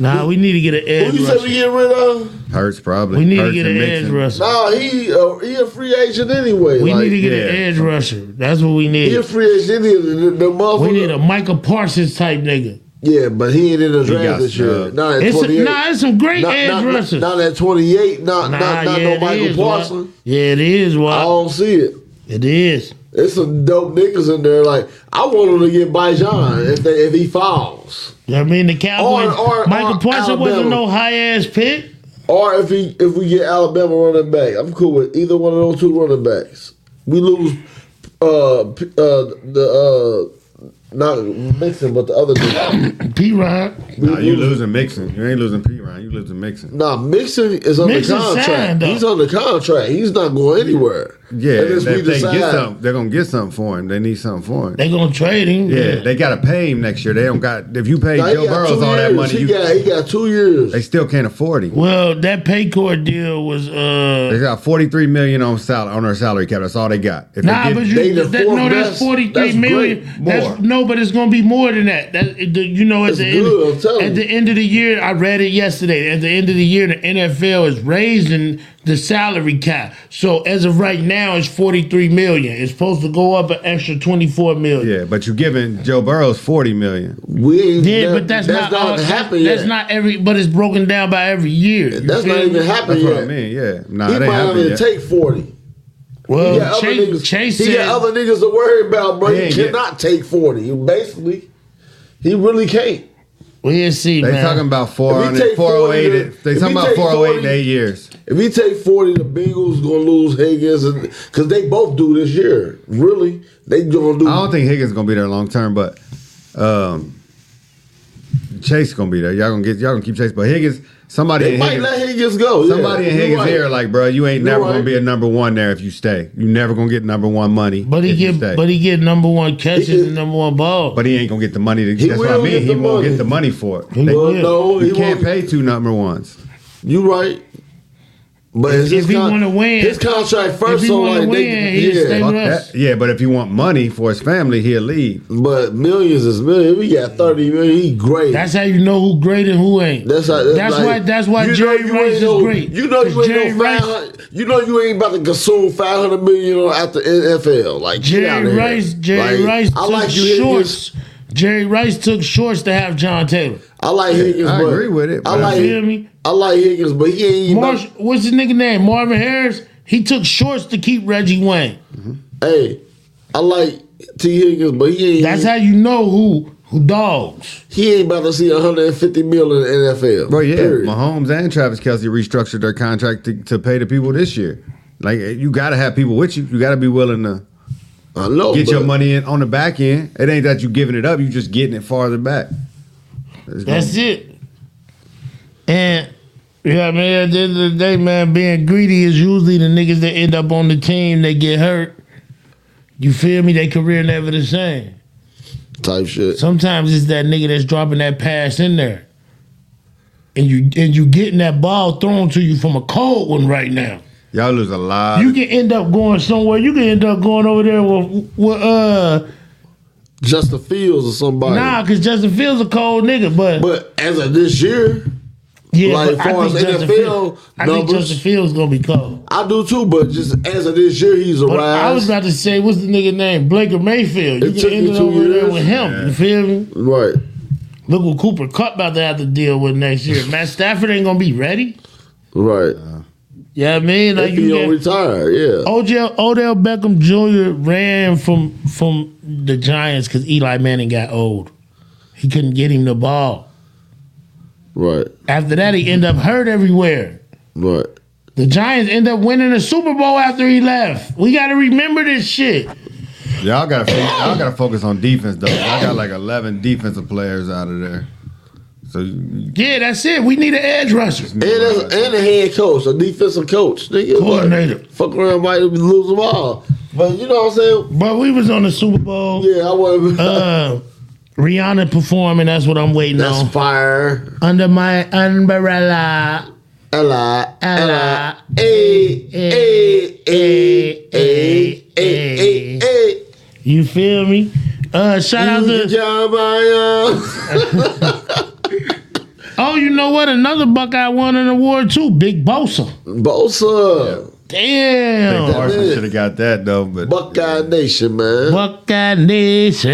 Speaker 1: nah, we need to get an
Speaker 2: Who
Speaker 1: edge
Speaker 2: you say
Speaker 1: rusher.
Speaker 2: we get rid of?
Speaker 5: Hurts probably.
Speaker 1: We need to
Speaker 5: Hurts
Speaker 1: get
Speaker 5: and
Speaker 1: an edge
Speaker 5: Mixon.
Speaker 1: rusher.
Speaker 2: Nah, he uh, he a free agent anyway.
Speaker 1: We
Speaker 2: like,
Speaker 1: need to get an
Speaker 5: yeah.
Speaker 1: edge rusher. That's what we
Speaker 2: he a
Speaker 1: need.
Speaker 2: free agent. He, the, the motherfucker.
Speaker 1: We need a Michael Parsons type nigga.
Speaker 2: yeah, but he ain't in the draft
Speaker 5: got
Speaker 2: this year.
Speaker 5: snubbed.
Speaker 2: Not at
Speaker 1: It's a,
Speaker 2: twenty eight.
Speaker 1: nah, it's some great
Speaker 2: not,
Speaker 1: edge
Speaker 2: not,
Speaker 1: rushers.
Speaker 2: not at twenty eight. Not
Speaker 1: Nah,
Speaker 2: not, not
Speaker 1: yeah,
Speaker 2: no
Speaker 1: it
Speaker 2: Michael
Speaker 1: is, Uh, Wa-
Speaker 2: Parsons.
Speaker 1: Yeah, it is.
Speaker 2: I
Speaker 1: Why?
Speaker 2: don't see it.
Speaker 1: It is.
Speaker 2: It's some dope niggas in there. Like I want him to get Bijan if they, if he falls,
Speaker 1: I mean, the Cowboys.
Speaker 2: or- or
Speaker 1: Michael Parsons wasn't
Speaker 2: Alabama.
Speaker 1: no high ass pick.
Speaker 2: or if he if we get Alabama running back. I'm cool with either one of those two running backs. We lose uh p- uh the uh not Mixon, but the other dude.
Speaker 1: P. Ryan.
Speaker 2: We
Speaker 5: Nah, you
Speaker 2: lose-
Speaker 5: losing Mixon. You ain't losing P Ryan. You losing Mixon.
Speaker 2: Nah, Mixon is under
Speaker 1: Mixon
Speaker 2: contract.
Speaker 1: signed, though.
Speaker 2: He's under contract. He's not going anywhere.
Speaker 5: Yeah,
Speaker 2: Unless
Speaker 5: if they
Speaker 2: we
Speaker 5: get
Speaker 2: decide-
Speaker 5: something, they're gonna get something for him. They need something for him.
Speaker 1: They gonna trade him.
Speaker 5: yeah, they gotta pay him next year. They don't got. If you pay
Speaker 2: Nah, he
Speaker 5: Joe
Speaker 2: got
Speaker 5: Burrows
Speaker 2: two
Speaker 5: all that
Speaker 2: years.
Speaker 5: money,
Speaker 2: He
Speaker 5: you,
Speaker 2: got he got two years.
Speaker 5: they still can't afford him.
Speaker 1: Well, that Paycor deal was
Speaker 5: They
Speaker 1: uh.
Speaker 5: got forty three million on salary on their salary cap. That's all they got. If
Speaker 1: Nah,
Speaker 5: they
Speaker 1: but
Speaker 5: get,
Speaker 2: they
Speaker 1: you
Speaker 2: the
Speaker 1: that,
Speaker 2: fourth
Speaker 1: no,
Speaker 2: best.
Speaker 1: that's forty three
Speaker 2: That's
Speaker 1: million.
Speaker 2: great.
Speaker 1: That's
Speaker 5: More.
Speaker 1: no, but it's gonna be more than that. That it- the- you know, at
Speaker 2: It's
Speaker 1: the
Speaker 2: good, I'm
Speaker 1: end,
Speaker 2: telling
Speaker 1: at
Speaker 2: you.
Speaker 1: the end of the year, I read it yesterday. At the end of the year, the NFL is raising the salary cap. So as of right now, it's forty three million. It's supposed to go up an extra twenty four million.
Speaker 5: yeah, but you giving Joe Burrows forty million.
Speaker 2: We ain't,
Speaker 1: Yeah,
Speaker 2: that-
Speaker 1: but that's, not, all-
Speaker 2: happened
Speaker 1: That's
Speaker 2: yet.
Speaker 1: not every, but it's broken down by every year. You
Speaker 2: That's
Speaker 1: feel
Speaker 2: not
Speaker 1: me?
Speaker 2: even happened
Speaker 5: That's
Speaker 2: yet.
Speaker 5: what I mean. Yeah, nah,
Speaker 2: He
Speaker 5: it ain't
Speaker 2: might not
Speaker 5: happening
Speaker 2: even
Speaker 5: yet.
Speaker 2: take forty. He got
Speaker 1: Well,
Speaker 2: other
Speaker 1: Chase,
Speaker 2: niggas.
Speaker 1: Chase
Speaker 2: he
Speaker 1: said,
Speaker 2: got other niggas to worry about, bro.
Speaker 5: He
Speaker 2: He
Speaker 5: ain't get-
Speaker 2: cannot take forty. You basically, he really can't.
Speaker 1: we'll see,
Speaker 5: They
Speaker 1: man.
Speaker 5: talking about
Speaker 2: If he
Speaker 5: 400,
Speaker 2: take 40,
Speaker 5: 408
Speaker 2: if
Speaker 5: They
Speaker 2: he
Speaker 5: talking about
Speaker 2: take
Speaker 5: 408 in
Speaker 2: 40,
Speaker 5: eight years.
Speaker 2: If he take forty, the Bengals gonna lose Higgins, and because they both do this year. Really, they gonna do.
Speaker 5: I don't think Higgins gonna be there long term, but um, Chase gonna be there. Y'all gonna get y'all gonna keep Chase, but Higgins, somebody
Speaker 2: they
Speaker 5: in
Speaker 2: might
Speaker 5: Higgins,
Speaker 2: let Higgins go. yeah.
Speaker 5: somebody in
Speaker 2: You're
Speaker 5: Higgins
Speaker 2: right.
Speaker 5: here, like bro, you ain't
Speaker 2: You're
Speaker 5: never gonna
Speaker 2: right.
Speaker 5: be a number one there if you stay. You never gonna get number one money,
Speaker 1: but he
Speaker 5: if you
Speaker 1: get,
Speaker 5: stay.
Speaker 1: but he get number one catches
Speaker 2: He-
Speaker 1: and number one ball.
Speaker 5: But he ain't gonna get the money. To,
Speaker 2: He
Speaker 5: that's what I
Speaker 2: will get
Speaker 5: mean. He
Speaker 2: the
Speaker 5: won't
Speaker 2: money.
Speaker 5: get the money for it.
Speaker 1: He
Speaker 5: They-
Speaker 1: will.
Speaker 2: Well, no, he
Speaker 5: you can't
Speaker 2: won't-
Speaker 5: pay two number ones.
Speaker 2: You right. But it's
Speaker 1: If
Speaker 2: his
Speaker 1: he wanna win-
Speaker 2: his contract first.
Speaker 1: he
Speaker 2: so
Speaker 1: wanna
Speaker 2: like,
Speaker 1: win,
Speaker 2: they,
Speaker 1: he
Speaker 2: yeah.
Speaker 1: stay-
Speaker 5: Fuck
Speaker 1: Yes.
Speaker 5: that. Yeah, but if you want money for his family, he'll leave.
Speaker 2: But millions is millions. We got thirty million. He great.
Speaker 1: that's how you know who great and who ain't.
Speaker 2: That's how. That's,
Speaker 1: That's
Speaker 2: like-
Speaker 1: why- that's why Jerry
Speaker 2: you
Speaker 1: Rice
Speaker 2: ain't
Speaker 1: is
Speaker 2: no,
Speaker 1: great.
Speaker 2: You know you
Speaker 1: 'Cause
Speaker 2: ain't
Speaker 1: Jerry
Speaker 2: no
Speaker 1: Rice-
Speaker 2: 500 You know you ain't about to consume five hundred million on after NFL. Like get
Speaker 1: Jerry
Speaker 2: out of here.
Speaker 1: Rice, Jerry
Speaker 2: Like,
Speaker 1: Rice
Speaker 2: I
Speaker 1: took
Speaker 2: like you Higgins.
Speaker 1: shorts. Jerry Rice took shorts to have John Taylor.
Speaker 2: I like Higgins.
Speaker 5: I
Speaker 2: but
Speaker 5: agree with it,
Speaker 2: I
Speaker 5: but-
Speaker 2: like
Speaker 1: Feel me?
Speaker 2: I like Higgins, but he ain't even.
Speaker 1: Marsh, what's his nigga name? Marvin Harris. He took shorts to keep Reggie Wayne.
Speaker 2: hey, I like T Higgins, but he ain't.
Speaker 1: That's how you know who who dogs.
Speaker 2: he ain't about to see one hundred and fifty million in the NFL.
Speaker 5: Bro, yeah,
Speaker 2: period.
Speaker 5: Mahomes and Travis Kelsey restructured their contract to, to pay the people this year. Like you got to have people with you. You got to be willing to
Speaker 2: I know.
Speaker 5: get your
Speaker 2: but-
Speaker 5: money in on the back end. It ain't that you giving it up. You just getting it farther back. It's gonna-
Speaker 1: That's it. And yeah, man, at the end of the day, man, being greedy is usually the niggas that end up on the team, they get hurt. You feel me? They career never the same.
Speaker 2: type shit.
Speaker 1: Sometimes it's that nigga that's dropping that pass in there. And you and you getting that ball thrown to you from a cold one right now.
Speaker 5: y'all lose a lot.
Speaker 1: You can end up going somewhere. You can end up going over there with, with uh
Speaker 2: Justin Fields or somebody.
Speaker 1: nah, cause Justin Fields a cold nigga, but
Speaker 2: But as of this year,
Speaker 1: Yeah,
Speaker 2: like as
Speaker 1: but I
Speaker 2: far as
Speaker 1: think Justin
Speaker 2: NFL
Speaker 1: Fields. I think
Speaker 2: numbers.
Speaker 1: Justin Fields gonna be cold.
Speaker 2: I do too, but just as of this year, he's a
Speaker 1: But I was
Speaker 2: rise.
Speaker 1: about to say, what's the nigga name? Blaker Mayfield. You
Speaker 2: It
Speaker 1: can
Speaker 2: took
Speaker 1: end
Speaker 2: you
Speaker 1: it
Speaker 2: two
Speaker 1: over there
Speaker 2: years.
Speaker 1: with him. You feel me?
Speaker 2: Right.
Speaker 1: Look what Cooper Cup about to have to deal with next year. Matt Stafford ain't gonna be ready.
Speaker 2: Right.
Speaker 1: Yeah, I mean, like
Speaker 2: if he
Speaker 1: Uh, you
Speaker 2: don't
Speaker 1: get,
Speaker 2: retire, yeah.
Speaker 1: OJ, Odell Beckham Jr. ran from from the Giants because Eli Manning got old. He couldn't get him the ball.
Speaker 2: Right.
Speaker 1: After that, he ended up hurt everywhere.
Speaker 2: Right.
Speaker 1: The Giants end up winning the Super Bowl after he left. We got to remember this shit.
Speaker 5: Y'all gotta fo- y'all gotta focus on defense though. I got like eleven defensive players out of there. So you-
Speaker 1: Yeah, that's it. We need an edge rusher.
Speaker 2: And, as, and a head coach, a defensive coach, nigga.
Speaker 1: Coordinator.
Speaker 2: Like, fuck around, might lose them all. But you know what I'm saying?
Speaker 1: But we was on the Super Bowl.
Speaker 2: Yeah, I was.
Speaker 1: Uh, Rihanna performing. That's what I'm waiting
Speaker 2: That's
Speaker 1: on.
Speaker 2: fire.
Speaker 1: Under my umbrella.
Speaker 2: Ella. Uh,
Speaker 1: Ella.
Speaker 2: Hey, hey, hey, hey, hey, hey, hey.
Speaker 1: You feel me? Uh, shout out to Oh, you know what? Another Buckeye won an award too. Big Bosa.
Speaker 2: Bosa.
Speaker 5: Nick
Speaker 1: Damn.
Speaker 5: Larson should have got that though, but
Speaker 2: Buckeye Nation, man.
Speaker 1: Buckeye Nation.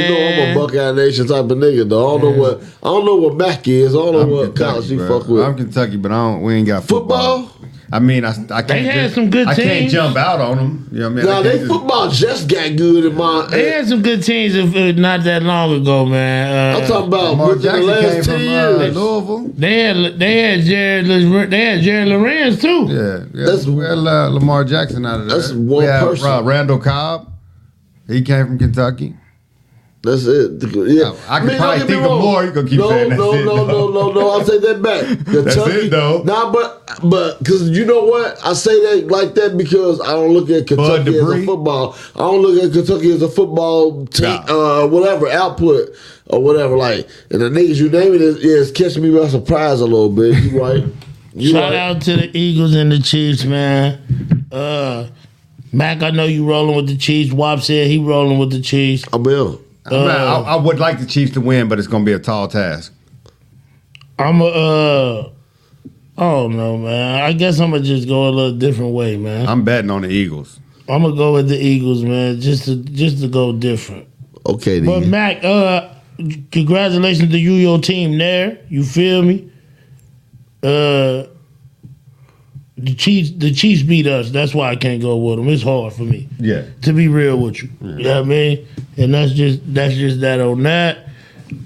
Speaker 2: You know I'm a Buckeye Nation type of nigga though. I don't know what I don't know what Mac is. I don't know
Speaker 5: I'm
Speaker 2: what college
Speaker 5: Kentucky,
Speaker 2: he
Speaker 5: bro.
Speaker 2: fuck with.
Speaker 5: I'm Kentucky, but I don't. We ain't got football.
Speaker 2: football?
Speaker 5: I mean, I, I can't.
Speaker 1: They had
Speaker 5: just-
Speaker 1: some good
Speaker 5: I can't
Speaker 1: teams.
Speaker 5: jump out on them. You know what I mean? I
Speaker 2: Nah,
Speaker 5: can't
Speaker 2: they
Speaker 5: just-
Speaker 2: football just got good in my.
Speaker 1: They had some good teams if, if not that long ago, man. Uh,
Speaker 2: I'm talking about
Speaker 5: Lamar
Speaker 2: within the
Speaker 5: Jackson came
Speaker 2: last
Speaker 5: from
Speaker 2: ten
Speaker 5: uh,
Speaker 2: years.
Speaker 5: Louisville.
Speaker 1: They had they had Jared Le- they had Jared Lorenz too.
Speaker 5: Yeah, yeah.
Speaker 2: That's-
Speaker 5: we had uh, Lamar Jackson out of there.
Speaker 2: That's one
Speaker 5: We had,
Speaker 2: person.
Speaker 5: uh, Randall Cobb. He came from Kentucky.
Speaker 2: That's it. Yeah,
Speaker 5: I could probably
Speaker 2: Man, don't get me
Speaker 5: think of
Speaker 2: wrong.
Speaker 5: more. You gonna keep
Speaker 2: no,
Speaker 5: saying that's
Speaker 2: no,
Speaker 5: it,
Speaker 2: no, no,
Speaker 5: though.
Speaker 2: no, no. I'll take that back.
Speaker 5: That's it, though.
Speaker 2: Nah, but but because you know what, I say that like that because I don't look
Speaker 5: Bud
Speaker 2: at Kentucky as a
Speaker 5: Dupree?
Speaker 2: football. I don't look at Kentucky as a football team, uh, whatever output or whatever. Like, and the niggas you name it is, is catching me by surprise a little bit. You right? You
Speaker 1: Shout
Speaker 2: right?
Speaker 1: out to the Eagles and the Chiefs, man. Uh, Mac, I know you rolling with the Chiefs. Wop said he rolling with the Chiefs.
Speaker 2: I'm ill.
Speaker 5: I, mean,
Speaker 1: Uh,
Speaker 5: I, I would like the Chiefs to win, but it's gonna be a tall task.
Speaker 1: I'm a, uh, I don't know, man. I guess I'm gonna just go a little different way, man.
Speaker 5: I'm betting on the Eagles.
Speaker 1: I'm gonna go with the Eagles, man, just to just to go different.
Speaker 2: Okay,
Speaker 1: But
Speaker 2: then.
Speaker 1: Mac, uh, congratulations to you, your team there. You feel me? Uh, the Chiefs, the Chiefs beat us. That's why I can't go with them. It's hard for me
Speaker 5: Yeah.
Speaker 1: to be real with you. You know what I mean? And that's just that's just that on that.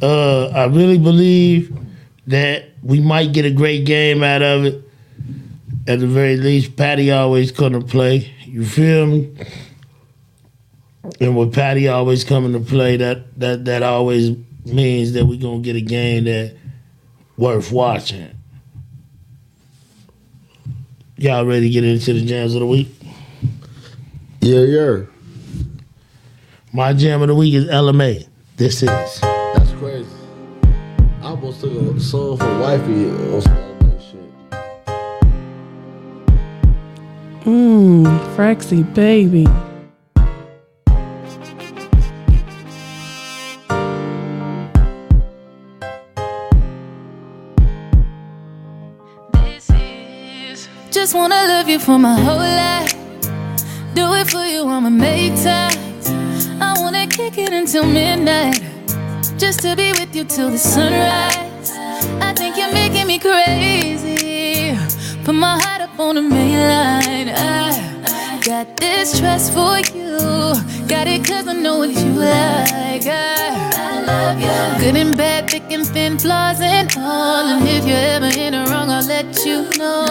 Speaker 1: Uh, I really believe that we might get a great game out of it. At the very least, Patty always gonna play. You feel me? And with Patty always coming to play, that that that always means that we're gonna get a game that worth watching. Y'all ready to get into the jams of the week?
Speaker 2: Yeah, yeah.
Speaker 1: My jam of the week is LMA. This is.
Speaker 2: That's crazy. I almost took a song for wifey or something like that shit.
Speaker 7: Mmm, Fraxy baby.
Speaker 14: Just wanna love you for my whole life. Do it for you, I'ma make time. I wanna kick it until midnight. Just to be with you till the sunrise. I think you're making me crazy. Put my heart up on the main line. I got this trust for you. Got it cause I know what you like. I, I love you. Good and bad, thick and thin, flaws and all. And if you're ever in a wrong, I'll let you know.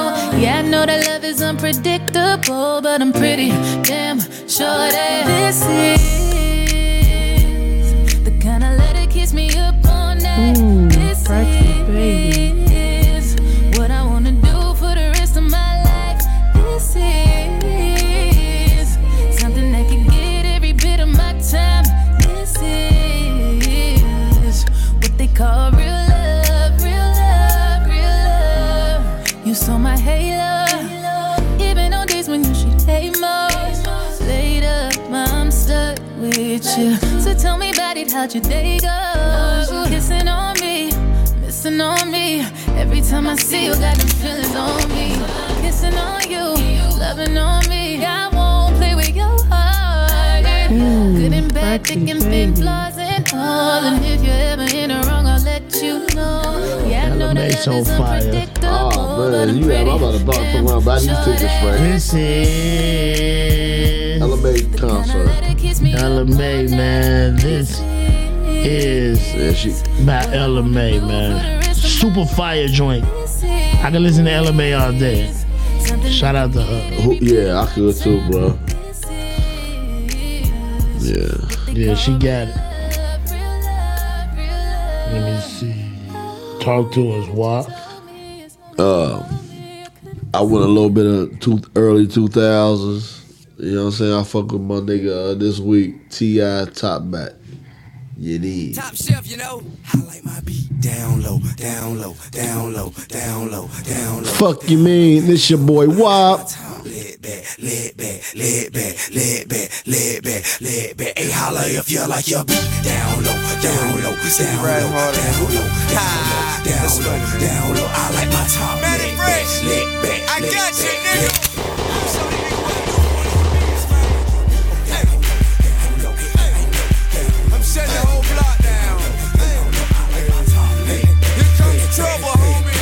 Speaker 14: Yeah, I know that love is unpredictable, but I'm pretty damn sure that this is the kind of letter kiss me up all night. this is what I wanna do for the rest of my life. This is something that can get every bit of my time. This is what they call real love, real love, real love. You saw my halo, even on days when you should hate most. Laid up, I'm stuck with you. So tell me about it, how'd your day go? Kissing on me, miss kissing on me. Every time I see you, got them feelings on me. Kissing on you, loving on me. I won't play with your heart. yeah. Good and bad, thick and thin, flaws and all. And if you're ever in a wrong, I'll let you know. Yeah, I know that
Speaker 1: LMA's on fire.
Speaker 2: Oh man, you have. I'm about to buy from around buy these tickets, Frank.
Speaker 1: This is
Speaker 2: LMA concert.
Speaker 1: LMA, man. This is by LMA, man. Super fire joint. I can listen to LMA all day. Shout out to her.
Speaker 2: Who- Yeah, I could too, bro. Yeah.
Speaker 1: Yeah, she got it. Let me see. Talk to us, Wop.
Speaker 2: uh, I went a little bit of two, early 2000s. You know what I'm saying? I fuck with my nigga uh, this week, T.I. Top Bat. You need.
Speaker 15: Top shelf, you know. I like my beat down low, down low, down low, down low, down low.
Speaker 2: Fuck you mean? This your boy Wop.
Speaker 15: Lit back, lit back, lit back, lit back, lit back, lit back. Hey, holla if you like your beat down low, down low, down low, down low, down low, down low, down low. I like my top lit back, lit back. I got you, nigga.
Speaker 4: I'm shutting the whole block down. Here comes the trouble, homie.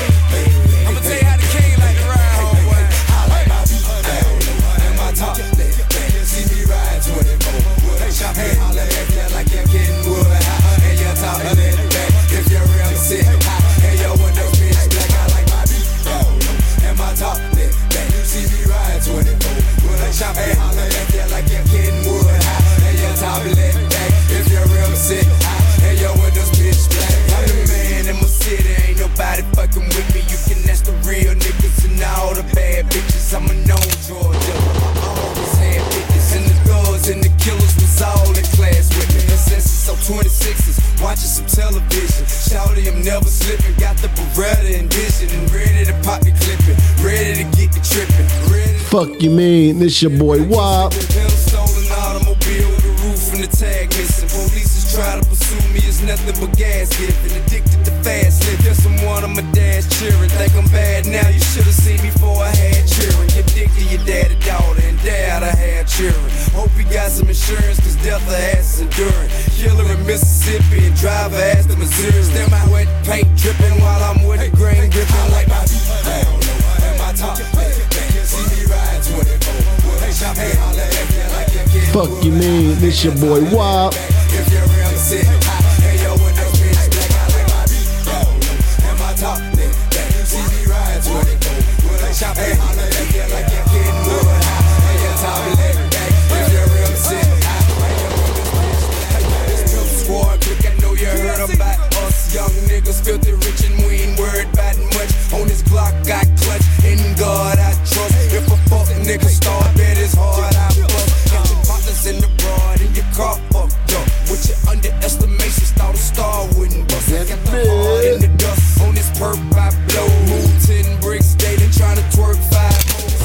Speaker 4: I'ma tell you how the king like to ride, homeboy. I like my beat down low and my top lit. You see me ride 24 wood. Hey, shop hand, holla at ya like you're getting wood. High, And your top lit back if you're real sick. high. And your window bitch black. I like my beat down low and my top lit back. You see me ride 24 wood. Hey, shop hand, holla at ya like you're getting wood. High, And your top lit back if you're real sick. high. And your windows bitch black. I'm the man in my city, ain't nobody fucking with me. You can ask the real niggas and all the bad bitches. I'm a known Georgia. I always had bitches, and the thugs and the killers was all in class with me. And since it's so 26s, watching some television. Shouty, I'm never slipping. Got the Beretta and vision, and ready to pop the clipping, ready to get the tripping, ready.
Speaker 2: Fuck you mean? This your boy Wop.
Speaker 4: Bill stolen automobile, the roof and the tag missing. Police is trying to pursue me, it's nothing but gas giving. Addicted to fast living. There's someone on my dad's cheering. Think I'm bad now, you should've seen me before I had cheering. Your dick to your daddy, daughter, and dad I had cheering. Hope you got some insurance, cause death her ass is enduring. Killer in Mississippi and drive her ass to Missouri. Still my wet paint dripping while I'm with the grain gripping. I like my beat down low and my top back. See me ride 24. Hey, shop, hey, holla at me like you get
Speaker 2: Fuck you mean? This your boy Wop.
Speaker 4: if you're real sick. I- Hey, yo, when those bitch black, I like my beat down low and my top lit back. See me ride 24. Well, I shop and holler at you like you're getting wood. I- Hey, your top lit back. If you're real sick. I- Hey, yo, when those bitch black, I like this real squad quick. I know you heard about us young niggas filthy rich and we ain't worried about much. On this block, I clutch. In God, I trust. If a fuck nigga start, bet it's hard. I bust. Got your partners in the broad and your car fucked up. With your underestimations, thought a star wouldn't bust. I got the heart in the dust. On this perp, I blow. Move ten bricks daily, tryna twerk five. more.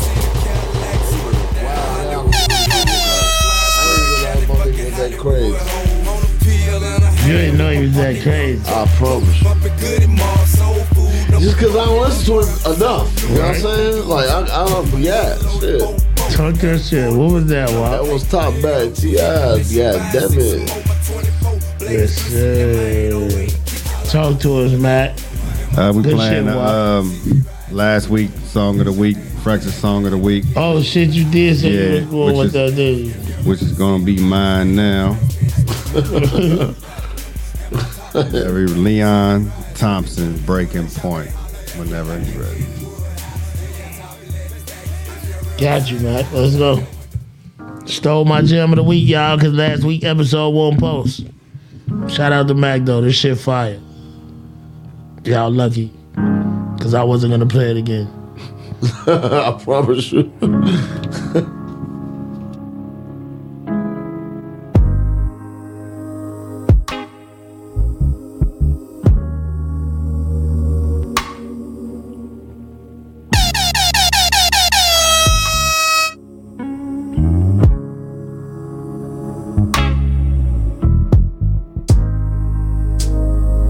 Speaker 4: See the Cadillacs, down.
Speaker 2: That crazy.
Speaker 1: You ain't know he was that crazy.
Speaker 2: I promise. Just cause I don't listen to him enough. You know what I'm saying? Like I, I don't forget. Shit.
Speaker 1: Talk that shit. What was that, Wop?
Speaker 2: That was top back. T.I. Yeah, damn it.
Speaker 1: Yes, sir. Talk to us, Matt.
Speaker 5: Uh, we
Speaker 1: Good
Speaker 5: playing
Speaker 1: shit,
Speaker 5: uh,
Speaker 1: Wop.
Speaker 5: um, last week song of the week, Fractured song of the week,
Speaker 1: Oh shit, you did say
Speaker 5: Yeah,
Speaker 1: you was going
Speaker 5: which
Speaker 1: with
Speaker 5: is-
Speaker 1: that, didn't you?
Speaker 5: which is gonna be mine now. Every Leon Thompson breaking point. Whenever he's ready.
Speaker 1: Got you, Matt. Let's go. Stole my gem of the week, y'all, cause last week episode won't post. Shout out to Mac though. This shit fire. Y'all lucky. Cause I wasn't gonna play it again.
Speaker 2: I promise you.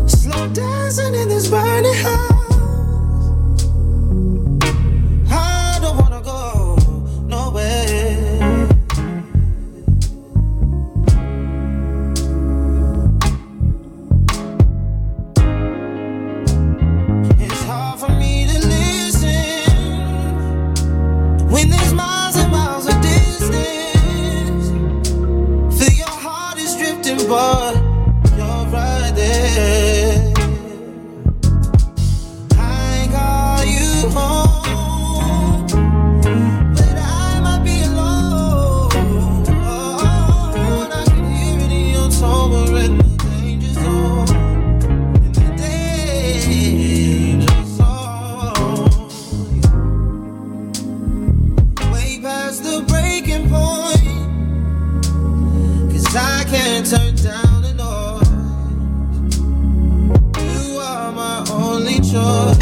Speaker 15: Slow dancing in this body turn down the noise. You are my only choice.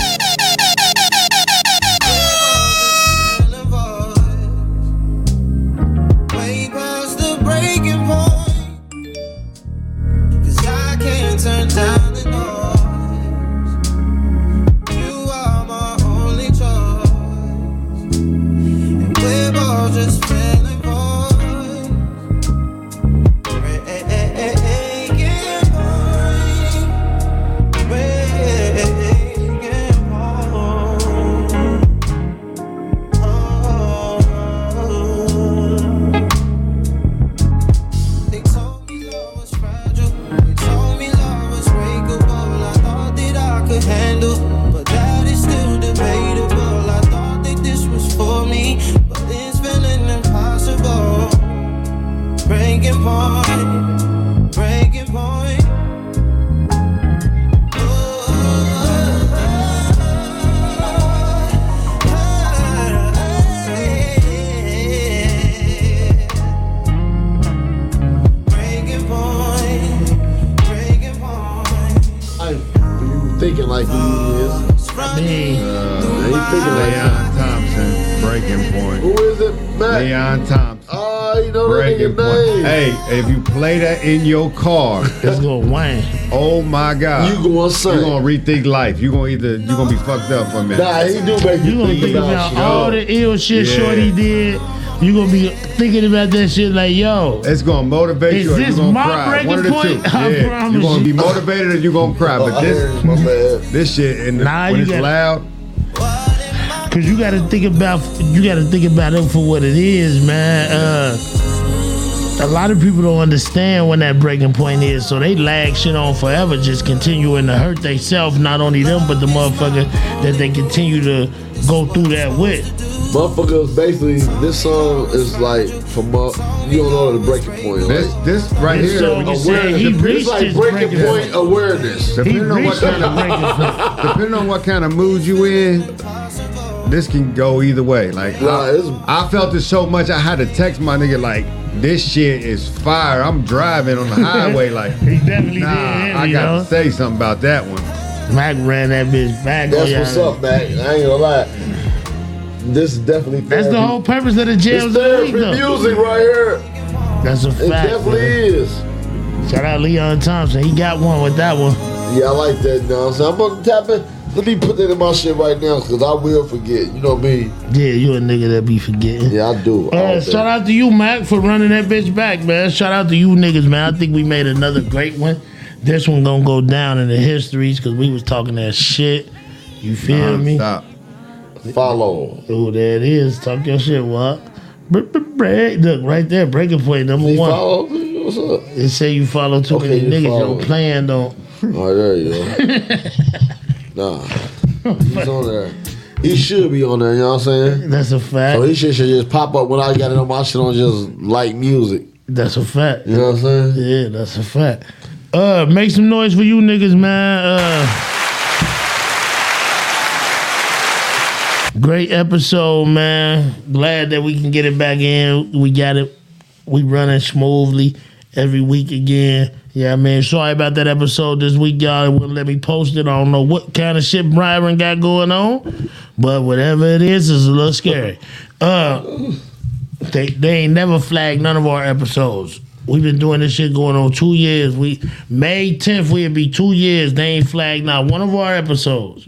Speaker 15: Way past the breaking point. Cause I can't turn down the noise. You are my only choice. And we're both just feeling void. Breaking point. Breaking point. Oh. They told me love was fragile. They told me love was breakable. I thought that I could handle, but that is still debatable. I thought that this was for me, but it's feeling impossible. Breaking point, breaking point. Breaking point, breaking point.
Speaker 2: You thinking like he is.
Speaker 15: I mean,
Speaker 2: he thinking like
Speaker 5: Leon Thompson, breaking point.
Speaker 2: Who is it, Matt?
Speaker 5: Leon Thompson.
Speaker 2: Oh, you know that
Speaker 5: Breaking
Speaker 2: nigga
Speaker 5: point.
Speaker 2: name.
Speaker 5: Hey, if you play that in your car,
Speaker 1: it's gonna whang.
Speaker 5: Oh my God,
Speaker 2: You gonna sing.
Speaker 5: You gonna rethink life. You gonna either you gonna be fucked up for a minute.
Speaker 2: Nah, he do make
Speaker 1: You
Speaker 2: you
Speaker 1: gonna
Speaker 2: think
Speaker 1: think
Speaker 2: about
Speaker 1: about
Speaker 2: shit.
Speaker 1: all the ill shit
Speaker 5: Yeah.
Speaker 1: Shorty did. You gonna be thinking about that shit like, yo,
Speaker 5: It's gonna motivate
Speaker 1: Is
Speaker 5: you. Or
Speaker 1: this
Speaker 5: you gonna
Speaker 1: my
Speaker 5: cry.
Speaker 1: breaking
Speaker 5: One of the
Speaker 1: point?
Speaker 5: Two.
Speaker 1: I
Speaker 5: yeah.
Speaker 1: promise
Speaker 5: you gonna be
Speaker 1: you.
Speaker 5: motivated or you gonna cry.
Speaker 2: Oh,
Speaker 5: But
Speaker 2: I heard
Speaker 5: this
Speaker 2: you, my bad.
Speaker 5: this shit and
Speaker 1: Nah,
Speaker 5: when
Speaker 1: you
Speaker 5: it's
Speaker 1: got-
Speaker 5: loud,
Speaker 1: Cause you gotta think about you gotta think about it for what it is, man. Uh, a lot of people don't understand when that breaking point is, so they lag shit on forever, just continuing to hurt themselves, not only them, but the motherfucker that they continue to go through that with.
Speaker 2: Motherfuckers, basically, this song is like from up. You don't know the breaking point.
Speaker 5: this
Speaker 2: Like,
Speaker 5: this right
Speaker 1: This
Speaker 5: here.
Speaker 1: song you said
Speaker 5: awareness-
Speaker 1: he
Speaker 5: depends-
Speaker 2: it's
Speaker 1: reached
Speaker 2: like
Speaker 1: his
Speaker 2: breaking,
Speaker 1: breaking
Speaker 2: point awareness.
Speaker 5: Depending on what
Speaker 1: reached his
Speaker 5: kind of
Speaker 1: breaking point.
Speaker 5: depending on what kind of mood you in, this can go either way. Like
Speaker 2: Nah,
Speaker 5: I,
Speaker 2: it's-
Speaker 5: I felt it so much I had to text my nigga like this shit is fire. I'm driving on the highway like
Speaker 1: He definitely
Speaker 5: nah,
Speaker 1: did.
Speaker 5: I
Speaker 1: you
Speaker 5: gotta
Speaker 1: know?
Speaker 5: say something about that one.
Speaker 1: Mac ran that bitch back. on
Speaker 2: That's
Speaker 1: y'all.
Speaker 2: what's up, Mac. I ain't gonna lie. This is definitely
Speaker 1: That's the
Speaker 2: therapy.
Speaker 1: whole purpose of the
Speaker 2: It's
Speaker 1: jails. and
Speaker 2: therapy
Speaker 1: freedom.
Speaker 2: music right here.
Speaker 1: That's a
Speaker 2: It
Speaker 1: fact.
Speaker 2: definitely
Speaker 1: man.
Speaker 2: is.
Speaker 1: Shout out Leon Thompson. He got one with that one.
Speaker 2: Yeah, I like that. Now, so I'm gonna tap it. Let me put that in my shit right now, cause I will forget. You know me.
Speaker 1: Yeah, you a nigga that be forgetting.
Speaker 2: Yeah, I do.
Speaker 1: Uh, shout out to you, Mac, for running that bitch back, man. Shout out to you niggas, man. I think we made another great one. This one gonna go down in the histories because we was talking that shit. You feel me?
Speaker 5: Stop.
Speaker 2: Follow.
Speaker 1: Oh, there it is. Talk your shit, what? Look, right there, breaking point number
Speaker 2: You
Speaker 1: one.
Speaker 2: follow? What's up?
Speaker 1: It say you follow too
Speaker 2: Okay,
Speaker 1: many
Speaker 2: you
Speaker 1: niggas.
Speaker 2: follow.
Speaker 1: Your plan don't.
Speaker 2: All right, Oh, there you go. nah, he's on there. He should be on there. You know what I'm saying?
Speaker 1: That's a fact.
Speaker 2: So he should, should just pop up when I got it on my shit on just like music.
Speaker 1: That's a fact.
Speaker 2: You know what I'm saying?
Speaker 1: Yeah, that's a fact. Uh, make some noise for you niggas, man. Uh, great episode, man. Glad that we can get it back in. We got it. We running smoothly every week again. Yeah, man. Sorry about that episode this week, y'all. It wouldn't let me post it. I don't know what kind of shit Byron got going on, but whatever it is, it's a little scary. Uh, they they ain't never flagged none of our episodes. We've been doing this shit going on two years. We May tenth we'll be two years. They ain't flagged not one of our episodes.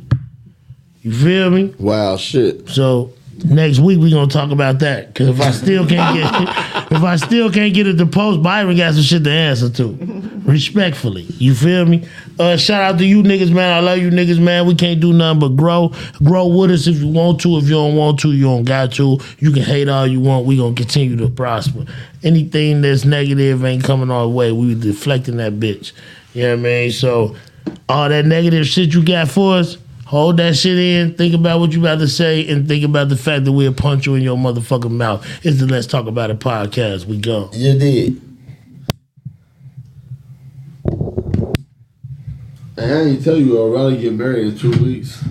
Speaker 1: You feel me?
Speaker 2: Wow, shit.
Speaker 1: So next week we gonna talk about that. Cause if I still can't get if I still can't get it to post, Byron got some shit to answer to. Respectfully. You feel me? Uh shout out to you niggas, man. I love you niggas, man. We can't do nothing but grow. Grow with us if you want to. If you don't want to, you don't got to. You can hate all you want. We gonna continue to prosper. Anything that's negative ain't coming our way. We deflecting that bitch. You know what I mean? So all that negative shit you got for us, Hold that shit in. Think about what you about to say, and think about the fact that we'll punch you in your motherfucking mouth. It's the Let's Talk About It podcast. We go.
Speaker 2: You did. Hey, I didn't tell you, I'll rather get married in two weeks.